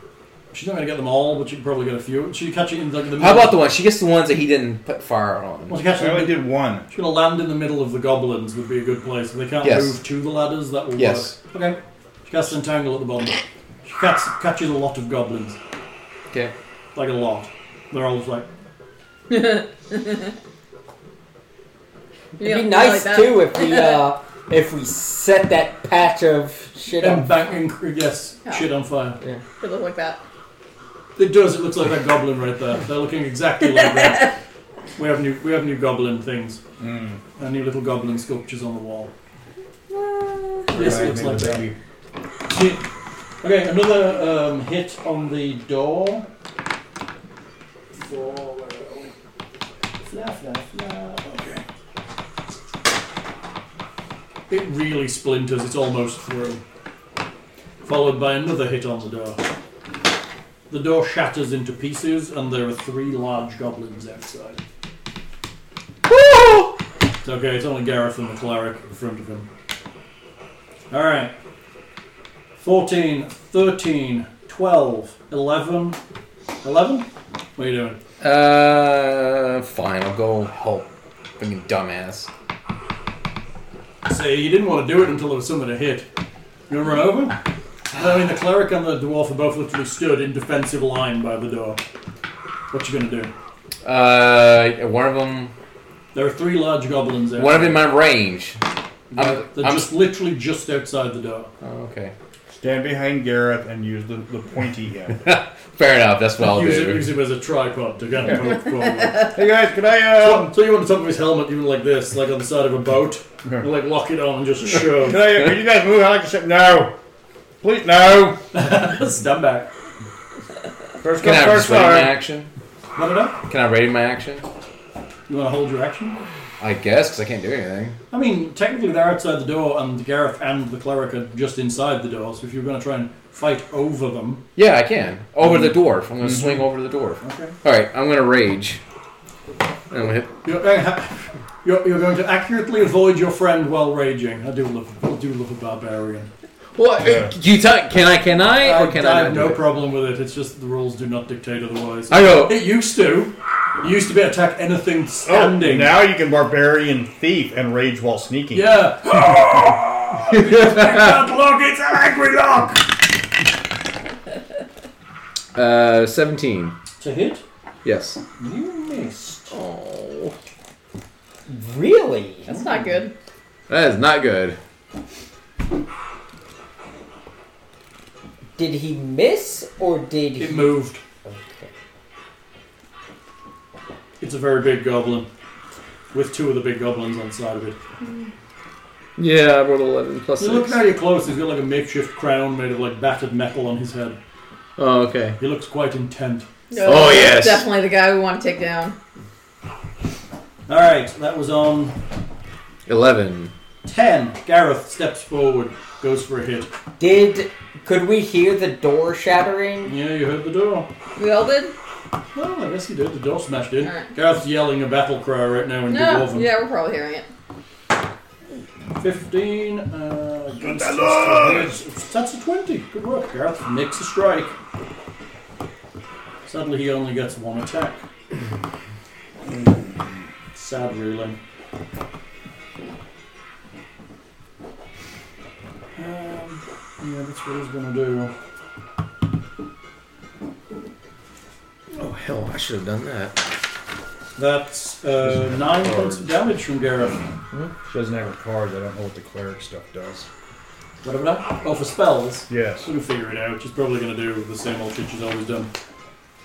[SPEAKER 3] She's not going to get them all, but she can probably get a few. She catch it in like, the middle.
[SPEAKER 5] How about the one? She gets the ones that he didn't put fire on.
[SPEAKER 3] Well, she catches
[SPEAKER 2] I
[SPEAKER 3] it in the
[SPEAKER 2] only did one.
[SPEAKER 3] It's gonna land in the middle of the goblins would be a good place. If they can't
[SPEAKER 5] Yes.
[SPEAKER 3] move to the ladders, that will
[SPEAKER 5] Yes.
[SPEAKER 3] work. Okay. She casts entangle at the bottom. She catch, catches a lot of goblins,
[SPEAKER 5] Okay.
[SPEAKER 3] like a lot. They're all just like,
[SPEAKER 6] It'd be
[SPEAKER 4] Yeah,
[SPEAKER 6] nice
[SPEAKER 4] like that.
[SPEAKER 6] too if we uh, if we set that patch of shit
[SPEAKER 3] and
[SPEAKER 6] up.
[SPEAKER 3] bang, and, yes,
[SPEAKER 4] Yeah.
[SPEAKER 3] shit on fire.
[SPEAKER 4] They look like that.
[SPEAKER 3] It does. It looks like that goblin right there. They're looking exactly like that. We have new, we have new goblin things. And new little goblin sculptures on the wall. Yes, it looks like that. See- Okay, another um, hit on the door Fla, fla, fla. Okay. It really splinters, it's almost through. Followed by another hit on the door. The door shatters into pieces, and there are three large goblins outside. It's okay, it's only Gareth and the cleric in front of him. Alright. 14, 13, 12, 11. 11? What are you doing?
[SPEAKER 5] Uh, fine. I'll go help. Fucking dumbass.
[SPEAKER 3] Say you didn't want to do it until there was someone to hit. You want to run over? I mean, the cleric and the dwarf are both literally stood in defensive line by the door. What you gonna do?
[SPEAKER 5] Uh, one of them.
[SPEAKER 3] There are three large goblins there.
[SPEAKER 5] One of them in my range.
[SPEAKER 3] They're,
[SPEAKER 5] I'm,
[SPEAKER 3] they're
[SPEAKER 5] I'm
[SPEAKER 3] just literally just outside the door.
[SPEAKER 5] oh, okay.
[SPEAKER 2] Stand behind Gareth and use the, the pointy end.
[SPEAKER 5] Fair enough. That's what I'll
[SPEAKER 3] use, it,
[SPEAKER 5] do.
[SPEAKER 3] use him as a tripod to kind of move forward.
[SPEAKER 2] hey guys, can I? Uh,
[SPEAKER 3] so, so you want the top of his helmet, even like this, like on the side of a boat, you, like lock it on and just
[SPEAKER 2] can
[SPEAKER 3] shove.
[SPEAKER 2] I? Can you guys move? I like to sit. No, please, no.
[SPEAKER 3] Stand back.
[SPEAKER 2] First
[SPEAKER 5] Can
[SPEAKER 2] come,
[SPEAKER 5] I
[SPEAKER 2] first
[SPEAKER 5] just ready my
[SPEAKER 2] served.
[SPEAKER 5] action?
[SPEAKER 3] No, no, no.
[SPEAKER 5] Can I ready my action?
[SPEAKER 3] You want to hold your action?
[SPEAKER 5] I guess because I can't do anything.
[SPEAKER 3] I mean, technically they're outside the door, and Gareth and the cleric are just inside the door. So if you're going to try and fight over them,
[SPEAKER 5] Yeah, I can. Over the dwarf. I'm gonna swing over the dwarf.
[SPEAKER 3] okay,
[SPEAKER 5] All right. I'm gonna rage. I'm gonna hit.
[SPEAKER 3] you're, going to- you're, you're going to accurately avoid your friend while raging. I do love, I do love a barbarian.
[SPEAKER 5] What?
[SPEAKER 2] Yeah.
[SPEAKER 5] You tell? Can I? Can I?
[SPEAKER 3] I,
[SPEAKER 5] or can
[SPEAKER 3] I
[SPEAKER 5] I?
[SPEAKER 3] have
[SPEAKER 5] not
[SPEAKER 3] no
[SPEAKER 5] do it?
[SPEAKER 3] problem with it. It's just the rules do not dictate otherwise.
[SPEAKER 5] I go.
[SPEAKER 3] it used to. It used to be attack anything
[SPEAKER 2] Oh,
[SPEAKER 3] standing.
[SPEAKER 2] now you can barbarian thief and rage while sneaking.
[SPEAKER 3] Yeah. that look, it's an angry look.
[SPEAKER 5] Uh, seventeen.
[SPEAKER 3] To hit,
[SPEAKER 5] Yes.
[SPEAKER 3] you missed.
[SPEAKER 5] Oh,
[SPEAKER 6] Really?
[SPEAKER 4] That's not good.
[SPEAKER 5] that is not good.
[SPEAKER 6] Did he miss or did
[SPEAKER 3] It
[SPEAKER 6] he?
[SPEAKER 3] moved. It's a very big goblin. With two of the big goblins on the side of it.
[SPEAKER 5] Yeah, I rolled eleven plus
[SPEAKER 3] You're looking at your close, he's got like a makeshift crown made of like battered metal on his head.
[SPEAKER 5] Oh, okay.
[SPEAKER 3] He looks quite intent.
[SPEAKER 4] No,
[SPEAKER 5] Oh,
[SPEAKER 4] that's
[SPEAKER 5] yes.
[SPEAKER 4] Definitely the guy we want to take down.
[SPEAKER 3] Alright, that was on
[SPEAKER 5] Eleven.
[SPEAKER 3] 10. Gareth steps forward, goes for a hit.
[SPEAKER 6] Did could we hear the door shattering?
[SPEAKER 3] Yeah, you heard the door.
[SPEAKER 4] We all did?
[SPEAKER 3] Well, I guess he did. The door smashed in.
[SPEAKER 4] Alright.
[SPEAKER 3] Gareth's yelling a battle cry right now in
[SPEAKER 4] No.
[SPEAKER 3] Dwarven.
[SPEAKER 4] Yeah, we're probably hearing it.
[SPEAKER 3] 15. Uh, against
[SPEAKER 2] that
[SPEAKER 3] this
[SPEAKER 2] lodge!
[SPEAKER 3] to hit. That's a 20. Good work, Gareth. Makes a strike. Sadly, he only gets one attack. Hmm. Sad, really. Um, yeah, that's what he's going to do.
[SPEAKER 5] Oh hell, I should have done that.
[SPEAKER 3] That's uh, 9 points of damage from Gareth.
[SPEAKER 2] She doesn't have her cards. I don't know what the cleric stuff does.
[SPEAKER 3] Whatever that. Oh, for spells.
[SPEAKER 2] Yes.
[SPEAKER 3] We can figure it out. She's probably going to do the same old shit she's always done.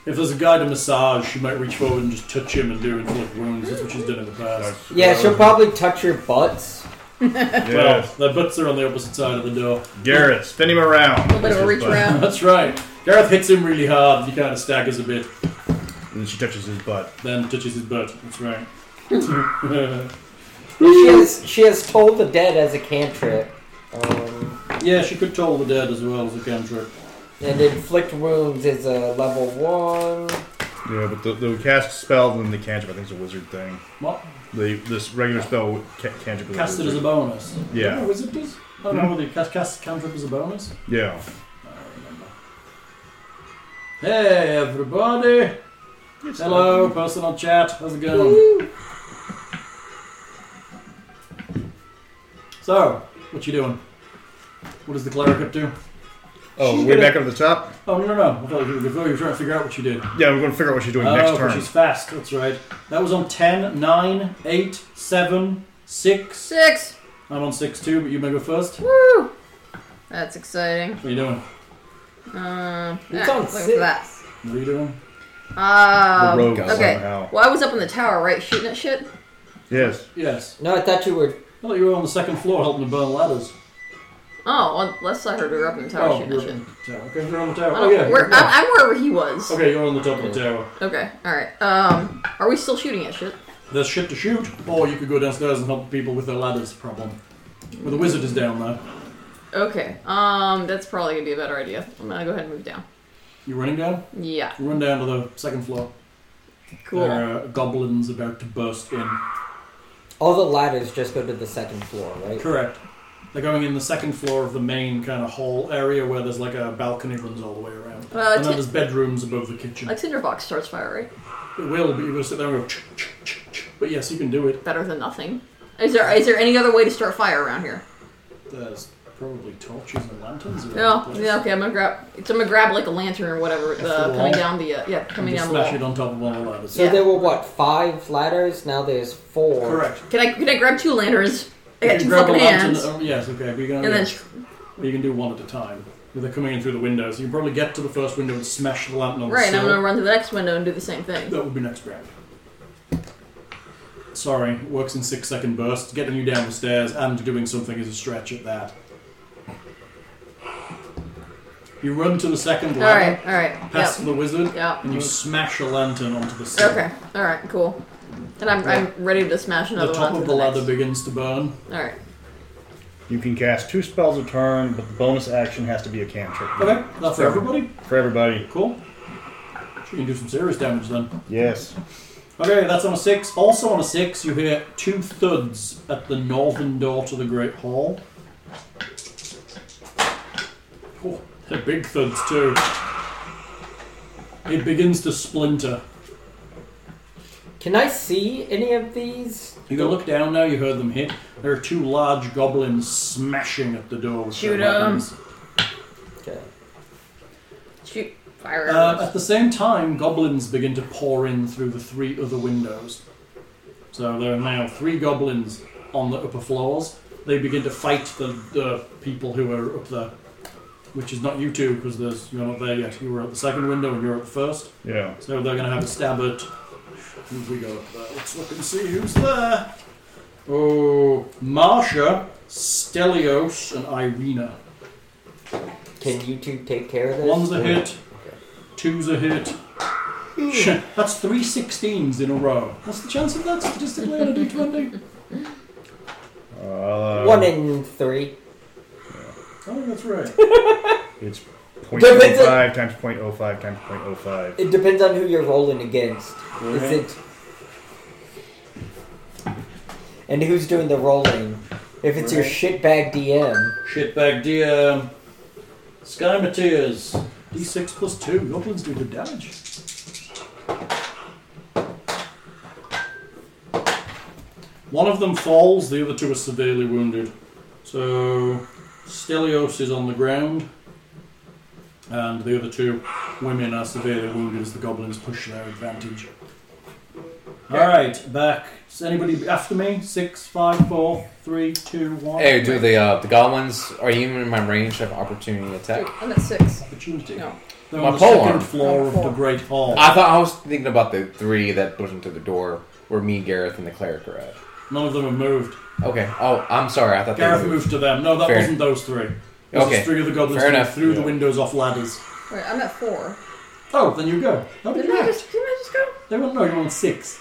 [SPEAKER 3] If there's a guy to massage, she might reach forward and just touch him and do inflict wounds. That's what she's done in the past.
[SPEAKER 6] Yeah, she'll probably touch your butts.
[SPEAKER 2] Yes.
[SPEAKER 3] Well, the butts are on the opposite side of the door.
[SPEAKER 2] Gareth, spin him around.
[SPEAKER 4] A little bit of a reach around.
[SPEAKER 3] That's right. Gareth hits him really hard. He kind of staggers a bit,
[SPEAKER 2] And then she touches his butt.
[SPEAKER 3] then touches his butt. That's right.
[SPEAKER 6] She has she has told the dead as a cantrip, um,
[SPEAKER 3] yeah, she could toll the dead as well as a cantrip.
[SPEAKER 6] and inflict wounds is a level one.
[SPEAKER 2] Yeah, but the, the cast spell and the cantrip, I think, is a wizard thing.
[SPEAKER 3] What?
[SPEAKER 2] The this regular spell ca- cantrip is
[SPEAKER 3] Cast
[SPEAKER 2] a
[SPEAKER 3] it as a
[SPEAKER 2] wizard.
[SPEAKER 3] bonus. Oh,
[SPEAKER 2] Yeah.
[SPEAKER 3] Is it does? I don't know whether you cast, cast cantrip as a bonus.
[SPEAKER 2] Yeah.
[SPEAKER 3] Hey, everybody. Hello, personal chat. How's it going? So, what you doing? What is the cleric up to?
[SPEAKER 2] Oh,
[SPEAKER 3] She's
[SPEAKER 2] way
[SPEAKER 3] gonna-
[SPEAKER 2] back up to the top.
[SPEAKER 3] Oh no no no! I thought you were before you were trying to figure out what you did.
[SPEAKER 2] Yeah, we're going to figure out what she's doing
[SPEAKER 3] oh,
[SPEAKER 2] next
[SPEAKER 3] 'cause
[SPEAKER 2] turn.
[SPEAKER 3] she's fast. That's right. That was on 10, 9, 8, 7, 6.
[SPEAKER 4] Six.
[SPEAKER 3] I'm on 6 too, but you may go first. What
[SPEAKER 4] Woo! That's exciting.
[SPEAKER 3] are you doing?
[SPEAKER 4] Um,
[SPEAKER 6] It's
[SPEAKER 4] eh,
[SPEAKER 6] on
[SPEAKER 4] looking
[SPEAKER 6] six.
[SPEAKER 4] for that.
[SPEAKER 3] What are you doing?
[SPEAKER 4] Um,
[SPEAKER 2] The rogue
[SPEAKER 4] okay.
[SPEAKER 2] somehow.
[SPEAKER 4] Well, I was up in the tower, right, shooting at shit.
[SPEAKER 2] Yes.
[SPEAKER 3] Yes.
[SPEAKER 6] No, I thought you were.
[SPEAKER 3] I thought you were on the second floor helping to burn ladders.
[SPEAKER 4] Oh, unless I heard we were up in the tower
[SPEAKER 3] Oh,
[SPEAKER 4] shooting
[SPEAKER 3] you're
[SPEAKER 4] that shit.
[SPEAKER 3] on the tower. Okay, you're on the tower.
[SPEAKER 4] I
[SPEAKER 3] Oh,
[SPEAKER 4] don't
[SPEAKER 3] yeah.
[SPEAKER 4] where,
[SPEAKER 3] yeah.
[SPEAKER 4] I'm, I'm wherever he was. Okay.
[SPEAKER 3] Okay, you're on the top of the tower.
[SPEAKER 4] all right. Um, are we still shooting at shit?
[SPEAKER 3] There's shit to shoot, or you could go downstairs and help people with their ladders problem. Well, the wizard is down there.
[SPEAKER 4] Okay. Um, that's probably gonna be a better idea. I'm gonna go ahead and move down.
[SPEAKER 3] You running down?
[SPEAKER 4] Yeah.
[SPEAKER 3] You run down to the second floor.
[SPEAKER 4] Cool.
[SPEAKER 3] There are goblins about to burst in.
[SPEAKER 6] All the ladders just go to the second floor, right?
[SPEAKER 3] Correct. They're going in the second floor of the main kind of hall area where there's like a balcony runs all the way around.
[SPEAKER 4] Well,
[SPEAKER 3] and then there's
[SPEAKER 4] it's-
[SPEAKER 3] bedrooms above the kitchen.
[SPEAKER 4] A tinderbox starts fire, right?
[SPEAKER 3] It will, but you're gonna sit there and go. "Ch- ch- ch- ch." But yes, you can do it.
[SPEAKER 4] Better than nothing. Is there is there any other way to start fire around here?
[SPEAKER 3] There's probably torches and lanterns. around
[SPEAKER 4] No.
[SPEAKER 3] the place.
[SPEAKER 4] Yeah. Okay. I'm gonna grab. It's, I'm gonna grab like a lantern or whatever
[SPEAKER 3] the
[SPEAKER 4] uh,
[SPEAKER 3] wall.
[SPEAKER 4] coming down the uh, yeah
[SPEAKER 3] And
[SPEAKER 4] coming
[SPEAKER 3] just
[SPEAKER 4] down the
[SPEAKER 3] smash
[SPEAKER 4] wall.
[SPEAKER 3] it on top of one of the ladders.
[SPEAKER 6] So
[SPEAKER 4] Yeah.
[SPEAKER 6] there were what five ladders? Now there's four.
[SPEAKER 3] Correct.
[SPEAKER 4] Can I can I grab two lanterns? I got
[SPEAKER 3] you
[SPEAKER 4] two
[SPEAKER 3] can grab a
[SPEAKER 4] fucking
[SPEAKER 3] lantern.
[SPEAKER 4] hands.
[SPEAKER 3] oh, yes, okay. But you're gonna,
[SPEAKER 4] And then
[SPEAKER 3] Well, you can do one at a time. If They're coming in through the window, so you can probably get to the first window and smash the lantern on
[SPEAKER 4] right,
[SPEAKER 3] the
[SPEAKER 4] and I'm
[SPEAKER 3] sill.
[SPEAKER 4] gonna run to the next window and do the same thing.
[SPEAKER 3] That would be next round. Sorry, works in six second bursts. Getting you down the stairs and doing something is a stretch at that. You run to the second
[SPEAKER 4] All
[SPEAKER 3] ladder,
[SPEAKER 4] right. All right.
[SPEAKER 3] past
[SPEAKER 4] Yep.
[SPEAKER 3] the wizard,
[SPEAKER 4] Yep.
[SPEAKER 3] and you smash a lantern onto the sill.
[SPEAKER 4] Okay. All right. Cool. And I'm, I'm ready to smash
[SPEAKER 3] The
[SPEAKER 4] another
[SPEAKER 3] top
[SPEAKER 4] one.
[SPEAKER 3] of the ladder begins to burn.
[SPEAKER 4] All right.
[SPEAKER 2] You can cast two spells a turn, but the bonus action has to be a cantrip.
[SPEAKER 3] Okay, that's for everybody.
[SPEAKER 2] For everybody.
[SPEAKER 3] Cool. You can do some serious damage then.
[SPEAKER 2] Yes.
[SPEAKER 3] Okay, that's on a six. Also on a six, you hear two thuds at the northern door to the Great Hall. Oh, they're big thuds too. It begins to splinter.
[SPEAKER 6] Can I see any of these?
[SPEAKER 3] You can look down now, you heard them hit. There are two large goblins smashing at the door. with their
[SPEAKER 4] Shoot 'em.
[SPEAKER 3] weapons.
[SPEAKER 6] Okay.
[SPEAKER 4] Shoot. Fire.
[SPEAKER 3] Uh, at the same time, goblins begin to pour in through the three other windows. So there are now three goblins on the upper floors. They begin to fight the, the people who are up there, which is not you two because there's you're not there yet. You were at the second window and you're at the first.
[SPEAKER 2] Yeah.
[SPEAKER 3] So they're going to have a stab at. Who we go up there? Let's look and see who's there. Oh, Marsha, Stelios, and Irina.
[SPEAKER 6] Can you two take care of this?
[SPEAKER 3] One's a hit. Two's a hit. Shit, That's three 16s in a row. What's the chance of that statistically on a d20?
[SPEAKER 2] Uh,
[SPEAKER 6] One in three.
[SPEAKER 3] Oh, that's right.
[SPEAKER 2] It's
[SPEAKER 6] Depends on-
[SPEAKER 2] 0.05 times 0.05 times 0.05.
[SPEAKER 6] It depends on who you're rolling against. Is
[SPEAKER 3] Okay.
[SPEAKER 6] it? And who's doing the rolling? If it's your
[SPEAKER 3] Right.
[SPEAKER 6] shitbag DM,
[SPEAKER 3] Shitbag DM. Sky Matears. D6 plus 2. Goblins do good damage. One of them falls, the other two are severely wounded. So, Stelios is on the ground, and the other two women are severely wounded as the goblins push their advantage. Alright, back. Is anybody after me? Six, five, four, three, two, one.
[SPEAKER 5] Hey, do the uh, the goblins are you even in my range of opportunity attack?
[SPEAKER 4] I'm at six.
[SPEAKER 3] opportunity.
[SPEAKER 4] No.
[SPEAKER 3] They're
[SPEAKER 5] My
[SPEAKER 3] on the
[SPEAKER 5] pole
[SPEAKER 3] second
[SPEAKER 5] arm. Ah.
[SPEAKER 3] floor of
[SPEAKER 4] Number
[SPEAKER 3] the
[SPEAKER 4] four.
[SPEAKER 3] Great Hall.
[SPEAKER 5] I thought I was thinking about the three that pushed into the door where me, Gareth, and the cleric are at.
[SPEAKER 3] None of them have moved.
[SPEAKER 5] Okay. Oh, I'm sorry. I thought
[SPEAKER 3] Gareth
[SPEAKER 5] they
[SPEAKER 3] moved.
[SPEAKER 5] moved.
[SPEAKER 3] to them. No, that
[SPEAKER 5] Fair.
[SPEAKER 3] wasn't those three. Those
[SPEAKER 5] Okay.
[SPEAKER 3] was three of the goblins
[SPEAKER 5] Fair
[SPEAKER 3] who
[SPEAKER 5] enough.
[SPEAKER 3] threw the
[SPEAKER 2] Yeah.
[SPEAKER 3] windows off ladders.
[SPEAKER 4] Wait, I'm at four.
[SPEAKER 3] Oh, then you go. No, but
[SPEAKER 4] Didn't
[SPEAKER 3] you
[SPEAKER 4] I
[SPEAKER 3] act.
[SPEAKER 4] just? Didn't I just go?
[SPEAKER 3] They were no, you're on six.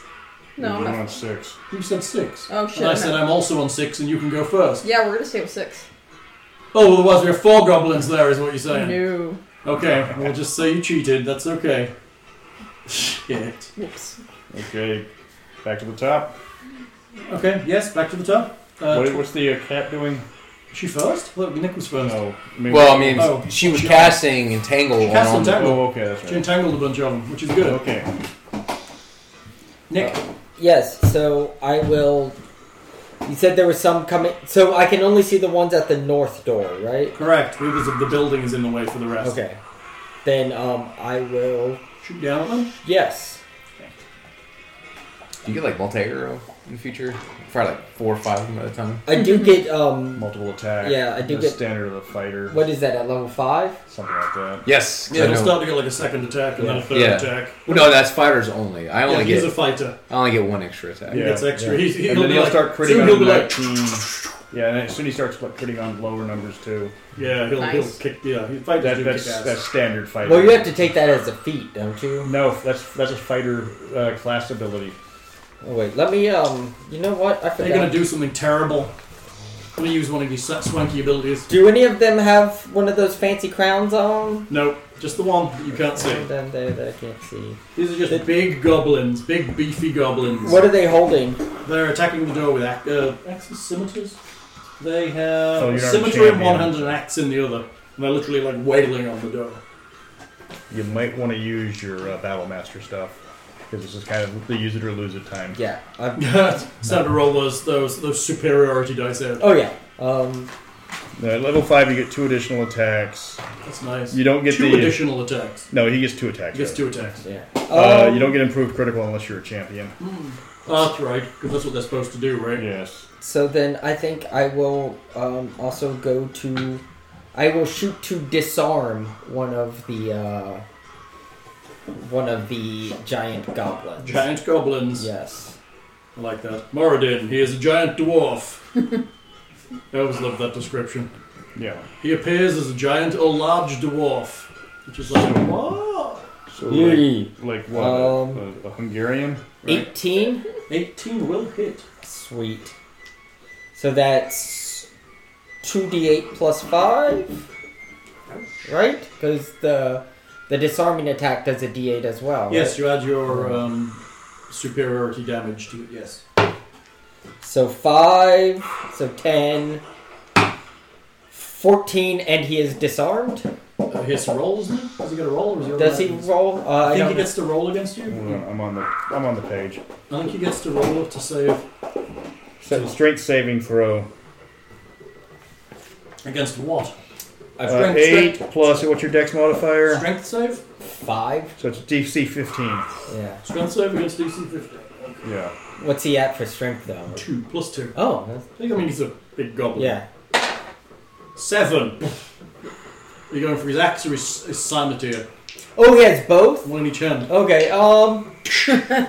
[SPEAKER 4] No, I'm
[SPEAKER 2] You're
[SPEAKER 4] at
[SPEAKER 2] on six.
[SPEAKER 3] You said six.
[SPEAKER 4] Oh, shit,
[SPEAKER 3] And I
[SPEAKER 4] I'm
[SPEAKER 3] said
[SPEAKER 4] not-
[SPEAKER 3] I'm also on six, and you can go first.
[SPEAKER 4] Yeah, we're gonna stay with six.
[SPEAKER 3] Oh, otherwise we have four goblins there, is what you're saying.
[SPEAKER 4] No.
[SPEAKER 3] Okay, we'll just say you cheated. That's okay. Shit.
[SPEAKER 4] Whoops.
[SPEAKER 2] Okay. Back to the top.
[SPEAKER 3] Okay. Yes. Back to the top. Uh,
[SPEAKER 2] What, what's the uh, cat doing?
[SPEAKER 3] she first? Look, Nick was first.
[SPEAKER 2] No.
[SPEAKER 5] Well, I mean,
[SPEAKER 3] Oh,
[SPEAKER 5] she was
[SPEAKER 3] she-
[SPEAKER 5] casting entangle
[SPEAKER 3] She cast
[SPEAKER 5] on.
[SPEAKER 3] Entangle.
[SPEAKER 2] Oh, okay, that's
[SPEAKER 3] She
[SPEAKER 2] right.
[SPEAKER 3] entangled a bunch of them, which is good.
[SPEAKER 2] Okay.
[SPEAKER 3] Nick,
[SPEAKER 2] Uh.
[SPEAKER 6] yes. So I will. You said there were some coming, so I can only see the ones at the north door, right?
[SPEAKER 3] correct. Because of the building is in the way for the rest.
[SPEAKER 6] Okay. Then um, I will.
[SPEAKER 3] Shoot down at them.
[SPEAKER 6] Yes.
[SPEAKER 5] Do you get like multi arrow in the future? Probably like four or five of them at a time.
[SPEAKER 6] I
[SPEAKER 3] Mm-hmm.
[SPEAKER 6] do get um.
[SPEAKER 2] Multiple attack.
[SPEAKER 6] Yeah, I do
[SPEAKER 2] the
[SPEAKER 6] get-
[SPEAKER 2] standard of the fighter.
[SPEAKER 6] What is that at level five?
[SPEAKER 2] Something like that.
[SPEAKER 5] Yes.
[SPEAKER 3] Yeah,
[SPEAKER 5] I
[SPEAKER 3] it'll
[SPEAKER 5] know.
[SPEAKER 3] start to get like a second attack and then a third
[SPEAKER 5] Yeah.
[SPEAKER 3] attack.
[SPEAKER 5] Well, no, that's fighters only. I
[SPEAKER 3] Yeah,
[SPEAKER 5] only
[SPEAKER 3] he's
[SPEAKER 5] get
[SPEAKER 3] a fighter.
[SPEAKER 5] I only get one extra attack.
[SPEAKER 3] He
[SPEAKER 2] Yeah,
[SPEAKER 3] gets extra. He's, he'll
[SPEAKER 2] And then
[SPEAKER 3] be
[SPEAKER 2] he'll
[SPEAKER 3] like,
[SPEAKER 2] start
[SPEAKER 3] soon
[SPEAKER 2] critting
[SPEAKER 3] he'll
[SPEAKER 2] on
[SPEAKER 3] be like,
[SPEAKER 2] 19. Yeah, and as soon as he starts like, putting on lower numbers too,
[SPEAKER 3] Yeah, he'll, he'll
[SPEAKER 4] Nice.
[SPEAKER 3] kick. Yeah, he fight
[SPEAKER 2] that,
[SPEAKER 3] do
[SPEAKER 2] that's
[SPEAKER 3] kick ass.
[SPEAKER 2] that's standard fighter.
[SPEAKER 1] Well, you have to take that as a feat, don't you?
[SPEAKER 2] No, that's that's a fighter uh, class ability.
[SPEAKER 1] Oh, wait,
[SPEAKER 7] Let me, um, you know what? I
[SPEAKER 3] They're
[SPEAKER 7] forgot.
[SPEAKER 3] gonna do something terrible. I'm gonna use one of these swanky abilities.
[SPEAKER 1] Do any of them have one of those fancy crowns on?
[SPEAKER 3] Nope, just the one that you can't see.
[SPEAKER 1] Them there that I can't see.
[SPEAKER 3] These are just big goblins, big beefy goblins.
[SPEAKER 1] What are they holding?
[SPEAKER 3] They're attacking the door with ac- uh, axes, scimitars. They have
[SPEAKER 2] So Oh, you're
[SPEAKER 3] a
[SPEAKER 2] not a
[SPEAKER 3] scimitar in
[SPEAKER 2] champion.
[SPEAKER 3] one hand and an axe in the other, and they're literally like wailing on the door.
[SPEAKER 2] You might want to use your uh, battle master stuff because this is kind of the use it or lose it time.
[SPEAKER 1] Yeah. i
[SPEAKER 3] it's time to roll those those those superiority dice out.
[SPEAKER 1] oh yeah. Um,
[SPEAKER 2] Uh, at level five, you get two additional attacks.
[SPEAKER 3] That's nice.
[SPEAKER 2] You don't get
[SPEAKER 3] two
[SPEAKER 2] the
[SPEAKER 3] additional attacks.
[SPEAKER 2] no. He gets two attacks.
[SPEAKER 3] He gets
[SPEAKER 2] right?
[SPEAKER 3] two attacks.
[SPEAKER 1] yeah.
[SPEAKER 2] Uh,
[SPEAKER 1] Um,
[SPEAKER 2] you don't get improved critical unless you're a champion.
[SPEAKER 3] Oh, that's right, because that's what they're supposed to do, right?
[SPEAKER 2] Yes.
[SPEAKER 1] So then I think I will um, also go to. I will shoot to disarm one of the uh, one of the giant goblins.
[SPEAKER 3] Giant goblins.
[SPEAKER 1] Yes.
[SPEAKER 3] I like that. Moradin, he is a giant dwarf. I always love that description.
[SPEAKER 2] Yeah.
[SPEAKER 3] He appears as a giant or large dwarf, which is like, what?
[SPEAKER 2] So
[SPEAKER 1] Yee.
[SPEAKER 2] like, like what?
[SPEAKER 1] Um,
[SPEAKER 2] a, a Hungarian? Right?
[SPEAKER 1] Eighteen.
[SPEAKER 3] 18 will hit.
[SPEAKER 1] Sweet. So that's two d eight plus five, right? Because the the disarming attack does a d eight as well.
[SPEAKER 3] Yes, you add your um, superiority damage to it, yes.
[SPEAKER 1] So five, so ten, fourteen, and he is disarmed.
[SPEAKER 3] Uh, he has to roll, doesn't he? Does he get a roll? Or is he
[SPEAKER 1] Does he
[SPEAKER 3] automatic?
[SPEAKER 1] roll? Uh, I
[SPEAKER 3] I think he
[SPEAKER 1] don't know.
[SPEAKER 3] gets to roll against you.
[SPEAKER 2] Hold on, I'm on the I'm on the page.
[SPEAKER 3] I think he gets to roll to save
[SPEAKER 2] So strength saving throw.
[SPEAKER 3] against what?
[SPEAKER 2] Uh, eight plus what's your dex modifier?
[SPEAKER 3] Strength save?
[SPEAKER 1] five.
[SPEAKER 2] So it's DC 15.
[SPEAKER 1] Yeah.
[SPEAKER 3] Strength save against DC 50.
[SPEAKER 2] Yeah.
[SPEAKER 1] What's he at for strength though?
[SPEAKER 3] 2 plus 2.
[SPEAKER 1] Oh, that's,
[SPEAKER 3] I think I mean he's a big goblin.
[SPEAKER 1] yeah.
[SPEAKER 3] Seven. You're going for his axe or his, his scimitar?
[SPEAKER 1] Oh, he has both.
[SPEAKER 3] One in each hand.
[SPEAKER 1] Okay. Um,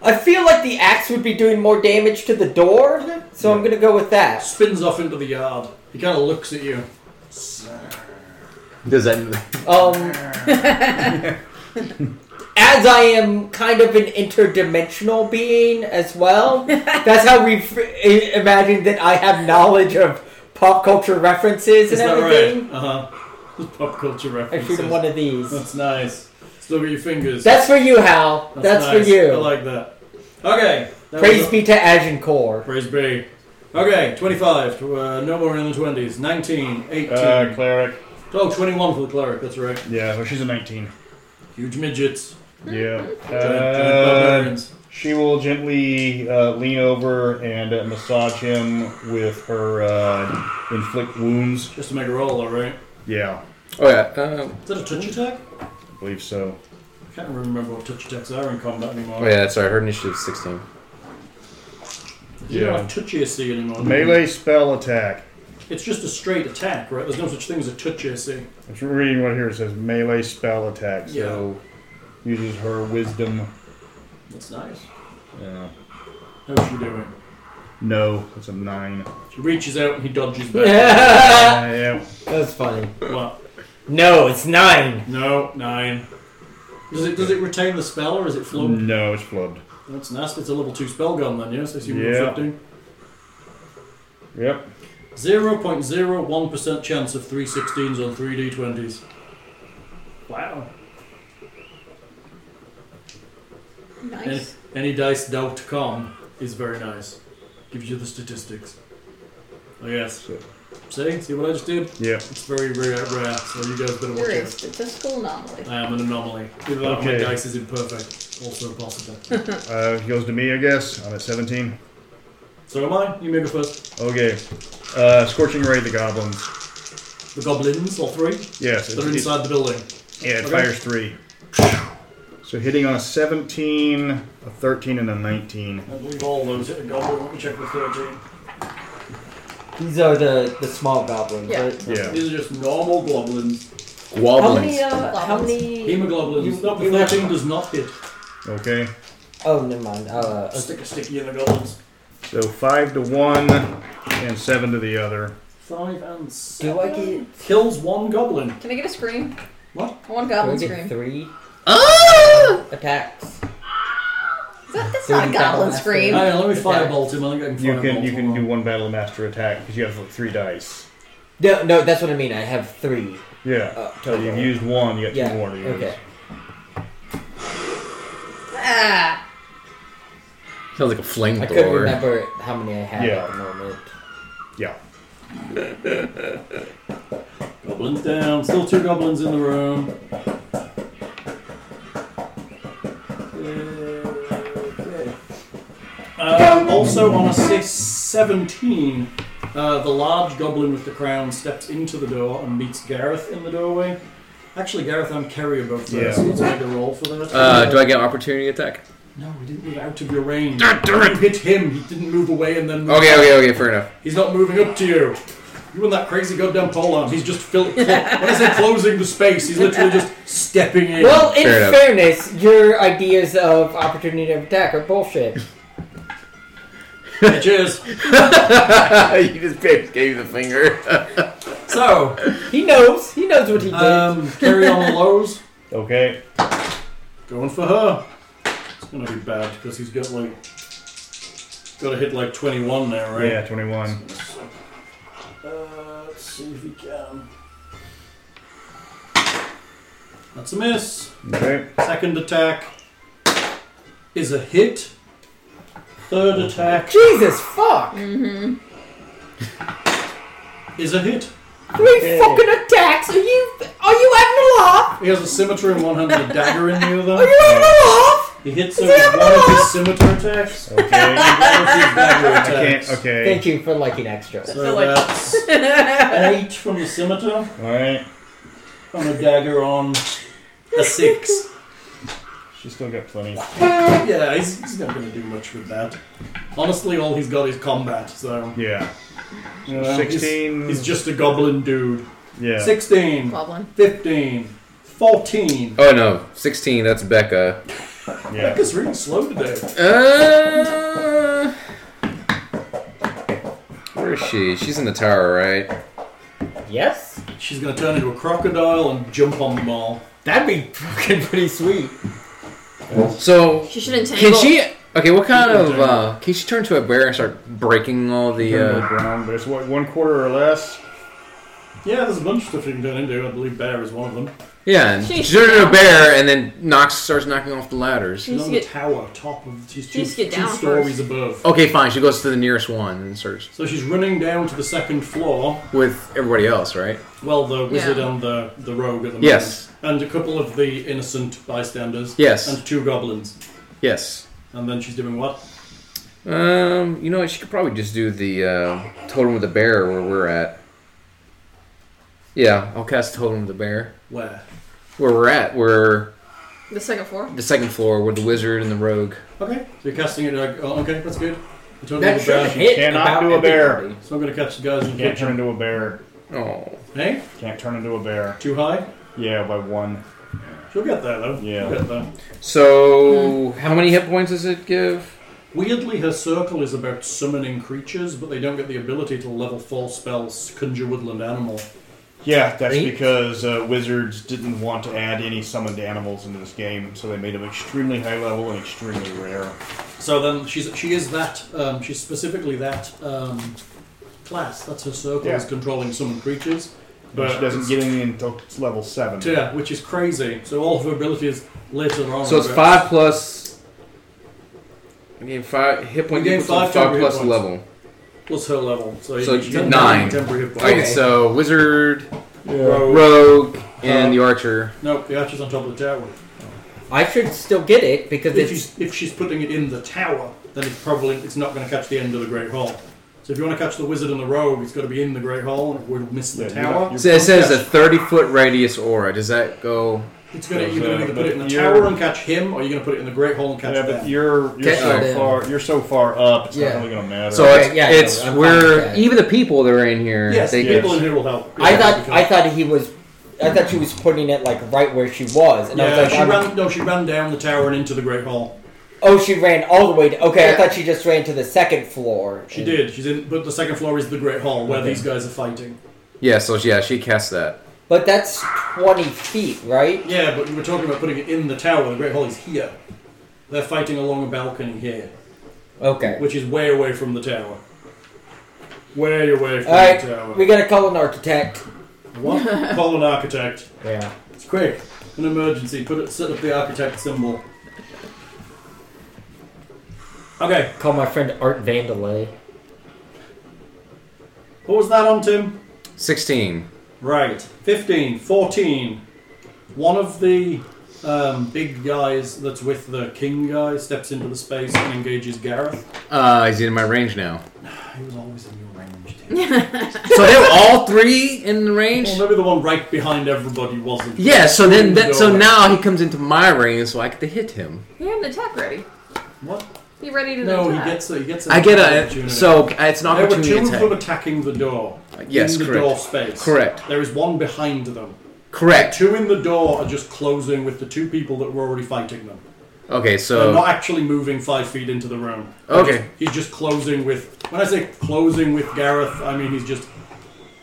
[SPEAKER 1] I feel like the axe would be doing more damage to the door, so I'm gonna go with that.
[SPEAKER 3] Spins off into the yard. He kind of looks at you.
[SPEAKER 5] Does that?
[SPEAKER 1] Um. As I am kind of an interdimensional being as well, that's how we've i- imagined that I have knowledge of pop culture references
[SPEAKER 3] Is
[SPEAKER 1] and
[SPEAKER 3] that
[SPEAKER 1] everything.
[SPEAKER 3] right? Uh huh. Pop culture
[SPEAKER 1] I shoot him
[SPEAKER 3] references.
[SPEAKER 1] one of these.
[SPEAKER 3] That's nice. Still got your fingers.
[SPEAKER 1] That's for you, Hal. That's,
[SPEAKER 3] nice.
[SPEAKER 1] for
[SPEAKER 3] I
[SPEAKER 1] you.
[SPEAKER 3] like that. Okay. That
[SPEAKER 1] Praise
[SPEAKER 3] was
[SPEAKER 1] be to Agincourt.
[SPEAKER 3] a- Praise be. Okay, 25. to, Uh, no more in the 20s. 19, 18.
[SPEAKER 2] Uh, cleric.
[SPEAKER 3] oh, 21 for the cleric. That's right.
[SPEAKER 2] Yeah, well, she's a 19.
[SPEAKER 3] Huge midgets.
[SPEAKER 2] Yeah.
[SPEAKER 3] Giant, giant
[SPEAKER 2] Uh,
[SPEAKER 3] barbarians.
[SPEAKER 2] she will gently uh, lean over and uh, massage him with her uh, inflict wounds.
[SPEAKER 3] Just to make a roll, alright.
[SPEAKER 2] Yeah,
[SPEAKER 5] Oh yeah. Um,
[SPEAKER 3] Is that a touch attack?
[SPEAKER 2] I believe so.
[SPEAKER 3] I can't remember what touch attacks are in combat anymore.
[SPEAKER 5] oh yeah. Sorry. Her initiative is sixteen.
[SPEAKER 3] You don't
[SPEAKER 2] Yeah.
[SPEAKER 3] have touch AC anymore.
[SPEAKER 2] Melee spell attack.
[SPEAKER 3] It's just a straight attack, right? There's no such thing as a touch AC.
[SPEAKER 2] I'm reading right here. It says melee spell attack. So uses her wisdom.
[SPEAKER 3] That's nice.
[SPEAKER 2] Yeah.
[SPEAKER 3] How's she doing?
[SPEAKER 2] No, that's a nine.
[SPEAKER 3] She reaches out and he dodges back.
[SPEAKER 1] That's
[SPEAKER 2] Uh, yeah.
[SPEAKER 1] funny.
[SPEAKER 3] what?
[SPEAKER 1] No, it's nine.
[SPEAKER 3] No, nine. Does it does it retain the spell or is it flubbed?
[SPEAKER 2] No, it's flubbed.
[SPEAKER 3] That's nasty. It's a level two spell gun then, yes. I assume
[SPEAKER 2] Yeah.
[SPEAKER 3] you're reflecting.
[SPEAKER 2] Yep.
[SPEAKER 3] 0.01% chance of 316s on 3d20s. Wow. Any,
[SPEAKER 4] Nice.
[SPEAKER 3] anydice.com is very nice. Gives you the statistics. Oh, yes. See? See what I just did?
[SPEAKER 2] Yep.
[SPEAKER 3] It's very rare, rare, so you guys better
[SPEAKER 4] There
[SPEAKER 3] watch
[SPEAKER 4] is
[SPEAKER 3] out.
[SPEAKER 4] statistical anomaly.
[SPEAKER 3] I am an anomaly. Either that or my
[SPEAKER 2] Okay.
[SPEAKER 3] dice is imperfect. Also possible.
[SPEAKER 2] Uh, goes to me, I guess. I'm at 17.
[SPEAKER 3] so am I. You may go first.
[SPEAKER 2] Okay. Uh, Scorching Ray the Goblins.
[SPEAKER 3] The goblins, all three,
[SPEAKER 2] Yes.
[SPEAKER 3] that are
[SPEAKER 2] it- it-
[SPEAKER 3] inside the building.
[SPEAKER 2] Yeah, it
[SPEAKER 3] Okay.
[SPEAKER 2] fires three. So hitting on a 17, a 13, and a 19.
[SPEAKER 3] I believe all those hit a goblin. Let me check with 13.
[SPEAKER 1] These are the, the small goblins.
[SPEAKER 4] Yeah.
[SPEAKER 1] right?
[SPEAKER 2] Yeah.
[SPEAKER 3] These are just normal goblins.
[SPEAKER 1] How
[SPEAKER 5] Wobbling.
[SPEAKER 1] many? Uh, how
[SPEAKER 4] Goblins.
[SPEAKER 1] many?
[SPEAKER 3] Hemoglobins.
[SPEAKER 1] You-
[SPEAKER 3] no, the
[SPEAKER 1] you
[SPEAKER 3] 13 does not hit.
[SPEAKER 2] Okay.
[SPEAKER 1] Oh, never mind. Uh,
[SPEAKER 3] Stick a sticky in the goblins.
[SPEAKER 2] So 5 to 1, and seven to the other.
[SPEAKER 3] Five and six.
[SPEAKER 8] Do I get?
[SPEAKER 3] Kills one goblin.
[SPEAKER 4] Can I get a scream?
[SPEAKER 3] What?
[SPEAKER 4] I want a
[SPEAKER 8] Do I
[SPEAKER 4] goblin
[SPEAKER 8] get
[SPEAKER 4] scream.
[SPEAKER 8] three
[SPEAKER 4] Oh!
[SPEAKER 8] attacks?
[SPEAKER 4] That, that's not a
[SPEAKER 8] Three
[SPEAKER 4] goblin
[SPEAKER 8] goblins.
[SPEAKER 4] scream.
[SPEAKER 3] Hang on, let me
[SPEAKER 8] Okay.
[SPEAKER 3] firebolt him. I think I can
[SPEAKER 2] You
[SPEAKER 3] firebolt
[SPEAKER 2] can you can
[SPEAKER 3] one.
[SPEAKER 2] do one battle master attack because you have like, three dice.
[SPEAKER 8] No, no, that's what I mean. I have three.
[SPEAKER 2] Yeah.
[SPEAKER 8] Uh,
[SPEAKER 2] so you've
[SPEAKER 8] total.
[SPEAKER 2] used one. You got
[SPEAKER 8] Yeah,
[SPEAKER 2] two more to use.
[SPEAKER 8] okay.
[SPEAKER 4] Ah!
[SPEAKER 5] Sounds like a
[SPEAKER 8] I couldn't
[SPEAKER 5] flamethrower.
[SPEAKER 8] remember how many I had
[SPEAKER 2] Yeah.
[SPEAKER 8] at the moment.
[SPEAKER 2] Yeah.
[SPEAKER 3] Goblins down. Still two goblins in the room. Uh, Um, also on a six, 17, uh, the large goblin with the crown steps into the door and meets Gareth in the doorway. Actually, Gareth and Kerry are both there,
[SPEAKER 2] Yeah.
[SPEAKER 3] so let's make a roll for that.
[SPEAKER 5] Uh, do I get opportunity attack?
[SPEAKER 3] no, we didn't move out of your range. You hit him. He didn't move away and then move
[SPEAKER 5] Okay, okay, okay, fair enough.
[SPEAKER 3] He's not moving up to you. You and that crazy goddamn pole arm. He's just fill- when I say closing the space, he's literally just stepping in.
[SPEAKER 8] Well, in
[SPEAKER 5] Fair enough.
[SPEAKER 8] fairness, your ideas of opportunity of attack are bullshit.
[SPEAKER 3] Yeah, cheers.
[SPEAKER 5] you just gave gave the finger.
[SPEAKER 3] So,
[SPEAKER 8] he knows. He knows what he did.
[SPEAKER 3] um, carry on the lows.
[SPEAKER 2] Okay.
[SPEAKER 3] Going for her. It's gonna be bad because he's got like got to hit like 21 now, right?
[SPEAKER 2] Yeah. Twenty-one.
[SPEAKER 3] Uh, let's see if he can. That's a miss.
[SPEAKER 2] Okay.
[SPEAKER 3] Second attack is a hit. Third attack
[SPEAKER 8] Jesus fuck!
[SPEAKER 4] Mm.
[SPEAKER 3] is a hit.
[SPEAKER 8] Three fucking attacks. Are you? Are you having a laugh?
[SPEAKER 3] He has a scimitar in one hand and a dagger in the
[SPEAKER 8] Are
[SPEAKER 3] other.
[SPEAKER 8] you having a laugh?
[SPEAKER 3] He hits her with one of his scimitar attacks.
[SPEAKER 2] Okay. I
[SPEAKER 3] One of his dagger
[SPEAKER 2] can't.
[SPEAKER 3] attacks.
[SPEAKER 2] Okay.
[SPEAKER 8] Thank you for liking extra.
[SPEAKER 3] So that's eight from the scimitar
[SPEAKER 2] All right.
[SPEAKER 3] and a dagger on a six.
[SPEAKER 2] She's still got plenty.
[SPEAKER 3] Yeah, he's, he's not going to do much with that. Honestly, all he's got is combat, so.
[SPEAKER 2] Yeah.
[SPEAKER 3] you know, he's-
[SPEAKER 2] Sixteen.
[SPEAKER 3] He's, just a goblin dude.
[SPEAKER 2] Mm. yeah.
[SPEAKER 3] 16,
[SPEAKER 4] Goblin.
[SPEAKER 3] 15, 14.
[SPEAKER 5] Oh no, 16, that's Becca.
[SPEAKER 2] Yeah.
[SPEAKER 3] Becca's really slow today.
[SPEAKER 5] Uh, where is she? She's in the tower, right?
[SPEAKER 8] Yes.
[SPEAKER 3] She's going to turn into a crocodile and jump on them all.
[SPEAKER 8] That'd be fucking pretty sweet.
[SPEAKER 5] So,
[SPEAKER 4] She should entangle.
[SPEAKER 5] can she. Okay, what kind of. Uh, can she turn to a bear and start breaking all the.
[SPEAKER 2] Turn it
[SPEAKER 5] Uh,
[SPEAKER 2] around, but it's what one quarter or less.
[SPEAKER 3] Yeah, there's a bunch of stuff you can turn into. I believe bear is one of them.
[SPEAKER 5] yeah, and she
[SPEAKER 4] She's-
[SPEAKER 5] turns into a bear and then knocks, starts knocking off the ladders.
[SPEAKER 3] She's
[SPEAKER 4] She needs
[SPEAKER 3] on
[SPEAKER 4] to
[SPEAKER 3] the
[SPEAKER 4] get.
[SPEAKER 3] tower, top of. She's two,
[SPEAKER 4] needs to get
[SPEAKER 3] two
[SPEAKER 4] down
[SPEAKER 3] stories
[SPEAKER 4] first.
[SPEAKER 3] above.
[SPEAKER 5] Okay, fine, she goes to the nearest one and starts
[SPEAKER 3] So she's running down to the second floor.
[SPEAKER 5] with everybody else, right?
[SPEAKER 3] Well, the wizard
[SPEAKER 4] Yeah.
[SPEAKER 3] and the, the rogue at the moment.
[SPEAKER 5] Yes.
[SPEAKER 3] And a couple of the innocent bystanders.
[SPEAKER 5] Yes.
[SPEAKER 3] And two goblins.
[SPEAKER 5] Yes.
[SPEAKER 3] And then she's doing what?
[SPEAKER 5] Um, you know what? She could probably just do the uh, totem with the bear where we're at. Yeah, I'll cast totem with the bear
[SPEAKER 3] Where?
[SPEAKER 5] where we're at. We're
[SPEAKER 4] The second floor.
[SPEAKER 5] the second floor with the wizard and the rogue.
[SPEAKER 3] Okay. So you're casting it like, oh, okay, that's good. I totally
[SPEAKER 8] That
[SPEAKER 3] agree
[SPEAKER 8] should
[SPEAKER 3] with
[SPEAKER 8] hit.
[SPEAKER 2] cannot
[SPEAKER 8] about
[SPEAKER 2] do a bear.
[SPEAKER 8] everybody.
[SPEAKER 3] So I'm going to catch the guys in the
[SPEAKER 2] Can't turn into
[SPEAKER 3] kitchen.
[SPEAKER 2] a bear.
[SPEAKER 5] Oh,
[SPEAKER 3] Hey?
[SPEAKER 2] Can't turn into a bear.
[SPEAKER 3] Too high?
[SPEAKER 2] Yeah, by one.
[SPEAKER 3] She'll get there, though.
[SPEAKER 2] Yeah.
[SPEAKER 3] She'll get there.
[SPEAKER 5] so how many hit points does it give?
[SPEAKER 3] Weirdly, her circle is about summoning creatures, but they don't get the ability to level 4 spells, conjure woodland animal.
[SPEAKER 2] Yeah, that's
[SPEAKER 8] Eight.
[SPEAKER 2] because uh, wizards didn't want to add any summoned animals into this game, so they made them extremely high level and extremely rare.
[SPEAKER 3] So then she's she is that um, she's specifically that um, class. That's her circle
[SPEAKER 2] Yeah.
[SPEAKER 3] is controlling summoned creatures.
[SPEAKER 2] But she doesn't
[SPEAKER 3] it's-
[SPEAKER 2] get any until level seven.
[SPEAKER 3] yeah, which is crazy. So all of her abilities later on.
[SPEAKER 5] So it's
[SPEAKER 3] are-
[SPEAKER 5] five plus. I gain five hit point.
[SPEAKER 3] You gain
[SPEAKER 5] equals to
[SPEAKER 3] five temporary
[SPEAKER 5] plus
[SPEAKER 3] hit points.
[SPEAKER 5] level.
[SPEAKER 3] plus her level. So,
[SPEAKER 5] So
[SPEAKER 3] you
[SPEAKER 5] it's
[SPEAKER 3] get
[SPEAKER 5] nine.
[SPEAKER 3] temporary hit points.
[SPEAKER 5] Okay, so wizard,
[SPEAKER 3] Rogue.
[SPEAKER 5] rogue, and
[SPEAKER 3] Uh,
[SPEAKER 5] the archer.
[SPEAKER 3] No, the archer's on top of the tower.
[SPEAKER 8] I should still get it because it's
[SPEAKER 3] If she's, if she's putting it in the tower, then it's probably it's not going to catch the end of the great hall. So if you want to catch the wizard and the rogue, it's got to be in the great hall, and it would miss the
[SPEAKER 2] Yeah, you're
[SPEAKER 3] tower.
[SPEAKER 2] not- you're-
[SPEAKER 5] So it says a thirty foot radius aura. Does that go?
[SPEAKER 3] It's gonna,
[SPEAKER 2] Those,
[SPEAKER 3] you're going
[SPEAKER 2] uh,
[SPEAKER 3] to either put it in the
[SPEAKER 2] you're-
[SPEAKER 3] tower and catch him, or you're going to put it in the great hall and catch
[SPEAKER 2] Yeah,
[SPEAKER 3] them.
[SPEAKER 2] but you're you're
[SPEAKER 5] Catch
[SPEAKER 2] so
[SPEAKER 8] them.
[SPEAKER 2] far you're so far up, it's
[SPEAKER 8] Yeah.
[SPEAKER 2] not really gonna matter.
[SPEAKER 5] So
[SPEAKER 8] Okay,
[SPEAKER 5] it's,
[SPEAKER 8] yeah, no,
[SPEAKER 5] it's
[SPEAKER 8] I'm fine with
[SPEAKER 5] where
[SPEAKER 8] that.
[SPEAKER 5] even the people that are in here.
[SPEAKER 3] Yes,
[SPEAKER 5] they
[SPEAKER 2] yeah.
[SPEAKER 5] get
[SPEAKER 3] people in here will help.
[SPEAKER 8] I
[SPEAKER 3] Yeah,
[SPEAKER 8] thought
[SPEAKER 3] because-
[SPEAKER 8] I thought he was I thought she was putting it like right where she was, and I
[SPEAKER 3] Yeah,
[SPEAKER 8] was like,
[SPEAKER 3] she
[SPEAKER 8] I'm-
[SPEAKER 3] ran. No, she ran down the tower and into the great hall.
[SPEAKER 8] Oh, she ran all the way. To, okay,
[SPEAKER 4] Yeah.
[SPEAKER 8] I thought she just ran to the second floor.
[SPEAKER 3] She
[SPEAKER 8] and-
[SPEAKER 3] did. She's in, but the second floor is the Great Hall where these guys are fighting.
[SPEAKER 5] Yeah, so yeah, she cast that.
[SPEAKER 8] but that's twenty feet, right?
[SPEAKER 3] Yeah, but you were talking about putting it in the tower. The Great Hall is here. They're fighting along a balcony here,
[SPEAKER 8] Okay.
[SPEAKER 3] which is way away from the tower. Way away from
[SPEAKER 8] All right,
[SPEAKER 3] the tower.
[SPEAKER 8] we gotta call an architect.
[SPEAKER 3] What? Call an architect.
[SPEAKER 8] Yeah.
[SPEAKER 3] It's quick. An emergency. Put it. Set up the architect symbol. Okay.
[SPEAKER 6] Call my friend Art Vandelay.
[SPEAKER 3] What was that on, Tim?
[SPEAKER 5] 16.
[SPEAKER 3] Right. 15, 14. One of the um, big guys that's with the king guy steps into the space and engages Gareth.
[SPEAKER 5] Uh, he's in my range now.
[SPEAKER 3] He was always in your range. Tim.
[SPEAKER 5] So they were all three in the range?
[SPEAKER 3] well, maybe the one right behind everybody wasn't.
[SPEAKER 5] Yeah, so then that, so
[SPEAKER 3] Go.
[SPEAKER 5] now he comes into my range so I get to hit him.
[SPEAKER 4] He had an attack ready.
[SPEAKER 3] What?
[SPEAKER 4] He ready to
[SPEAKER 3] No, he
[SPEAKER 4] attack.
[SPEAKER 3] gets it. He gets an
[SPEAKER 5] I get a
[SPEAKER 3] opportunity.
[SPEAKER 5] so it's an
[SPEAKER 3] There were
[SPEAKER 5] opportunity
[SPEAKER 3] two of them
[SPEAKER 5] attack. Uh,
[SPEAKER 3] attacking the door.
[SPEAKER 5] Yes,
[SPEAKER 3] in the
[SPEAKER 5] correct.
[SPEAKER 3] door space.
[SPEAKER 5] Correct.
[SPEAKER 3] There is one behind them.
[SPEAKER 5] Correct.
[SPEAKER 3] Two in the door are just closing with the two people that were already fighting them.
[SPEAKER 5] Okay,
[SPEAKER 3] They're
[SPEAKER 5] so
[SPEAKER 3] not actually moving five feet into the room.
[SPEAKER 5] Okay.
[SPEAKER 3] He's just closing with. When I say closing with Gareth, I mean he's just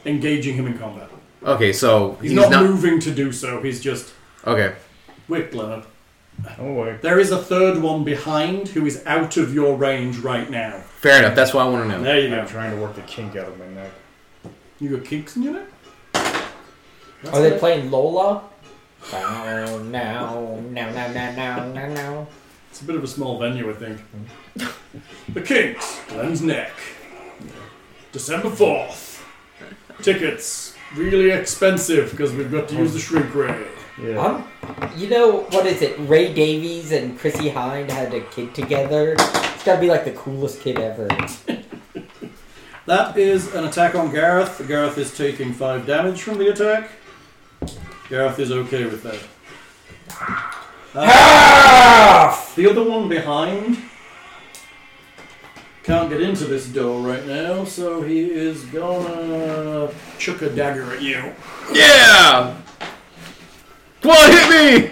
[SPEAKER 3] engaging him in combat.
[SPEAKER 5] okay, so
[SPEAKER 3] He's, not, moving to do so. He's just
[SPEAKER 5] Okay.
[SPEAKER 3] whip Leonard.
[SPEAKER 2] Oh boy.
[SPEAKER 3] There is a third one behind who is out of your range right now.
[SPEAKER 5] Fair enough. That's what I want to know.
[SPEAKER 3] There you
[SPEAKER 2] I'm
[SPEAKER 3] go.
[SPEAKER 2] trying to work the kink out of my neck.
[SPEAKER 3] You got kinks in your neck?
[SPEAKER 6] Are they playing Lola? Bow, now, now, now, now, now, now, now.
[SPEAKER 3] It's a bit of a small venue, I think. the Kinks, Glenn's Neck. December 4th. Tickets, really expensive because we've got to use the shrink ray.
[SPEAKER 2] Yeah.
[SPEAKER 8] Um, you know what is it? Ray Davies and Chrissy Hynde had a kid together. It's gotta be like the coolest kid ever.
[SPEAKER 3] That is an attack on Gareth. Gareth is taking 5 damage from the attack. Gareth is okay with that. Uh, The other one behind can't get into this door right now, so he is gonna chuck a dagger at you.
[SPEAKER 5] Yeah. Come on, hit me.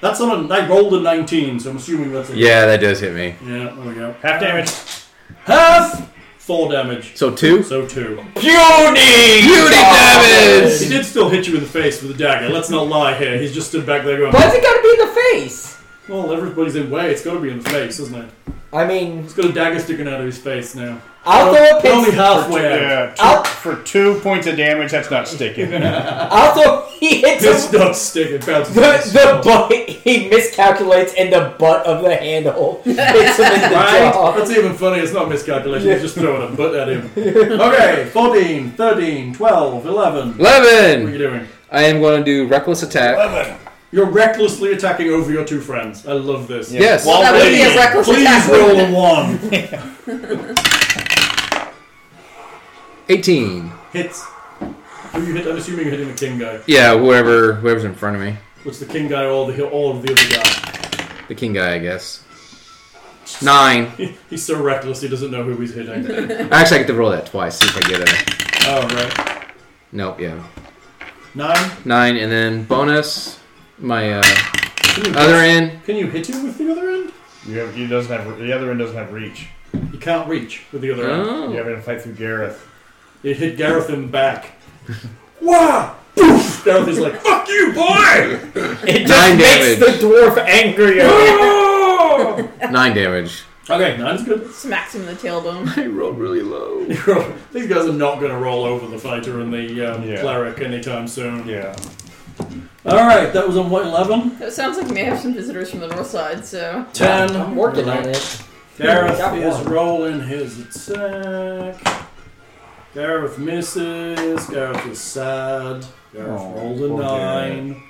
[SPEAKER 3] That's on a. I rolled a 19, so I'm assuming that's a.
[SPEAKER 5] Yeah, that does hit me.
[SPEAKER 3] Yeah, there we go.
[SPEAKER 2] Half damage.
[SPEAKER 3] Half! Four damage.
[SPEAKER 5] So two.
[SPEAKER 3] So two.
[SPEAKER 5] Beauty damage.
[SPEAKER 3] He did still hit you in the face with a dagger. Let's not lie here. He's just stood back there going,
[SPEAKER 8] Why's it gotta be in the face?
[SPEAKER 3] Well, everybody's in way. It's got to be in the face, isn't it?
[SPEAKER 8] I mean,
[SPEAKER 3] He's got a dagger sticking out of his face now.
[SPEAKER 8] I'll throw a
[SPEAKER 3] We're only
[SPEAKER 8] pistol.
[SPEAKER 3] halfway out.
[SPEAKER 2] Yeah.
[SPEAKER 8] I'll-
[SPEAKER 2] Two, for two points of damage, that's not sticking.
[SPEAKER 8] I'll throw. He hits
[SPEAKER 3] This
[SPEAKER 8] him.
[SPEAKER 3] does stick. It bounces.
[SPEAKER 8] The, the butt. He miscalculates, and the butt of the handle hits him in the
[SPEAKER 3] Right?
[SPEAKER 8] jaw.
[SPEAKER 3] That's even funny. It's not miscalculation. He's just throwing a butt at him. Okay, 14, 13, 12, 11. What are you
[SPEAKER 5] Eleven.
[SPEAKER 3] doing?
[SPEAKER 5] I am going to do reckless attack.
[SPEAKER 3] You're recklessly attacking over your two friends. I love this.
[SPEAKER 5] Yes.
[SPEAKER 2] Well-
[SPEAKER 4] that would be a reckless
[SPEAKER 3] Please
[SPEAKER 4] attack.
[SPEAKER 3] roll a one.
[SPEAKER 5] Eighteen.
[SPEAKER 3] Hits. Who you hit? I'm assuming you're hitting the king guy.
[SPEAKER 5] Yeah, whoever whoever's in front of me,
[SPEAKER 3] What's the king guy or the all of the other guy?
[SPEAKER 5] the king guy, I guess. Nine.
[SPEAKER 3] He's so reckless he doesn't know who he's hitting.
[SPEAKER 5] Actually, I get to roll that twice. See if I get it.
[SPEAKER 3] oh right.
[SPEAKER 5] Nope. Yeah.
[SPEAKER 3] Nine.
[SPEAKER 5] Nine, and then bonus. My uh,
[SPEAKER 3] Can you
[SPEAKER 5] other end.
[SPEAKER 3] Can you hit him with the other end?
[SPEAKER 2] You have, he doesn't have the other end doesn't have reach.
[SPEAKER 3] You can't reach with the other end.
[SPEAKER 2] You
[SPEAKER 5] Oh.
[SPEAKER 2] have to fight through Gareth.
[SPEAKER 3] It hit Gareth in the back. Wah! Poof! Gareth is like, fuck you, boy!
[SPEAKER 8] It
[SPEAKER 5] Nine
[SPEAKER 8] just makes
[SPEAKER 5] damage.
[SPEAKER 8] the dwarf angrier.
[SPEAKER 5] Nine damage.
[SPEAKER 3] Okay, nine's good.
[SPEAKER 4] Smacks him in the tailbone.
[SPEAKER 5] I rolled really low.
[SPEAKER 3] These guys are not going to roll over the fighter and the um,
[SPEAKER 2] Yeah.
[SPEAKER 3] cleric anytime soon.
[SPEAKER 2] Yeah.
[SPEAKER 3] Alright, that was on what, 11?
[SPEAKER 4] It sounds like we may have some visitors from the north side, so.
[SPEAKER 3] 10.
[SPEAKER 8] I'm working on it.
[SPEAKER 3] Gareth
[SPEAKER 8] Got
[SPEAKER 3] is
[SPEAKER 8] one.
[SPEAKER 3] rolling his attack. Gareth misses. Gareth is sad. Gareth
[SPEAKER 2] Oh,
[SPEAKER 3] rolled a
[SPEAKER 2] poor
[SPEAKER 3] nine.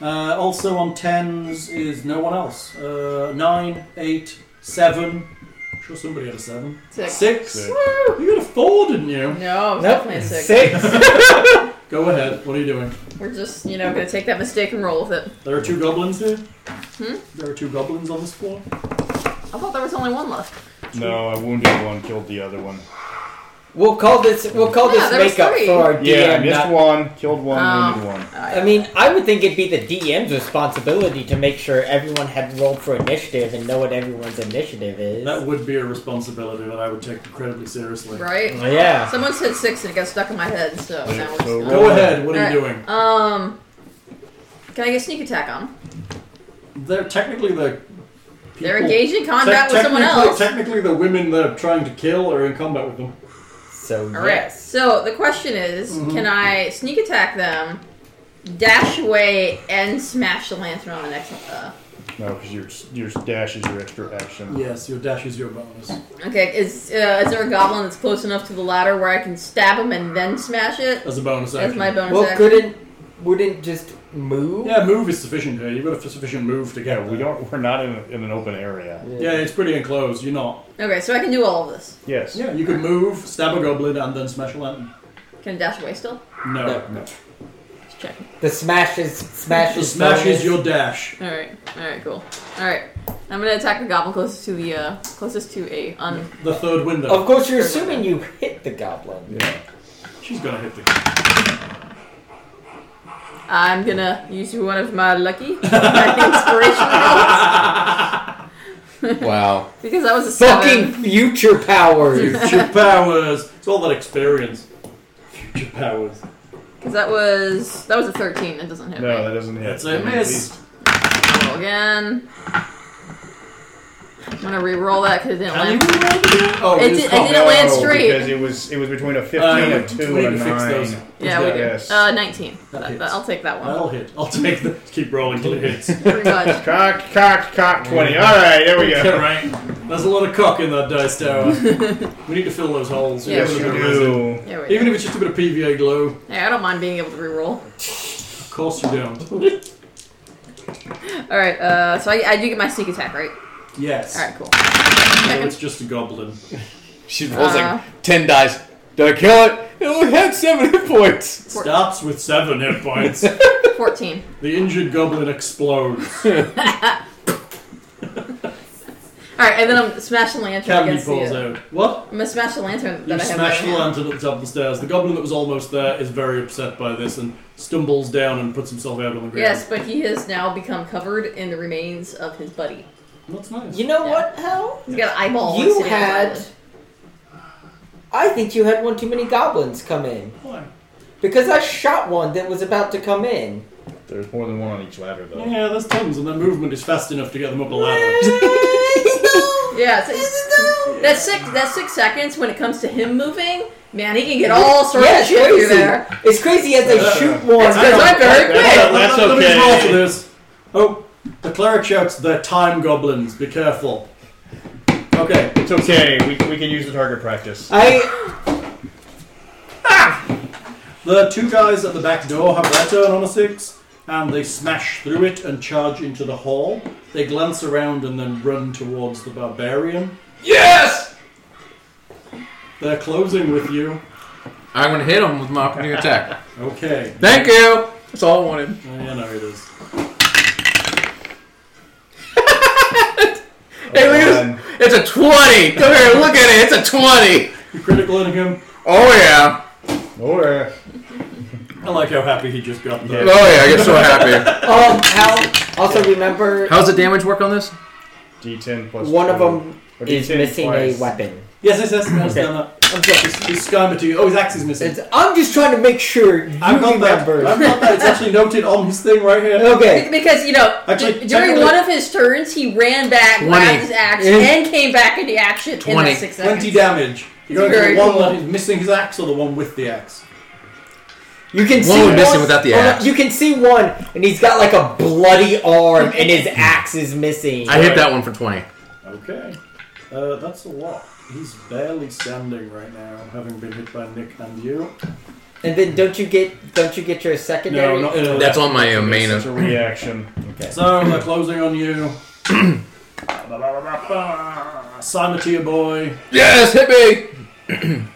[SPEAKER 3] Uh, also on tens is no one else. Uh, nine, eight, seven. I'm sure somebody had a seven.
[SPEAKER 4] Six.
[SPEAKER 3] Six.
[SPEAKER 2] Six.
[SPEAKER 3] Woo, You got a four, didn't you?
[SPEAKER 4] No,
[SPEAKER 8] Nope.
[SPEAKER 4] it's definitely a six.
[SPEAKER 8] Six.
[SPEAKER 3] Go ahead. What are you doing?
[SPEAKER 4] We're just, you know, gonna take that mistake and roll with it.
[SPEAKER 3] There are two goblins here.
[SPEAKER 4] Hmm?
[SPEAKER 3] There are two goblins on this floor.
[SPEAKER 4] I thought there was only one left.
[SPEAKER 2] No, I wounded one, killed the other one.
[SPEAKER 8] We'll call this. We'll call
[SPEAKER 4] Yeah, there was
[SPEAKER 8] this makeup
[SPEAKER 4] three.
[SPEAKER 8] for our DM.
[SPEAKER 2] Yeah, missed
[SPEAKER 8] not-
[SPEAKER 2] one, killed one,
[SPEAKER 4] Ah.
[SPEAKER 2] wounded one.
[SPEAKER 4] I
[SPEAKER 6] I mean, I would think it'd be the DM's responsibility to make sure everyone had rolled for initiative and know what everyone's initiative is.
[SPEAKER 3] That would be a responsibility that I would take incredibly seriously.
[SPEAKER 4] right?
[SPEAKER 6] yeah.
[SPEAKER 4] Someone said six and it got stuck in my head, so now it's
[SPEAKER 2] so
[SPEAKER 4] not.
[SPEAKER 3] Go ahead. What are you
[SPEAKER 4] Alright.
[SPEAKER 3] doing?
[SPEAKER 4] Um, can I get sneak attack on? 'em?
[SPEAKER 3] They're technically the.
[SPEAKER 4] They're
[SPEAKER 3] people-
[SPEAKER 4] engaged in combat
[SPEAKER 3] Te-
[SPEAKER 4] with someone
[SPEAKER 3] technically-
[SPEAKER 4] else.
[SPEAKER 3] Technically, the women that are trying to kill are in combat with them.
[SPEAKER 6] So
[SPEAKER 4] All right.
[SPEAKER 6] yes.
[SPEAKER 4] So the question is, can I sneak attack them, dash away, and smash the lantern on the next? Uh,
[SPEAKER 2] No, because your your dash is your extra action.
[SPEAKER 3] Yes, your dash is your bonus.
[SPEAKER 4] okay. Is uh, is there a goblin that's close enough to the ladder where I can stab him and then smash it?
[SPEAKER 3] As a bonus action.
[SPEAKER 4] That's my bonus
[SPEAKER 8] Well,
[SPEAKER 4] action.
[SPEAKER 8] couldn't wouldn't just move?
[SPEAKER 3] Yeah, move is sufficient here. You've got a sufficient move to get.
[SPEAKER 2] Yeah, we
[SPEAKER 3] there.
[SPEAKER 2] don't. We're not in, in an open area.
[SPEAKER 3] Yeah, it's pretty enclosed. You're not.
[SPEAKER 4] Okay, so I can do all of this.
[SPEAKER 2] Yes.
[SPEAKER 3] Yeah, you could move, stab a goblin, and then smash a lantern.
[SPEAKER 4] Can I dash away still?
[SPEAKER 3] No.
[SPEAKER 8] No.
[SPEAKER 2] No.
[SPEAKER 4] Just checking.
[SPEAKER 8] The smash is smash
[SPEAKER 3] The
[SPEAKER 8] is
[SPEAKER 3] smash
[SPEAKER 8] bonus.
[SPEAKER 3] is your dash.
[SPEAKER 4] All right. All right. Cool. All right. I'm gonna attack the goblin closest to the uh, closest to a un.
[SPEAKER 3] The third window.
[SPEAKER 4] Oh.
[SPEAKER 8] Of course, you're assuming you hit the goblin.
[SPEAKER 2] Yeah.
[SPEAKER 3] She's gonna hit the.
[SPEAKER 4] I'm gonna use one of my lucky, my inspiration rolls
[SPEAKER 5] Wow.
[SPEAKER 4] because that was a
[SPEAKER 8] Fucking
[SPEAKER 4] seven.
[SPEAKER 8] future powers.
[SPEAKER 3] Future powers. It's all that experience. Future powers.
[SPEAKER 4] Because that was that was a thirteen. That doesn't hit.
[SPEAKER 2] No,
[SPEAKER 4] right?
[SPEAKER 2] that doesn't hit.
[SPEAKER 3] That's a miss.
[SPEAKER 4] Roll again. I'm gonna re-roll that because it didn't
[SPEAKER 3] Can you
[SPEAKER 4] land.
[SPEAKER 3] reroll the die? Oh,
[SPEAKER 4] It
[SPEAKER 3] it's
[SPEAKER 4] did- it
[SPEAKER 3] called-
[SPEAKER 4] did- didn't land straight.
[SPEAKER 2] Because it was it was between a fifteen
[SPEAKER 3] Uh,
[SPEAKER 2] and
[SPEAKER 3] we
[SPEAKER 2] two
[SPEAKER 3] need
[SPEAKER 2] and
[SPEAKER 3] to
[SPEAKER 2] a
[SPEAKER 3] fix
[SPEAKER 2] nine.
[SPEAKER 3] those.
[SPEAKER 4] Yeah, we
[SPEAKER 2] Yes.
[SPEAKER 4] did. Uh, nineteen.
[SPEAKER 3] That
[SPEAKER 4] That-
[SPEAKER 3] hits.
[SPEAKER 4] I'll take that one.
[SPEAKER 3] That'll hit. I'll take the. Keep rolling till it hits.
[SPEAKER 4] Pretty much.
[SPEAKER 2] Cock, cock, cock. Twenty. All right, there we
[SPEAKER 3] Yeah,
[SPEAKER 2] go.
[SPEAKER 3] right. There's a lot of cock in that dice tower. we need to fill those holes.
[SPEAKER 4] Yeah,
[SPEAKER 2] Yes,
[SPEAKER 4] we
[SPEAKER 2] you
[SPEAKER 3] Even if it's-
[SPEAKER 2] do.
[SPEAKER 4] There we go.
[SPEAKER 3] Even if it's just a bit of PVA glue,
[SPEAKER 4] Hey, I don't mind being able to re-roll.
[SPEAKER 3] of course you don't.
[SPEAKER 4] All right. Uh, so I, I do get my sneak attack, right?
[SPEAKER 3] Yes.
[SPEAKER 4] All right. Cool.
[SPEAKER 3] So it's just a goblin.
[SPEAKER 5] She rolls
[SPEAKER 4] Uh.
[SPEAKER 5] like 10 dice. Did I kill it? It only had 7 hit points.
[SPEAKER 4] Four-
[SPEAKER 3] Starts with seven hit points.
[SPEAKER 4] Fourteen.
[SPEAKER 3] the injured goblin explodes.
[SPEAKER 4] All right, and then I'm smashing lantern
[SPEAKER 3] Academy
[SPEAKER 4] against the.
[SPEAKER 3] falls out. What?
[SPEAKER 4] I'm gonna smash the lantern
[SPEAKER 3] You
[SPEAKER 4] that I have. in my
[SPEAKER 3] smash the
[SPEAKER 4] hand.
[SPEAKER 3] lantern at the top of the stairs. The goblin that was almost there is very upset by this and stumbles down and puts himself out on the ground.
[SPEAKER 4] Yes, but he has now become covered in the remains of his buddy.
[SPEAKER 3] That's nice.
[SPEAKER 6] You know
[SPEAKER 4] Yeah.
[SPEAKER 6] what, Hal?
[SPEAKER 4] He's got an eyeball.
[SPEAKER 8] You
[SPEAKER 4] sitting on the
[SPEAKER 8] had-
[SPEAKER 4] island.
[SPEAKER 8] I think you had one too many goblins come in
[SPEAKER 3] Why?
[SPEAKER 8] because I shot one that was about to come in.
[SPEAKER 2] There's more than one on each ladder, though.
[SPEAKER 3] Yeah, there's tons, and their movement is fast enough to get them up the ladder.
[SPEAKER 4] Yeah, so that's six. That's six seconds. When it comes to him moving, man, he can get all sorts
[SPEAKER 8] yeah,
[SPEAKER 4] of
[SPEAKER 8] it's
[SPEAKER 4] shit
[SPEAKER 8] crazy.
[SPEAKER 4] through there.
[SPEAKER 8] It's crazy as they
[SPEAKER 2] Uh,
[SPEAKER 8] shoot one.
[SPEAKER 4] It's 'cause I'm very
[SPEAKER 2] That's-
[SPEAKER 4] quick.
[SPEAKER 2] that's
[SPEAKER 3] Let- let- Let me
[SPEAKER 2] okay.
[SPEAKER 3] roll for this. Oh, the cleric shouts, "They're time goblins. Be careful." Okay,
[SPEAKER 2] It's okay. We, we can use the target practice.
[SPEAKER 8] I
[SPEAKER 3] the two guys at the back door have their turn on a six, and they smash through it and charge into the hall. They glance around and then run towards the barbarian.
[SPEAKER 5] Yes!
[SPEAKER 3] They're closing with you.
[SPEAKER 5] I'm going to hit him with my opportunity attack.
[SPEAKER 3] Okay,
[SPEAKER 5] Thank you. That's all I wanted.
[SPEAKER 3] Oh, yeah, no, it is.
[SPEAKER 5] Hey, look at
[SPEAKER 2] Um,
[SPEAKER 5] this. It's a 20. Come here, look at it. It's a 20.
[SPEAKER 3] You critical hitting him.
[SPEAKER 5] Oh, yeah.
[SPEAKER 2] or, uh,
[SPEAKER 3] I like how happy he just got
[SPEAKER 5] Oh,
[SPEAKER 3] there.
[SPEAKER 5] yeah. I get so happy.
[SPEAKER 8] um Hal also remember
[SPEAKER 5] How's the damage work on this?
[SPEAKER 2] D10 plus
[SPEAKER 8] one of
[SPEAKER 2] two.
[SPEAKER 8] them
[SPEAKER 2] Or
[SPEAKER 8] is
[SPEAKER 2] D10
[SPEAKER 8] missing
[SPEAKER 2] twice.
[SPEAKER 8] a weapon.
[SPEAKER 3] Yes, yes, yes. I understand that.
[SPEAKER 8] I'm sorry.
[SPEAKER 3] He's, he's skyming to you. Oh, his axe is missing.
[SPEAKER 8] It's, I'm just trying to make sure you
[SPEAKER 3] I've got that.
[SPEAKER 8] remember.
[SPEAKER 3] I've got that. It's actually noted on his thing right here.
[SPEAKER 8] Okay.
[SPEAKER 4] Because you know,
[SPEAKER 3] Actually,
[SPEAKER 4] d- during
[SPEAKER 3] technically-
[SPEAKER 4] one of his turns, he ran back,
[SPEAKER 5] 20.
[SPEAKER 4] grabbed his axe,
[SPEAKER 8] Yeah.
[SPEAKER 4] and came back into action in
[SPEAKER 5] 20.
[SPEAKER 4] that six seconds.
[SPEAKER 3] 20 damage. You're going for
[SPEAKER 4] Very
[SPEAKER 3] the one
[SPEAKER 4] cool.
[SPEAKER 3] that is missing his axe or the one with the axe?
[SPEAKER 8] You can
[SPEAKER 5] One
[SPEAKER 8] see
[SPEAKER 5] would miss
[SPEAKER 8] one-
[SPEAKER 5] him without the
[SPEAKER 8] oh, no,
[SPEAKER 5] axe.
[SPEAKER 8] You can see one, and he's got like a bloody arm, and his axe is missing.
[SPEAKER 5] I hit that one for 20.
[SPEAKER 3] Okay. Uh, that's a lot. He's barely standing right now, having been hit by Nick and you.
[SPEAKER 8] And then don't you get don't you get your secondary?
[SPEAKER 3] not in a-
[SPEAKER 5] That's on my uh, main.
[SPEAKER 2] It's a reaction.
[SPEAKER 3] So they're closing on you. Simon to your boy.
[SPEAKER 5] Yes, hit me!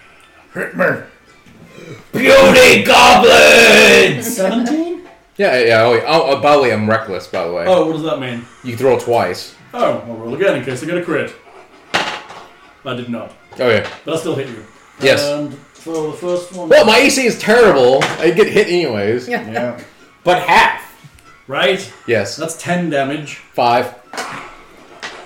[SPEAKER 5] Beauty goblins!
[SPEAKER 3] 17?
[SPEAKER 5] Yeah, yeah, yeah. Oh, yeah. oh, oh, by the way, I'm reckless, by the way.
[SPEAKER 3] Oh, what does that mean?
[SPEAKER 5] You throw twice.
[SPEAKER 3] Oh, I'll roll again in case I get a crit. I did not,
[SPEAKER 5] Oh, yeah.
[SPEAKER 3] but I still hit you.
[SPEAKER 5] Yes.
[SPEAKER 3] And for the first one.
[SPEAKER 5] Well, my AC is terrible. I get hit anyways.
[SPEAKER 2] Yeah.
[SPEAKER 9] But half.
[SPEAKER 3] Right?
[SPEAKER 5] Yes.
[SPEAKER 3] That's 10 damage.
[SPEAKER 5] Five.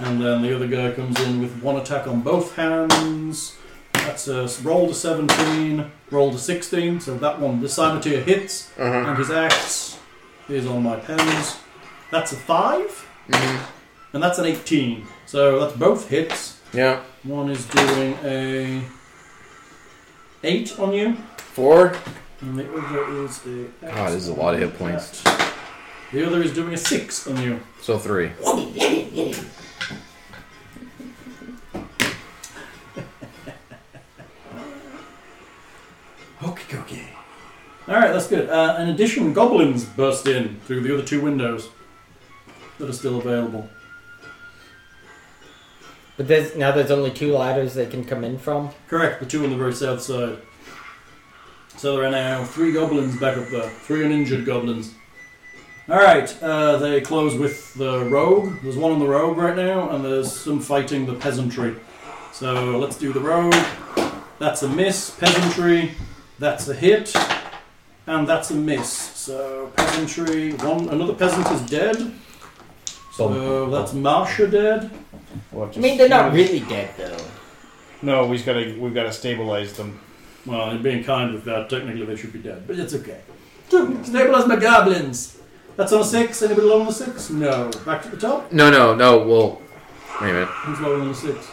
[SPEAKER 3] And then the other guy comes in with one attack on both hands. That's a roll to 17, roll to 16. So that one, the Saboteur hits,
[SPEAKER 5] Uh-huh.
[SPEAKER 3] and his axe is on my pens. That's a 5, and that's an 18. So that's both hits.
[SPEAKER 5] Yeah.
[SPEAKER 3] One is doing a 8 on you,
[SPEAKER 5] Four.
[SPEAKER 3] and the other is a.
[SPEAKER 5] God, this is a lot of hit points.
[SPEAKER 3] The other is doing a 6 on you.
[SPEAKER 5] So three.
[SPEAKER 3] Okie dokie. Alright, that's good. Uh, in addition, goblins burst in through the other two windows that are still available.
[SPEAKER 1] But there's, now there's only two ladders they can come in from.
[SPEAKER 3] Correct, the two on the very south side. So there are now three goblins back up there, three uninjured goblins. Alright, uh, they close with the rogue. There's one on the rogue right now, and there's some fighting the peasantry. So let's do the rogue. That's a miss. Peasantry, that's a hit. And that's a miss. So peasantry, one another peasant is dead. So that's Marsha dead.
[SPEAKER 2] We'll have
[SPEAKER 1] I
[SPEAKER 2] to-
[SPEAKER 1] mean, they're not really dead though.
[SPEAKER 2] No, we've got to we've got to stabilize them.
[SPEAKER 3] Well, in being kind with that, technically they should be dead, but it's okay. Two. Stabilize my goblins. That's on a six. Anybody low on the six? No. Back to the top.
[SPEAKER 5] No, no, no. Well, wait a minute.
[SPEAKER 3] Who's lower on the six?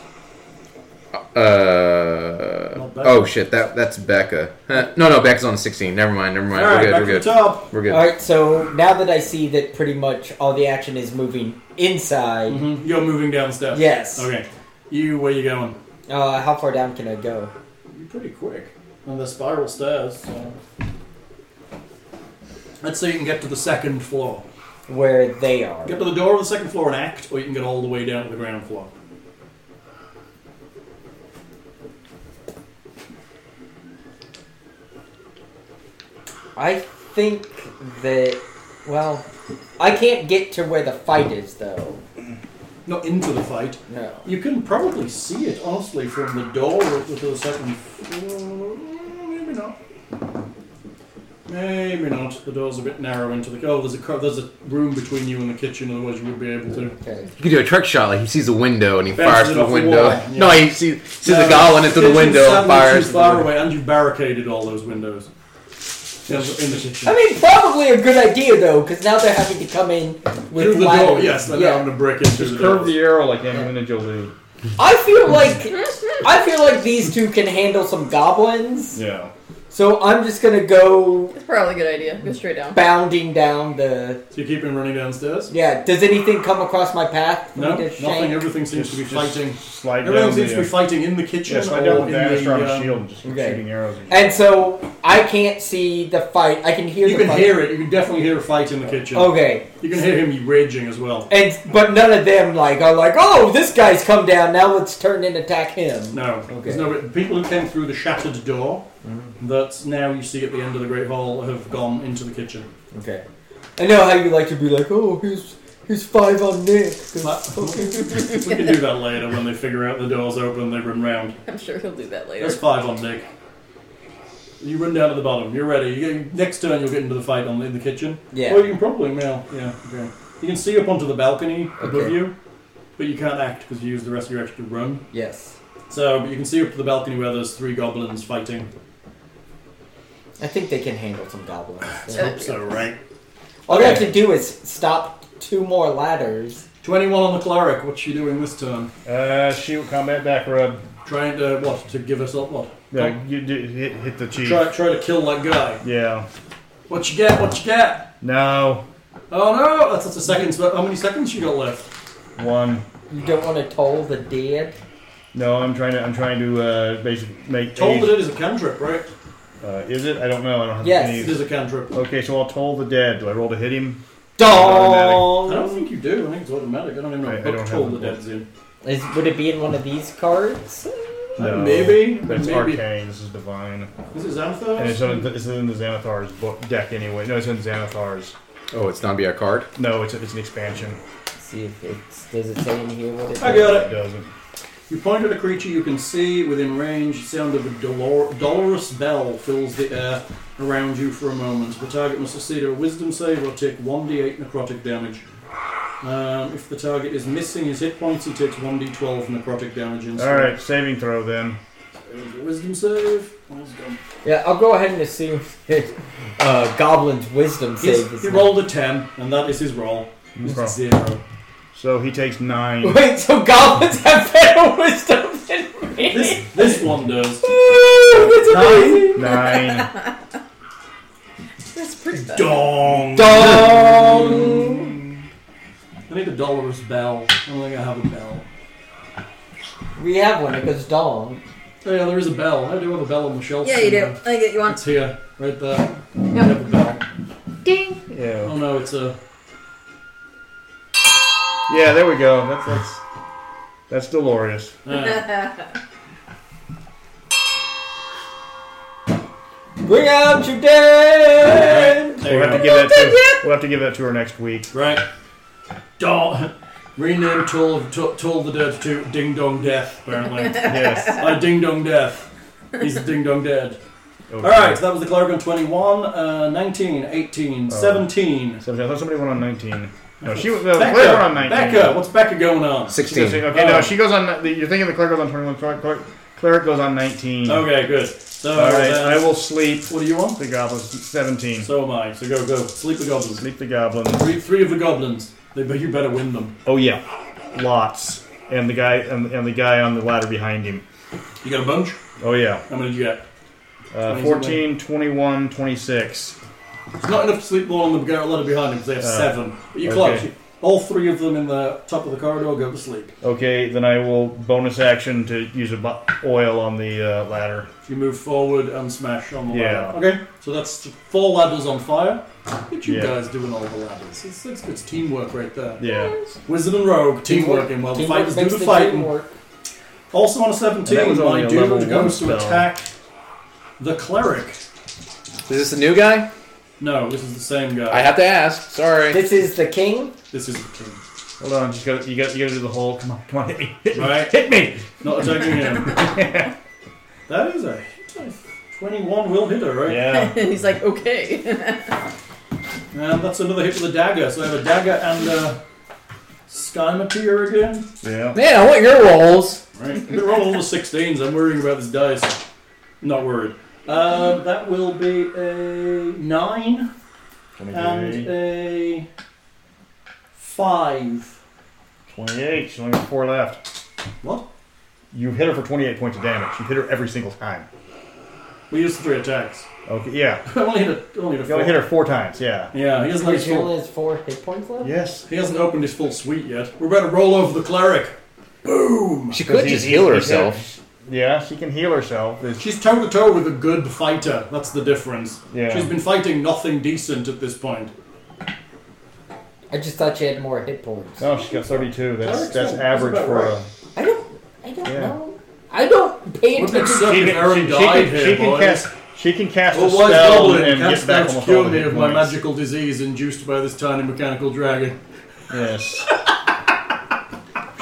[SPEAKER 5] Uh,
[SPEAKER 3] Not Becca.
[SPEAKER 5] oh shit, that that's Becca. Huh, no, no, Becca's on 16. Never mind, never mind.
[SPEAKER 3] All right,
[SPEAKER 5] we're
[SPEAKER 3] back
[SPEAKER 5] good, we're
[SPEAKER 3] to
[SPEAKER 5] good.
[SPEAKER 3] the top.
[SPEAKER 5] We're good.
[SPEAKER 1] Alright, so now that I see that pretty much all the action is moving inside,
[SPEAKER 3] Mhm, You're moving down the steps.
[SPEAKER 1] Yes.
[SPEAKER 3] Okay. You, where you going?
[SPEAKER 1] uh, how far down can I go?
[SPEAKER 3] You're pretty quick on the spiral stairs. So. Let's say you can get to the second floor.
[SPEAKER 1] Where they are.
[SPEAKER 3] Get to the door of the second floor and act, or you can get all the way down to the ground floor.
[SPEAKER 1] I think that, well, I can't get to where the fight is though.
[SPEAKER 3] Not into the fight.
[SPEAKER 1] No.
[SPEAKER 3] You can probably see it, honestly, from the door to the second floor. Maybe not. Maybe not. The door's a bit narrow into the. Oh, there's a co- there's a room between you and the kitchen. Otherwise, you would be able to.
[SPEAKER 1] Okay.
[SPEAKER 5] You could do a trick shot. Like he sees a window and he
[SPEAKER 3] Bounces
[SPEAKER 5] fires
[SPEAKER 3] it
[SPEAKER 5] through
[SPEAKER 3] off
[SPEAKER 5] the
[SPEAKER 3] the
[SPEAKER 5] window.
[SPEAKER 3] wall, yeah.
[SPEAKER 5] No, he sees sees
[SPEAKER 3] No,
[SPEAKER 5] a goblin and through the
[SPEAKER 3] kitchen's
[SPEAKER 5] window
[SPEAKER 3] sadly
[SPEAKER 5] and
[SPEAKER 3] too
[SPEAKER 5] fires.
[SPEAKER 3] far away, and you barricaded all those windows. In the in the kitchen.
[SPEAKER 1] I mean, probably a good idea though, because now they're having to come in with
[SPEAKER 3] Through the
[SPEAKER 1] ladders.
[SPEAKER 3] door, yes. Like
[SPEAKER 1] yeah.
[SPEAKER 3] I'm gonna break into
[SPEAKER 2] Just
[SPEAKER 3] the
[SPEAKER 2] curve
[SPEAKER 3] door.
[SPEAKER 2] the arrow like Angelina Jolie.
[SPEAKER 1] I feel like I feel like these two can handle some goblins,
[SPEAKER 2] Yeah.
[SPEAKER 1] so I'm just gonna go
[SPEAKER 4] It's probably a good idea. Go straight down.
[SPEAKER 1] bounding down the.
[SPEAKER 3] So you keep him running downstairs.
[SPEAKER 1] Yeah. Does anything come across my path? for me
[SPEAKER 3] No,
[SPEAKER 1] to
[SPEAKER 3] nothing.
[SPEAKER 1] shank?
[SPEAKER 3] Everything seems to be
[SPEAKER 2] Just
[SPEAKER 3] fighting.
[SPEAKER 2] Slide
[SPEAKER 3] Everything
[SPEAKER 2] down
[SPEAKER 3] seems
[SPEAKER 2] the,
[SPEAKER 3] to be
[SPEAKER 2] uh,
[SPEAKER 3] fighting in the kitchen
[SPEAKER 2] Yeah, slide
[SPEAKER 3] or
[SPEAKER 2] down
[SPEAKER 3] in
[SPEAKER 2] the banister on
[SPEAKER 3] the,
[SPEAKER 2] a
[SPEAKER 3] um,
[SPEAKER 2] shield and just keep
[SPEAKER 1] okay.
[SPEAKER 2] shooting arrows. at
[SPEAKER 1] And so I can't see the fight. I can hear.
[SPEAKER 3] You
[SPEAKER 1] the
[SPEAKER 3] can
[SPEAKER 1] fight. Oh,
[SPEAKER 3] hear it. You can definitely hear a fight in the kitchen.
[SPEAKER 1] Okay.
[SPEAKER 3] You can hear him raging as well.
[SPEAKER 1] And but none of them like are like, oh, this guy's come down. Now let's turn and attack him.
[SPEAKER 3] No, there's no the people who came through the shattered door
[SPEAKER 1] Mm-hmm.
[SPEAKER 3] that now you see at the end of the great hall have gone into the kitchen.
[SPEAKER 1] Okay. I know how you like to be like, oh, here's here's five on Nick.
[SPEAKER 3] But- we can do that later when they figure out the door's open. They run round.
[SPEAKER 4] I'm sure he'll do that later.
[SPEAKER 3] There's five on Nick. You run down to the bottom. You're ready. You get, next turn you'll get into the fight on in the kitchen.
[SPEAKER 1] Yeah.
[SPEAKER 3] Well, you can probably well, yeah. Okay. You can see up onto the balcony above
[SPEAKER 1] Okay.
[SPEAKER 3] you, but you can't act because you use the rest of your action to run.
[SPEAKER 1] Yes.
[SPEAKER 3] So but you can see up to the balcony where there's three goblins fighting.
[SPEAKER 1] I think they can handle some goblins.
[SPEAKER 4] Uh,
[SPEAKER 3] Hope so, right?
[SPEAKER 1] All they have to do is stop two more ladders.
[SPEAKER 3] 21 on the cleric. What's she doing this turn?
[SPEAKER 2] you. Uh, shoot, combat back rub.
[SPEAKER 3] Trying to what? To give us up what?
[SPEAKER 2] Yeah, you do, hit, hit the chief.
[SPEAKER 3] Try try to kill that guy.
[SPEAKER 2] Yeah.
[SPEAKER 3] What you get? What you get?
[SPEAKER 2] No.
[SPEAKER 3] Oh no! That's, that's a second. But how many seconds you got left?
[SPEAKER 2] One.
[SPEAKER 1] You don't want to toll the dead.
[SPEAKER 2] No, I'm trying to. I'm trying to uh, basically make.
[SPEAKER 3] Told
[SPEAKER 2] age-
[SPEAKER 3] that it is a cantrip, right?
[SPEAKER 2] Uh, is it? I don't know. I don't have
[SPEAKER 1] Yes.
[SPEAKER 2] any.
[SPEAKER 3] It is a cantrip.
[SPEAKER 2] Okay, so I'll toll the dead. Do I roll to hit him?
[SPEAKER 3] I
[SPEAKER 1] Dong.
[SPEAKER 3] don't think you do. I think it's automatic. I don't even know.
[SPEAKER 2] I- I
[SPEAKER 3] what
[SPEAKER 2] don't
[SPEAKER 3] book
[SPEAKER 2] have
[SPEAKER 3] told
[SPEAKER 2] the
[SPEAKER 3] the dead's in.
[SPEAKER 1] Is, would it be in one of these cards?
[SPEAKER 2] No.
[SPEAKER 3] Maybe.
[SPEAKER 2] But it's
[SPEAKER 3] maybe.
[SPEAKER 2] arcane. This is divine.
[SPEAKER 3] This is
[SPEAKER 2] And it's
[SPEAKER 3] Anthos.
[SPEAKER 2] in, it's in the Xanathar's book deck anyway. No, it's in Xanathar's.
[SPEAKER 5] Oh, it's not be a card.
[SPEAKER 2] No, it's, it's an expansion.
[SPEAKER 1] see if it's does it say in here what it
[SPEAKER 3] I got
[SPEAKER 2] It
[SPEAKER 3] it.
[SPEAKER 2] doesn't.
[SPEAKER 3] You point at a creature you can see within range. The sound of a dolor- dolorous bell fills the air around you for a moment. The target must succeed a wisdom save or take 1d8 necrotic damage. Um, if the target is missing his hit points, he takes 1d12 necrotic damage instead.
[SPEAKER 2] All right, saving throw then.
[SPEAKER 3] Wisdom save. Wisdom.
[SPEAKER 8] Yeah, I'll go ahead and assume that uh, Goblin's wisdom
[SPEAKER 3] He's-
[SPEAKER 8] save is
[SPEAKER 3] he rolled a 10, and that is his roll. It's
[SPEAKER 2] Okay.
[SPEAKER 3] Zero.
[SPEAKER 2] So he takes nine.
[SPEAKER 8] Wait, so goblins have better wisdom than me?
[SPEAKER 3] This, this one does.
[SPEAKER 8] That's amazing.
[SPEAKER 2] nine.
[SPEAKER 4] That's pretty bad.
[SPEAKER 2] Dong.
[SPEAKER 5] Hmm.
[SPEAKER 8] Dong.
[SPEAKER 3] I need a dolorous bell. I don't think I have a bell.
[SPEAKER 8] We have one that goes dong.
[SPEAKER 3] Oh yeah, there is a bell. I do have a bell on the shelf.
[SPEAKER 4] Yeah, you do.
[SPEAKER 3] somewhere.
[SPEAKER 4] I get you one.
[SPEAKER 3] It's here, right there. I have a bell.
[SPEAKER 4] Ding.
[SPEAKER 2] Yeah.
[SPEAKER 3] Oh no, it's a.
[SPEAKER 2] Yeah, there we go. That's that's that's Dolores.
[SPEAKER 3] Uh,
[SPEAKER 8] Bring out your dead.
[SPEAKER 3] there
[SPEAKER 2] We'll
[SPEAKER 3] you
[SPEAKER 2] have to
[SPEAKER 3] go.
[SPEAKER 2] give that to we'll have to give that to her next week.
[SPEAKER 3] Right. Dong. Rename Toll, of- To- Toll the Dead to Ding Dong Death, apparently.
[SPEAKER 2] Yes.
[SPEAKER 3] uh, Ding Dong Death. He's Ding Dong Dead.
[SPEAKER 2] Okay.
[SPEAKER 3] Alright, so that was the Cleric on 21, uh, 19, 18, 17.
[SPEAKER 2] Uh, So I thought somebody went on nineteen. No, she was. No, the
[SPEAKER 3] Becca,
[SPEAKER 2] clerk went on nineteen.
[SPEAKER 3] Becca, what's Becca going on?
[SPEAKER 2] She goes-
[SPEAKER 5] 16.
[SPEAKER 2] okay, no,
[SPEAKER 3] Oh.
[SPEAKER 2] she goes on. You're thinking the clerk goes on twenty-one. Clerk, clerk, clerk goes on nineteen.
[SPEAKER 3] Okay, Oh, good. So,
[SPEAKER 2] All right.
[SPEAKER 3] then-
[SPEAKER 2] I will sleep.
[SPEAKER 3] what do you want?
[SPEAKER 2] The goblins. Seventeen.
[SPEAKER 3] So am I. So go, go. Sleep the goblins.
[SPEAKER 2] Sleep the goblins.
[SPEAKER 3] Three, three of the goblins. They, but you better win them.
[SPEAKER 2] Oh yeah, lots. And the guy and, and the guy on the ladder behind him.
[SPEAKER 3] You got a bunch?
[SPEAKER 2] Oh yeah.
[SPEAKER 3] How many did you get?
[SPEAKER 2] Uh, 14, 21, 26.
[SPEAKER 3] It's not enough to sleep all on the garret ladder behind him because they have
[SPEAKER 2] Uh,
[SPEAKER 3] seven. But you're
[SPEAKER 2] okay.
[SPEAKER 3] close. You- All three of them in the top of the corridor go to sleep.
[SPEAKER 2] Okay, then I will bonus action to use a bu- oil on the uh, ladder.
[SPEAKER 3] You move forward and smash on the
[SPEAKER 2] Yeah.
[SPEAKER 3] ladder. Okay, so that's four ladders on fire. Look at you
[SPEAKER 2] Yeah.
[SPEAKER 3] guys doing all the ladders. It's, it's, it's teamwork right there.
[SPEAKER 2] Yeah.
[SPEAKER 3] Wizard and rogue, teamwork, and while the
[SPEAKER 8] Teamwork
[SPEAKER 3] fighters do
[SPEAKER 8] makes
[SPEAKER 3] the
[SPEAKER 8] the
[SPEAKER 3] fighting.
[SPEAKER 8] dream work.
[SPEAKER 3] Also on
[SPEAKER 2] And
[SPEAKER 3] a
[SPEAKER 2] that
[SPEAKER 3] 17,
[SPEAKER 2] was
[SPEAKER 3] my
[SPEAKER 2] only a level
[SPEAKER 3] dude goes
[SPEAKER 2] one
[SPEAKER 3] to
[SPEAKER 2] spell.
[SPEAKER 3] attack the cleric.
[SPEAKER 5] Is this the new guy?
[SPEAKER 3] No, this is the same guy.
[SPEAKER 5] I have to ask. Sorry.
[SPEAKER 8] This is the king.
[SPEAKER 3] this is the king.
[SPEAKER 2] Hold on, just gotta, you got you got to do the whole. Come on, come on, hit me, hit me,
[SPEAKER 3] Right?
[SPEAKER 2] hit me.
[SPEAKER 3] Not attacking him. that is a hit. I f- 21 will hit her, right?
[SPEAKER 2] Yeah.
[SPEAKER 4] And he's like, okay.
[SPEAKER 3] And that's another hit with a dagger. So I have a dagger and a sky material again.
[SPEAKER 2] Yeah.
[SPEAKER 5] Man, I want your rolls.
[SPEAKER 3] Right. They're all over 16s. I'm worrying about this dice. Not worried. Uh, that will be a 9
[SPEAKER 2] Um,
[SPEAKER 3] and
[SPEAKER 2] 28.
[SPEAKER 3] a 5.
[SPEAKER 2] 28. She only got four left.
[SPEAKER 3] What?
[SPEAKER 2] You hit her for 28 points of damage. You hit her every single time.
[SPEAKER 3] We used three attacks.
[SPEAKER 2] Okay, yeah.
[SPEAKER 3] I only hit a, only hit
[SPEAKER 2] You
[SPEAKER 3] a four.
[SPEAKER 2] only hit her four times, yeah.
[SPEAKER 3] Yeah, he hasn't, hit his
[SPEAKER 8] She
[SPEAKER 3] full,
[SPEAKER 8] only has four hit points left.
[SPEAKER 2] Yes.
[SPEAKER 3] he hasn't opened his full suite yet. We're about to roll over the cleric. Boom!
[SPEAKER 5] She could just heal herself.
[SPEAKER 2] Yeah, she can heal herself. It's-
[SPEAKER 3] She's toe to toe with a good fighter. That's the difference.
[SPEAKER 2] Yeah.
[SPEAKER 3] She's been fighting nothing decent at this point.
[SPEAKER 8] I just thought she had more hit points.
[SPEAKER 2] No, Oh, she's got 32. That's
[SPEAKER 3] Eric's
[SPEAKER 2] that's
[SPEAKER 3] not-
[SPEAKER 2] average
[SPEAKER 3] that's
[SPEAKER 2] for
[SPEAKER 3] about
[SPEAKER 2] a.
[SPEAKER 8] I don't. I don't
[SPEAKER 2] Yeah.
[SPEAKER 8] know. I don't pay
[SPEAKER 3] Wouldn't it
[SPEAKER 8] attention.
[SPEAKER 3] suck
[SPEAKER 2] She
[SPEAKER 3] if Aaron
[SPEAKER 2] can, she,
[SPEAKER 3] died
[SPEAKER 2] can,
[SPEAKER 3] here,
[SPEAKER 2] she can
[SPEAKER 3] boys?
[SPEAKER 2] cast. She can cast
[SPEAKER 3] Well,
[SPEAKER 2] a
[SPEAKER 3] wise
[SPEAKER 2] spell
[SPEAKER 3] goblin,
[SPEAKER 2] and
[SPEAKER 3] cast
[SPEAKER 2] get back almost all
[SPEAKER 3] cure
[SPEAKER 2] the
[SPEAKER 3] me
[SPEAKER 2] hit
[SPEAKER 3] of my
[SPEAKER 2] points.
[SPEAKER 3] magical disease induced by this tiny mechanical dragon.
[SPEAKER 2] Yes.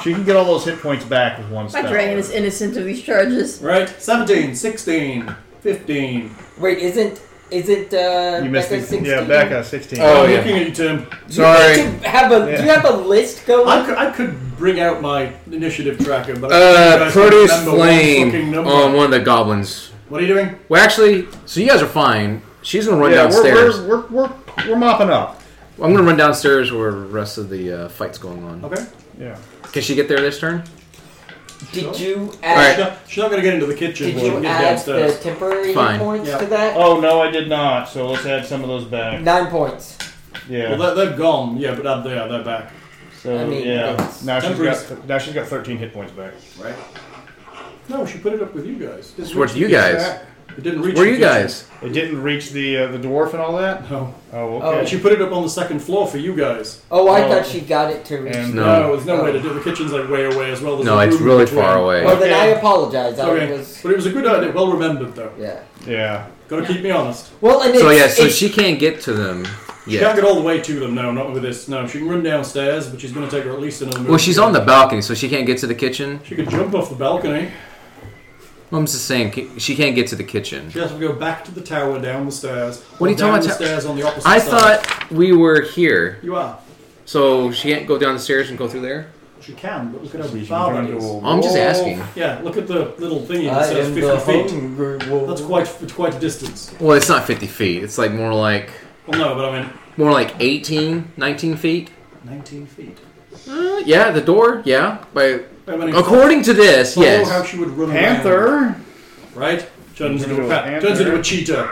[SPEAKER 2] she can get all those hit points back with one
[SPEAKER 4] My
[SPEAKER 2] spell.
[SPEAKER 4] dragon is innocent of these charges.
[SPEAKER 3] Right? 17, 16, 15.
[SPEAKER 8] Wait, isn't isn't uh?
[SPEAKER 2] You missed
[SPEAKER 8] Becca
[SPEAKER 2] the,
[SPEAKER 8] 16?
[SPEAKER 2] yeah, back at 16.
[SPEAKER 5] Oh,
[SPEAKER 3] I'm
[SPEAKER 5] yeah.
[SPEAKER 3] looking at you, Tim.
[SPEAKER 8] Do
[SPEAKER 5] Sorry.
[SPEAKER 8] you have a do you
[SPEAKER 2] Yeah.
[SPEAKER 8] have a list going?
[SPEAKER 3] I could, I could bring out my initiative tracker, but I think you
[SPEAKER 5] Uh,
[SPEAKER 3] guys can
[SPEAKER 5] produce
[SPEAKER 3] remember one fucking
[SPEAKER 5] flame
[SPEAKER 3] number.
[SPEAKER 2] Um,
[SPEAKER 5] on one of the goblins.
[SPEAKER 3] What are you doing?
[SPEAKER 5] Well, actually, so you guys are fine. She's gonna run
[SPEAKER 2] yeah,
[SPEAKER 5] downstairs.
[SPEAKER 2] we're, we're, we're, we're, we're mopping up.
[SPEAKER 5] I'm gonna run downstairs where the rest of the uh, fight's going on.
[SPEAKER 3] Okay.
[SPEAKER 2] Yeah.
[SPEAKER 5] Can she get there this turn?
[SPEAKER 8] Did you
[SPEAKER 3] She's
[SPEAKER 8] add?
[SPEAKER 5] Alright.
[SPEAKER 3] not, she's not going to get into the kitchen.
[SPEAKER 8] Did
[SPEAKER 3] she
[SPEAKER 8] you
[SPEAKER 3] can get
[SPEAKER 8] add the
[SPEAKER 3] downstairs.
[SPEAKER 8] temporary
[SPEAKER 5] Fine.
[SPEAKER 8] hit points
[SPEAKER 3] Yeah.
[SPEAKER 8] to that?
[SPEAKER 2] Oh no, I did not. So let's add some of those back.
[SPEAKER 8] Nine points.
[SPEAKER 2] Yeah.
[SPEAKER 3] Well, they're, they're gone. Yeah, but uh, they are. They're back.
[SPEAKER 2] so
[SPEAKER 8] I mean,
[SPEAKER 2] yeah.
[SPEAKER 8] it's-
[SPEAKER 2] Now she's
[SPEAKER 3] Temperance-
[SPEAKER 2] got now she's got 13 hit points back.
[SPEAKER 3] Right. No, she put it up with you guys. Didn't
[SPEAKER 5] So where's
[SPEAKER 3] reach
[SPEAKER 5] you
[SPEAKER 3] the
[SPEAKER 5] guys?
[SPEAKER 3] kitchen. It didn't reach.
[SPEAKER 5] Where are
[SPEAKER 3] the
[SPEAKER 5] you
[SPEAKER 3] kitchen.
[SPEAKER 5] guys?
[SPEAKER 2] It didn't reach the uh, the dwarf and all that.
[SPEAKER 3] No.
[SPEAKER 2] Oh,
[SPEAKER 8] Oh.
[SPEAKER 2] okay.
[SPEAKER 3] And she put it up on the second floor for you guys.
[SPEAKER 8] Oh, I
[SPEAKER 2] Oh.
[SPEAKER 8] thought she got it to reach.
[SPEAKER 2] And- uh,
[SPEAKER 5] No.
[SPEAKER 3] No, there's no way to do. The kitchen's like way away as well. There's
[SPEAKER 5] No,
[SPEAKER 3] a
[SPEAKER 5] it's
[SPEAKER 3] room
[SPEAKER 5] really
[SPEAKER 3] between.
[SPEAKER 5] far away.
[SPEAKER 8] Well, then I
[SPEAKER 2] Okay.
[SPEAKER 8] apologize. I
[SPEAKER 3] Okay,
[SPEAKER 8] was
[SPEAKER 3] but it was a good idea. Well remembered though.
[SPEAKER 8] yeah.
[SPEAKER 2] Yeah.
[SPEAKER 3] Got to keep me honest.
[SPEAKER 8] Well, and it's,
[SPEAKER 5] So
[SPEAKER 8] uh,
[SPEAKER 5] yeah, so
[SPEAKER 8] it's-
[SPEAKER 5] she can't get to them.
[SPEAKER 3] She
[SPEAKER 5] Yeah.
[SPEAKER 3] can't get all the way to them now, not with this. No, she can run downstairs, but she's going to take her at least another minute.
[SPEAKER 5] Well, she's on the balcony, so she can't get to the kitchen.
[SPEAKER 3] She could jump off the balcony.
[SPEAKER 5] Mom's just saying ki- she can't get to the kitchen.
[SPEAKER 3] She has to go back to the tower, down the stairs.
[SPEAKER 5] What are you
[SPEAKER 3] down
[SPEAKER 5] talking
[SPEAKER 3] The
[SPEAKER 5] about?
[SPEAKER 3] stairs on the opposite
[SPEAKER 5] I
[SPEAKER 3] side.
[SPEAKER 5] thought we were here,
[SPEAKER 3] You are.
[SPEAKER 5] so she can't go down the stairs and go through there.
[SPEAKER 3] She can, but look at how
[SPEAKER 2] You
[SPEAKER 3] far
[SPEAKER 2] can
[SPEAKER 3] that
[SPEAKER 2] do
[SPEAKER 3] is.
[SPEAKER 2] a
[SPEAKER 5] I'm just
[SPEAKER 2] roll.
[SPEAKER 5] asking.
[SPEAKER 3] Yeah, look at the little thingy that says 50 uh, feet. That's quite it's quite a distance.
[SPEAKER 5] Well, it's not 50 feet. It's like more like
[SPEAKER 3] Well, no, but I mean
[SPEAKER 5] more like 18, 19 feet.
[SPEAKER 3] 19 feet.
[SPEAKER 5] Uh, yeah, the door. Yeah, by
[SPEAKER 3] I mean,
[SPEAKER 5] according to this,
[SPEAKER 3] follow
[SPEAKER 5] yes.
[SPEAKER 3] how she would run around,
[SPEAKER 2] Panther.
[SPEAKER 3] right?
[SPEAKER 2] Turns
[SPEAKER 3] Turns into a
[SPEAKER 2] into a
[SPEAKER 3] pa- turns into
[SPEAKER 2] panther.
[SPEAKER 3] a cheetah.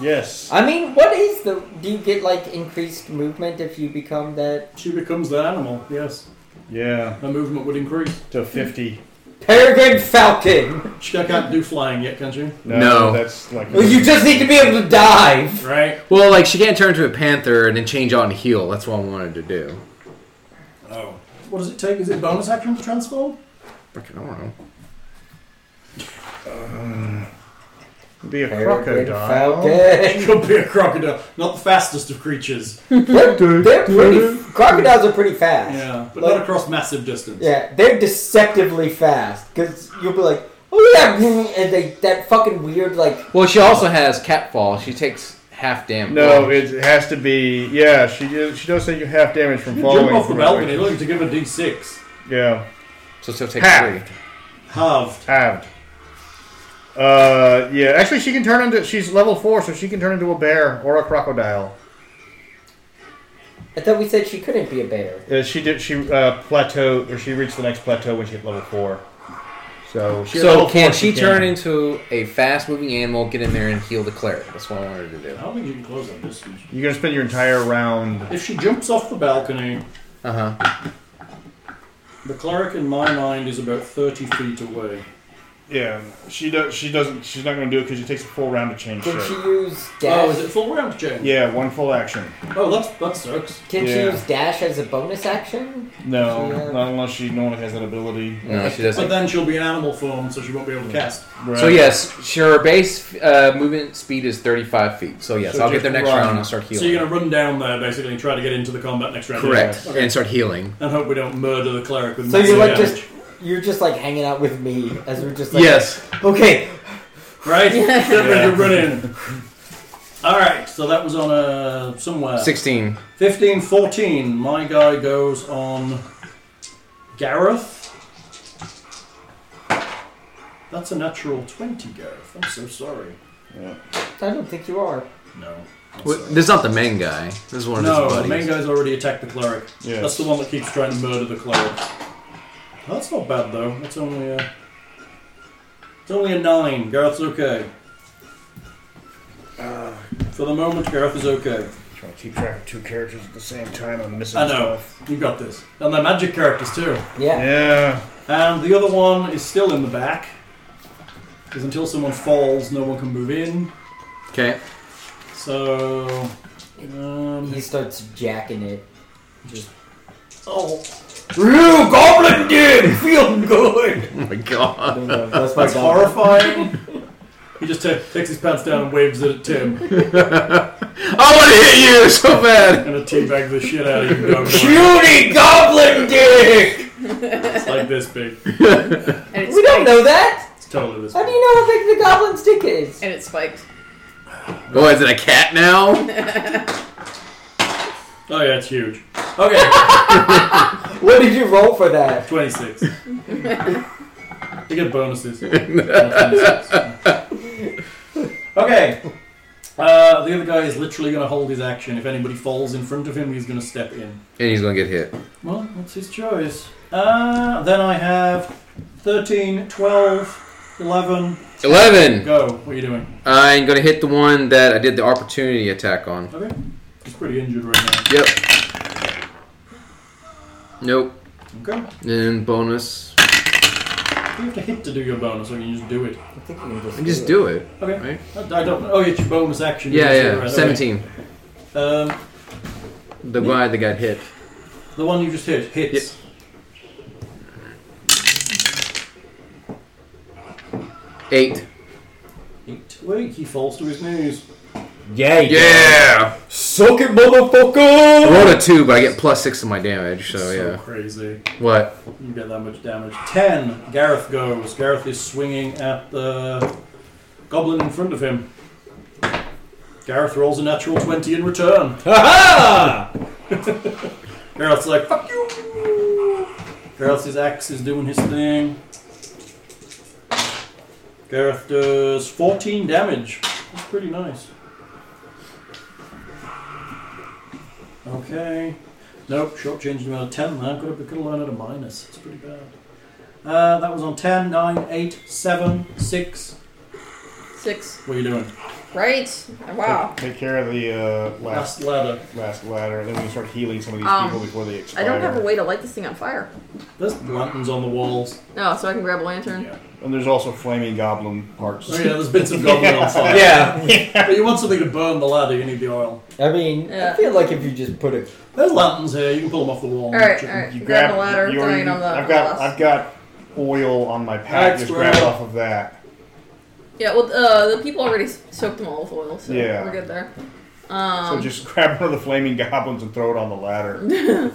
[SPEAKER 2] Yes.
[SPEAKER 8] I mean, what is the? Do you get like increased movement if you become that
[SPEAKER 3] She becomes that animal. Yes,
[SPEAKER 2] Yeah.
[SPEAKER 3] her movement would increase.
[SPEAKER 2] To fifty.
[SPEAKER 8] peregrine falcon?
[SPEAKER 3] She can't do flying yet, can she?
[SPEAKER 5] No.
[SPEAKER 2] That's like.
[SPEAKER 8] Well, you just need to be able to dive.
[SPEAKER 3] Right.
[SPEAKER 5] Well, like she can't turn into a panther and then change out and heal. That's what I wanted to do.
[SPEAKER 3] Oh. What does it take? Is it bonus action to transform?
[SPEAKER 5] Fucking, I don't know.
[SPEAKER 2] be a
[SPEAKER 8] Peregrine
[SPEAKER 2] crocodile.
[SPEAKER 8] falcon.
[SPEAKER 3] Could be a crocodile. Not the fastest of creatures.
[SPEAKER 8] They're, they're pretty. Crocodiles are pretty fast.
[SPEAKER 3] Yeah, but
[SPEAKER 8] Like-
[SPEAKER 3] not across massive distance.
[SPEAKER 8] Yeah, they're deceptively fast because you'll be like, oh yeah, and they that fucking weird like
[SPEAKER 5] Well, she also has catfall. She takes half damage.
[SPEAKER 2] No, it has to be. Yeah, she is- she does say you half damage from
[SPEAKER 3] You
[SPEAKER 2] falling.
[SPEAKER 3] jump off the
[SPEAKER 2] from
[SPEAKER 3] balcony
[SPEAKER 2] elevation.
[SPEAKER 3] looking to give a d6.
[SPEAKER 2] Yeah,
[SPEAKER 5] so she'll take three.
[SPEAKER 2] Half.
[SPEAKER 3] Halved.
[SPEAKER 2] halved. Uh, yeah. Actually, she can turn into. She's level four, so she can turn into a bear or a crocodile.
[SPEAKER 8] I thought we said she couldn't be a bear.
[SPEAKER 2] Uh, she did. She uh, plateau, or she reached the next plateau when she hit level four. So she. at level
[SPEAKER 5] So
[SPEAKER 2] four,
[SPEAKER 5] can she turn
[SPEAKER 2] can.
[SPEAKER 5] into a fast-moving animal? Get in there and heal the cleric. That's what I wanted to do.
[SPEAKER 3] I don't think you can close that distance.
[SPEAKER 2] You're gonna spend your entire round.
[SPEAKER 3] If she jumps off the balcony,
[SPEAKER 5] Uh huh.
[SPEAKER 3] the cleric in my mind is about 30 feet away.
[SPEAKER 2] Yeah, she does. She doesn't. She's not gonna do it because it takes a full round to change
[SPEAKER 8] Can she
[SPEAKER 2] shape.
[SPEAKER 8] use dash?
[SPEAKER 3] Oh, is it full round change?
[SPEAKER 2] Yeah, one full action.
[SPEAKER 3] Oh, that's, that sucks.
[SPEAKER 8] Can she
[SPEAKER 2] Yeah.
[SPEAKER 8] use dash as a bonus action?
[SPEAKER 2] No,
[SPEAKER 8] Yeah.
[SPEAKER 2] not unless she normally has that ability.
[SPEAKER 5] No, she
[SPEAKER 3] But
[SPEAKER 5] doesn't.
[SPEAKER 3] then she'll be in animal form, so she won't be able to cast.
[SPEAKER 2] Right.
[SPEAKER 5] So yes, her base uh, movement speed is 35 feet. So yes,
[SPEAKER 2] So
[SPEAKER 5] I'll get
[SPEAKER 2] just
[SPEAKER 5] there next
[SPEAKER 2] run.
[SPEAKER 5] round and I'll start healing.
[SPEAKER 3] So you're going to run down there basically and try to get into the combat next round.
[SPEAKER 5] Correct,
[SPEAKER 3] Okay.
[SPEAKER 5] and start healing.
[SPEAKER 3] And hope we don't murder the cleric with
[SPEAKER 8] So you're
[SPEAKER 3] massive
[SPEAKER 8] like
[SPEAKER 3] damage.
[SPEAKER 8] just you're just like hanging out with me as we're just like
[SPEAKER 5] yes.
[SPEAKER 8] okay
[SPEAKER 3] Right? Get ready to run in. Alright, so that was on uh, somewhere.
[SPEAKER 5] 16.
[SPEAKER 3] 15 14. My guy goes on Gareth. That's a natural 20, Gareth. I'm so sorry.
[SPEAKER 8] I don't think you are
[SPEAKER 3] No. I'm
[SPEAKER 5] Well,
[SPEAKER 3] sorry.
[SPEAKER 5] This is not the main guy. This is one of
[SPEAKER 3] no,
[SPEAKER 5] his
[SPEAKER 3] the
[SPEAKER 5] buddies.
[SPEAKER 3] main guy's already attacked the cleric.
[SPEAKER 2] Yes.
[SPEAKER 3] That's the one that keeps trying to murder the cleric. That's not bad though. That's only a. It's only a nine. Gareth's okay. For the moment, Gareth is okay.
[SPEAKER 2] Trying to keep track of two characters at the same time. I'm missing
[SPEAKER 3] I know. You got this. And they're magic characters too.
[SPEAKER 8] yeah
[SPEAKER 2] Yeah.
[SPEAKER 3] And the other one is still in the back. Because until someone falls, no one can move in.
[SPEAKER 5] Okay.
[SPEAKER 3] So. Um,
[SPEAKER 8] he starts jacking it
[SPEAKER 3] oh,
[SPEAKER 1] Real goblin did feel good.
[SPEAKER 5] Oh my god.
[SPEAKER 8] that's my
[SPEAKER 3] that's
[SPEAKER 8] god
[SPEAKER 3] horrifying. he just ta takes his pants down and waves it at Tim.
[SPEAKER 5] I want to hit you so bad.
[SPEAKER 3] gonna teabag the shit out of you, dog.
[SPEAKER 1] Cutie goblin dick.
[SPEAKER 3] It's like this big.
[SPEAKER 4] And it's
[SPEAKER 8] we don't
[SPEAKER 4] spiked.
[SPEAKER 8] know that
[SPEAKER 3] It's totally this
[SPEAKER 8] how
[SPEAKER 3] big.
[SPEAKER 8] do you know how big the goblin's dick is
[SPEAKER 4] And it's spiked.
[SPEAKER 5] Oh, is it a cat now?
[SPEAKER 3] Oh yeah, it's huge. Okay,
[SPEAKER 8] what did you roll for that
[SPEAKER 3] 26. you get bonuses. okay. Uh, the other guy is literally gonna hold his action. If anybody falls in front of him, he's gonna step in.
[SPEAKER 5] And he's gonna get hit.
[SPEAKER 3] Well, that's his choice. Uh, then I have 13, 12, 11.
[SPEAKER 5] Eleven.
[SPEAKER 3] Go. What are you doing?
[SPEAKER 5] I'm gonna hit the one that I did the opportunity attack on.
[SPEAKER 3] Okay. He's pretty injured right
[SPEAKER 5] Yep. Nope.
[SPEAKER 3] now. Okay.
[SPEAKER 5] And bonus.
[SPEAKER 3] You have to hit to do your bonus, or you can just do it.
[SPEAKER 8] I think you can
[SPEAKER 5] I can just do it.
[SPEAKER 3] Okay.
[SPEAKER 5] Right?
[SPEAKER 3] I don't. Oh, it's your bonus action.
[SPEAKER 5] Yeah,
[SPEAKER 3] Yes,
[SPEAKER 5] yeah.
[SPEAKER 3] right, okay.
[SPEAKER 5] Seventeen.
[SPEAKER 3] Um,
[SPEAKER 5] The guy that got hit.
[SPEAKER 3] the one you just hit hits.
[SPEAKER 5] Eight. Oh,
[SPEAKER 3] Eight. Wait, he falls to his knees.
[SPEAKER 8] Yeah. you
[SPEAKER 5] Yeah!
[SPEAKER 1] Soak it, motherfucker!
[SPEAKER 5] I rolled a two, but I get plus six to my damage, so,
[SPEAKER 3] so
[SPEAKER 5] yeah.
[SPEAKER 3] crazy.
[SPEAKER 5] What?
[SPEAKER 3] You get that much damage. Ten. Gareth goes. Gareth is swinging at the goblin in front of him. Gareth rolls a natural 20 in return.
[SPEAKER 1] Ha ha!
[SPEAKER 3] Gareth's like, fuck you! Gareth's axe is doing his thing. Gareth does 14 damage. That's pretty nice. Okay. Nope, shortchanged him out of 10 there. Could have, could have learned at a minus. It's pretty bad. Uh, that was on 10, 9, 8, 7, 6.
[SPEAKER 4] Six.
[SPEAKER 3] What are you doing?
[SPEAKER 4] Right. Wow.
[SPEAKER 2] Take care of the uh, last
[SPEAKER 3] Last ladder.
[SPEAKER 2] last ladder, and then we can start healing some of these
[SPEAKER 4] Um,
[SPEAKER 2] people before they
[SPEAKER 4] I
[SPEAKER 2] expire.
[SPEAKER 4] don't have a way to light this thing on fire.
[SPEAKER 3] There's lanterns on the walls.
[SPEAKER 4] No, Oh, so I can grab a lantern.
[SPEAKER 3] Yeah.
[SPEAKER 2] And there's also flaming goblin parts.
[SPEAKER 3] Oh yeah, there's bits of goblin on fire.
[SPEAKER 1] Yeah.
[SPEAKER 3] But you want something to burn the ladder, you need the oil.
[SPEAKER 8] I mean,
[SPEAKER 4] Yeah.
[SPEAKER 8] I feel like if you just put a
[SPEAKER 3] There's lanterns here. You can pull them off the wall.
[SPEAKER 4] All right, all right.
[SPEAKER 2] You
[SPEAKER 4] Grab,
[SPEAKER 2] grab
[SPEAKER 4] the ladder.
[SPEAKER 2] you
[SPEAKER 4] throw
[SPEAKER 2] already-
[SPEAKER 4] it on the. on
[SPEAKER 2] I've
[SPEAKER 4] the
[SPEAKER 2] got
[SPEAKER 4] bus.
[SPEAKER 2] I've got oil on my pack.
[SPEAKER 3] That's
[SPEAKER 2] Just grab
[SPEAKER 3] right.
[SPEAKER 2] off of that.
[SPEAKER 4] Yeah. Well, uh, the people already soaked them all with oil, so
[SPEAKER 2] Yeah.
[SPEAKER 4] we're good there.
[SPEAKER 2] So just grab one of the flaming goblins and throw it on the ladder.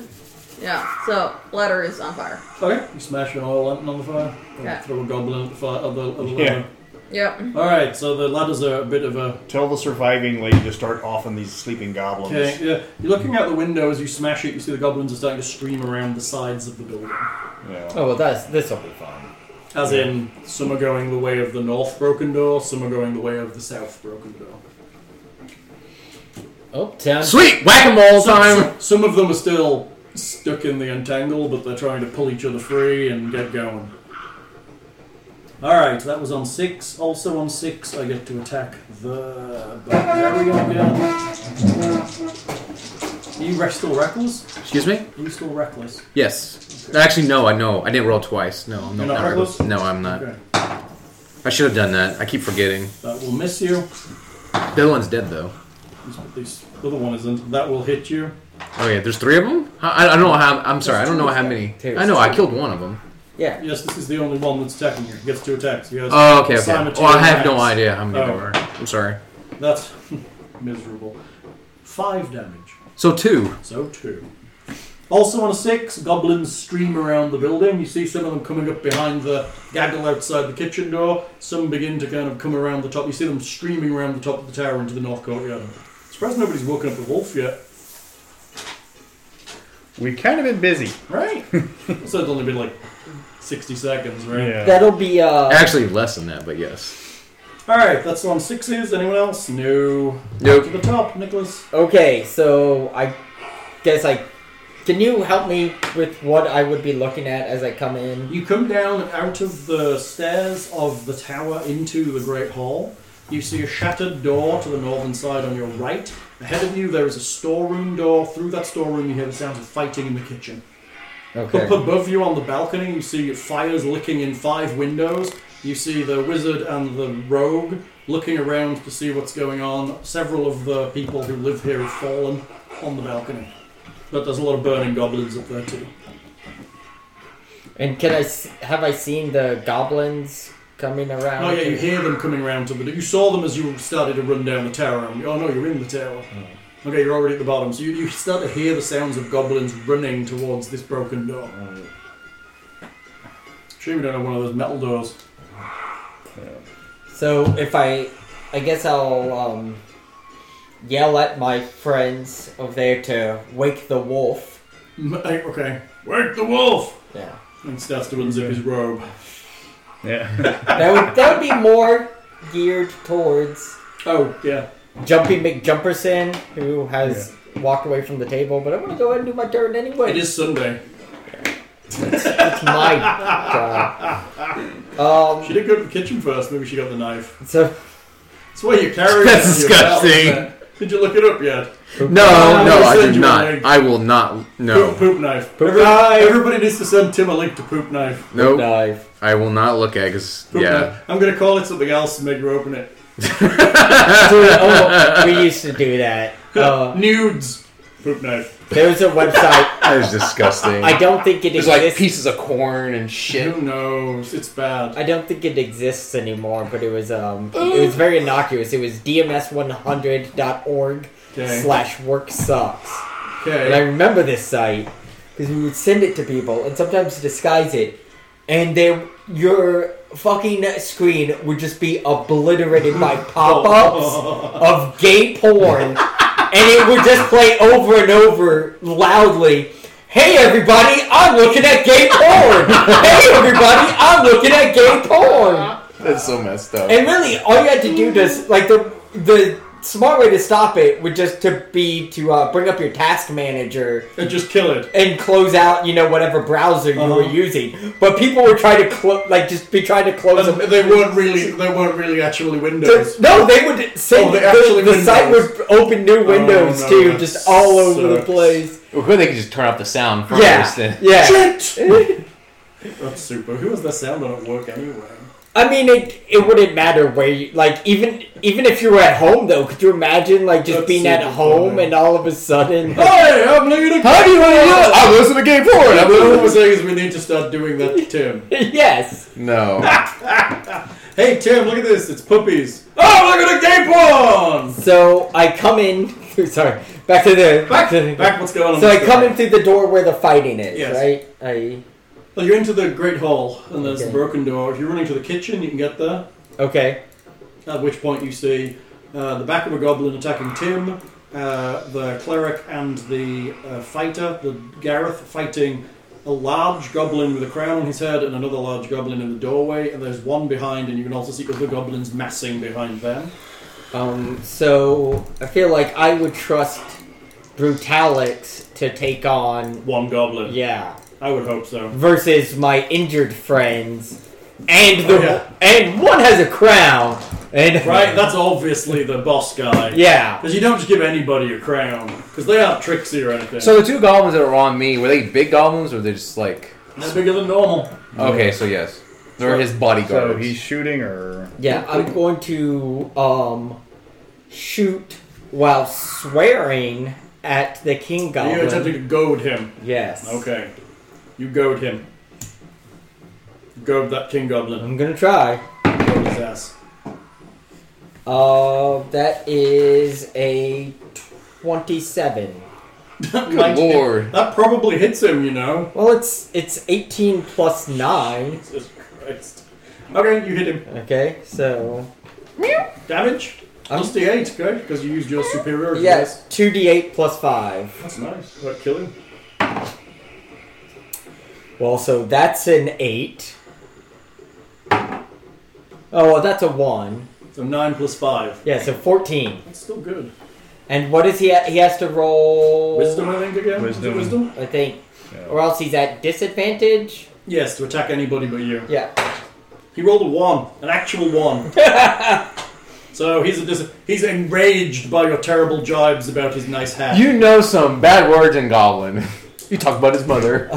[SPEAKER 4] Yeah. So ladder is on fire.
[SPEAKER 3] Okay. You smash an oil lantern on the fire. and
[SPEAKER 4] Yeah.
[SPEAKER 3] Throw a goblin at the fire. At the, at the
[SPEAKER 2] Yeah.
[SPEAKER 3] ladder.
[SPEAKER 4] Yep.
[SPEAKER 3] All right. So the ladders are a bit of a.
[SPEAKER 2] Tell the surviving lady to start offing these sleeping goblins.
[SPEAKER 3] Okay. Yeah. You're looking out the window as you smash it. You see the goblins are starting to stream around the sides of the building.
[SPEAKER 2] Yeah.
[SPEAKER 8] oh well, that's this will be fun.
[SPEAKER 3] As in, some are going the way of the north broken door. Some are going the way of the south broken door.
[SPEAKER 8] Oh, town.
[SPEAKER 5] Sweet! Whack a mole
[SPEAKER 3] Some-
[SPEAKER 5] time!
[SPEAKER 3] Some, some of them are still stuck in the entangle, but they're trying to pull each other free and get going. Alright, that was on six. Also on six, I get to attack the barbarian again. Are you re- still reckless?
[SPEAKER 5] Excuse me?
[SPEAKER 3] Are you still reckless?
[SPEAKER 5] Yes. Actually, no, I know. I didn't roll twice. No, I'm
[SPEAKER 3] You're
[SPEAKER 5] not,
[SPEAKER 3] not
[SPEAKER 5] not reckless.
[SPEAKER 3] reckless?
[SPEAKER 5] No, I'm not.
[SPEAKER 3] Okay.
[SPEAKER 5] I should have done that. I keep forgetting.
[SPEAKER 3] That will miss you.
[SPEAKER 5] The other one's dead, though.
[SPEAKER 3] This, this other one isn't. That will hit you.
[SPEAKER 5] Oh, yeah, there's three of them? I, I don't know how. I'm sorry, I don't know how many. I know, I killed one of them.
[SPEAKER 8] Yeah.
[SPEAKER 3] Yes, this is the only one that's attacking you. He gets two attacks. He has
[SPEAKER 5] Oh, okay, okay.
[SPEAKER 3] simultaneous
[SPEAKER 5] Well, I have no
[SPEAKER 3] attacks.
[SPEAKER 5] idea how many
[SPEAKER 3] Oh.
[SPEAKER 5] there were. I'm sorry.
[SPEAKER 3] That's miserable. Five damage.
[SPEAKER 5] So, two.
[SPEAKER 3] So two. Also on a six, goblins stream around the building. You see some of them coming up behind the gaggle outside the kitchen door. Some begin to kind of come around the top. You see them streaming around the top of the tower into the north courtyard. Surprised nobody's woken up the wolf yet.
[SPEAKER 2] We've kind of been busy.
[SPEAKER 3] Right. so it's only been like 60 seconds, right?
[SPEAKER 8] That'll be uh.
[SPEAKER 5] Actually, less than that, but yes.
[SPEAKER 3] Alright, that's on sixes. Anyone else? No.
[SPEAKER 5] Nope.
[SPEAKER 3] To the top, Nicholas.
[SPEAKER 8] Okay, so I guess I. Can you help me with what I would be looking at as I come in?
[SPEAKER 3] You come down out of the stairs of the tower into the Great Hall. You see a shattered door to the northern side on your right. Ahead of you, there is a storeroom door. Through that storeroom, you hear the sounds of fighting in the kitchen. Up
[SPEAKER 8] Okay.
[SPEAKER 3] above you on the balcony, you see fires licking in five windows. You see the wizard and the rogue looking around to see what's going on. Several of the people who live here have fallen on the balcony. But there's a lot of burning goblins up there, too.
[SPEAKER 8] And can I s- have I seen the goblins coming around?
[SPEAKER 3] Oh yeah, you hear them coming round to the. You saw them as you started to run down the tower. And, oh no, you're in the tower. Okay, you're already at the bottom, so you, you start to hear the sounds of goblins running towards this broken door. Sure, we don't have one of those metal doors.
[SPEAKER 8] So if I, I guess I'll um, yell at my friends over there to wake the wolf.
[SPEAKER 3] M- I- Okay, wake the wolf!
[SPEAKER 8] Yeah.
[SPEAKER 3] And starts to unzip his robe.
[SPEAKER 2] Yeah.
[SPEAKER 8] That would that would be more geared towards
[SPEAKER 3] Oh yeah,
[SPEAKER 8] Jumpy McJumperson, who has walked away from the table. But I'm gonna go ahead and do my turn anyway.
[SPEAKER 3] it is Sunday.
[SPEAKER 8] It's my God. Um.
[SPEAKER 3] She did go to the kitchen first. Maybe she got the knife.
[SPEAKER 8] So
[SPEAKER 3] That's why you carry.
[SPEAKER 5] That's
[SPEAKER 3] it in your belt,
[SPEAKER 5] disgusting.
[SPEAKER 3] isn't it? Did you look it up yet?
[SPEAKER 5] No,
[SPEAKER 3] I will
[SPEAKER 5] no, I
[SPEAKER 3] send
[SPEAKER 5] do
[SPEAKER 3] you a
[SPEAKER 5] not.
[SPEAKER 3] link.
[SPEAKER 5] I will not.
[SPEAKER 3] Poop,
[SPEAKER 5] No,
[SPEAKER 3] poop knife.
[SPEAKER 8] Poop
[SPEAKER 3] Every-
[SPEAKER 8] knife.
[SPEAKER 3] Everybody needs to send Tim a link to poop knife.
[SPEAKER 5] nope.
[SPEAKER 8] dive.
[SPEAKER 5] I will not look at because
[SPEAKER 3] Open
[SPEAKER 5] yeah.
[SPEAKER 3] it. I'm gonna call it something else and make her open it.
[SPEAKER 8] Dude, oh, we used to do that. Uh,
[SPEAKER 3] Nudes.
[SPEAKER 2] Poop knife.
[SPEAKER 1] There's a website.
[SPEAKER 5] That is disgusting.
[SPEAKER 1] I don't think it
[SPEAKER 5] There's
[SPEAKER 1] exists.
[SPEAKER 5] like pieces of corn and shit.
[SPEAKER 3] Who knows? It's bad.
[SPEAKER 1] I don't think it exists anymore, but it was um it was very innocuous. It was dms100.org
[SPEAKER 3] Okay.
[SPEAKER 1] slash work sucks. And I
[SPEAKER 3] Okay.
[SPEAKER 1] remember this site because we would send it to people and sometimes disguise it, and they your fucking screen would just be obliterated by pop-ups of gay porn, and it would just play over and over loudly. Hey everybody, I'm looking at gay porn. hey everybody, I'm looking at gay porn.
[SPEAKER 5] That's so messed up.
[SPEAKER 1] And really, all you had to do just like the the smart way to stop it would just to be to uh, bring up your task manager
[SPEAKER 3] And just kill it.
[SPEAKER 1] and close out you know whatever browser you were
[SPEAKER 3] Uh-huh.
[SPEAKER 1] using. But people would try to clo- like just be trying to close
[SPEAKER 3] And
[SPEAKER 1] them.
[SPEAKER 3] they weren't really. They weren't really actually windows.
[SPEAKER 1] Th- No, they would send
[SPEAKER 3] Oh, they
[SPEAKER 1] the,
[SPEAKER 3] actually
[SPEAKER 1] the site
[SPEAKER 3] windows. Oh,
[SPEAKER 1] would open new windows
[SPEAKER 3] no,
[SPEAKER 1] too,
[SPEAKER 3] that
[SPEAKER 1] just all over the
[SPEAKER 3] sucks.
[SPEAKER 1] place.
[SPEAKER 5] Well, could they could just turn off the sound first.
[SPEAKER 1] Yeah,
[SPEAKER 5] and-
[SPEAKER 1] yeah.
[SPEAKER 3] That's super. Who has the sound on at work anyway?
[SPEAKER 1] I mean, it it wouldn't matter where you like even even if you were at home though. Could you imagine like just
[SPEAKER 3] That's
[SPEAKER 1] being at
[SPEAKER 3] super
[SPEAKER 1] home
[SPEAKER 3] funny.
[SPEAKER 1] and all of a sudden? like,
[SPEAKER 3] Hey, I'm leading.
[SPEAKER 5] How do you want to know? I'm listening to gay porn. I'm
[SPEAKER 3] What I'm
[SPEAKER 5] listening.
[SPEAKER 3] saying is we need to start doing that to Tim.
[SPEAKER 1] yes.
[SPEAKER 5] No.
[SPEAKER 3] Hey Tim, look at this. It's puppies. Oh, look at the gay porn.
[SPEAKER 1] So I come in. Sorry. Back to the back to the.
[SPEAKER 3] Back, what's going on?
[SPEAKER 1] So I
[SPEAKER 3] with
[SPEAKER 1] come
[SPEAKER 3] that?
[SPEAKER 1] in through the door where the fighting is,
[SPEAKER 3] Yes.
[SPEAKER 1] right? I
[SPEAKER 3] Well, Oh, you're into the great hall, and there's the
[SPEAKER 1] Okay.
[SPEAKER 3] broken door. If you're running to the kitchen, you can get there.
[SPEAKER 1] okay.
[SPEAKER 3] At which point you see uh, the back of a goblin attacking Tim, uh, the cleric and the uh, fighter, the Gareth, fighting a large goblin with a crown on his head and another large goblin in the doorway. And there's one behind, and you can also see other goblins massing behind them.
[SPEAKER 1] Um. So I feel like I would trust Brutalix to take on.
[SPEAKER 3] One goblin.
[SPEAKER 1] Yeah.
[SPEAKER 3] I would hope so.
[SPEAKER 1] Versus my injured friends, and the
[SPEAKER 3] Oh, yeah.
[SPEAKER 1] and one has a crown, and
[SPEAKER 3] Right, that's obviously the boss guy.
[SPEAKER 1] yeah.
[SPEAKER 3] Because you don't just give anybody a crown, because they aren't tricksy or anything.
[SPEAKER 5] So the two goblins that were on me were they big goblins or were they just like?
[SPEAKER 3] They're bigger than normal.
[SPEAKER 5] Okay, so yes, they were his
[SPEAKER 2] So
[SPEAKER 5] bodyguards.
[SPEAKER 2] he's shooting or
[SPEAKER 1] Yeah, I'm going to um shoot while swearing at the king
[SPEAKER 3] You attempted
[SPEAKER 1] goblin.
[SPEAKER 3] to goad him.
[SPEAKER 1] Yes.
[SPEAKER 3] Okay. You goad him. Goad that king goblin.
[SPEAKER 1] I'm gonna try.
[SPEAKER 3] Goad his ass.
[SPEAKER 1] Uh, that is a twenty-seven.
[SPEAKER 5] Good lord.
[SPEAKER 3] That probably hits him, you know.
[SPEAKER 1] Well, it's it's eighteen plus nine.
[SPEAKER 3] Jesus Christ. Okay, you hit him.
[SPEAKER 1] Okay, so
[SPEAKER 3] Damage?
[SPEAKER 1] I'm-
[SPEAKER 3] Just D8, okay? Because you used your superiority.
[SPEAKER 1] yes, two d eight plus five.
[SPEAKER 3] That's nice. That kill him.
[SPEAKER 1] Well, so that's an eight. Oh, well, that's a one.
[SPEAKER 3] So 9 plus 5.
[SPEAKER 1] Yeah, so fourteen.
[SPEAKER 3] That's still good.
[SPEAKER 1] And what is he? At? He has to
[SPEAKER 5] Oh.
[SPEAKER 1] roll
[SPEAKER 3] Wisdom, I think, again? Is
[SPEAKER 2] Wisdom.
[SPEAKER 3] it wisdom?
[SPEAKER 1] I think,
[SPEAKER 2] Yeah.
[SPEAKER 1] or else he's at disadvantage.
[SPEAKER 3] Yes, to attack anybody but you.
[SPEAKER 1] Yeah.
[SPEAKER 3] He rolled a one, an actual one. so he's a dis- he's enraged by your terrible jibes about his nice hat.
[SPEAKER 5] You know some bad words in goblin. You talk about his mother.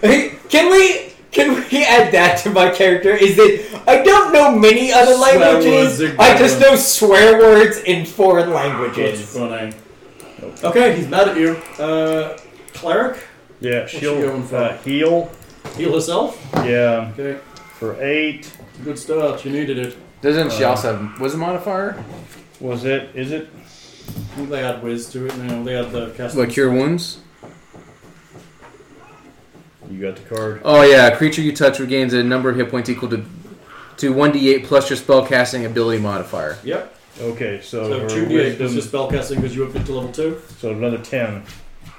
[SPEAKER 1] can we? Can we add that to my character? Is that I don't know many other
[SPEAKER 3] Swear words
[SPEAKER 1] languages.
[SPEAKER 3] are
[SPEAKER 1] I just
[SPEAKER 3] good.
[SPEAKER 1] know swear words in foreign
[SPEAKER 3] That's
[SPEAKER 1] languages.
[SPEAKER 3] funny. Okay, he's mad at you. Uh, cleric,
[SPEAKER 2] yeah, she'll
[SPEAKER 3] she going for?
[SPEAKER 2] uh, heal.
[SPEAKER 3] heal herself.
[SPEAKER 2] Yeah,
[SPEAKER 3] Okay,
[SPEAKER 2] for eight.
[SPEAKER 3] good start. You needed it.
[SPEAKER 5] Doesn't she also have wisdom modifier?
[SPEAKER 2] Was it? Is it?
[SPEAKER 3] I think they add whiz to it now. They add the cast.
[SPEAKER 5] Like cure wounds?
[SPEAKER 2] You got the card.
[SPEAKER 5] Oh yeah, a creature you touch regains a number of hit points equal to to one d eight plus your spellcasting ability modifier.
[SPEAKER 3] Yep.
[SPEAKER 2] Okay, so,
[SPEAKER 3] So
[SPEAKER 2] her
[SPEAKER 3] two d8 plus
[SPEAKER 2] wisdom-
[SPEAKER 3] your spellcasting because you upped it to level two.
[SPEAKER 2] so another ten.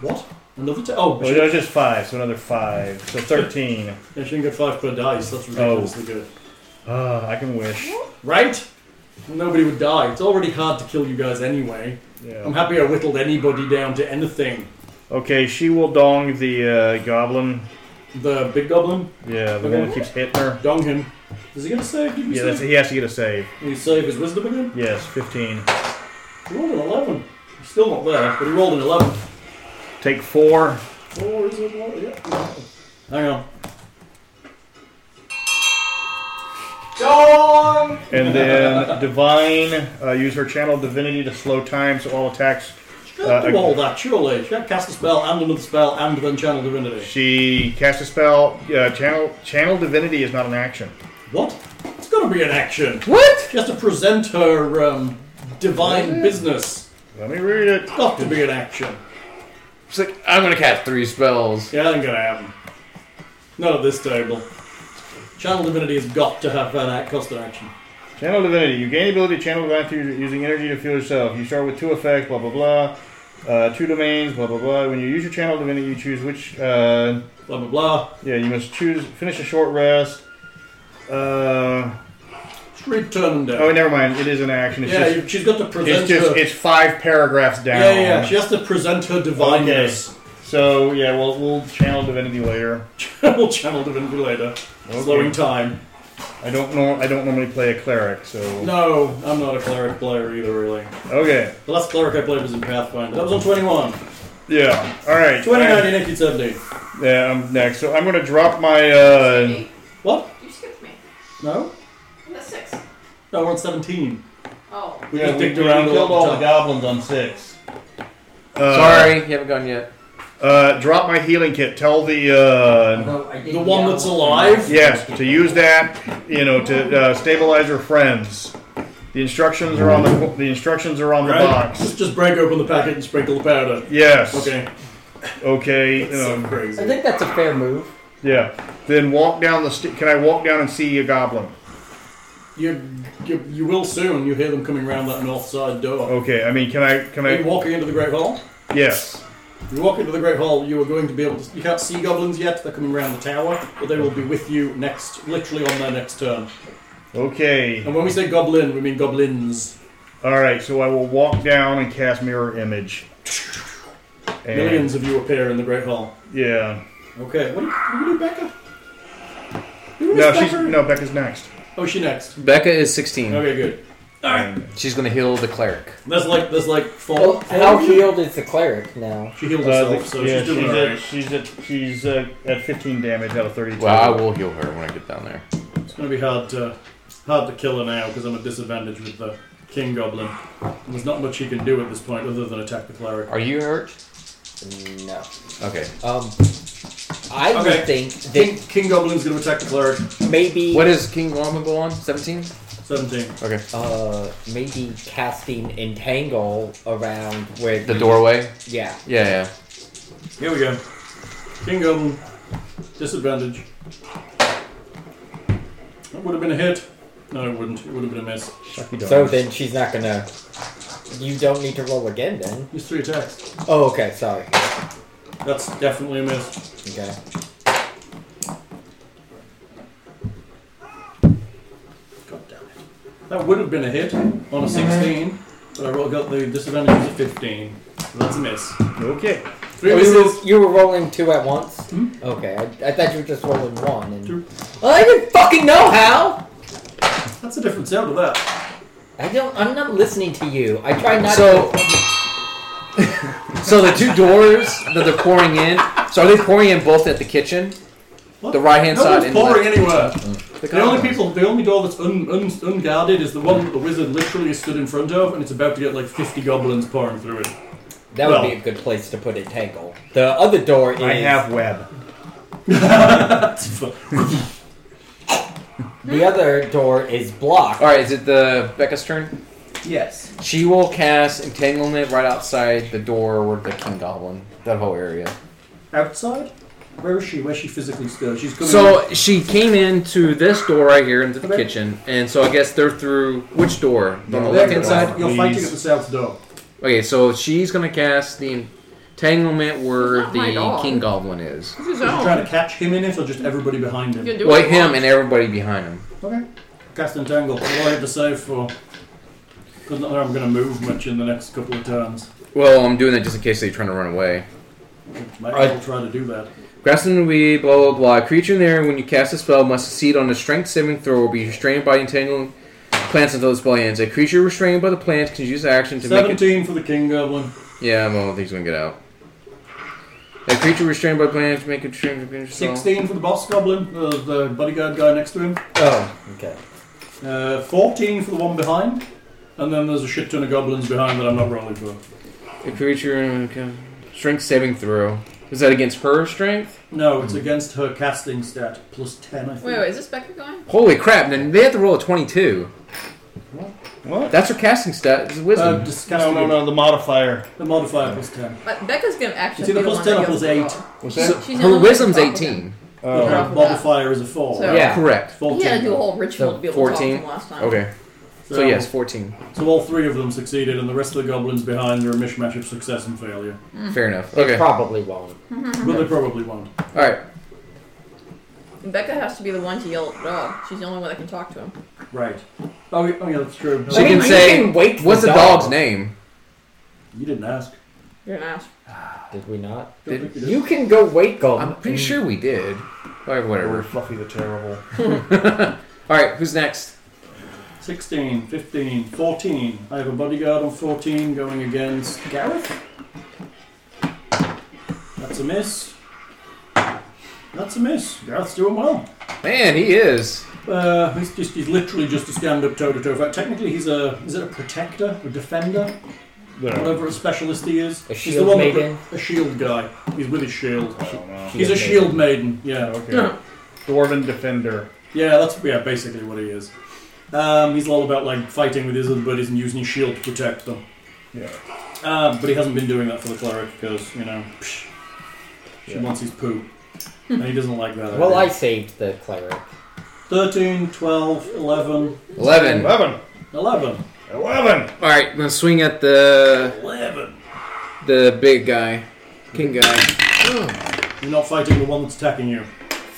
[SPEAKER 3] What? Another t- oh,
[SPEAKER 2] Well,
[SPEAKER 3] she,
[SPEAKER 2] it was just five, so another five, so thirteen.
[SPEAKER 3] yeah, she didn't get five per dice.
[SPEAKER 2] Oh.
[SPEAKER 3] That's ridiculously good.
[SPEAKER 2] Ah, I can wish.
[SPEAKER 3] Right? Nobody would die. It's already hard to kill you guys anyway. I'm
[SPEAKER 2] Yeah.
[SPEAKER 3] happy I whittled anybody down to anything.
[SPEAKER 2] Okay, she will dong the uh, goblin.
[SPEAKER 3] The big goblin,
[SPEAKER 2] Yeah, the one that keeps hitting her.
[SPEAKER 3] dong him. Does he get a save? Did you
[SPEAKER 2] Yeah, that's,
[SPEAKER 3] save?
[SPEAKER 2] he has to get a save.
[SPEAKER 3] Did he save his wisdom again?
[SPEAKER 2] Yes, fifteen.
[SPEAKER 3] He rolled an 11. He's still not there, but he rolled an 11.
[SPEAKER 2] Take four. Oh,
[SPEAKER 3] Four is it? What? Yeah. no. Hang on.
[SPEAKER 2] And then Divine, uh, use her channel divinity to slow time, so all attacks
[SPEAKER 3] Can't
[SPEAKER 2] Uh,
[SPEAKER 3] do all
[SPEAKER 2] okay.
[SPEAKER 3] that, surely. You can't cast a spell and another spell and then channel divinity.
[SPEAKER 2] She cast a spell. Uh, channel channel divinity is not an action.
[SPEAKER 3] What? It's got to be an action.
[SPEAKER 5] What?
[SPEAKER 3] She has to present her um, divine business.
[SPEAKER 2] Let me read it.
[SPEAKER 3] It's got to be an action.
[SPEAKER 5] It's like I'm gonna cast three spells.
[SPEAKER 3] Yeah, that ain't gonna happen. Not at this table. Channel divinity has got to have an act cost an action.
[SPEAKER 2] Channel divinity. You gain the ability to channel divine through using energy to fuel yourself. You start with two effects. Blah blah blah. Uh, two domains. Blah blah blah. When you use your channel divinity, you choose which. Uh,
[SPEAKER 3] Blah blah blah.
[SPEAKER 2] yeah, you must choose. Finish a short rest. Uh,
[SPEAKER 3] Just read turn and down.
[SPEAKER 2] oh, never mind. It is an action. It's
[SPEAKER 3] yeah,
[SPEAKER 2] just,
[SPEAKER 3] you, she's got to present
[SPEAKER 2] it's just
[SPEAKER 3] her.
[SPEAKER 2] it's five paragraphs down.
[SPEAKER 3] yeah, yeah, she has to present her divineness.
[SPEAKER 2] So yeah, we'll we'll channel divinity later.
[SPEAKER 3] we'll channel divinity later. Slowing time.
[SPEAKER 2] I don't know. I don't normally play a cleric, so
[SPEAKER 3] No, I'm not a cleric player either, really.
[SPEAKER 2] okay.
[SPEAKER 3] The last cleric I played was in Pathfinder. That was on 21.
[SPEAKER 2] Yeah. All right.
[SPEAKER 3] 29
[SPEAKER 2] I'm-
[SPEAKER 3] in 1870.
[SPEAKER 2] Yeah, I'm next. So I'm gonna drop my. uh...
[SPEAKER 4] Hey,
[SPEAKER 3] What?
[SPEAKER 4] you skipped me.
[SPEAKER 3] No?
[SPEAKER 4] I'm at six.
[SPEAKER 3] No, we're on 17.
[SPEAKER 4] Oh.
[SPEAKER 3] We just dicked around a lot of time.
[SPEAKER 2] goblins on six. Uh,
[SPEAKER 5] Sorry, you haven't gone yet.
[SPEAKER 2] Uh, drop my healing kit. Tell the. Uh,
[SPEAKER 8] Although I did
[SPEAKER 3] The one
[SPEAKER 8] yell-
[SPEAKER 3] that's alive?
[SPEAKER 2] yes, to use that. You know, to uh, stabilize her friends. The instructions are on the. The instructions are on the
[SPEAKER 3] Right?
[SPEAKER 2] box.
[SPEAKER 3] Just, just break open the packet and sprinkle the powder.
[SPEAKER 2] Yes.
[SPEAKER 3] Okay.
[SPEAKER 2] Okay.
[SPEAKER 3] That's
[SPEAKER 2] um,
[SPEAKER 3] so
[SPEAKER 8] I
[SPEAKER 3] crazy.
[SPEAKER 8] think that's a fair move.
[SPEAKER 2] yeah. Then walk down the. St- can I walk down and see a goblin?
[SPEAKER 3] You, you, you will soon. You hear them coming around that north side door.
[SPEAKER 2] Okay. I mean, can I? Can
[SPEAKER 3] Are you
[SPEAKER 2] I?
[SPEAKER 3] walking into the Great Hall?
[SPEAKER 2] Yes.
[SPEAKER 3] You walk into the Great Hall, you are going to be able to. You can't see goblins yet, they're coming around the tower, but they will be with you next, literally on their next turn.
[SPEAKER 2] Okay.
[SPEAKER 3] And when we say goblin, we mean goblins.
[SPEAKER 2] All right. So I will walk down and cast mirror image. And-
[SPEAKER 3] Millions of you appear in the Great Hall.
[SPEAKER 2] Yeah.
[SPEAKER 3] Okay, what do you, what do, you do Becca? Who is
[SPEAKER 2] No,
[SPEAKER 3] Becca?
[SPEAKER 2] she's no. Becca's next.
[SPEAKER 3] Oh, she next.
[SPEAKER 5] Becca is 16.
[SPEAKER 3] Okay, good.
[SPEAKER 2] Um,
[SPEAKER 5] She's gonna heal the cleric.
[SPEAKER 3] There's like there's like
[SPEAKER 8] Well,
[SPEAKER 3] four.
[SPEAKER 8] how healed is the cleric now?
[SPEAKER 3] She healed
[SPEAKER 2] Uh,
[SPEAKER 3] herself,
[SPEAKER 2] the-
[SPEAKER 3] so
[SPEAKER 2] yeah,
[SPEAKER 3] she's doing
[SPEAKER 2] at,
[SPEAKER 3] alright.
[SPEAKER 2] she's at she's uh, at 15 damage out of 32.
[SPEAKER 5] Well, I will heal her when I get down there.
[SPEAKER 3] It's gonna be hard to hard to kill her now because I'm at disadvantage with the king goblin. And There's not much he can do at this point other than attack the cleric.
[SPEAKER 5] Are you hurt?
[SPEAKER 8] No.
[SPEAKER 5] Okay.
[SPEAKER 8] Um, I
[SPEAKER 3] Okay.
[SPEAKER 8] would think
[SPEAKER 3] King,
[SPEAKER 8] that
[SPEAKER 3] king goblin's gonna attack the cleric.
[SPEAKER 8] maybe
[SPEAKER 5] What is King Lama go on? 17?
[SPEAKER 3] Seventeen.
[SPEAKER 5] Okay.
[SPEAKER 8] uh maybe casting entangle around where
[SPEAKER 5] The doorway?
[SPEAKER 8] Yeah.
[SPEAKER 5] Yeah, yeah.
[SPEAKER 3] Here we go. King Goblin. Disadvantage. That would have been a hit. No, it wouldn't. It would have been a miss.
[SPEAKER 8] So then she's not gonna. You don't need to roll again then.
[SPEAKER 3] Just three attacks.
[SPEAKER 8] Oh, okay. Sorry.
[SPEAKER 3] That's definitely a miss.
[SPEAKER 8] Okay.
[SPEAKER 3] God damn it. That would have been a hit
[SPEAKER 5] Mm-hmm.
[SPEAKER 3] on a 16, but I rolled- got the disadvantage was a 15. So that's a miss.
[SPEAKER 2] okay.
[SPEAKER 3] Three
[SPEAKER 8] Oh, you,
[SPEAKER 3] misses. Hmm?
[SPEAKER 8] were, you were rolling two at once. Okay. I, I thought you were just rolling one. And
[SPEAKER 3] Two.
[SPEAKER 8] Well, I didn't fucking know how.
[SPEAKER 3] That's a different sound of that.
[SPEAKER 8] I don't. I'm not listening to you. I try not.
[SPEAKER 5] So-
[SPEAKER 8] to.
[SPEAKER 5] So the two doors that they're pouring in, so are they pouring in both at the kitchen?
[SPEAKER 3] What?
[SPEAKER 5] The right hand
[SPEAKER 3] No
[SPEAKER 5] side
[SPEAKER 3] one's
[SPEAKER 5] and
[SPEAKER 3] pouring
[SPEAKER 5] left.
[SPEAKER 3] anywhere.
[SPEAKER 5] The,
[SPEAKER 3] The only people, the only door that's un, un, unguarded is the one that the wizard literally stood in front of, and it's about to get like 50 goblins pouring through it.
[SPEAKER 8] That would be a good place to put entangle. The other door is.
[SPEAKER 2] I have web.
[SPEAKER 3] That's fu-
[SPEAKER 8] The other door is blocked.
[SPEAKER 5] All right, is it the Becca's turn?
[SPEAKER 8] Yes.
[SPEAKER 5] She will cast entanglement right outside the door where the king goblin, that whole area.
[SPEAKER 3] Outside? Where is she? Where she physically stood? She's coming.
[SPEAKER 5] So she came into this door right here into the
[SPEAKER 3] Okay.
[SPEAKER 5] kitchen, and so I guess they're through which door? On the
[SPEAKER 2] No,
[SPEAKER 5] left hand
[SPEAKER 2] they're
[SPEAKER 5] side.
[SPEAKER 3] You're
[SPEAKER 2] Please.
[SPEAKER 3] fighting at the south door.
[SPEAKER 5] Okay, so she's gonna cast the entanglement where
[SPEAKER 4] Not my
[SPEAKER 5] the
[SPEAKER 4] dog.
[SPEAKER 5] king goblin is.
[SPEAKER 4] This is
[SPEAKER 3] Are you trying
[SPEAKER 4] own.
[SPEAKER 3] to catch him in it, or just everybody behind
[SPEAKER 4] You
[SPEAKER 3] him?
[SPEAKER 4] can do
[SPEAKER 5] Well,
[SPEAKER 4] what you
[SPEAKER 5] him
[SPEAKER 4] want.
[SPEAKER 5] and everybody behind him.
[SPEAKER 3] Okay. Cast entangle. What do I have to save for? Because not that I'm going to move much in the next couple of turns.
[SPEAKER 5] Well, I'm doing that just in case they're trying to run away.
[SPEAKER 3] Might as
[SPEAKER 5] Right.
[SPEAKER 3] well try to do that.
[SPEAKER 5] Grass and weed, blah blah blah. A creature in the area when you cast a spell must succeed on a strength saving throw or be restrained by entangling plants until the spell ends. A creature restrained by the plant can use action to make it.
[SPEAKER 3] Seventeen for the king goblin.
[SPEAKER 5] Yeah, well, he's gonna get out. A creature restrained by plants can make a strength
[SPEAKER 3] Sixteen for the boss goblin. The, the bodyguard guy next to him.
[SPEAKER 8] Oh. Okay.
[SPEAKER 3] Uh, Fourteen for the one behind. And then there's a shit ton of goblins behind that I'm not rolling for.
[SPEAKER 5] The creature okay. strength saving throw. Is that against her strength?
[SPEAKER 3] No, it's against her casting stat plus ten. I think.
[SPEAKER 4] Wait, wait, is this Becca going?
[SPEAKER 5] Holy crap! Then they have to roll a twenty-two.
[SPEAKER 2] What?
[SPEAKER 5] That's her casting stat. Is
[SPEAKER 3] Uh,
[SPEAKER 5] wisdom.
[SPEAKER 2] No,
[SPEAKER 3] disgusting.
[SPEAKER 2] no, no. The modifier.
[SPEAKER 3] The modifier plus ten.
[SPEAKER 4] But Becca's gonna actually
[SPEAKER 3] It's either
[SPEAKER 4] be the
[SPEAKER 3] plus 10
[SPEAKER 4] one that
[SPEAKER 3] or plus
[SPEAKER 4] yells
[SPEAKER 3] eight.
[SPEAKER 4] about-
[SPEAKER 2] What's
[SPEAKER 5] So
[SPEAKER 2] that?
[SPEAKER 4] She's the
[SPEAKER 5] her
[SPEAKER 4] one that
[SPEAKER 5] wisdom's
[SPEAKER 4] yells about
[SPEAKER 5] eighteen.
[SPEAKER 2] Oh,
[SPEAKER 3] Her modifier is a four.
[SPEAKER 4] So-
[SPEAKER 5] Oh. Yeah, correct.
[SPEAKER 4] He had to do
[SPEAKER 3] Fourteen.
[SPEAKER 4] a whole ritual to be able to talk to
[SPEAKER 5] 14?
[SPEAKER 4] him last time.
[SPEAKER 5] Okay. So yes, fourteen.
[SPEAKER 3] So all three of them succeeded, and the rest of the goblins behind are a mishmash of success and failure.
[SPEAKER 2] Mm.
[SPEAKER 5] Fair enough. Okay. All
[SPEAKER 6] Probably won't.
[SPEAKER 3] But they probably won't.
[SPEAKER 5] right.
[SPEAKER 4] And Becca has to be the one to yell at the dog. She's the only one that can talk to him.
[SPEAKER 3] Right. Oh, yeah, oh, yeah that's true.
[SPEAKER 5] She
[SPEAKER 3] No,
[SPEAKER 5] can
[SPEAKER 8] you
[SPEAKER 5] say,
[SPEAKER 8] can wake the
[SPEAKER 5] "What's the,
[SPEAKER 8] dog."
[SPEAKER 5] dog's name?"
[SPEAKER 3] you didn't ask.
[SPEAKER 4] You're an ass.
[SPEAKER 6] Did we not?
[SPEAKER 3] Don't think did.
[SPEAKER 8] You can go wake them.
[SPEAKER 5] I'm pretty sure we did. Or
[SPEAKER 2] Or
[SPEAKER 5] whatever.
[SPEAKER 2] Fluffy the Terrible.
[SPEAKER 5] All right. Who's next?
[SPEAKER 3] 16, 15, 14. I have a bodyguard on 14 going against Gareth. That's a miss. That's a miss. Gareth's doing well.
[SPEAKER 5] Man, he is.
[SPEAKER 3] Uh, he's just he's literally just a stand-up toe-to-toe fight. Technically, he's a is it a protector, a defender,
[SPEAKER 2] There.
[SPEAKER 3] whatever a specialist he is.
[SPEAKER 6] A
[SPEAKER 3] he's
[SPEAKER 6] shield
[SPEAKER 3] that pro-
[SPEAKER 6] maiden?
[SPEAKER 3] a shield guy. He's with his shield.
[SPEAKER 2] I don't know.
[SPEAKER 3] He's a shield maiden. Yeah.
[SPEAKER 2] Okay. Dwarven Defender.
[SPEAKER 3] Yeah, that's yeah, basically what he is. Um, he's all about like fighting with his other buddies and using his shield to protect them.
[SPEAKER 2] Yeah.
[SPEAKER 3] Uh, but he hasn't been doing that for the cleric because you know psh, she
[SPEAKER 2] Yeah.
[SPEAKER 3] wants his poo, and he doesn't like that.
[SPEAKER 6] Well, I
[SPEAKER 3] idea.
[SPEAKER 6] saved the cleric.
[SPEAKER 3] 13, 12, 11,
[SPEAKER 5] Eleven. All
[SPEAKER 2] Eleven.
[SPEAKER 3] 11.
[SPEAKER 2] Eleven.
[SPEAKER 5] right. I'm gonna swing at the
[SPEAKER 3] 11.
[SPEAKER 5] the big guy, king guy.
[SPEAKER 3] You're not fighting the one that's attacking you.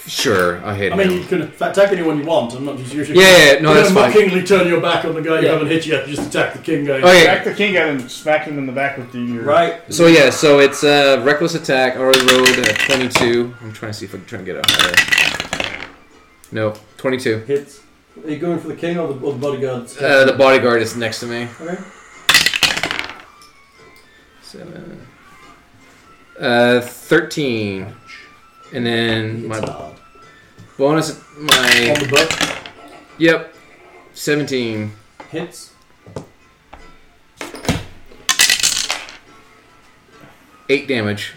[SPEAKER 5] Sure, I hit
[SPEAKER 3] I mean,
[SPEAKER 5] him.
[SPEAKER 3] you can attack anyone you want. I'm not just usually.
[SPEAKER 5] Yeah, yeah, no,
[SPEAKER 3] you
[SPEAKER 5] that's
[SPEAKER 3] don't
[SPEAKER 5] fine.
[SPEAKER 3] mockingly turn your back on the guy you
[SPEAKER 6] Yeah.
[SPEAKER 3] haven't hit yet. You just attack the king guy.
[SPEAKER 5] Okay.
[SPEAKER 2] Back the king out and smack him in the back with the your
[SPEAKER 3] Right.
[SPEAKER 5] So yeah, so it's uh, reckless attack. Already rolled a uh, twenty-two. I'm trying to see if I can try and get a higher. No, twenty-two.
[SPEAKER 3] Hits. Are you going for the king or the, or the bodyguard? that's
[SPEAKER 5] Uh, the
[SPEAKER 3] attacking?
[SPEAKER 5] bodyguard is next to me.
[SPEAKER 3] Okay.
[SPEAKER 5] Seven. Uh, thirteen, and then
[SPEAKER 3] It's
[SPEAKER 5] my
[SPEAKER 3] hard.
[SPEAKER 5] bonus.
[SPEAKER 3] On
[SPEAKER 5] My
[SPEAKER 3] the butt.
[SPEAKER 5] yep, seventeen.
[SPEAKER 3] Hits.
[SPEAKER 5] 8 damage.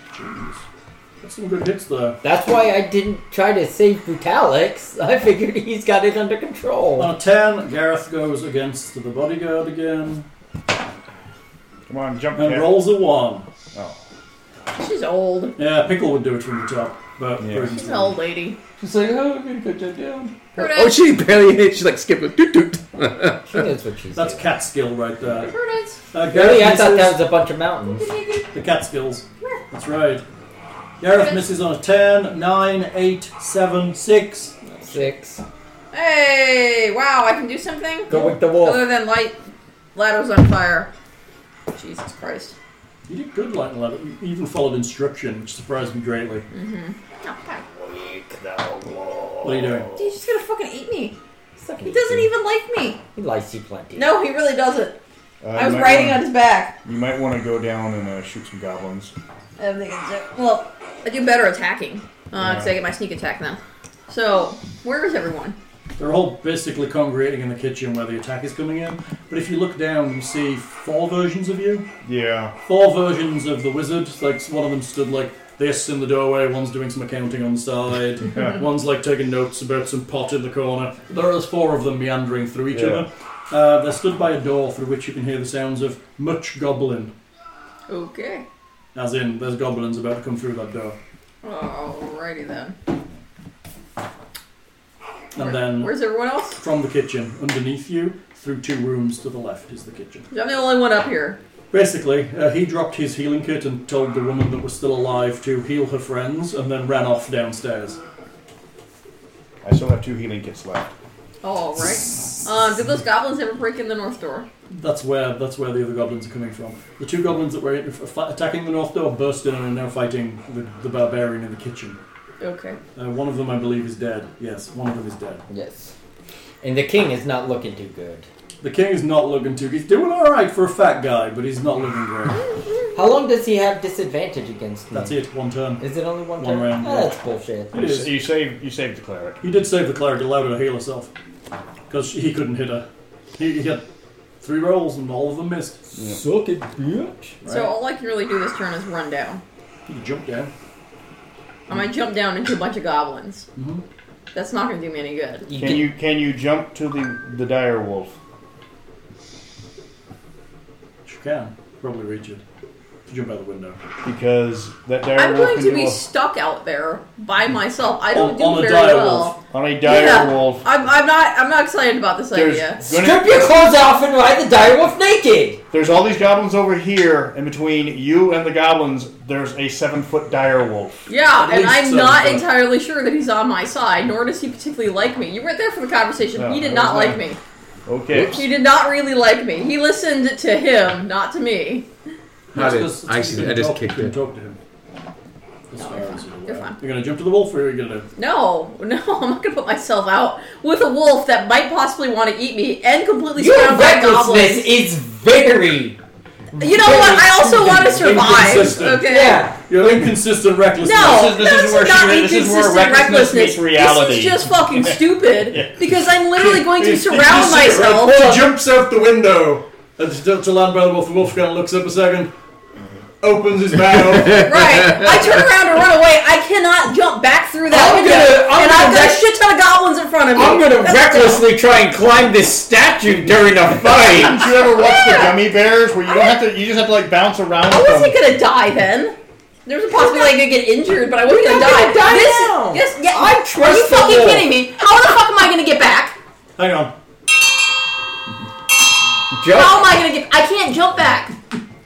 [SPEAKER 3] That's some good hits there.
[SPEAKER 6] That's why I didn't try to save Brutalix. I figured he's got it under control.
[SPEAKER 3] On a 10, Gareth goes against the bodyguard again
[SPEAKER 2] Come on, jump
[SPEAKER 3] and
[SPEAKER 2] cat.
[SPEAKER 3] rolls a 1.
[SPEAKER 2] Oh.
[SPEAKER 4] She's old.
[SPEAKER 3] Yeah, Pickle would do it from the top, but
[SPEAKER 2] Yeah.
[SPEAKER 3] Prudence
[SPEAKER 4] She's an old lady.
[SPEAKER 3] She's like, oh, I'm gonna cut that down.
[SPEAKER 4] Prudence.
[SPEAKER 5] Oh, she barely hit. She like skipped. Like, doot doot.
[SPEAKER 6] She knows what she's
[SPEAKER 3] That's
[SPEAKER 6] doing.
[SPEAKER 3] cat skill right there.
[SPEAKER 4] Prudence.
[SPEAKER 3] Uh, Gareth
[SPEAKER 6] Really, I thought
[SPEAKER 3] misses
[SPEAKER 6] that was a bunch of mountains.
[SPEAKER 3] the cat skills. That's right. Gareth misses on a 10, 9, 8, 7, 6.
[SPEAKER 6] Six.
[SPEAKER 4] Hey! Wow! I can do something
[SPEAKER 6] Go with the
[SPEAKER 4] other
[SPEAKER 6] wolf.
[SPEAKER 4] than light ladders on fire. Jesus Christ!
[SPEAKER 3] You did good, Light and Leather. You even followed instruction, which surprised me greatly.
[SPEAKER 4] No, hi.
[SPEAKER 3] What are you doing?
[SPEAKER 4] Dude, he's gonna fucking eat me. He doesn't even like me.
[SPEAKER 6] He likes you plenty.
[SPEAKER 4] No, he really doesn't.
[SPEAKER 2] Uh,
[SPEAKER 4] I was
[SPEAKER 2] you might
[SPEAKER 4] riding on
[SPEAKER 2] wanna-
[SPEAKER 4] his back.
[SPEAKER 2] You might want to go down and uh, shoot some goblins.
[SPEAKER 4] I don't think it's it. Well, I do better attacking because I
[SPEAKER 2] Yeah.
[SPEAKER 4] get my sneak attack then. So, where is everyone?
[SPEAKER 3] They're all basically congregating in the kitchen where the attack is coming in. But if you look down, you see four versions of you.
[SPEAKER 2] Yeah.
[SPEAKER 3] Four versions of the wizard. Like one of them stood like this in the doorway. One's doing some accounting on the side.
[SPEAKER 2] Yeah.
[SPEAKER 3] One's like taking notes about some pot in the corner. There are four of them meandering through each
[SPEAKER 2] Yeah.
[SPEAKER 3] other. Uh, they're stood by a door through which you can hear the sounds of much goblin.
[SPEAKER 4] Okay.
[SPEAKER 3] As in, there's goblins about to come through that door.
[SPEAKER 4] Alrighty then.
[SPEAKER 3] And then
[SPEAKER 4] Where's everyone else?
[SPEAKER 3] from the kitchen, underneath you, through two rooms to the left is the kitchen.
[SPEAKER 4] I'm the only one up here.
[SPEAKER 3] Basically, uh, he dropped his healing kit and told the woman that was still alive to heal her friends and then ran off downstairs.
[SPEAKER 2] I still have two healing kits left.
[SPEAKER 4] All right. Um, did those goblins ever break in the north door?
[SPEAKER 3] That's where that's where the other goblins are coming from. The two goblins that were f- attacking the north door burst in and are now fighting the, the barbarian in the kitchen.
[SPEAKER 4] Okay.
[SPEAKER 3] Uh, one of them, I believe, is dead. Yes, one of them is dead.
[SPEAKER 6] Yes. And the king is not looking too good.
[SPEAKER 3] The king is not looking too. He's doing all right for a fat guy, but he's not looking great.
[SPEAKER 6] How long does he have disadvantage against me?
[SPEAKER 3] That's it. One turn.
[SPEAKER 6] Is it only one,
[SPEAKER 3] One
[SPEAKER 6] turn?
[SPEAKER 3] round,
[SPEAKER 6] Ah,
[SPEAKER 3] yeah.
[SPEAKER 6] that's
[SPEAKER 3] It
[SPEAKER 6] bullshit.
[SPEAKER 2] You,
[SPEAKER 3] is.
[SPEAKER 2] sa- you saved. You saved the cleric.
[SPEAKER 3] He did save the cleric, allowed her to heal herself because he couldn't hit her. He, he had Three rolls and all of them missed.
[SPEAKER 8] Suck it, bitch.
[SPEAKER 4] So all I can really do this turn is run down.
[SPEAKER 3] You can jump down.
[SPEAKER 4] I'm gonna jump down into a bunch of goblins.
[SPEAKER 3] Mhm.
[SPEAKER 4] That's not gonna do me any good.
[SPEAKER 2] Can you can you jump to the the dire wolf?
[SPEAKER 3] You can. Probably reach it. If you jump out the window.
[SPEAKER 2] Because that dire
[SPEAKER 4] I'm
[SPEAKER 2] wolf
[SPEAKER 4] going
[SPEAKER 2] can
[SPEAKER 4] to
[SPEAKER 2] do
[SPEAKER 4] be
[SPEAKER 2] a-
[SPEAKER 4] stuck out there by myself. I
[SPEAKER 3] Mm-hmm. On-
[SPEAKER 4] don't
[SPEAKER 3] on
[SPEAKER 4] do
[SPEAKER 3] a
[SPEAKER 4] very
[SPEAKER 3] dire
[SPEAKER 4] well.
[SPEAKER 3] wolf.
[SPEAKER 2] on a dire
[SPEAKER 4] Yeah,
[SPEAKER 2] wolf.
[SPEAKER 4] I'm, I'm not. I'm not excited about this
[SPEAKER 2] There's
[SPEAKER 4] idea.
[SPEAKER 2] gonna,
[SPEAKER 1] Strip your clothes off and ride the direwolf naked.
[SPEAKER 2] there's all these goblins over here, and between you and the goblins, there's a seven foot dire wolf.
[SPEAKER 4] Yeah,
[SPEAKER 3] At
[SPEAKER 4] and
[SPEAKER 3] least
[SPEAKER 4] I'm
[SPEAKER 3] so,
[SPEAKER 4] not
[SPEAKER 3] but-
[SPEAKER 4] entirely sure that he's on my side, nor does he particularly like me. You weren't there for the conversation.
[SPEAKER 2] No,
[SPEAKER 4] he did
[SPEAKER 2] I
[SPEAKER 4] not
[SPEAKER 2] was
[SPEAKER 4] like me.
[SPEAKER 2] Okay.
[SPEAKER 4] He did not really like me. He listened to him, not to me.
[SPEAKER 5] How did-
[SPEAKER 3] That's 'cause
[SPEAKER 5] I see-
[SPEAKER 3] you
[SPEAKER 5] I
[SPEAKER 3] can
[SPEAKER 5] just
[SPEAKER 3] talk-
[SPEAKER 5] kicked
[SPEAKER 3] you can
[SPEAKER 5] it.
[SPEAKER 3] talk to him. As far as you're
[SPEAKER 4] You're
[SPEAKER 3] aware.
[SPEAKER 4] fine.
[SPEAKER 3] You're gonna jump to the wolf, or are you gonna?
[SPEAKER 4] No, no, I'm not gonna put myself out with a wolf that might possibly want to eat me and completely
[SPEAKER 8] Your
[SPEAKER 4] surrounded by
[SPEAKER 8] recklessness
[SPEAKER 4] goblins.
[SPEAKER 8] is very.
[SPEAKER 4] You know what? I also want to
[SPEAKER 3] Inconsistent.
[SPEAKER 4] survive. Okay.
[SPEAKER 8] Yeah.
[SPEAKER 3] Your inconsistent recklessness.
[SPEAKER 4] No,
[SPEAKER 2] This is- this is
[SPEAKER 4] that's
[SPEAKER 2] where
[SPEAKER 4] not
[SPEAKER 2] she- this is where
[SPEAKER 4] inconsistent
[SPEAKER 2] recklessness
[SPEAKER 4] recklessness.
[SPEAKER 2] meets reality.
[SPEAKER 4] This is just fucking stupid because I'm literally going to surround myself.
[SPEAKER 3] She jumps out the window and she jumps to land by the wolf. The wolf kind of looks up a second, opens his mouth.
[SPEAKER 4] Right. I turn around and run away. I cannot jump back through that
[SPEAKER 1] I'm
[SPEAKER 4] window.
[SPEAKER 1] gonna- I'm
[SPEAKER 4] and I've
[SPEAKER 1] gonna
[SPEAKER 4] got a
[SPEAKER 1] wreck-
[SPEAKER 4] shit ton of goblins in front of me.
[SPEAKER 1] I'm gonna
[SPEAKER 4] That's
[SPEAKER 1] recklessly try and climb this statue during a fight.
[SPEAKER 2] Didn't you ever watch the gummy bears where you don't have to you just have to like bounce around
[SPEAKER 4] dumb. I
[SPEAKER 2] with
[SPEAKER 4] wasn't
[SPEAKER 2] them?
[SPEAKER 4] gonna die then. There's a possibility I could get injured, but I wasn't
[SPEAKER 8] You're
[SPEAKER 4] gonna
[SPEAKER 8] not
[SPEAKER 4] die.
[SPEAKER 8] gonna die
[SPEAKER 4] this,
[SPEAKER 8] now.
[SPEAKER 4] This, yeah,
[SPEAKER 1] I
[SPEAKER 4] are
[SPEAKER 1] trust
[SPEAKER 4] you
[SPEAKER 1] the
[SPEAKER 4] fucking
[SPEAKER 1] wolf.
[SPEAKER 4] kidding me? How the fuck am I gonna get back?
[SPEAKER 3] Hang on.
[SPEAKER 4] How
[SPEAKER 1] Jump.
[SPEAKER 4] am I gonna get? I can't jump back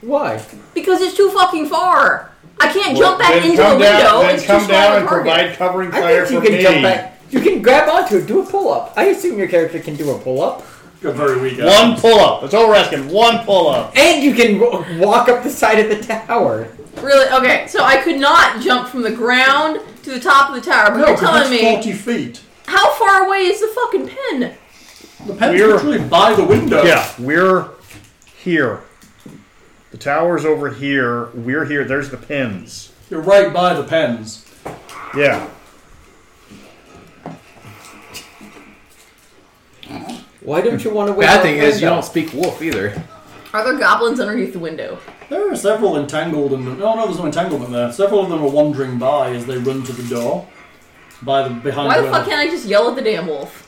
[SPEAKER 8] Why?
[SPEAKER 4] because it's too fucking far. I can't jump back
[SPEAKER 2] then
[SPEAKER 4] into the
[SPEAKER 2] come
[SPEAKER 4] window.
[SPEAKER 2] down, then
[SPEAKER 4] it's
[SPEAKER 2] come
[SPEAKER 4] too small
[SPEAKER 2] down
[SPEAKER 4] a
[SPEAKER 2] and
[SPEAKER 4] target.
[SPEAKER 2] provide covering fire
[SPEAKER 8] I
[SPEAKER 2] for
[SPEAKER 8] think you can
[SPEAKER 2] me.
[SPEAKER 8] jump back. You can grab onto it. Do a pull up. I assume your character can do a pull up,
[SPEAKER 3] You're very weak. at
[SPEAKER 2] One pull up. That's all we're asking. One pull up.
[SPEAKER 8] and you can w- walk up the side of the tower.
[SPEAKER 4] Really? Okay, so I could not jump from the ground to the top of the tower, but
[SPEAKER 3] it. No,
[SPEAKER 4] you're
[SPEAKER 3] 'cause
[SPEAKER 4] telling
[SPEAKER 3] that's
[SPEAKER 4] me
[SPEAKER 3] forty feet.
[SPEAKER 4] how far away is the fucking pen?
[SPEAKER 3] The pen's
[SPEAKER 2] We're-
[SPEAKER 3] literally by the window.
[SPEAKER 2] Yeah, we're here. The tower's over here. We're here. There's the pins.
[SPEAKER 3] You're right by the pens.
[SPEAKER 2] Yeah.
[SPEAKER 8] Why don't you want to?
[SPEAKER 5] Bad thing is you don't speak wolf either.
[SPEAKER 4] Are there goblins underneath the window?
[SPEAKER 3] There are several entangled and no, no, there's no entanglement there. Several of them are wandering by as they run to the door, by the behind.
[SPEAKER 4] Why the
[SPEAKER 3] window.
[SPEAKER 4] fuck can't I just yell at the damn wolf?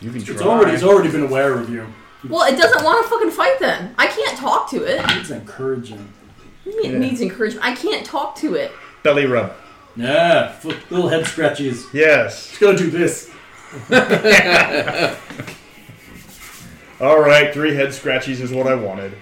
[SPEAKER 2] You can
[SPEAKER 3] It's already, it's already been aware of you.
[SPEAKER 4] Well, it doesn't want to fucking fight then. I can't talk to it.
[SPEAKER 3] It's encouraging.
[SPEAKER 4] It needs encouragement. I can't talk to it.
[SPEAKER 2] Belly rub.
[SPEAKER 3] Yeah, f- little head scratches.
[SPEAKER 2] Yes.
[SPEAKER 3] It's gonna do this.
[SPEAKER 2] All right. Three head scratchies is what I wanted.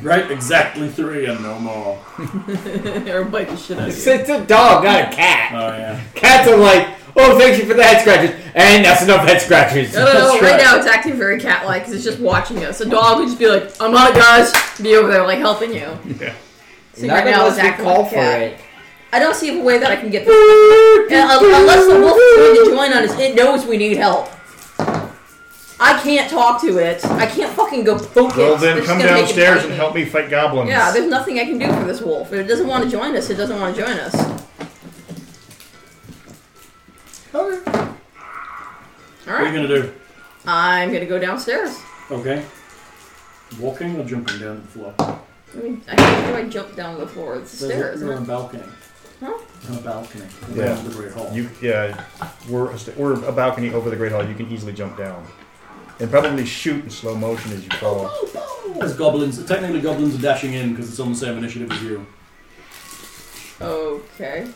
[SPEAKER 3] Right, exactly three and no more.
[SPEAKER 4] or bite the shit out of
[SPEAKER 1] It's
[SPEAKER 4] you.
[SPEAKER 1] it's a dog, not a
[SPEAKER 2] Uh.
[SPEAKER 1] cat.
[SPEAKER 3] Oh yeah.
[SPEAKER 1] Cats are like, oh, thank you for the head scratches, and that's enough head scratches.
[SPEAKER 4] No, no, no. Right now it's acting very cat-like because it's just watching us. A dog would just be like, "I'm on it, guys." Be over there, like helping you.
[SPEAKER 2] Yeah.
[SPEAKER 4] See, right now it's acting
[SPEAKER 8] call
[SPEAKER 4] like a
[SPEAKER 8] for
[SPEAKER 4] cat.
[SPEAKER 8] it.
[SPEAKER 4] I don't see a way that I can get. This. Yeah, un- unless the wolf is going to join on us, it knows we need help. I can't talk to it. I can't fucking go poke it.
[SPEAKER 2] Well, then
[SPEAKER 4] It's
[SPEAKER 2] come
[SPEAKER 4] gonna make it
[SPEAKER 2] downstairs
[SPEAKER 4] bite
[SPEAKER 2] and
[SPEAKER 4] me.
[SPEAKER 2] help me fight goblins.
[SPEAKER 4] Yeah, there's nothing I can do for this wolf. If it doesn't want to join us, it doesn't want to join us.
[SPEAKER 3] Okay. What are you
[SPEAKER 4] Alright.
[SPEAKER 3] gonna do?
[SPEAKER 4] I'm gonna go downstairs.
[SPEAKER 3] Okay. Walking or jumping down the floor?
[SPEAKER 4] I mean, I how do I jump down the floor? It's the
[SPEAKER 3] There's
[SPEAKER 4] stairs.
[SPEAKER 3] a, you're on a
[SPEAKER 4] isn't it?
[SPEAKER 3] balcony.
[SPEAKER 4] Huh?
[SPEAKER 3] On a balcony. Over
[SPEAKER 2] Yeah.
[SPEAKER 3] The great hall.
[SPEAKER 2] You, yeah. We're a, st- we're a balcony over the great hall. You can easily jump down, and probably shoot in slow motion as you fall.
[SPEAKER 3] There's goblins. Technically, goblins are dashing in because it's on the same initiative as you.
[SPEAKER 4] Okay.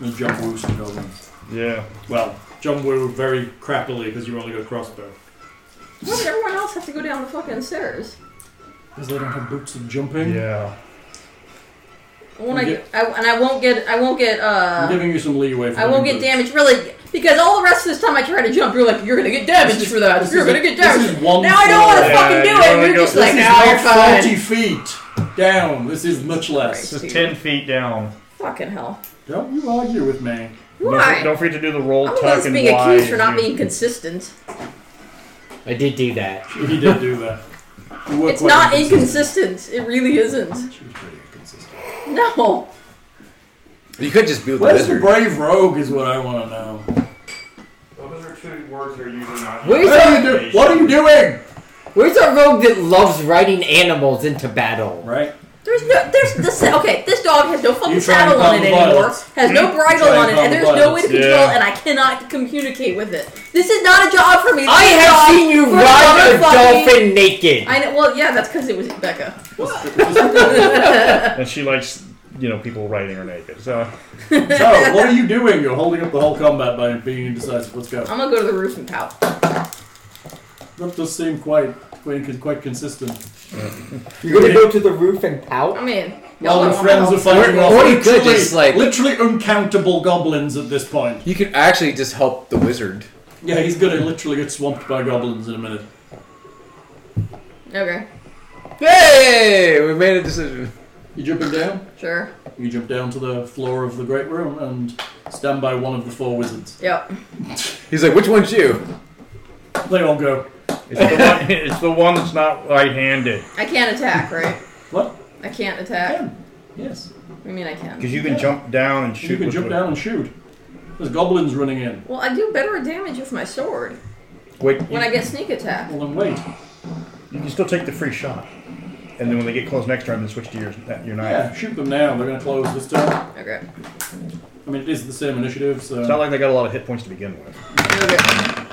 [SPEAKER 3] There's John Woo some goblins.
[SPEAKER 2] Yeah.
[SPEAKER 3] Well, John Woo very crappily because you only got crossbow.
[SPEAKER 4] Why would everyone else have to go down the fucking stairs?
[SPEAKER 3] Because they don't have boots of jumping.
[SPEAKER 2] Yeah.
[SPEAKER 4] When I,
[SPEAKER 3] You
[SPEAKER 4] get, I and I won't get I won't get
[SPEAKER 3] I'm
[SPEAKER 4] uh
[SPEAKER 3] giving you some leeway. For
[SPEAKER 4] I won't
[SPEAKER 3] having
[SPEAKER 4] get
[SPEAKER 3] boots.
[SPEAKER 4] damaged really because all the rest of this time I try to jump, you're like you're gonna get damaged for that.
[SPEAKER 3] This
[SPEAKER 4] You're
[SPEAKER 3] is-
[SPEAKER 4] gonna get
[SPEAKER 3] this
[SPEAKER 4] damaged.
[SPEAKER 3] is one
[SPEAKER 4] now I don't
[SPEAKER 3] floor.
[SPEAKER 4] want to
[SPEAKER 2] Yeah,
[SPEAKER 4] fucking do
[SPEAKER 2] you
[SPEAKER 4] it.
[SPEAKER 2] wanna
[SPEAKER 4] You're
[SPEAKER 2] go-
[SPEAKER 4] just
[SPEAKER 2] this
[SPEAKER 4] like
[SPEAKER 3] This
[SPEAKER 4] now
[SPEAKER 3] is
[SPEAKER 4] you're
[SPEAKER 3] not
[SPEAKER 4] fine.
[SPEAKER 3] forty feet down. This is much less.
[SPEAKER 2] This is ten feet down.
[SPEAKER 4] Fucking hell.
[SPEAKER 3] Don't you argue with me.
[SPEAKER 2] Don't,
[SPEAKER 4] Why?
[SPEAKER 2] for- don't forget to do the roll,
[SPEAKER 4] I'm the one
[SPEAKER 2] tuck,
[SPEAKER 4] that's
[SPEAKER 2] and
[SPEAKER 4] being
[SPEAKER 2] wide.
[SPEAKER 4] accused for not
[SPEAKER 2] You-
[SPEAKER 4] being consistent.
[SPEAKER 8] I did do that.
[SPEAKER 3] He did do that. You were
[SPEAKER 4] It's
[SPEAKER 3] quite
[SPEAKER 4] not
[SPEAKER 3] inconsistent.
[SPEAKER 4] inconsistent. It really isn't.
[SPEAKER 3] She was pretty inconsistent.
[SPEAKER 4] No.
[SPEAKER 5] You could just build the
[SPEAKER 3] Where's the
[SPEAKER 5] wizard.
[SPEAKER 3] brave rogue is what I want to know.
[SPEAKER 2] Those are two words that are usually not.
[SPEAKER 8] Where's
[SPEAKER 3] What are, you do- what are you doing?
[SPEAKER 1] Where's our rogue that loves riding animals into battle?
[SPEAKER 3] right?
[SPEAKER 4] There's no, there's this. Okay, this dog has no fucking
[SPEAKER 3] You try and
[SPEAKER 4] saddle on it
[SPEAKER 3] call the
[SPEAKER 4] anymore.
[SPEAKER 3] violence.
[SPEAKER 4] Has no bridle
[SPEAKER 3] Try and
[SPEAKER 4] on it,
[SPEAKER 3] call
[SPEAKER 4] and
[SPEAKER 3] the
[SPEAKER 4] there's no way to
[SPEAKER 2] violence.
[SPEAKER 4] control.
[SPEAKER 2] Yeah.
[SPEAKER 4] And I cannot communicate with it. This is not a job for me. This
[SPEAKER 1] I
[SPEAKER 4] is a
[SPEAKER 1] have
[SPEAKER 4] job
[SPEAKER 1] seen you
[SPEAKER 4] for
[SPEAKER 1] ride a
[SPEAKER 4] another fucking-
[SPEAKER 1] dolphin naked.
[SPEAKER 4] I know. Well, yeah, that's because it was Becca.
[SPEAKER 2] and she likes you know people riding her naked. So
[SPEAKER 3] So, what are you doing? You're holding up the whole combat by being indecisive. Let's go.
[SPEAKER 4] I'm gonna go to the roof and pout.
[SPEAKER 3] That does seem quite quite, quite consistent.
[SPEAKER 1] You're gonna go to the roof and pout?
[SPEAKER 4] I mean,
[SPEAKER 3] While
[SPEAKER 4] y'all
[SPEAKER 3] your
[SPEAKER 4] don't
[SPEAKER 3] friends are
[SPEAKER 4] want
[SPEAKER 3] fighting
[SPEAKER 5] Or-
[SPEAKER 3] off
[SPEAKER 5] or you could
[SPEAKER 3] literally,
[SPEAKER 5] just, like-
[SPEAKER 3] literally uncountable goblins at this point.
[SPEAKER 5] You could actually just help the wizard.
[SPEAKER 3] Yeah, he's gonna literally get swamped by goblins in a minute.
[SPEAKER 4] to help. Okay,
[SPEAKER 5] Hey, we made a decision.
[SPEAKER 3] You jumping down?
[SPEAKER 4] sure.
[SPEAKER 3] You jump down to the floor of the great room and stand by one of the four wizards.
[SPEAKER 4] Yep.
[SPEAKER 5] He's like, which one's you?
[SPEAKER 3] They all go.
[SPEAKER 2] it's the one, it's the one that's not right-handed
[SPEAKER 4] I can't attack, right?
[SPEAKER 3] What?
[SPEAKER 4] I can't attack.
[SPEAKER 3] Can. Yes.
[SPEAKER 4] I mean, I can.
[SPEAKER 2] because you can jump down and shoot.
[SPEAKER 3] You can
[SPEAKER 2] with
[SPEAKER 3] jump
[SPEAKER 2] it.
[SPEAKER 3] down and shoot. There's goblins running in.
[SPEAKER 4] Well, I do better damage with my sword
[SPEAKER 2] Wait,
[SPEAKER 4] when
[SPEAKER 2] you-
[SPEAKER 4] I get sneak attack.
[SPEAKER 3] Well, then wait.
[SPEAKER 2] You can still take the free shot. And then when they get close next time, then switch to your, your knife.
[SPEAKER 3] Yeah, shoot them now. They're gonna close this turn.
[SPEAKER 4] Okay.
[SPEAKER 3] I mean, it is the same initiative, so.
[SPEAKER 2] It's not like they got a lot of hit points to begin with.
[SPEAKER 4] Okay.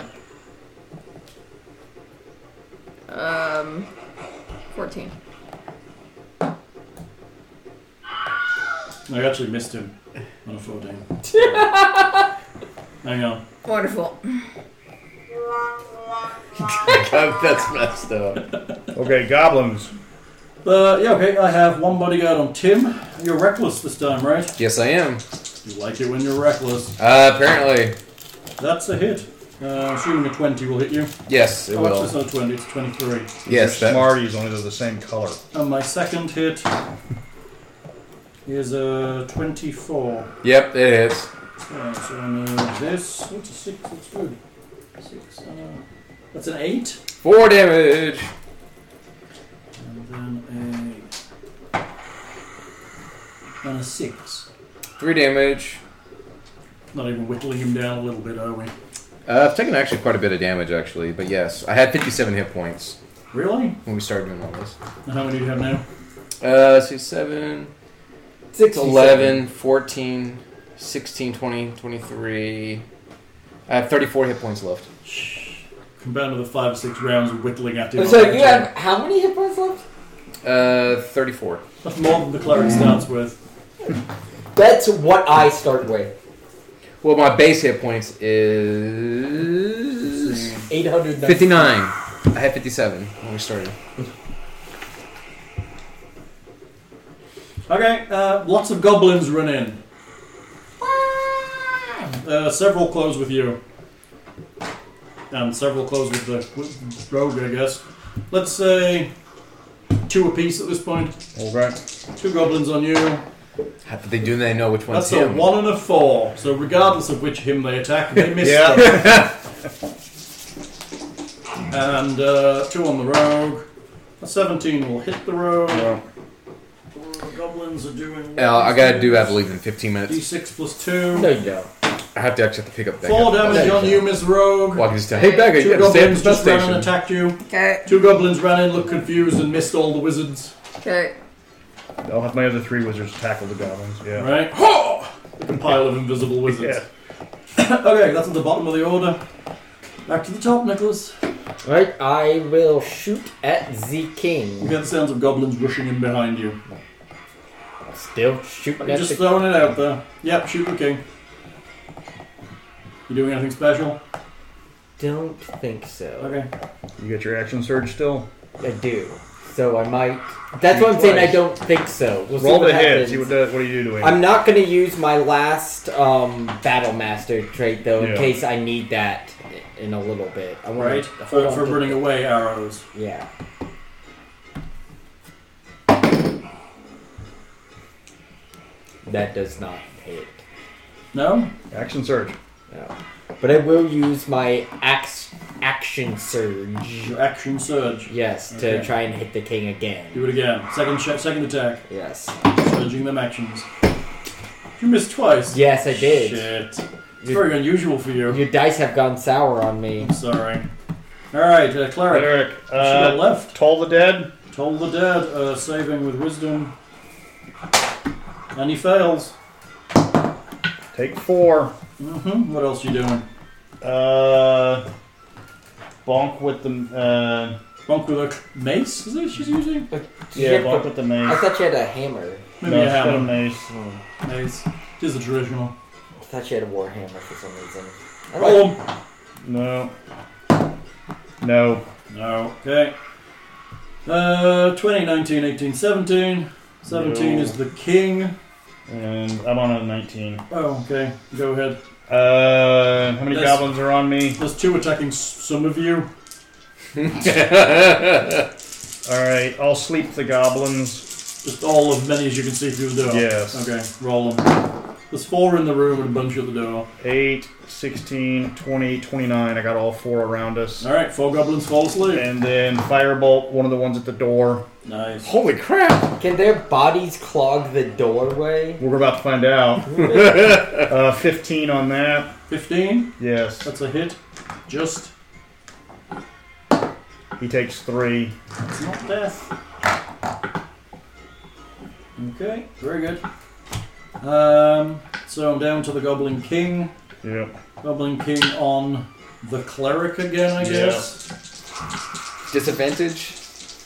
[SPEAKER 4] Um, fourteen.
[SPEAKER 3] I actually missed him on a 14. Hang on.
[SPEAKER 4] Wonderful.
[SPEAKER 5] That's messed up.
[SPEAKER 2] Okay, goblins.
[SPEAKER 3] Uh, yeah, okay, I have one bodyguard on Tim. You're reckless this time, right?
[SPEAKER 5] Yes, I am.
[SPEAKER 3] You like it when you're reckless.
[SPEAKER 5] Uh, apparently,
[SPEAKER 3] That's a hit. Uh, assuming a 20 will hit you.
[SPEAKER 5] yes, it
[SPEAKER 3] Oh, actually, it's
[SPEAKER 5] will.
[SPEAKER 3] not a 20, it's 23.
[SPEAKER 5] Yes,
[SPEAKER 2] Your
[SPEAKER 5] that.
[SPEAKER 2] Smarties only they're the same color.
[SPEAKER 3] And my second hit is a 24.
[SPEAKER 5] Yep, it hits.
[SPEAKER 3] Uh, so I move this. What's a 6? That's good. 6. Uh, that's an 8.
[SPEAKER 5] Four damage.
[SPEAKER 3] And then a. And a 6.
[SPEAKER 5] Three damage.
[SPEAKER 3] Not even whittling him down a little bit, are we?
[SPEAKER 5] Uh, I've taken actually quite a bit of damage, actually, but yes, I had 57 hit points
[SPEAKER 3] Really?
[SPEAKER 5] when we started doing all this.
[SPEAKER 3] And how many do you have now?
[SPEAKER 5] Uh, let's see, 7,
[SPEAKER 1] Six
[SPEAKER 5] 11, 14, 16, 20, 23. I have 34 hit points left.
[SPEAKER 3] Compared to the five or six rounds of whittling at him.
[SPEAKER 1] So
[SPEAKER 3] on
[SPEAKER 1] you have
[SPEAKER 3] that
[SPEAKER 1] how many hit points left?
[SPEAKER 5] Uh, 34.
[SPEAKER 3] turn. That's more than the cleric starts with.
[SPEAKER 1] That's what I start with.
[SPEAKER 5] Well, my base hit points is.
[SPEAKER 1] 800.
[SPEAKER 5] 59. I had 57 when we started.
[SPEAKER 3] Okay, uh, lots of goblins run in. Uh, several close with you. And several close with the with rogue, I guess. Let's say two apiece at this point.
[SPEAKER 2] Okay.
[SPEAKER 3] Two goblins on you.
[SPEAKER 5] How did they do they know which one's
[SPEAKER 3] That's a
[SPEAKER 5] him?
[SPEAKER 3] one and a four. So regardless of which him they attack, they miss.
[SPEAKER 2] Yeah.
[SPEAKER 3] them. and uh, two on the rogue. A seventeen will hit the rogue.
[SPEAKER 2] Well,
[SPEAKER 3] The goblins are doing.
[SPEAKER 5] Uh, I gotta do, I believe, in 15 minutes.
[SPEAKER 3] D6 plus two.
[SPEAKER 1] No, you don't.
[SPEAKER 5] I have to actually have to pick up that.
[SPEAKER 3] Four
[SPEAKER 5] guy.
[SPEAKER 3] damage on you, Miss Rogue.
[SPEAKER 5] Well, I can just tell, hey, Beggar,
[SPEAKER 3] Two
[SPEAKER 5] you gotta stay at
[SPEAKER 3] goblins
[SPEAKER 5] the bus
[SPEAKER 3] just ran and
[SPEAKER 5] station.
[SPEAKER 3] attacked you.
[SPEAKER 4] Okay.
[SPEAKER 3] Two goblins ran in, looked confused, and missed all the wizards.
[SPEAKER 4] Okay.
[SPEAKER 2] I'll have my other three wizards tackle the goblins. Yeah.
[SPEAKER 3] Right? Ho! The pile of invisible wizards. okay, that's at the bottom of the order. Back to the top, Nicholas.
[SPEAKER 1] Right, I will shoot at the
[SPEAKER 3] You
[SPEAKER 1] king.
[SPEAKER 3] hear the sounds of goblins rushing in behind you.
[SPEAKER 1] Still shooting
[SPEAKER 3] I'm
[SPEAKER 1] at
[SPEAKER 3] just
[SPEAKER 1] the
[SPEAKER 3] throwing it out there. Yep, shoot the king. You doing anything special?
[SPEAKER 1] Don't think so.
[SPEAKER 3] Okay.
[SPEAKER 2] You got your action surge still?
[SPEAKER 1] I do. So I might. That's what I'm saying. I don't think so. We'll
[SPEAKER 2] Roll
[SPEAKER 1] see what
[SPEAKER 2] the hit.
[SPEAKER 1] happens.
[SPEAKER 2] See what, does, what do you do to him?
[SPEAKER 1] I'm not gonna use my last um, battle master trait though, in
[SPEAKER 2] Yeah.
[SPEAKER 1] case I need that in a little bit. I want
[SPEAKER 3] Right. For,
[SPEAKER 1] hold
[SPEAKER 3] for
[SPEAKER 1] on to-
[SPEAKER 3] running away arrows.
[SPEAKER 1] Yeah. That does not hit.
[SPEAKER 3] No?
[SPEAKER 2] Action surge.
[SPEAKER 1] No. But I will use my ax- action surge.
[SPEAKER 3] Your action surge.
[SPEAKER 1] Yes, to
[SPEAKER 3] Okay.
[SPEAKER 1] try and hit the king again.
[SPEAKER 3] Do it again. Second sh- second attack.
[SPEAKER 1] Yes.
[SPEAKER 3] Surging them actions. You missed twice.
[SPEAKER 1] Yes, I did.
[SPEAKER 3] Shit. It's very unusual for you.
[SPEAKER 1] Your dice have gone sour on me.
[SPEAKER 3] I'm sorry. All right, uh, cleric.
[SPEAKER 2] Eric,
[SPEAKER 3] Should have
[SPEAKER 2] uh,
[SPEAKER 3] left.
[SPEAKER 2] Toll the Dead.
[SPEAKER 3] Told the dead, uh, saving with wisdom, and he fails.
[SPEAKER 2] Take four.
[SPEAKER 3] hmm What else you doing?
[SPEAKER 2] Uh, bonk with the uh,
[SPEAKER 3] Bunk with a mace? Is that what she's using?
[SPEAKER 2] yeah, bonk with the
[SPEAKER 8] I
[SPEAKER 2] mace.
[SPEAKER 8] thought she had a hammer.
[SPEAKER 3] Maybe
[SPEAKER 2] no,
[SPEAKER 3] a
[SPEAKER 2] she's got a
[SPEAKER 3] hammer.
[SPEAKER 2] mace.
[SPEAKER 3] Mace. It is a traditional.
[SPEAKER 8] I thought she had a war hammer for some reason. I like-
[SPEAKER 3] Roll 'em.
[SPEAKER 2] No, no.
[SPEAKER 3] No. Okay. Uh, 20, 19, 18, 17. 17
[SPEAKER 2] No.
[SPEAKER 3] is the king.
[SPEAKER 2] And I'm on a 19.
[SPEAKER 3] Oh, okay. Go ahead.
[SPEAKER 2] Uh, how many
[SPEAKER 3] That's-
[SPEAKER 2] goblins are on me?
[SPEAKER 3] There's two attacking s- some of you.
[SPEAKER 2] All right, I'll sleep the goblins.
[SPEAKER 3] Just all of many as you can see through the door.
[SPEAKER 2] Yes.
[SPEAKER 3] Okay, roll them. There's four in the room and a bunch at the door.
[SPEAKER 2] 8, 16, 20, 29. I got all four around us.
[SPEAKER 3] Alright, four goblins fall asleep.
[SPEAKER 2] And then firebolt one of the ones at the door.
[SPEAKER 3] Nice.
[SPEAKER 5] Holy crap!
[SPEAKER 8] Can their bodies clog the doorway?
[SPEAKER 2] We're about to find out. uh, 15 on that.
[SPEAKER 3] 15.
[SPEAKER 2] Yes.
[SPEAKER 3] That's a hit. Just.
[SPEAKER 2] He takes three.
[SPEAKER 3] It's not death. Okay, very good. Um, so I'm down to the Goblin King.
[SPEAKER 2] Yep.
[SPEAKER 3] Goblin King on the cleric again, I
[SPEAKER 2] Yeah.
[SPEAKER 3] guess.
[SPEAKER 5] Disadvantage?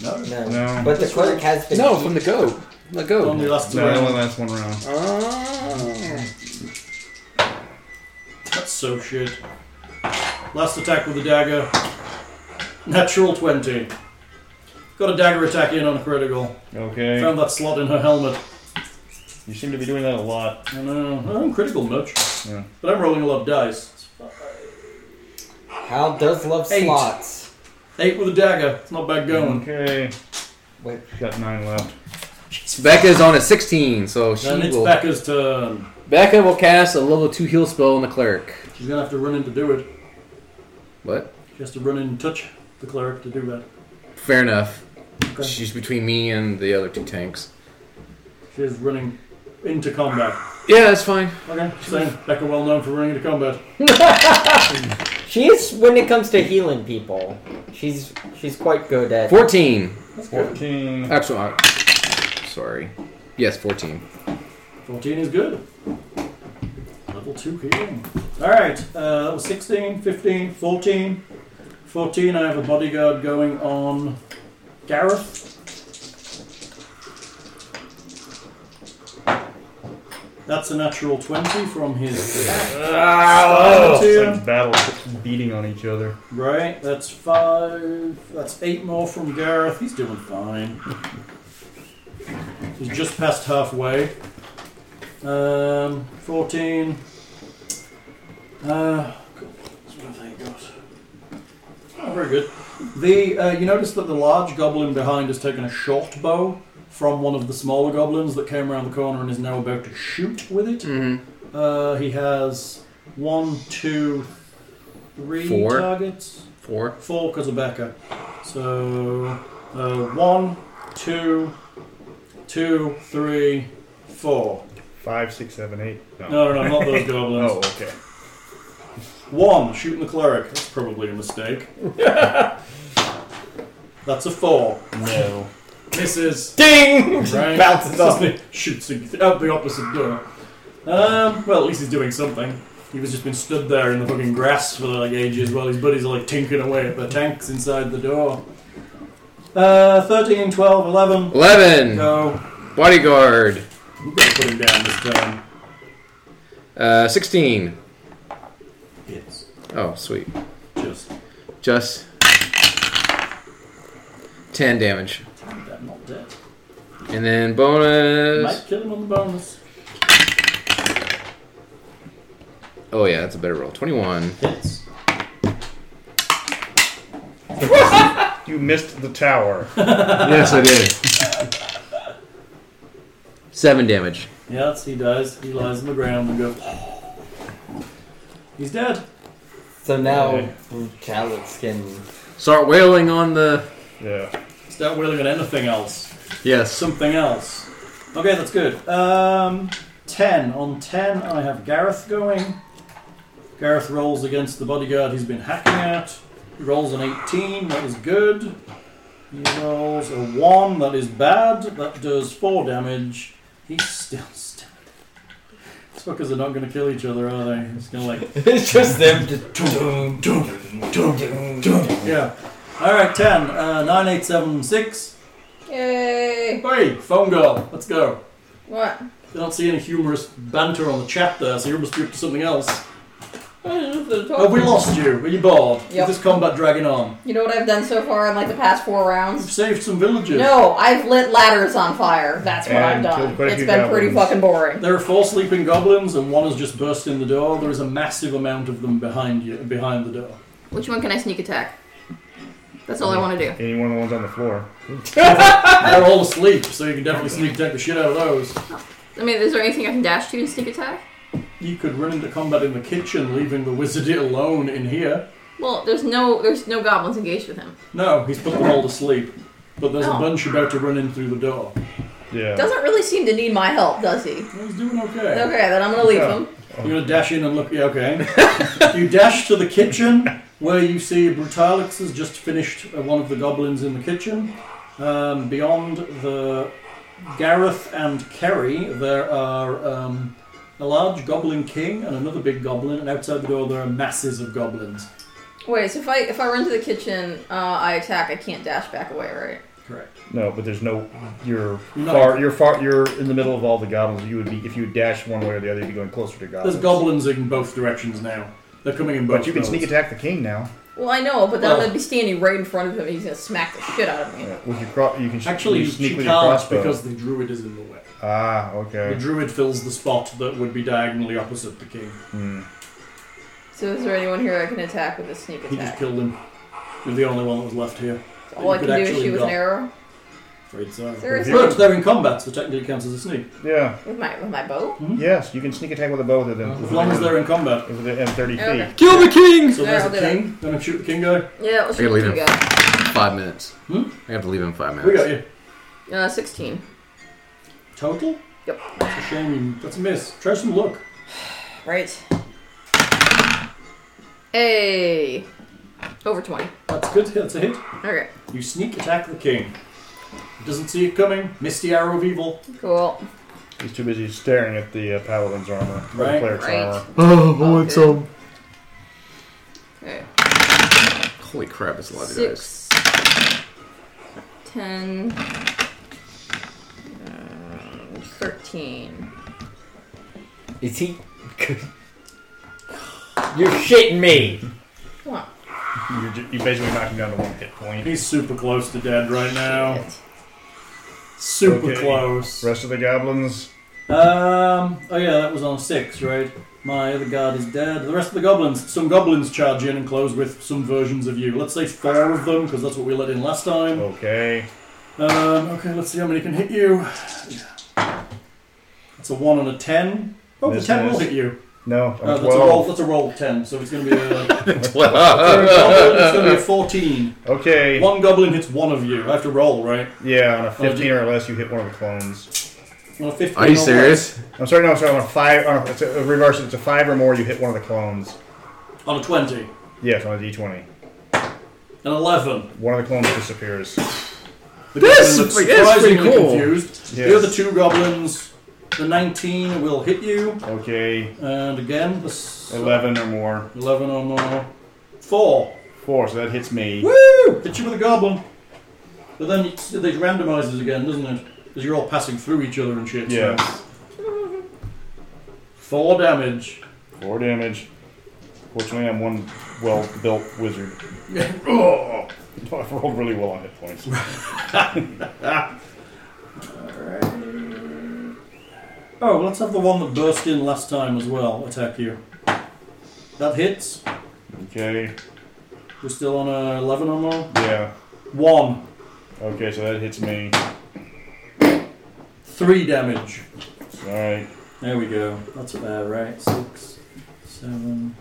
[SPEAKER 3] No.
[SPEAKER 8] No.
[SPEAKER 2] No.
[SPEAKER 8] But the cleric has been.
[SPEAKER 5] No, from the goat. The goat. Oh.
[SPEAKER 3] Only last two
[SPEAKER 2] No, only last
[SPEAKER 3] rounds.
[SPEAKER 2] one round.
[SPEAKER 3] That's so shit. Last attack with the dagger. Natural 20. Got a dagger attack in on a critical.
[SPEAKER 2] Okay.
[SPEAKER 3] Found that slot in her helmet.
[SPEAKER 2] You seem to be doing that a lot.
[SPEAKER 3] I know. I don't critical much.
[SPEAKER 2] Yeah.
[SPEAKER 3] But I'm rolling a lot of dice.
[SPEAKER 8] Hal does love
[SPEAKER 3] Eight.
[SPEAKER 8] slots.
[SPEAKER 3] Eight with a dagger. It's not bad going.
[SPEAKER 2] Okay.
[SPEAKER 8] Wait.
[SPEAKER 2] Got nine left.
[SPEAKER 5] Becca's on a 16, so she
[SPEAKER 3] Then it's
[SPEAKER 5] will.
[SPEAKER 3] Becca's turn.
[SPEAKER 5] Becca will cast a level 2 heal spell on the cleric.
[SPEAKER 3] She's gonna have to run in to do it.
[SPEAKER 5] What?
[SPEAKER 3] She has to run in and touch the cleric to do that.
[SPEAKER 5] Fair enough.
[SPEAKER 3] Okay.
[SPEAKER 5] She's between me and the other two tanks.
[SPEAKER 3] She is running into combat.
[SPEAKER 5] Yeah, that's fine.
[SPEAKER 3] Okay, same. Becca well known for running into combat.
[SPEAKER 8] She is when it comes to healing people. She's she's quite good at.
[SPEAKER 5] 14.
[SPEAKER 2] 14.
[SPEAKER 5] Actually, I- sorry. Yes, 14.
[SPEAKER 3] 14 is good. Level 2 healing. Alright, uh, that was 16, 15, 14. 14, I have a bodyguard going on Gareth. That's a natural 20 from his Ah,
[SPEAKER 2] Oh,
[SPEAKER 3] Two.
[SPEAKER 2] it's like battle beating on each other.
[SPEAKER 3] Right, that's five. That's eight more from Gareth. He's doing fine. He's just past halfway. Um, 14. Uh, that's what I think it goes. Oh, very good. The uh, You notice that the large goblin behind has taken a short bow from one of the smaller goblins that came around the corner and is now about to shoot with it.
[SPEAKER 5] Mm-hmm.
[SPEAKER 3] Uh, he has one, two, three
[SPEAKER 5] Four.
[SPEAKER 3] targets.
[SPEAKER 5] Four.
[SPEAKER 3] Four because of Becca. So uh, one, two, two, three, four.
[SPEAKER 2] Five, six, seven, eight. No.
[SPEAKER 3] No, no, no, not those goblins.
[SPEAKER 2] Oh, okay.
[SPEAKER 3] One, shooting the cleric. That's probably a mistake. That's a four.
[SPEAKER 2] No.
[SPEAKER 3] Misses.
[SPEAKER 1] Ding!
[SPEAKER 3] Right.
[SPEAKER 1] Bounces off.
[SPEAKER 3] Shoots ag- out the opposite door. Um, well, at least he's doing something. He was just been stood there in the fucking grass for like ages while his buddies are like tinkering away at the tanks inside the door. Uh, 13, 12, 11.
[SPEAKER 5] 11.
[SPEAKER 3] Go.
[SPEAKER 5] Bodyguard.
[SPEAKER 3] I'm gonna put him down this time.
[SPEAKER 5] Uh, 16.
[SPEAKER 3] Yes.
[SPEAKER 5] Oh, sweet.
[SPEAKER 3] Just.
[SPEAKER 5] Just 10 damage.
[SPEAKER 3] That not dead.
[SPEAKER 5] And then bonus.
[SPEAKER 3] Might kill him on the bonus.
[SPEAKER 5] Oh, yeah, that's a better roll. 21.
[SPEAKER 3] Hits.
[SPEAKER 2] You missed the tower.
[SPEAKER 5] yes, I did. Seven damage.
[SPEAKER 3] Yes, he dies. He lies on the ground and goes. He's dead.
[SPEAKER 8] So now
[SPEAKER 2] Okay.
[SPEAKER 8] Calix can.
[SPEAKER 5] Start wailing on the.
[SPEAKER 2] Yeah.
[SPEAKER 3] Start wielding at anything else.
[SPEAKER 5] Yes.
[SPEAKER 3] something else. Okay, that's good. Um, ten on ten, I have Gareth going. Gareth rolls against the bodyguard he's been hacking at. He rolls an 18, that is good. He rolls a 1, that is bad. That does 4 damage. He's still standing. These fuckers are not going to kill each other, are they? It's going to like
[SPEAKER 1] it's just them.
[SPEAKER 3] Yeah. All right, 10, uh, 9876.
[SPEAKER 4] Yay!
[SPEAKER 3] Hey, phone girl, let's go.
[SPEAKER 4] What?
[SPEAKER 3] I don't see any humorous banter on the chat there, so you must be up to something else. Oh, we lost you. Are you bored?
[SPEAKER 4] Yep.
[SPEAKER 3] Is this combat dragging on?
[SPEAKER 4] You know what I've done so far in like the past four rounds?
[SPEAKER 3] You've saved some villages.
[SPEAKER 4] No, I've lit ladders on fire. That's what I've
[SPEAKER 2] And
[SPEAKER 4] done.
[SPEAKER 2] killed quite a
[SPEAKER 4] It's
[SPEAKER 2] few
[SPEAKER 4] been pretty
[SPEAKER 2] goblins.
[SPEAKER 4] fucking boring.
[SPEAKER 3] There are four sleeping goblins, and one has just burst in the door. There is a massive amount of them behind you, behind the door.
[SPEAKER 4] Which one can I sneak attack? That's all I want to do.
[SPEAKER 2] Any one of the ones on the floor.
[SPEAKER 3] They're all asleep, so you can definitely sneak attack the shit out of those.
[SPEAKER 4] I mean, is there anything I can dash to and sneak attack?
[SPEAKER 3] You could run into combat in the kitchen, leaving the wizard alone in here.
[SPEAKER 4] Well, there's no there's no goblins engaged with him.
[SPEAKER 3] No, he's put them all to sleep. But there's
[SPEAKER 4] Oh.
[SPEAKER 3] a bunch about to run in through the door.
[SPEAKER 2] Yeah.
[SPEAKER 4] Doesn't really seem to need my help, does he?
[SPEAKER 3] He's doing
[SPEAKER 4] Okay, then I'm gonna leave him.
[SPEAKER 3] You're gonna dash in and look. Yeah, okay. you dash to the kitchen where you see Brutalix has just finished uh, one of the goblins in the kitchen. Um, beyond the Gareth and Kerry, there are um, a large goblin king and another big goblin, and outside the door there are masses of goblins.
[SPEAKER 4] Wait, so if I if I run to the kitchen, uh, I attack. I can't dash back away, right?
[SPEAKER 3] Correct.
[SPEAKER 2] No, but there's no. You're
[SPEAKER 3] No.
[SPEAKER 2] far. You're far. You're in the middle of all the goblins. You would be if you dash one way or the other. You'd be going closer to goblins.
[SPEAKER 3] There's goblins in both directions now. They're coming in both.
[SPEAKER 2] But you can
[SPEAKER 3] roads.
[SPEAKER 2] sneak attack the king now.
[SPEAKER 4] Well, I know, but then I'm
[SPEAKER 3] Well-
[SPEAKER 4] gonna be standing right in front of him. and He's gonna smack the shit out of me.
[SPEAKER 2] With your cro- you can sh-
[SPEAKER 3] Actually,
[SPEAKER 2] you
[SPEAKER 3] you
[SPEAKER 2] sneak
[SPEAKER 3] she
[SPEAKER 2] with your
[SPEAKER 3] can't
[SPEAKER 2] crossbow.
[SPEAKER 3] because the druid is in the way.
[SPEAKER 2] ah,
[SPEAKER 3] The
[SPEAKER 2] okay.
[SPEAKER 3] druid fills the spot that would be diagonally opposite the king.
[SPEAKER 2] Hmm.
[SPEAKER 4] So is there anyone here I can attack with a sneak
[SPEAKER 3] He just
[SPEAKER 4] attack?
[SPEAKER 3] killed him. You're the only one that was left here.
[SPEAKER 4] All I
[SPEAKER 3] You
[SPEAKER 4] can
[SPEAKER 3] could
[SPEAKER 4] do is
[SPEAKER 3] actually
[SPEAKER 4] shoot with an
[SPEAKER 3] knock.
[SPEAKER 4] arrow
[SPEAKER 3] Afraid so. uh,
[SPEAKER 4] Seriously?
[SPEAKER 3] But they're in combat, so technically it counts as a sneak.
[SPEAKER 2] Yeah.
[SPEAKER 4] with my with my bow.
[SPEAKER 2] Yes, you can sneak attack with a bow with it.
[SPEAKER 3] As long as they're in combat.
[SPEAKER 2] with the M30 feet.
[SPEAKER 4] Okay.
[SPEAKER 1] Kill the king.
[SPEAKER 3] So
[SPEAKER 4] Yeah,
[SPEAKER 3] there's
[SPEAKER 4] I'll
[SPEAKER 3] a
[SPEAKER 4] do that.
[SPEAKER 3] king. Gonna shoot the king guy.
[SPEAKER 4] Yeah, let's
[SPEAKER 5] I gotta
[SPEAKER 4] shoot
[SPEAKER 5] leave
[SPEAKER 4] the
[SPEAKER 5] him.
[SPEAKER 4] guy.
[SPEAKER 5] Five minutes.
[SPEAKER 3] Hmm?
[SPEAKER 5] I have to leave in five minutes.
[SPEAKER 3] We got you.
[SPEAKER 4] Uh, sixteen.
[SPEAKER 3] Total?
[SPEAKER 4] Yep.
[SPEAKER 3] That's a shame. you- That's a miss. Try some luck.
[SPEAKER 4] Right. Hey. Over twenty.
[SPEAKER 3] That's good. That's a hit.
[SPEAKER 4] Okay.
[SPEAKER 3] You sneak attack the king. He doesn't see it coming. Misty arrow of evil.
[SPEAKER 4] Cool.
[SPEAKER 2] He's too busy staring at the uh, paladin's armor, or
[SPEAKER 3] Right.
[SPEAKER 2] the cleric's
[SPEAKER 4] Right.
[SPEAKER 3] uh,
[SPEAKER 2] armor.
[SPEAKER 5] Oh,
[SPEAKER 4] I want some. Okay.
[SPEAKER 5] Holy crap, it's a lot of guys.
[SPEAKER 4] Six. Ten. um, Thirteen.
[SPEAKER 8] Is he?
[SPEAKER 1] You're shitting me.
[SPEAKER 4] Come on.
[SPEAKER 2] You're, ju- you basically knock him down to one hit point.
[SPEAKER 3] He's super close to dead right now. Super
[SPEAKER 2] Okay.
[SPEAKER 3] close.
[SPEAKER 2] Rest of the goblins.
[SPEAKER 3] Um. Oh yeah, that was on six, right? My other guard is dead. The rest of the goblins. Some goblins charge in and close with some versions of you. Let's say four of them, because that's what we let in last time.
[SPEAKER 2] Okay.
[SPEAKER 3] Um, okay, let's see how many can hit you. That's a one and a ten. Oh, the
[SPEAKER 2] Miss,
[SPEAKER 3] ten will
[SPEAKER 2] miss.
[SPEAKER 3] hit you.
[SPEAKER 2] No, I'm
[SPEAKER 3] Uh, that's a roll.
[SPEAKER 2] 12.
[SPEAKER 3] That's a roll of ten. So it's going to be a. it's going to be a
[SPEAKER 5] Twelve.
[SPEAKER 3] fourteen.
[SPEAKER 2] Okay.
[SPEAKER 3] One goblin hits one of you. I have to roll, right?
[SPEAKER 2] Yeah, on a
[SPEAKER 3] did
[SPEAKER 2] 15 or less, you hit one of the clones.
[SPEAKER 3] On a fifteen.
[SPEAKER 5] Are you
[SPEAKER 3] or
[SPEAKER 5] serious?
[SPEAKER 2] I'm sorry, no, sorry. On a five, on a, it's a, reverse. It's a five or more, you hit one of the clones.
[SPEAKER 3] less. On a twenty.
[SPEAKER 2] Yes, on a d20.
[SPEAKER 3] An eleven.
[SPEAKER 2] One of the clones disappears.
[SPEAKER 3] The
[SPEAKER 5] This
[SPEAKER 3] goblin looks
[SPEAKER 5] is- yeah, it's pretty
[SPEAKER 3] surprisingly
[SPEAKER 5] cool.
[SPEAKER 3] confused.
[SPEAKER 2] Yes.
[SPEAKER 3] The other two goblins. The nineteen will hit you,
[SPEAKER 2] Okay,
[SPEAKER 3] and again the s-
[SPEAKER 2] 11 or more.
[SPEAKER 3] eleven or more. Four.
[SPEAKER 2] Four, so that hits me.
[SPEAKER 3] Woo! Hit you with a goblin. But then it it randomizes again, doesn't it? Because you're all passing through each other and shit. so-
[SPEAKER 2] Yes.
[SPEAKER 3] Four damage.
[SPEAKER 2] Four damage. Fortunately, I'm one well built wizard. oh, I've rolled really well on hit points.
[SPEAKER 3] Oh, well, let's have the one that burst in last time as well attack you. That hits.
[SPEAKER 2] Okay,
[SPEAKER 3] We're still on a 11 or more.
[SPEAKER 2] yeah.
[SPEAKER 3] One.
[SPEAKER 2] Okay, so that hits me.
[SPEAKER 3] Three damage.
[SPEAKER 2] Alright.
[SPEAKER 3] There we go. That's fair, right? Six, seven,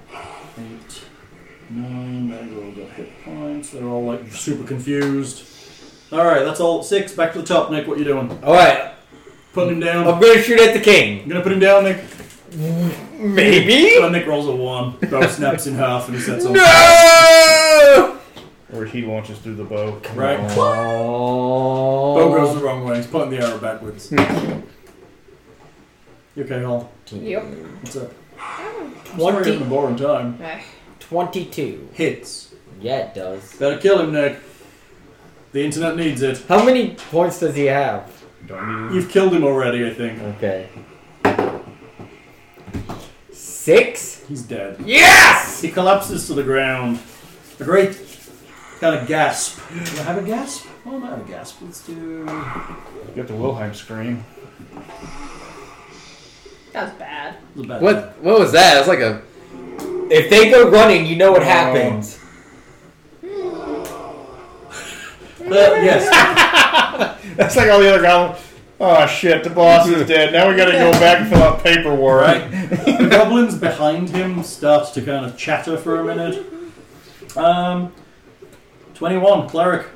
[SPEAKER 3] eight, nine. They've all got hit points. They're all like super confused. Alright, that's all. Six. Back to the top, Nick. What you doing?
[SPEAKER 1] All right,
[SPEAKER 3] Putting him down.
[SPEAKER 1] I'm gonna shoot at the king.
[SPEAKER 3] I'm gonna put him down, Nick.
[SPEAKER 1] Maybe.
[SPEAKER 3] Oh, Nick rolls a one. Bow snaps in half and he sets on.
[SPEAKER 1] No.
[SPEAKER 2] where he launches through the bow.
[SPEAKER 3] Right.
[SPEAKER 5] Oh.
[SPEAKER 3] Bow goes the wrong way. He's putting the arrow backwards. You okay, Hall?
[SPEAKER 4] Yep.
[SPEAKER 3] What's up? Sorry,
[SPEAKER 6] Twenty-
[SPEAKER 3] I'm in the boring time.
[SPEAKER 4] Alright.
[SPEAKER 6] 22.
[SPEAKER 3] Hits.
[SPEAKER 6] Yeah, it does.
[SPEAKER 3] Better kill him, Nick. The internet needs it.
[SPEAKER 6] How many points does he have?
[SPEAKER 2] Don't need
[SPEAKER 3] You've killed him already, I think.
[SPEAKER 6] Okay. Six?
[SPEAKER 3] He's dead.
[SPEAKER 6] Yes!
[SPEAKER 3] He collapses to the ground. A great kind of gasp. Do I have a gasp? Oh, not a gasp. Let's do.
[SPEAKER 2] you got the Wilhelm scream.
[SPEAKER 4] That was bad.
[SPEAKER 3] the bad guy.
[SPEAKER 5] What? What was that? It was like a.
[SPEAKER 8] If they go running, you know what happens.
[SPEAKER 3] Uh, yes.
[SPEAKER 2] That's like all the other goblins. Oh shit, the boss is dead. Now we gotta go back and fill out paperwork.
[SPEAKER 3] Right. the goblins behind him starts to kind of chatter for a minute. Um, twenty-one cleric.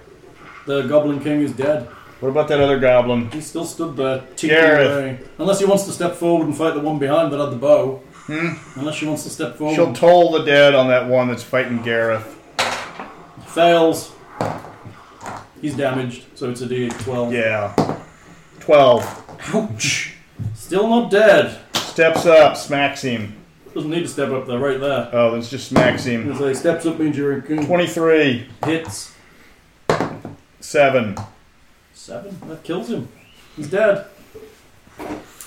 [SPEAKER 3] The goblin king is dead.
[SPEAKER 2] What about that other goblin?
[SPEAKER 3] He still stood there ticking
[SPEAKER 2] Gareth.
[SPEAKER 3] away. Unless he wants to step forward and fight the one behind that had the bow. Unless she wants to step forward.
[SPEAKER 2] Hmm. She'll toll the dead on that one that's fighting Gareth.
[SPEAKER 3] Fails. He's damaged, so it's a d12.
[SPEAKER 2] Yeah. 12.
[SPEAKER 3] Ouch! Still not dead.
[SPEAKER 2] Steps up, smacks him.
[SPEAKER 3] Doesn't need to step up though, right there.
[SPEAKER 2] Oh, then just smacks him.
[SPEAKER 3] As they steps up means you're in coon.
[SPEAKER 2] 23.
[SPEAKER 3] Hits.
[SPEAKER 2] 7.
[SPEAKER 3] Seven. That kills him. He's dead.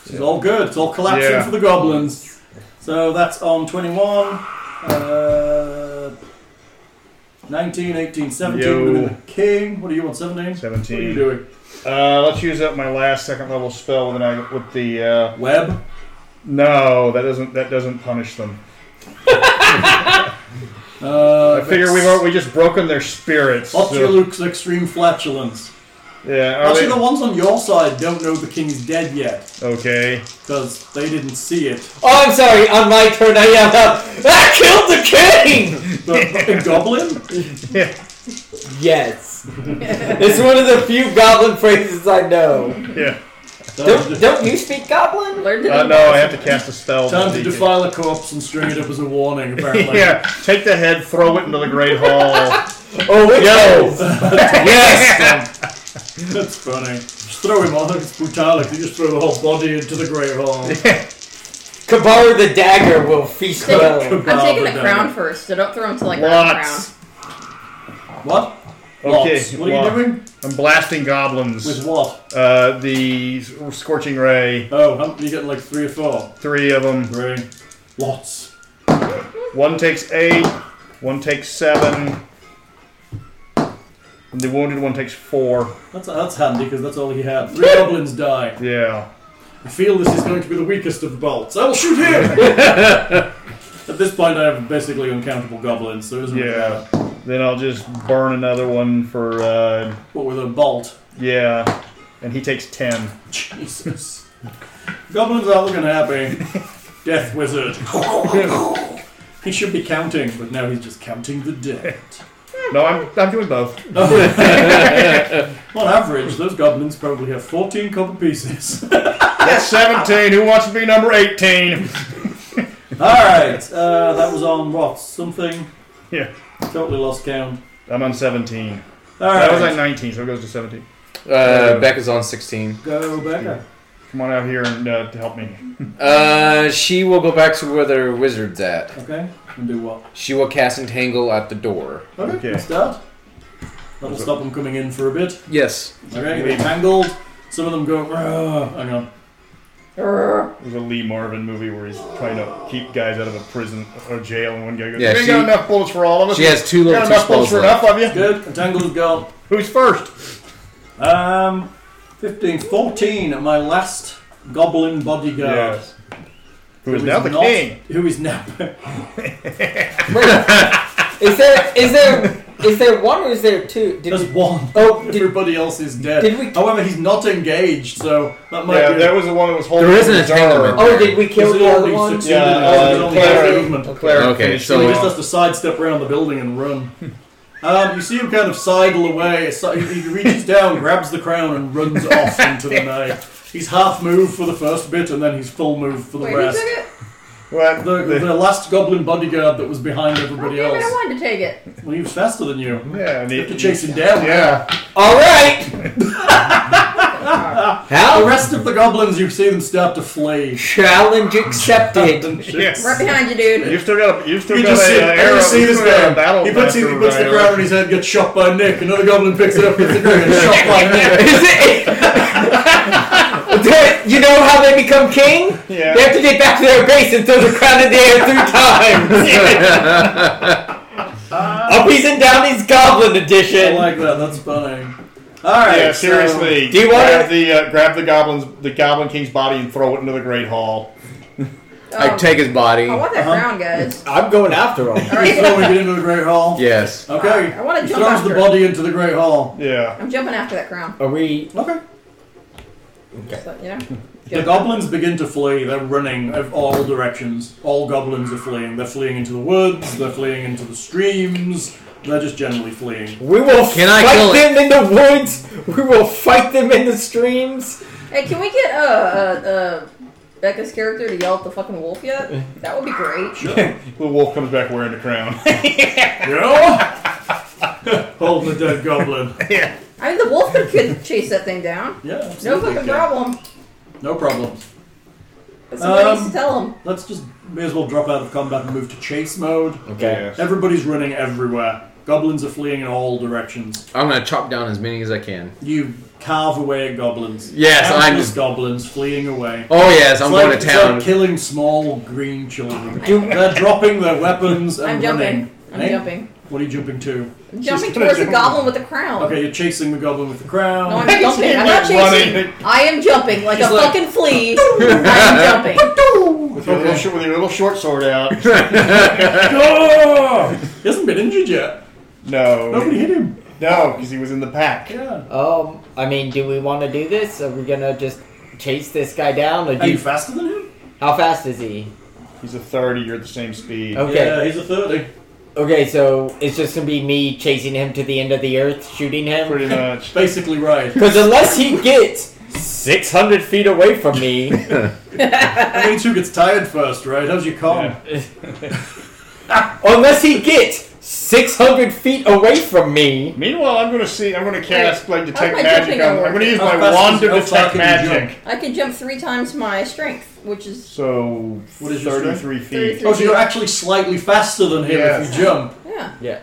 [SPEAKER 3] It's all good. It's all collapsing
[SPEAKER 2] Yeah.
[SPEAKER 3] for the goblins. So that's on 21. Uh, 19, 18, 17 would have been the king. What do you want, 17? What are you
[SPEAKER 2] 17.
[SPEAKER 3] doing?
[SPEAKER 2] Uh, let's use up my last second level spell with, an, ag- with the. Uh,
[SPEAKER 3] Web?
[SPEAKER 2] no, that doesn't that doesn't punish them.
[SPEAKER 3] Uh,
[SPEAKER 2] I figure we've al- we just broken their spirits. so-
[SPEAKER 3] Oculux Extreme Flatulence.
[SPEAKER 2] yeah. Are
[SPEAKER 3] Actually, the
[SPEAKER 2] they,
[SPEAKER 3] ones on your side don't know the king's dead yet
[SPEAKER 2] okay.
[SPEAKER 3] because they didn't see it.
[SPEAKER 1] Oh, I'm sorry. On my turn, I yelled out, "I killed the king!"
[SPEAKER 3] The fucking goblin?
[SPEAKER 8] Yes. it's one of the few goblin phrases I know.
[SPEAKER 2] Yeah.
[SPEAKER 3] Time to
[SPEAKER 8] Don't,
[SPEAKER 3] de-
[SPEAKER 8] don't you speak goblin?
[SPEAKER 4] Learn to
[SPEAKER 2] Uh, no, I have to cast a spell.
[SPEAKER 3] Time to
[SPEAKER 2] Beacon.
[SPEAKER 3] defile a corpse and string it up as a warning, apparently.
[SPEAKER 2] yeah, take the head, throw it into the great hall. Um,
[SPEAKER 1] Oh, wait,
[SPEAKER 2] Yo!
[SPEAKER 1] yes.
[SPEAKER 3] That's funny. Just throw him on, it's brutalic. You just throw the whole body into the grey hole.
[SPEAKER 8] Kabar the dagger will feast
[SPEAKER 4] Take-
[SPEAKER 8] well.
[SPEAKER 4] I'm taking the crown first, so don't throw him to like that
[SPEAKER 2] Lots.
[SPEAKER 4] crown.
[SPEAKER 3] What?
[SPEAKER 2] Okay,
[SPEAKER 3] Lots. What are
[SPEAKER 2] lots.
[SPEAKER 3] you doing?
[SPEAKER 2] I'm blasting goblins.
[SPEAKER 3] With what?
[SPEAKER 2] Uh, the scorching ray,
[SPEAKER 3] Oh, how you getting like three or four?
[SPEAKER 2] three of them.
[SPEAKER 3] Three. Lots.
[SPEAKER 2] One takes eight, one takes seven, and the wounded one takes four.
[SPEAKER 3] That's, that's handy because that's all he had. Three goblins die.
[SPEAKER 2] Yeah.
[SPEAKER 3] I feel this is going to be the weakest of the bolts. I will shoot him! At this point, I have basically uncountable goblins, so it doesn't really
[SPEAKER 2] Yeah.
[SPEAKER 3] matter.
[SPEAKER 2] Then I'll just burn another one for, uh,
[SPEAKER 3] What with a bolt?
[SPEAKER 2] yeah. And he takes ten.
[SPEAKER 3] Jesus. goblins are looking happy. Death wizard. he should be counting, but now he's just counting the dead.
[SPEAKER 2] No, I'm, I'm doing both.
[SPEAKER 3] On average, those goblins probably have 14 copper pieces.
[SPEAKER 2] That's 17. Who wants to be number 18?
[SPEAKER 3] Alright, uh, that was on what? Something?
[SPEAKER 2] Yeah.
[SPEAKER 3] Totally lost count.
[SPEAKER 2] I'm on 17. That
[SPEAKER 3] Alright.
[SPEAKER 2] was like 19, so it goes to 17.
[SPEAKER 5] Uh, Becca's on 16.
[SPEAKER 3] Go, Becca.
[SPEAKER 2] Come on out here and uh, to help me.
[SPEAKER 5] Uh, she will go back to where the wizard's at.
[SPEAKER 3] Okay, and do what?
[SPEAKER 5] She will cast Entangle at the door.
[SPEAKER 3] Okay,
[SPEAKER 2] Okay.
[SPEAKER 3] let's start. That'll stop them coming in for a bit.
[SPEAKER 5] Yes.
[SPEAKER 3] Okay, they tangled. Some of them go, "Rah." hang on.
[SPEAKER 4] Urgh.
[SPEAKER 2] There's a Lee Marvin movie where he's trying to keep guys out of a prison or jail, and one guy goes,
[SPEAKER 5] Yeah,
[SPEAKER 2] "You ain't
[SPEAKER 5] she-
[SPEAKER 2] got enough bullets for all of us.
[SPEAKER 5] She has two
[SPEAKER 2] you
[SPEAKER 5] little
[SPEAKER 2] got
[SPEAKER 5] two
[SPEAKER 2] enough bullets
[SPEAKER 5] spells
[SPEAKER 2] for
[SPEAKER 5] left.
[SPEAKER 2] enough of you."
[SPEAKER 3] Good, entangled is gone.
[SPEAKER 2] Who's first?
[SPEAKER 3] Um, 15, 14 at my last goblin bodyguard.
[SPEAKER 2] Who is now the
[SPEAKER 3] not-
[SPEAKER 2] king?
[SPEAKER 3] Who is now.
[SPEAKER 8] Is there is there is there one or is there two? Did
[SPEAKER 3] There's
[SPEAKER 8] we,
[SPEAKER 3] one.
[SPEAKER 8] oh, did,
[SPEAKER 3] Everybody else is dead.
[SPEAKER 8] Did we-
[SPEAKER 3] However, he's not engaged, so that might
[SPEAKER 2] Yeah,
[SPEAKER 3] be.
[SPEAKER 2] that was the one that was holding.
[SPEAKER 5] There is an
[SPEAKER 2] the jar.
[SPEAKER 5] entanglement.
[SPEAKER 8] oh, did we
[SPEAKER 3] Because
[SPEAKER 8] kill
[SPEAKER 3] he
[SPEAKER 8] the other
[SPEAKER 3] already
[SPEAKER 8] one?
[SPEAKER 3] succeeded
[SPEAKER 2] Yeah,
[SPEAKER 3] in his
[SPEAKER 2] uh,
[SPEAKER 3] only half
[SPEAKER 2] Clara-
[SPEAKER 3] movement.
[SPEAKER 2] Clara
[SPEAKER 5] Okay,
[SPEAKER 2] finished
[SPEAKER 5] so-
[SPEAKER 2] it
[SPEAKER 3] He just
[SPEAKER 4] uh,
[SPEAKER 2] off.
[SPEAKER 3] has to sidestep around the building and run. Um, you see him kind of sidle away. si- He reaches down, grabs the crown, and runs off into the night. He's half move for the first bit, and then he's full move for the
[SPEAKER 4] Wait, who took
[SPEAKER 3] rest.
[SPEAKER 4] it?
[SPEAKER 2] What?
[SPEAKER 3] The, the last goblin bodyguard that was behind everybody
[SPEAKER 4] Oh, Damn it, I
[SPEAKER 3] else.
[SPEAKER 4] wanted to take it.
[SPEAKER 3] Well, he was faster than you.
[SPEAKER 2] yeah, I
[SPEAKER 3] You
[SPEAKER 2] mean,
[SPEAKER 3] have to chase him down.
[SPEAKER 2] Yeah.
[SPEAKER 1] All right.
[SPEAKER 3] The
[SPEAKER 1] How?
[SPEAKER 3] rest of the goblins, you see them start to flee.
[SPEAKER 1] Challenge accepted.
[SPEAKER 3] And shit.
[SPEAKER 2] Yes.
[SPEAKER 4] Right behind you, dude.
[SPEAKER 2] You've still got a, you've still
[SPEAKER 3] You
[SPEAKER 2] got
[SPEAKER 3] just
[SPEAKER 2] a,
[SPEAKER 3] see,
[SPEAKER 2] uh,
[SPEAKER 3] and
[SPEAKER 2] arrow.
[SPEAKER 3] you see
[SPEAKER 2] you've
[SPEAKER 3] this
[SPEAKER 2] still got a
[SPEAKER 3] guy.
[SPEAKER 2] battle
[SPEAKER 3] He puts, he
[SPEAKER 2] master
[SPEAKER 3] puts the
[SPEAKER 2] arrow.
[SPEAKER 3] crown on his head, gets shot by Nick. Another goblin picks it up, hits the ground, and shot by Nick.
[SPEAKER 1] Is it? That- you know how they become king?
[SPEAKER 2] Yeah.
[SPEAKER 1] They have to get back to their base and throw the crown in the air three times. Up he's and down he's Goblin
[SPEAKER 3] I
[SPEAKER 1] Edition.
[SPEAKER 3] like that. That's funny. All right.
[SPEAKER 2] Yeah,
[SPEAKER 3] so-
[SPEAKER 2] seriously.
[SPEAKER 1] Do you want
[SPEAKER 2] grab
[SPEAKER 1] it?
[SPEAKER 2] the uh, grab the goblins the goblin king's body and throw it into the great hall?
[SPEAKER 5] I
[SPEAKER 4] Oh,
[SPEAKER 5] take his body.
[SPEAKER 4] I want that
[SPEAKER 3] Uh-huh.
[SPEAKER 4] crown, guys.
[SPEAKER 1] I'm going after him.
[SPEAKER 4] All
[SPEAKER 3] You're
[SPEAKER 4] right.
[SPEAKER 3] throwing it into the great hall.
[SPEAKER 5] Yes.
[SPEAKER 3] Okay.
[SPEAKER 4] I wanna
[SPEAKER 3] he
[SPEAKER 4] jump
[SPEAKER 3] throws
[SPEAKER 4] after
[SPEAKER 3] the
[SPEAKER 4] it.
[SPEAKER 3] body into the great hall.
[SPEAKER 2] Yeah.
[SPEAKER 4] I'm jumping after that crown.
[SPEAKER 8] Are we?
[SPEAKER 3] Okay.
[SPEAKER 4] So, you know?
[SPEAKER 3] The goblins begin to flee. They're running of all directions. All goblins are fleeing. They're fleeing into the woods. They're fleeing into the streams. They're just generally fleeing.
[SPEAKER 1] We will
[SPEAKER 5] Can I
[SPEAKER 1] fight
[SPEAKER 5] kill it?
[SPEAKER 1] them in the woods. We will fight them in the streams.
[SPEAKER 4] Hey, can we get uh, uh, uh, Becca's character to yell at the fucking wolf yet? That would be great.
[SPEAKER 2] The wolf comes back wearing the crown.
[SPEAKER 3] Yeah. Holding the dead goblin.
[SPEAKER 4] I mean, the wolf could, could chase that thing down.
[SPEAKER 3] Yeah.
[SPEAKER 4] No
[SPEAKER 3] absolutely.
[SPEAKER 4] fucking problem.
[SPEAKER 3] No problems.
[SPEAKER 4] But somebody
[SPEAKER 3] Um,
[SPEAKER 4] needs to tell him.
[SPEAKER 3] Let's just may as well drop out of combat and move to chase mode.
[SPEAKER 2] Okay.
[SPEAKER 3] Everybody's running everywhere. Goblins are fleeing in all directions.
[SPEAKER 5] I'm gonna chop down as many as I can.
[SPEAKER 3] You carve away at goblins.
[SPEAKER 5] Yes, I'm-
[SPEAKER 3] Countless goblins fleeing away.
[SPEAKER 5] Oh yes, I'm
[SPEAKER 3] It's like-
[SPEAKER 5] going to
[SPEAKER 3] it's
[SPEAKER 5] town.
[SPEAKER 3] like killing small green children. They're dropping their weapons and
[SPEAKER 4] I'm
[SPEAKER 3] Um, running.
[SPEAKER 4] jumping. I'm
[SPEAKER 3] Eh?
[SPEAKER 4] jumping.
[SPEAKER 3] What are you jumping to?
[SPEAKER 4] I'm jumping
[SPEAKER 2] gonna
[SPEAKER 4] towards the
[SPEAKER 2] jump.
[SPEAKER 4] goblin with the crown.
[SPEAKER 3] Okay, you're chasing the goblin with the crown.
[SPEAKER 4] No, I'm jumping. I'm not
[SPEAKER 2] running.
[SPEAKER 4] chasing. I am jumping like
[SPEAKER 3] She's
[SPEAKER 4] a
[SPEAKER 3] like-
[SPEAKER 4] fucking flea. I am jumping.
[SPEAKER 2] With your little, short- with your little short sword out.
[SPEAKER 3] Oh! He hasn't been injured yet. Nobody
[SPEAKER 2] No.
[SPEAKER 3] hit him.
[SPEAKER 2] No, because he was in the pack.
[SPEAKER 3] Yeah.
[SPEAKER 8] Um, I mean, do we want to do this? Are we gonna just chase this guy down? Or
[SPEAKER 3] Are
[SPEAKER 8] do
[SPEAKER 3] you
[SPEAKER 8] you,
[SPEAKER 3] faster than him?
[SPEAKER 8] how fast is he?
[SPEAKER 2] He's a 30, you're at the same speed.
[SPEAKER 8] Okay.
[SPEAKER 3] Yeah, he's a 30.
[SPEAKER 8] Okay, so it's just gonna be me chasing him to the end of the earth, shooting him.
[SPEAKER 2] Pretty much.
[SPEAKER 3] Basically right.
[SPEAKER 1] Because unless he gets 600 feet away from me,
[SPEAKER 3] That means who gets tired first, right? How's your calm?
[SPEAKER 2] Yeah.
[SPEAKER 1] unless he gets 600 feet away from me,
[SPEAKER 2] Meanwhile, I'm gonna see. I'm gonna cast like detect
[SPEAKER 4] how's my
[SPEAKER 2] magic.
[SPEAKER 4] jumping
[SPEAKER 2] On,
[SPEAKER 4] over?
[SPEAKER 2] I'm gonna use
[SPEAKER 3] How
[SPEAKER 2] my
[SPEAKER 3] fast
[SPEAKER 2] wand
[SPEAKER 3] is-
[SPEAKER 2] to
[SPEAKER 3] how far
[SPEAKER 2] detect
[SPEAKER 3] can you
[SPEAKER 2] magic.
[SPEAKER 4] I can jump three times my strength, which is
[SPEAKER 2] So
[SPEAKER 3] What is your strength?
[SPEAKER 2] 33 feet.
[SPEAKER 4] 33.
[SPEAKER 3] Oh, so you're actually slightly faster than him if
[SPEAKER 2] Yes.
[SPEAKER 3] you jump.
[SPEAKER 4] yeah.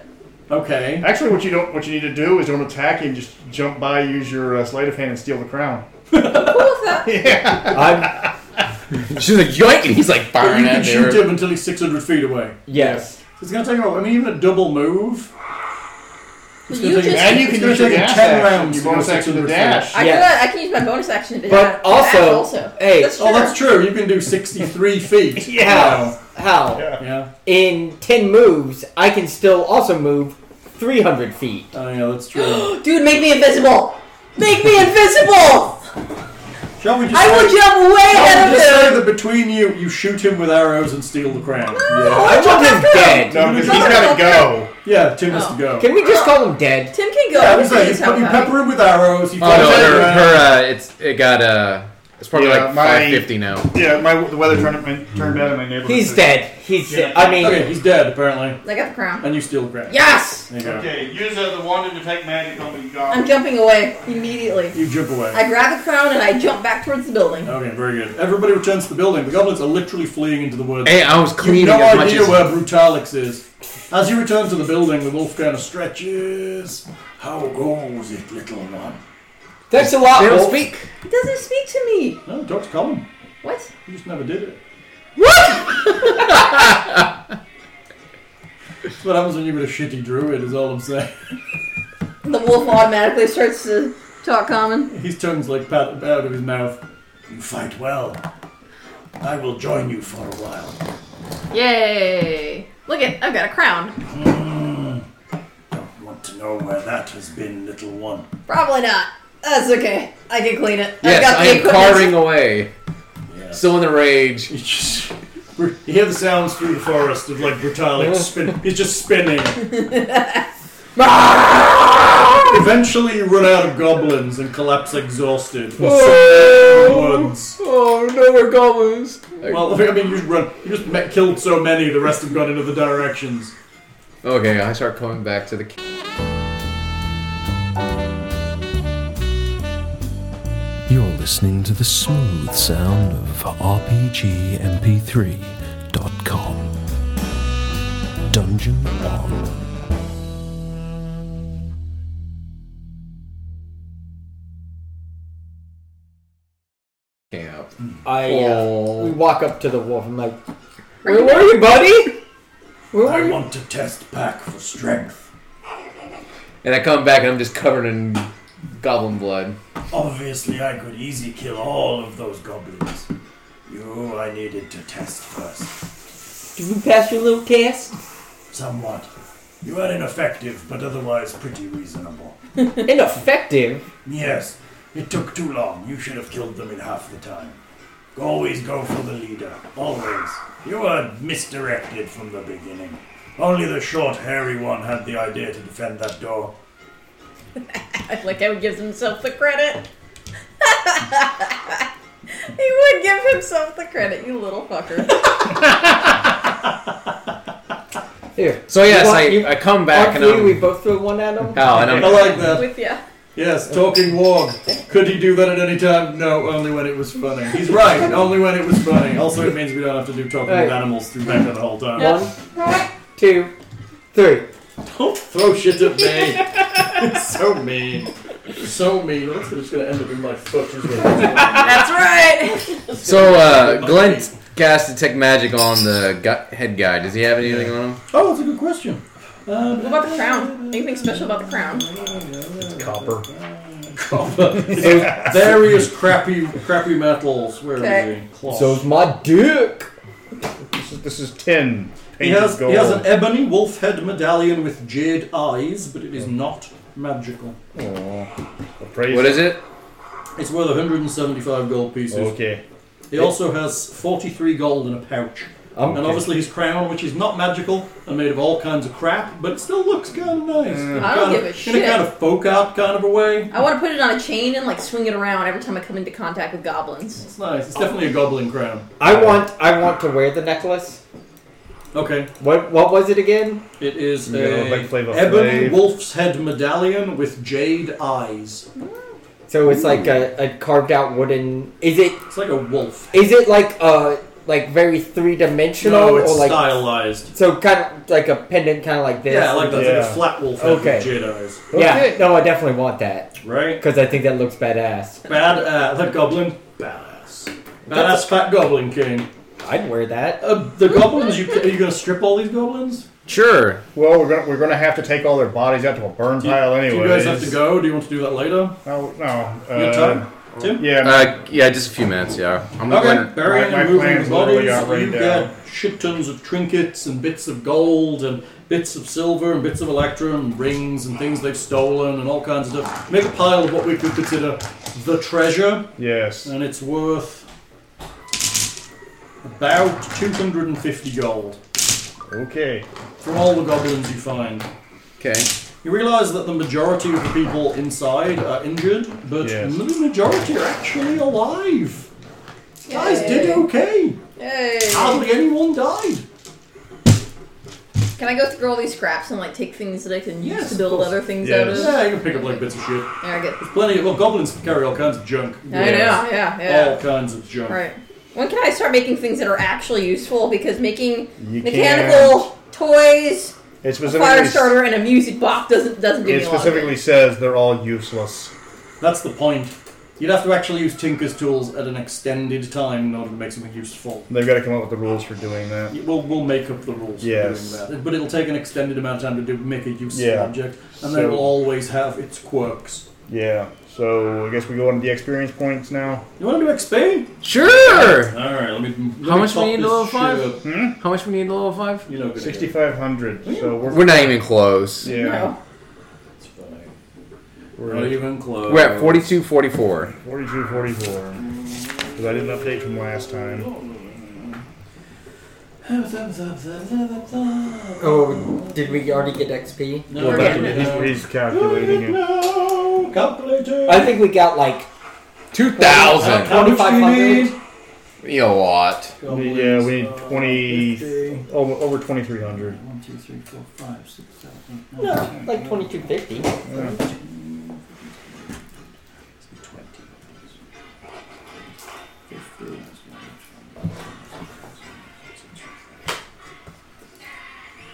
[SPEAKER 3] Okay.
[SPEAKER 2] Actually, what you don't what you need to do is don't attack him. Just jump by, use your uh, sleight of hand, and steal the crown.
[SPEAKER 4] Cool with that.
[SPEAKER 8] I'm
[SPEAKER 5] She's like yoink, and he's like
[SPEAKER 3] But
[SPEAKER 5] firing
[SPEAKER 3] you can
[SPEAKER 5] at
[SPEAKER 3] shoot
[SPEAKER 5] her.
[SPEAKER 3] him until he's 600 feet away.
[SPEAKER 8] yes.
[SPEAKER 3] So it's going to take a while. I mean, even a double move. It's
[SPEAKER 4] You
[SPEAKER 3] gonna take-
[SPEAKER 4] just-
[SPEAKER 2] And you can
[SPEAKER 3] It's
[SPEAKER 2] use
[SPEAKER 3] gonna
[SPEAKER 2] your
[SPEAKER 3] take
[SPEAKER 2] dash
[SPEAKER 3] 10
[SPEAKER 2] action.
[SPEAKER 3] rounds
[SPEAKER 2] Your
[SPEAKER 3] to go
[SPEAKER 2] bonus action to
[SPEAKER 3] 600 feet.
[SPEAKER 2] dash.
[SPEAKER 4] I,
[SPEAKER 8] Yes.
[SPEAKER 4] can, I can use my bonus action to do
[SPEAKER 8] But
[SPEAKER 4] that.
[SPEAKER 8] also-
[SPEAKER 4] That also.
[SPEAKER 8] hey,
[SPEAKER 4] That's
[SPEAKER 3] Oh,
[SPEAKER 4] true.
[SPEAKER 3] that's true. You can do 63 feet.
[SPEAKER 8] How? How?
[SPEAKER 2] Yeah.
[SPEAKER 3] Wow. Yeah.
[SPEAKER 8] In ten moves, I can still also move three hundred feet.
[SPEAKER 3] Oh, yeah, that's true.
[SPEAKER 4] Dude, make me invisible. Make me invisible.
[SPEAKER 3] Shall we just
[SPEAKER 4] I will
[SPEAKER 3] say,
[SPEAKER 4] jump way
[SPEAKER 3] shall
[SPEAKER 4] ahead
[SPEAKER 3] we just say
[SPEAKER 4] of him.
[SPEAKER 3] that between you, you shoot him with arrows and steal the crown?
[SPEAKER 4] No,
[SPEAKER 8] I
[SPEAKER 4] I jump
[SPEAKER 8] want him
[SPEAKER 4] after
[SPEAKER 8] dead.
[SPEAKER 4] him.
[SPEAKER 2] No, because he's
[SPEAKER 4] No,
[SPEAKER 2] gotta
[SPEAKER 4] no,
[SPEAKER 2] go.
[SPEAKER 3] Yeah, Tim has
[SPEAKER 4] Oh.
[SPEAKER 3] to go.
[SPEAKER 8] Can we just call him dead?
[SPEAKER 4] Tim can go.
[SPEAKER 3] yeah, I was
[SPEAKER 4] He's
[SPEAKER 3] saying,
[SPEAKER 4] in
[SPEAKER 3] you,
[SPEAKER 4] his home
[SPEAKER 3] pe- you
[SPEAKER 4] now.
[SPEAKER 3] pepper him with arrows. You
[SPEAKER 5] Oh no,
[SPEAKER 3] throw him
[SPEAKER 5] her,
[SPEAKER 3] around.
[SPEAKER 5] her uh, it's it got uh, it's probably
[SPEAKER 2] Yeah,
[SPEAKER 5] like
[SPEAKER 2] my-
[SPEAKER 5] 550 now.
[SPEAKER 2] Yeah, my the weather turned my, turned out in my neighborhood.
[SPEAKER 8] He's dead. He's. dead. I mean,
[SPEAKER 3] Okay, he's dead, apparently.
[SPEAKER 4] I got the crown.
[SPEAKER 3] And you steal the crown.
[SPEAKER 4] Yes.
[SPEAKER 3] There you go.
[SPEAKER 2] use uh, the wand to detect magic on the
[SPEAKER 4] I'm jumping away immediately.
[SPEAKER 3] You jump away.
[SPEAKER 4] I grab the crown and I jump back towards the building.
[SPEAKER 3] Okay, very good. Everybody returns to the building. The goblins are literally fleeing into the woods.
[SPEAKER 5] Hey, I was
[SPEAKER 3] you
[SPEAKER 5] cleaning
[SPEAKER 3] have
[SPEAKER 5] as
[SPEAKER 3] no
[SPEAKER 5] much
[SPEAKER 3] idea
[SPEAKER 5] as
[SPEAKER 3] where Brutalix is. As you return to the building, the wolf kind of stretches. How goes it, little one?
[SPEAKER 1] that's a lot.
[SPEAKER 5] they don't
[SPEAKER 1] Wolf.
[SPEAKER 5] speak.
[SPEAKER 4] He doesn't speak to me.
[SPEAKER 3] No, Doctor Colin.
[SPEAKER 4] What?
[SPEAKER 3] You just never did it.
[SPEAKER 4] What?
[SPEAKER 3] That's what happens when you've been a shitty druid, is all I'm saying.
[SPEAKER 4] The wolf automatically starts to talk common.
[SPEAKER 3] His tongue's like pat out of his mouth. You fight well. I will join you for a while.
[SPEAKER 4] Yay! Look at I've got a crown.
[SPEAKER 3] Don't want to know where that has been, little one.
[SPEAKER 4] Probably not. That's okay. I can clean it. I've
[SPEAKER 5] Yes,
[SPEAKER 4] got
[SPEAKER 5] I
[SPEAKER 4] the
[SPEAKER 5] am
[SPEAKER 4] equipment.
[SPEAKER 5] carving away.
[SPEAKER 3] Yes.
[SPEAKER 5] Still in the rage.
[SPEAKER 3] You just- you hear the sounds through the forest of like Brutalix spin. He's just spinning. Eventually, you run out of Oh, goblins and collapse exhausted. in the woods.
[SPEAKER 5] Oh no, we're goblins.
[SPEAKER 3] Well, I mean, you run. You just met, killed so many. The rest have gone in other directions.
[SPEAKER 5] Okay, I start coming back to the. ca-
[SPEAKER 10] You're listening to the smooth sound of RPGMP3.com. Dungeon on.
[SPEAKER 5] Hang out.
[SPEAKER 8] I uh, we walk up to the wolf. I'm like,
[SPEAKER 1] Where were you, buddy? Where were
[SPEAKER 3] I
[SPEAKER 1] you?
[SPEAKER 3] want to test Pack for strength.
[SPEAKER 5] And I come back and I'm just covered in goblin blood.
[SPEAKER 3] Obviously, I could easy kill all of those goblins. You, I needed to test first.
[SPEAKER 8] did you pass your little test?
[SPEAKER 3] Somewhat. You are ineffective, but otherwise pretty reasonable.
[SPEAKER 8] Ineffective.
[SPEAKER 3] Yes, it took too long. You should have killed them in half the time. Always go for the leader. Always. You were misdirected from the beginning. Only the short, hairy one had the idea to defend that door.
[SPEAKER 4] Like how he gives himself the credit. he would give himself the credit, you little fucker.
[SPEAKER 8] Here.
[SPEAKER 5] So yes,
[SPEAKER 8] want-
[SPEAKER 5] I,
[SPEAKER 8] you-
[SPEAKER 5] I come
[SPEAKER 8] All
[SPEAKER 5] back and
[SPEAKER 8] three, we
[SPEAKER 5] I'm
[SPEAKER 8] both threw one at him.
[SPEAKER 5] how and I'm
[SPEAKER 3] like that.
[SPEAKER 4] With ya.
[SPEAKER 3] Yes, talking wog. Could he do that at any time? No, only when it was funny. He's right, only when it was funny. Also, it means we don't have to do talking
[SPEAKER 8] Hey.
[SPEAKER 3] with animals through Becca the whole time.
[SPEAKER 4] Yeah.
[SPEAKER 8] One, two, three.
[SPEAKER 3] Don't Oh, throw shit at me. it's so mean. So mean. That's just gonna end up in my foot.
[SPEAKER 4] That's right.
[SPEAKER 5] so uh, Glenn cast detect magic on the gu- head guy. Does he have anything on him?
[SPEAKER 3] Oh, that's a good question.
[SPEAKER 4] What about the crown? Anything special about the crown?
[SPEAKER 8] Copper.
[SPEAKER 3] Various crappy, crappy metals. Where
[SPEAKER 4] Okay.
[SPEAKER 3] is he? Cloth.
[SPEAKER 8] So's my dick.
[SPEAKER 2] This is, this is tin
[SPEAKER 3] he
[SPEAKER 2] painted
[SPEAKER 3] has
[SPEAKER 2] gold.
[SPEAKER 3] he has an ebony wolf head medallion with jade eyes, but it is not magical.
[SPEAKER 2] Praise
[SPEAKER 5] What is it?
[SPEAKER 3] It's worth 175 gold pieces.
[SPEAKER 2] Okay.
[SPEAKER 3] He also has 43 gold in a pouch.
[SPEAKER 8] I'm
[SPEAKER 3] And obviously his crown, which is not magical and made of all kinds of crap, but still looks kind of nice.
[SPEAKER 4] Mm. I
[SPEAKER 3] Kind
[SPEAKER 4] don't
[SPEAKER 3] of-
[SPEAKER 4] give a
[SPEAKER 3] In
[SPEAKER 4] shit.
[SPEAKER 3] a kind of folk art kind of a way.
[SPEAKER 4] I want to put it on a chain and like swing it around every time I come into contact with goblins.
[SPEAKER 3] It's nice. It's definitely a goblin crown.
[SPEAKER 8] I want. I want to wear the necklace.
[SPEAKER 3] Okay,
[SPEAKER 8] What? What was it again?
[SPEAKER 3] it is
[SPEAKER 2] You gotta
[SPEAKER 3] a
[SPEAKER 2] look like Flavor
[SPEAKER 3] ebony
[SPEAKER 2] Flav.
[SPEAKER 3] wolf's head medallion with jade eyes.
[SPEAKER 8] So it's like a, a carved out wooden. Is it?
[SPEAKER 3] It's like a wolf.
[SPEAKER 8] Is it like a like very three dimensional
[SPEAKER 3] no, it's
[SPEAKER 8] or like
[SPEAKER 3] stylized.
[SPEAKER 8] so kind of like a pendant, kind of like this?
[SPEAKER 3] Yeah, like that. It's like
[SPEAKER 2] Yeah.
[SPEAKER 3] a flat wolf head
[SPEAKER 8] Okay.
[SPEAKER 3] with jade eyes.
[SPEAKER 8] Yeah,
[SPEAKER 5] Okay.
[SPEAKER 8] no, I definitely want that
[SPEAKER 3] Right?
[SPEAKER 8] because I think that looks badass.
[SPEAKER 3] Bad. Uh, the goblin. Badass. Badass fat goblin king.
[SPEAKER 8] I'd wear that.
[SPEAKER 3] Uh, the goblins. You, are you gonna strip all these goblins?
[SPEAKER 5] Sure.
[SPEAKER 2] Well, we're gonna we're gonna have to take all their bodies out to a burn pile
[SPEAKER 3] Do
[SPEAKER 2] anyway.
[SPEAKER 3] you guys have to go? Do you want to do that later?
[SPEAKER 2] No, no.
[SPEAKER 3] You got
[SPEAKER 2] Uh,
[SPEAKER 3] time? Tim?
[SPEAKER 2] yeah.
[SPEAKER 5] Uh, yeah, just a few minutes. Yeah, I'm not
[SPEAKER 3] Okay,
[SPEAKER 5] going
[SPEAKER 2] My-
[SPEAKER 3] burying
[SPEAKER 2] my
[SPEAKER 3] and moving
[SPEAKER 2] plans literally
[SPEAKER 3] bodies.
[SPEAKER 2] got
[SPEAKER 3] You've
[SPEAKER 2] rained down.
[SPEAKER 3] got shit tons of trinkets and bits of gold and bits of silver and bits of electrum, and rings and things they've stolen and all kinds of stuff. Make a pile of what we could consider the treasure,
[SPEAKER 2] Yes.
[SPEAKER 3] and it's worth about 250 gold
[SPEAKER 2] Okay.
[SPEAKER 3] from all the goblins you find.
[SPEAKER 5] Okay.
[SPEAKER 3] You realise that the majority of the people inside are injured, but
[SPEAKER 2] Yes.
[SPEAKER 3] the majority are actually alive. Guys did okay.
[SPEAKER 4] Yay.
[SPEAKER 3] Hardly anyone died.
[SPEAKER 4] Can I go through all these scraps and like take things that I can use
[SPEAKER 3] Yes,
[SPEAKER 4] to
[SPEAKER 3] of
[SPEAKER 4] build
[SPEAKER 3] course.
[SPEAKER 4] other things
[SPEAKER 2] Yes.
[SPEAKER 4] out of?
[SPEAKER 3] Yeah, you can pick up like bits of shit.
[SPEAKER 4] Yeah, I get.
[SPEAKER 3] Plenty of well, goblins carry all kinds of junk.
[SPEAKER 4] I know. Yeah, yeah.
[SPEAKER 3] All kinds of
[SPEAKER 2] Oh.
[SPEAKER 3] junk.
[SPEAKER 4] Right. When can I start making things that are actually useful? Because making
[SPEAKER 2] You
[SPEAKER 4] mechanical toys,
[SPEAKER 2] It
[SPEAKER 4] a fire
[SPEAKER 2] specifically
[SPEAKER 4] starter, and a music box doesn't doesn't do
[SPEAKER 2] it
[SPEAKER 4] me a lot. of
[SPEAKER 2] specifically says they're all useless.
[SPEAKER 3] That's the point. You'd have to actually use Tinker's tools at an extended time in order to make something useful.
[SPEAKER 2] They've got to come up with the rules for doing that.
[SPEAKER 3] We'll, we'll make up the rules
[SPEAKER 2] Yes.
[SPEAKER 3] for doing that. But it'll take an extended amount of time to do, make a useful
[SPEAKER 2] Yeah.
[SPEAKER 3] object, and
[SPEAKER 2] So-
[SPEAKER 3] then it'll always have its quirks.
[SPEAKER 2] Yeah. So I guess we go on to the experience points now.
[SPEAKER 3] You want to do XP?
[SPEAKER 5] Sure.
[SPEAKER 3] Alright, let me. Let
[SPEAKER 5] How
[SPEAKER 3] me
[SPEAKER 5] much we
[SPEAKER 3] pop
[SPEAKER 5] need to
[SPEAKER 3] this
[SPEAKER 5] level
[SPEAKER 3] shit
[SPEAKER 5] five?
[SPEAKER 3] up.
[SPEAKER 5] How much we need to level five?
[SPEAKER 3] You know, good idea.
[SPEAKER 2] 6,500. Hmm? So we're,
[SPEAKER 5] We're not even close.
[SPEAKER 2] yeah.
[SPEAKER 4] it. No.
[SPEAKER 3] It's fine.
[SPEAKER 2] We're
[SPEAKER 3] Not even close.
[SPEAKER 5] We're at 42, 44.
[SPEAKER 2] 42, 44. Because I didn't update from last time.
[SPEAKER 8] Oh, did we already get XP?
[SPEAKER 3] No,
[SPEAKER 4] Well,
[SPEAKER 3] no,
[SPEAKER 4] that-
[SPEAKER 3] no,
[SPEAKER 2] He's,
[SPEAKER 3] no.
[SPEAKER 2] he's calculating it.
[SPEAKER 3] No, calculator.
[SPEAKER 8] I think we got like
[SPEAKER 5] 2,000.
[SPEAKER 3] How much do you
[SPEAKER 8] 2,500?
[SPEAKER 3] need?
[SPEAKER 5] Be a lot.
[SPEAKER 2] Yeah, we need 20 over, over 2,300.
[SPEAKER 6] No, like twenty two fifty.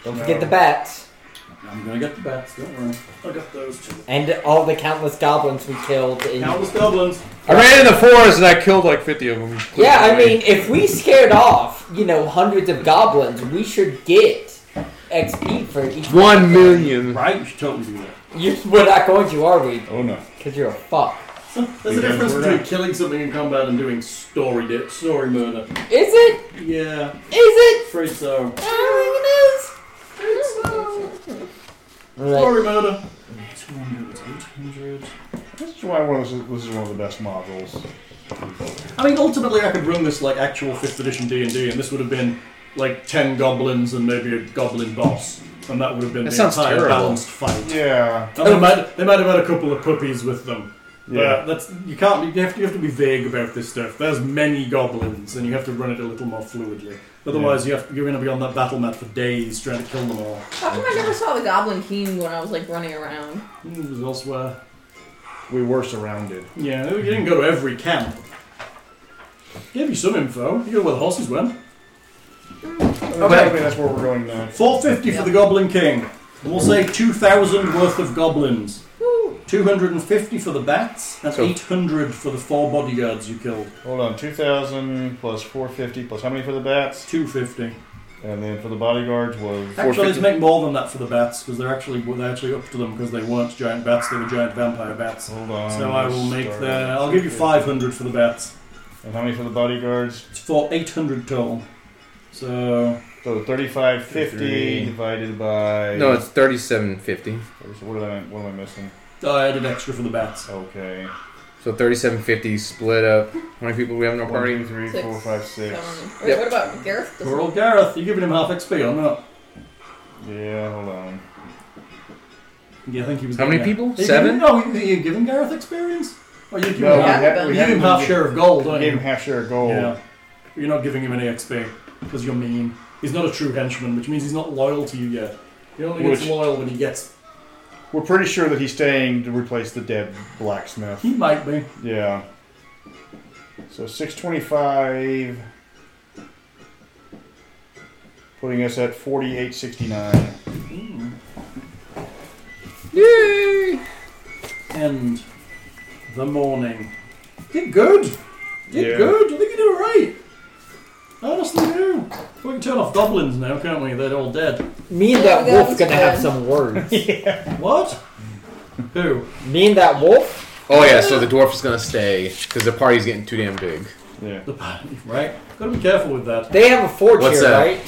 [SPEAKER 6] Don't forget the bats
[SPEAKER 3] I'm gonna get the bats, don't worry. I got those two.
[SPEAKER 6] and all the countless goblins we killed. In-
[SPEAKER 3] Countless goblins.
[SPEAKER 5] I ran in the forest and I killed like 50 of them.
[SPEAKER 6] yeah, I mean, if we scared off, you know, hundreds of goblins, we should get XP for each
[SPEAKER 5] One million.
[SPEAKER 3] Right? You should totally do that.
[SPEAKER 6] You, we're not going to, are we?
[SPEAKER 2] Oh no.
[SPEAKER 6] Because you're a fuck.
[SPEAKER 3] So, there's a
[SPEAKER 2] Because
[SPEAKER 3] difference
[SPEAKER 2] we're
[SPEAKER 3] between
[SPEAKER 2] not-
[SPEAKER 3] killing something in combat and doing story di- story murder.
[SPEAKER 6] Is it? Is
[SPEAKER 3] Yeah,
[SPEAKER 6] it?
[SPEAKER 3] afraid so.
[SPEAKER 6] I
[SPEAKER 4] Oh,
[SPEAKER 6] don't think it is. Right.
[SPEAKER 3] Story murder.
[SPEAKER 2] This is why one of those, this is one of the best modules.
[SPEAKER 3] I mean, ultimately, I could run this like actual fifth edition D and D, and this would have been like ten goblins and maybe a goblin boss, and that would have been
[SPEAKER 5] That
[SPEAKER 3] the
[SPEAKER 5] sounds
[SPEAKER 3] entire
[SPEAKER 5] terrible. Oh.
[SPEAKER 3] balanced fight.
[SPEAKER 2] Yeah.
[SPEAKER 3] And they might they might have had a couple of puppies with them.
[SPEAKER 2] Yeah.
[SPEAKER 3] But that's you can't you have to you have to be vague about this stuff. There's many goblins, and you have to run it a little more fluidly. Otherwise, you have you're going to be on that battle mat for days trying to kill them all.
[SPEAKER 4] How come I never saw the Goblin King when I was like running around?
[SPEAKER 3] Mm, It was elsewhere.
[SPEAKER 2] We were surrounded.
[SPEAKER 3] Yeah, you didn't go to every camp. Gave you some info. You know where the horses went.
[SPEAKER 2] Okay. Hopefully that's where we're going now.
[SPEAKER 3] Four fifty for the Goblin King. And we'll say two thousand worth of goblins. Two hundred and fifty for the bats, and
[SPEAKER 5] So-
[SPEAKER 3] eight hundred for the four bodyguards you killed.
[SPEAKER 2] Hold on. 2,000 plus 450 plus how many for the bats?
[SPEAKER 3] Two fifty.
[SPEAKER 2] And then for the bodyguards was.
[SPEAKER 3] Actually, let's
[SPEAKER 5] 450.
[SPEAKER 3] make more than that for the bats because they're actually they're actually up to them because they weren't giant bats; they were giant vampire bats.
[SPEAKER 2] Hold on.
[SPEAKER 3] So I will make
[SPEAKER 2] Start
[SPEAKER 3] the.
[SPEAKER 2] at
[SPEAKER 3] I'll give you 500 for the bats.
[SPEAKER 2] And how many for the bodyguards?
[SPEAKER 3] It's for 800 total. So
[SPEAKER 2] So 3550 divided by.
[SPEAKER 5] No, it's 3750.
[SPEAKER 2] What, did I, what am I missing?
[SPEAKER 3] I added extra for the bats.
[SPEAKER 2] Okay.
[SPEAKER 5] So 3750 split up. How many people do we have in our
[SPEAKER 2] One,
[SPEAKER 5] party?
[SPEAKER 2] two, three, four, five, six.
[SPEAKER 4] Seven. Wait,
[SPEAKER 5] Yep.
[SPEAKER 4] what about Gareth? Does-
[SPEAKER 3] Poor old Gareth, you giving him half XP or not?
[SPEAKER 2] Yeah, hold on.
[SPEAKER 3] Yeah, I think he was.
[SPEAKER 5] How many
[SPEAKER 3] getting-
[SPEAKER 5] people?
[SPEAKER 3] Are you
[SPEAKER 5] Seven?
[SPEAKER 3] Giving, no, are you giving Gareth experience? Or are you giving
[SPEAKER 2] No,
[SPEAKER 3] him,
[SPEAKER 2] we,
[SPEAKER 4] Yeah,
[SPEAKER 3] half,
[SPEAKER 2] had, we
[SPEAKER 3] you
[SPEAKER 4] but-
[SPEAKER 2] had
[SPEAKER 3] give him half share of gold, don't
[SPEAKER 2] Gave him
[SPEAKER 3] you?
[SPEAKER 2] half share of gold.
[SPEAKER 3] Yeah. You're not giving him any XP because you're mean. He's not a true henchman, which means he's not loyal to you yet. He only gets
[SPEAKER 2] Which-
[SPEAKER 3] loyal when he gets.
[SPEAKER 2] We're pretty sure that he's staying to replace the dead blacksmith.
[SPEAKER 3] He might be.
[SPEAKER 2] Yeah. So 625. Putting us at 4869.
[SPEAKER 3] And the morning. Did good. Did
[SPEAKER 2] Yeah.
[SPEAKER 3] good. I think you did alright. I honestly do. We can turn off goblins now, can't we? They're all dead.
[SPEAKER 6] Me and
[SPEAKER 4] Yeah,
[SPEAKER 6] that
[SPEAKER 4] that
[SPEAKER 6] wolf
[SPEAKER 4] was
[SPEAKER 6] gonna have
[SPEAKER 4] good.
[SPEAKER 6] some words.
[SPEAKER 3] What? Who?
[SPEAKER 6] Me and that wolf?
[SPEAKER 5] Oh, yeah, so the dwarf is going to stay because the party's getting too damn big.
[SPEAKER 2] Yeah.
[SPEAKER 3] The party, right? Gotta be careful with that.
[SPEAKER 6] They have a forge
[SPEAKER 5] What's
[SPEAKER 6] here,
[SPEAKER 5] that?
[SPEAKER 6] right?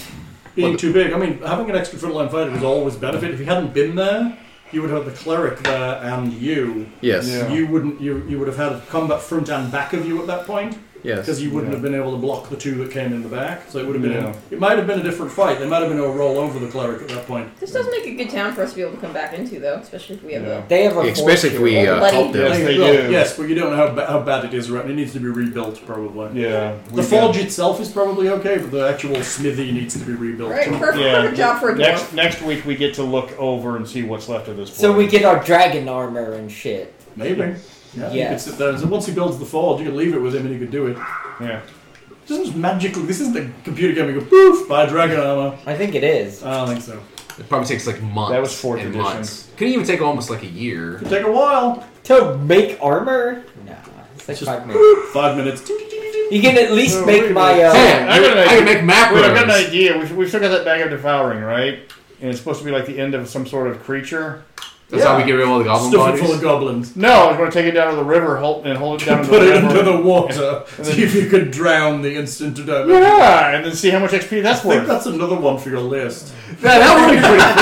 [SPEAKER 3] Being too big. I mean, having an extra frontline fighter was always benefit. If you hadn't been there, you would have had the cleric there and you.
[SPEAKER 5] Yes.
[SPEAKER 2] Yeah.
[SPEAKER 3] You wouldn't. You you would have had combat front and back of you at that point.
[SPEAKER 5] Yes.
[SPEAKER 3] because you wouldn't
[SPEAKER 2] Yeah.
[SPEAKER 3] have been able to block the two that came in the back. So it would have been.
[SPEAKER 2] Yeah.
[SPEAKER 3] it might have been a different fight. They might have been a roll over the cleric at that point.
[SPEAKER 4] This does make a good town for us to be able to come back into, though, especially if we have
[SPEAKER 2] Yeah.
[SPEAKER 4] a.
[SPEAKER 6] They have a
[SPEAKER 5] Especially if
[SPEAKER 6] forge here,
[SPEAKER 5] we
[SPEAKER 6] right?
[SPEAKER 5] uh,
[SPEAKER 4] Bloody-
[SPEAKER 5] help them.
[SPEAKER 2] Yes, they
[SPEAKER 3] Well,
[SPEAKER 2] do.
[SPEAKER 3] Yes, but you don't know how, ba- how bad it is right. It needs to be rebuilt probably.
[SPEAKER 2] Yeah.
[SPEAKER 3] The forge itself is probably okay, but the actual smithy needs to be rebuilt.
[SPEAKER 4] Right, perfect, perfect job for a
[SPEAKER 2] next
[SPEAKER 4] dwarf.
[SPEAKER 2] next week we get to look over and see what's left of this.
[SPEAKER 6] So we
[SPEAKER 2] place.
[SPEAKER 6] get our dragon armor and shit.
[SPEAKER 3] Maybe. Yeah. You could
[SPEAKER 6] Yes.
[SPEAKER 3] sit there and so once he builds the forge, you could leave it with him and he could do it.
[SPEAKER 2] yeah.
[SPEAKER 3] It doesn't just magically. This isn't a computer game. You go poof by dragon armor.
[SPEAKER 6] I think it is.
[SPEAKER 3] I don't think so.
[SPEAKER 5] It probably takes like months.
[SPEAKER 2] That was fourth
[SPEAKER 5] and
[SPEAKER 2] edition.
[SPEAKER 5] months. Could even take almost like a year.
[SPEAKER 3] Could take a while.
[SPEAKER 6] To make armor? Nah. It's like
[SPEAKER 3] Just
[SPEAKER 6] five minutes.
[SPEAKER 3] Five minutes.
[SPEAKER 6] You can at least
[SPEAKER 2] No,
[SPEAKER 6] make
[SPEAKER 2] wait a
[SPEAKER 6] my.
[SPEAKER 2] minute.
[SPEAKER 6] Uh,
[SPEAKER 5] Damn,
[SPEAKER 2] I got an
[SPEAKER 5] I, can, I
[SPEAKER 2] idea.
[SPEAKER 5] can make
[SPEAKER 2] Wait, I've got an
[SPEAKER 5] macros.
[SPEAKER 2] idea. We we still got that bag of devouring, right? And it's supposed to be like the end of some sort of creature.
[SPEAKER 5] That's how we get rid of all the goblin
[SPEAKER 3] Stuff it full of
[SPEAKER 5] bodies.
[SPEAKER 3] goblins.
[SPEAKER 2] No, I'm going to take it down to the river hold, and hold it down. in
[SPEAKER 3] Put it
[SPEAKER 2] the river.
[SPEAKER 3] under the water. See if you could drown the instant to die.
[SPEAKER 2] Yeah, and then see how much XP that's
[SPEAKER 3] I think
[SPEAKER 2] worth.
[SPEAKER 3] that's another one for your list.
[SPEAKER 5] Yeah, that would be pretty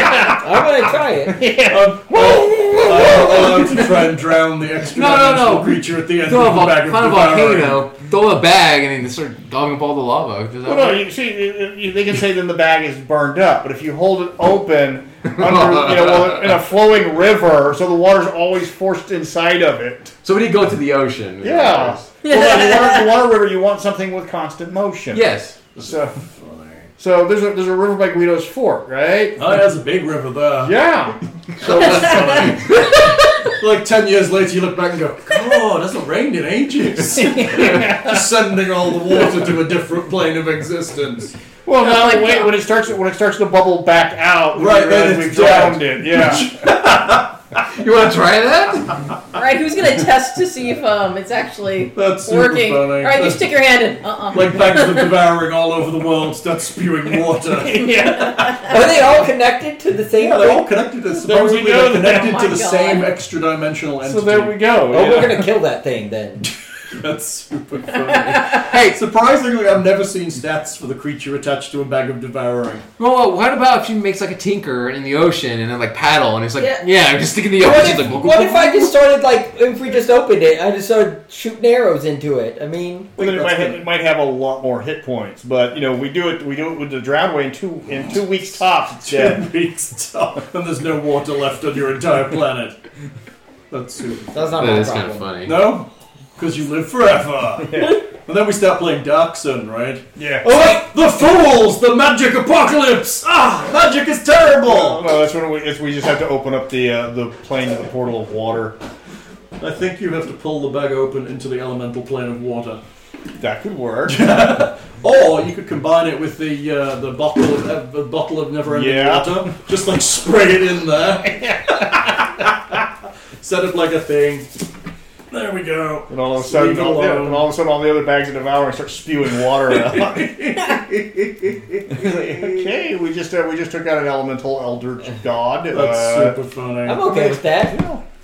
[SPEAKER 5] funny.
[SPEAKER 8] I'm gonna try it.
[SPEAKER 3] Um, I want to try and drown the extra
[SPEAKER 5] No, no, no.
[SPEAKER 3] dimensional creature at the end
[SPEAKER 5] Throw a,
[SPEAKER 3] of the
[SPEAKER 5] vol-
[SPEAKER 3] back of
[SPEAKER 5] find a
[SPEAKER 3] the barrel.
[SPEAKER 5] volcano, throw a bag, and then start dogging up all the lava. Does that
[SPEAKER 2] Well, no,
[SPEAKER 3] Uh,
[SPEAKER 5] work?
[SPEAKER 2] you see, you- you- they can say then the bag is burned up, but if you hold it open under, you know, well, in a flowing river, so the water's always forced inside of it.
[SPEAKER 5] Somebody go to the ocean.
[SPEAKER 2] Yeah. well, in a water, water river, you want something with constant motion.
[SPEAKER 5] Yes.
[SPEAKER 2] So, so there's a there's a river by Guido's Fork, right?
[SPEAKER 3] Oh, yeah, there's a big river there.
[SPEAKER 2] Yeah.
[SPEAKER 3] Like ten years later, you look back and go, "God, it hasn't rained in ages." Just sending all the water to a different plane of existence.
[SPEAKER 2] Well, now
[SPEAKER 4] my
[SPEAKER 2] wait
[SPEAKER 4] God.
[SPEAKER 2] when it starts when it starts to bubble back out, we
[SPEAKER 3] Right, then
[SPEAKER 2] realize
[SPEAKER 3] it's
[SPEAKER 2] we've
[SPEAKER 3] dead.
[SPEAKER 2] drowned it. Yeah.
[SPEAKER 5] You want to try that?
[SPEAKER 4] All right, who's gonna test to see if um it's actually
[SPEAKER 3] That's super
[SPEAKER 4] working?
[SPEAKER 3] funny.
[SPEAKER 4] All right, you
[SPEAKER 3] That's-
[SPEAKER 4] stick your hand in. Uh-uh.
[SPEAKER 3] Like bags of devouring all over the world, start spewing water.
[SPEAKER 2] yeah.
[SPEAKER 8] Are they all connected to the same?
[SPEAKER 3] Yeah, they're all connected. They're supposedly
[SPEAKER 2] go
[SPEAKER 3] they're
[SPEAKER 2] then.
[SPEAKER 3] connected
[SPEAKER 4] Oh
[SPEAKER 3] to
[SPEAKER 4] my
[SPEAKER 3] the
[SPEAKER 4] God.
[SPEAKER 3] same extra dimensional entity.
[SPEAKER 2] So there we go.
[SPEAKER 8] Oh,
[SPEAKER 2] yeah.
[SPEAKER 8] we're gonna kill that thing then.
[SPEAKER 3] That's super funny. hey, surprisingly, I've never seen stats for the creature attached to a bag of devouring.
[SPEAKER 5] Well, what about if she makes like a tinker in the ocean and then like paddle and it's like,
[SPEAKER 8] Yeah.
[SPEAKER 5] yeah, I'm just sticking the ocean.
[SPEAKER 8] What
[SPEAKER 5] It's
[SPEAKER 8] if,
[SPEAKER 5] like,
[SPEAKER 8] what if I just started like if we just opened it? I just started shooting arrows into it. I mean,
[SPEAKER 2] Well, then it
[SPEAKER 3] That's
[SPEAKER 2] might, have,
[SPEAKER 3] good.
[SPEAKER 2] it might have a lot more hit points, but you know we do it. We do it with the drown way in two in two weeks tops. It's dead.
[SPEAKER 3] Ten weeks tough, and there's no water left on your entire planet. That's super.
[SPEAKER 8] that's not
[SPEAKER 5] That
[SPEAKER 8] my
[SPEAKER 5] is kind of
[SPEAKER 8] problem.
[SPEAKER 5] funny.
[SPEAKER 3] No, because you live forever. And then we start playing Dark Sun, right?
[SPEAKER 2] yeah.
[SPEAKER 3] Oh, wait, the fools! The magic apocalypse! Ah, magic is terrible!
[SPEAKER 2] Oh, No, that's when we, it's, we just have to open up the uh, the plane to the portal of water.
[SPEAKER 3] I think you have to pull the bag open into the elemental plane of water.
[SPEAKER 2] That could work.
[SPEAKER 3] Or you could combine it with the uh, the bottle of, uh, the bottle of never-ending
[SPEAKER 2] Yeah.
[SPEAKER 3] water, just like spray it in there. Set up like a thing. There we go.
[SPEAKER 2] And all of a
[SPEAKER 3] Just
[SPEAKER 2] sudden,
[SPEAKER 3] leave it
[SPEAKER 2] all, yeah,
[SPEAKER 3] alone.
[SPEAKER 2] and all of a sudden, all the other bags of devouring start spewing water out. okay, we just uh, we just took out an elemental elder god.
[SPEAKER 3] That's
[SPEAKER 2] uh,
[SPEAKER 3] super funny.
[SPEAKER 8] I'm okay with that.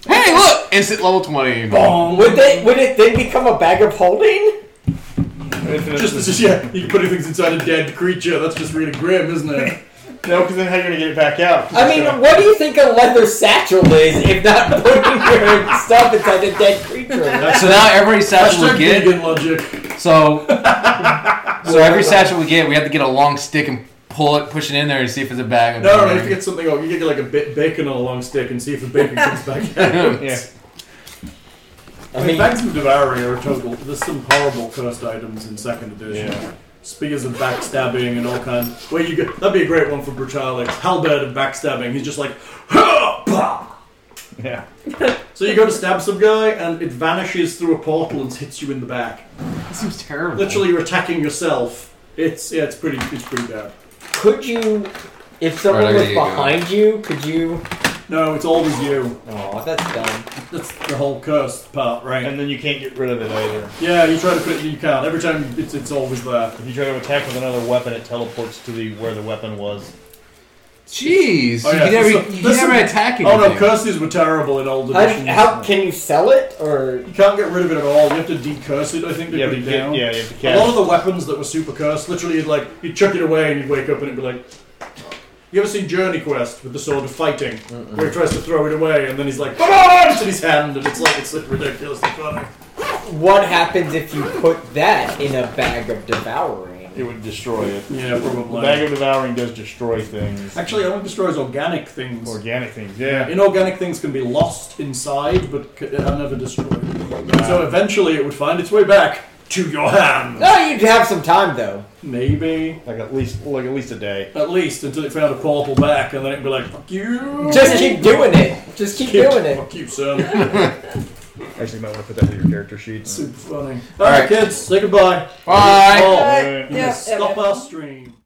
[SPEAKER 5] Hey, look! Instant level 20.
[SPEAKER 3] Bong.
[SPEAKER 8] Would they? Would it then become a bag of holding?
[SPEAKER 2] infinite-
[SPEAKER 3] Just, it's just yeah, you can put things inside a dead creature. That's just really grim, isn't it?
[SPEAKER 2] no, because then how are you gonna get it back out?
[SPEAKER 8] I mean, what do you think a leather satchel is if not putting your stuff inside a dead creature?
[SPEAKER 5] So now every satchel
[SPEAKER 3] Hashtag
[SPEAKER 5] we get,
[SPEAKER 3] vegan logic.
[SPEAKER 5] so so every satchel we get, we have to get a long stick and pull it, push it in there, and see if it's a bag. Of
[SPEAKER 3] No, no, you have to get something. Oh, you get like a bit bacon on a long stick and see if the bacon comes back out.
[SPEAKER 2] yeah.
[SPEAKER 3] I mean, bags of devouring are a total. There's some horrible cursed items in second edition.
[SPEAKER 2] Yeah.
[SPEAKER 3] Speakers of backstabbing and all kinds. Where you go, that'd be a great one for Brutalix. Halberd of backstabbing. He's just like, "Huh, bah!"
[SPEAKER 2] yeah.
[SPEAKER 3] so you go to stab some guy and it vanishes through a portal and hits you in the back.
[SPEAKER 5] That seems terrible.
[SPEAKER 3] Literally, you're attacking yourself. It's yeah, it's pretty, it's pretty bad.
[SPEAKER 8] Could you, if
[SPEAKER 5] Alright,
[SPEAKER 8] someone
[SPEAKER 5] I gotta
[SPEAKER 8] was
[SPEAKER 5] get going.
[SPEAKER 8] behind you, could you?
[SPEAKER 3] No, it's always you.
[SPEAKER 8] Oh, that's dumb.
[SPEAKER 3] That's the whole cursed part, right?
[SPEAKER 2] And then you can't get rid of it either.
[SPEAKER 3] yeah, you try to put it, you can't. Every time, it's it's always there.
[SPEAKER 2] If you try to attack with another weapon, it teleports to the where the weapon was.
[SPEAKER 5] Jeez,
[SPEAKER 3] Oh, yeah,
[SPEAKER 5] you can
[SPEAKER 3] so-
[SPEAKER 5] never, you can
[SPEAKER 3] this
[SPEAKER 5] never
[SPEAKER 3] is-
[SPEAKER 5] attack
[SPEAKER 3] Oh no,
[SPEAKER 5] anything.
[SPEAKER 3] curses were terrible in old
[SPEAKER 8] How,
[SPEAKER 3] editions.
[SPEAKER 8] how can you sell it or?
[SPEAKER 3] You can't get rid of it at all. You have to decurse it. I think to
[SPEAKER 2] Yeah,
[SPEAKER 3] put
[SPEAKER 2] but
[SPEAKER 3] it
[SPEAKER 2] you can't-
[SPEAKER 3] down.
[SPEAKER 2] yeah, you have to
[SPEAKER 3] A
[SPEAKER 2] cast-
[SPEAKER 3] lot of the weapons that were super cursed, literally, you'd like you'd chuck it away and you'd wake up and it'd be like. You ever seen Journey Quest with the sword of fighting, where he tries to throw it away and then he's like, "Come on!" It's in his hand and it's like it's like ridiculously funny.
[SPEAKER 8] What happens if you put that in a bag of devouring?
[SPEAKER 2] It would destroy it.
[SPEAKER 3] Yeah,
[SPEAKER 2] The
[SPEAKER 3] probably.
[SPEAKER 2] bag of devouring does destroy things,
[SPEAKER 3] Actually, it only destroys organic things.
[SPEAKER 2] organic things. Yeah.
[SPEAKER 3] Inorganic things can be lost inside, but c- uh, are never destroyed. So eventually, it would find its way back to your hand.
[SPEAKER 8] No, you'd have some time though.
[SPEAKER 3] Maybe.
[SPEAKER 2] Like at least like at least a day.
[SPEAKER 3] At least until it found a portal back, and then it'd be like, fuck you!
[SPEAKER 8] Just keep doing it. Just keep doing it.
[SPEAKER 3] Fuck you, son.
[SPEAKER 2] Actually, you might want to put that in your character sheet.
[SPEAKER 3] Super funny. Alright,
[SPEAKER 5] Alright.
[SPEAKER 3] kids, say goodbye.
[SPEAKER 5] Bye.
[SPEAKER 3] Oh,
[SPEAKER 4] Uh,
[SPEAKER 2] Yeah.
[SPEAKER 3] stop our stream.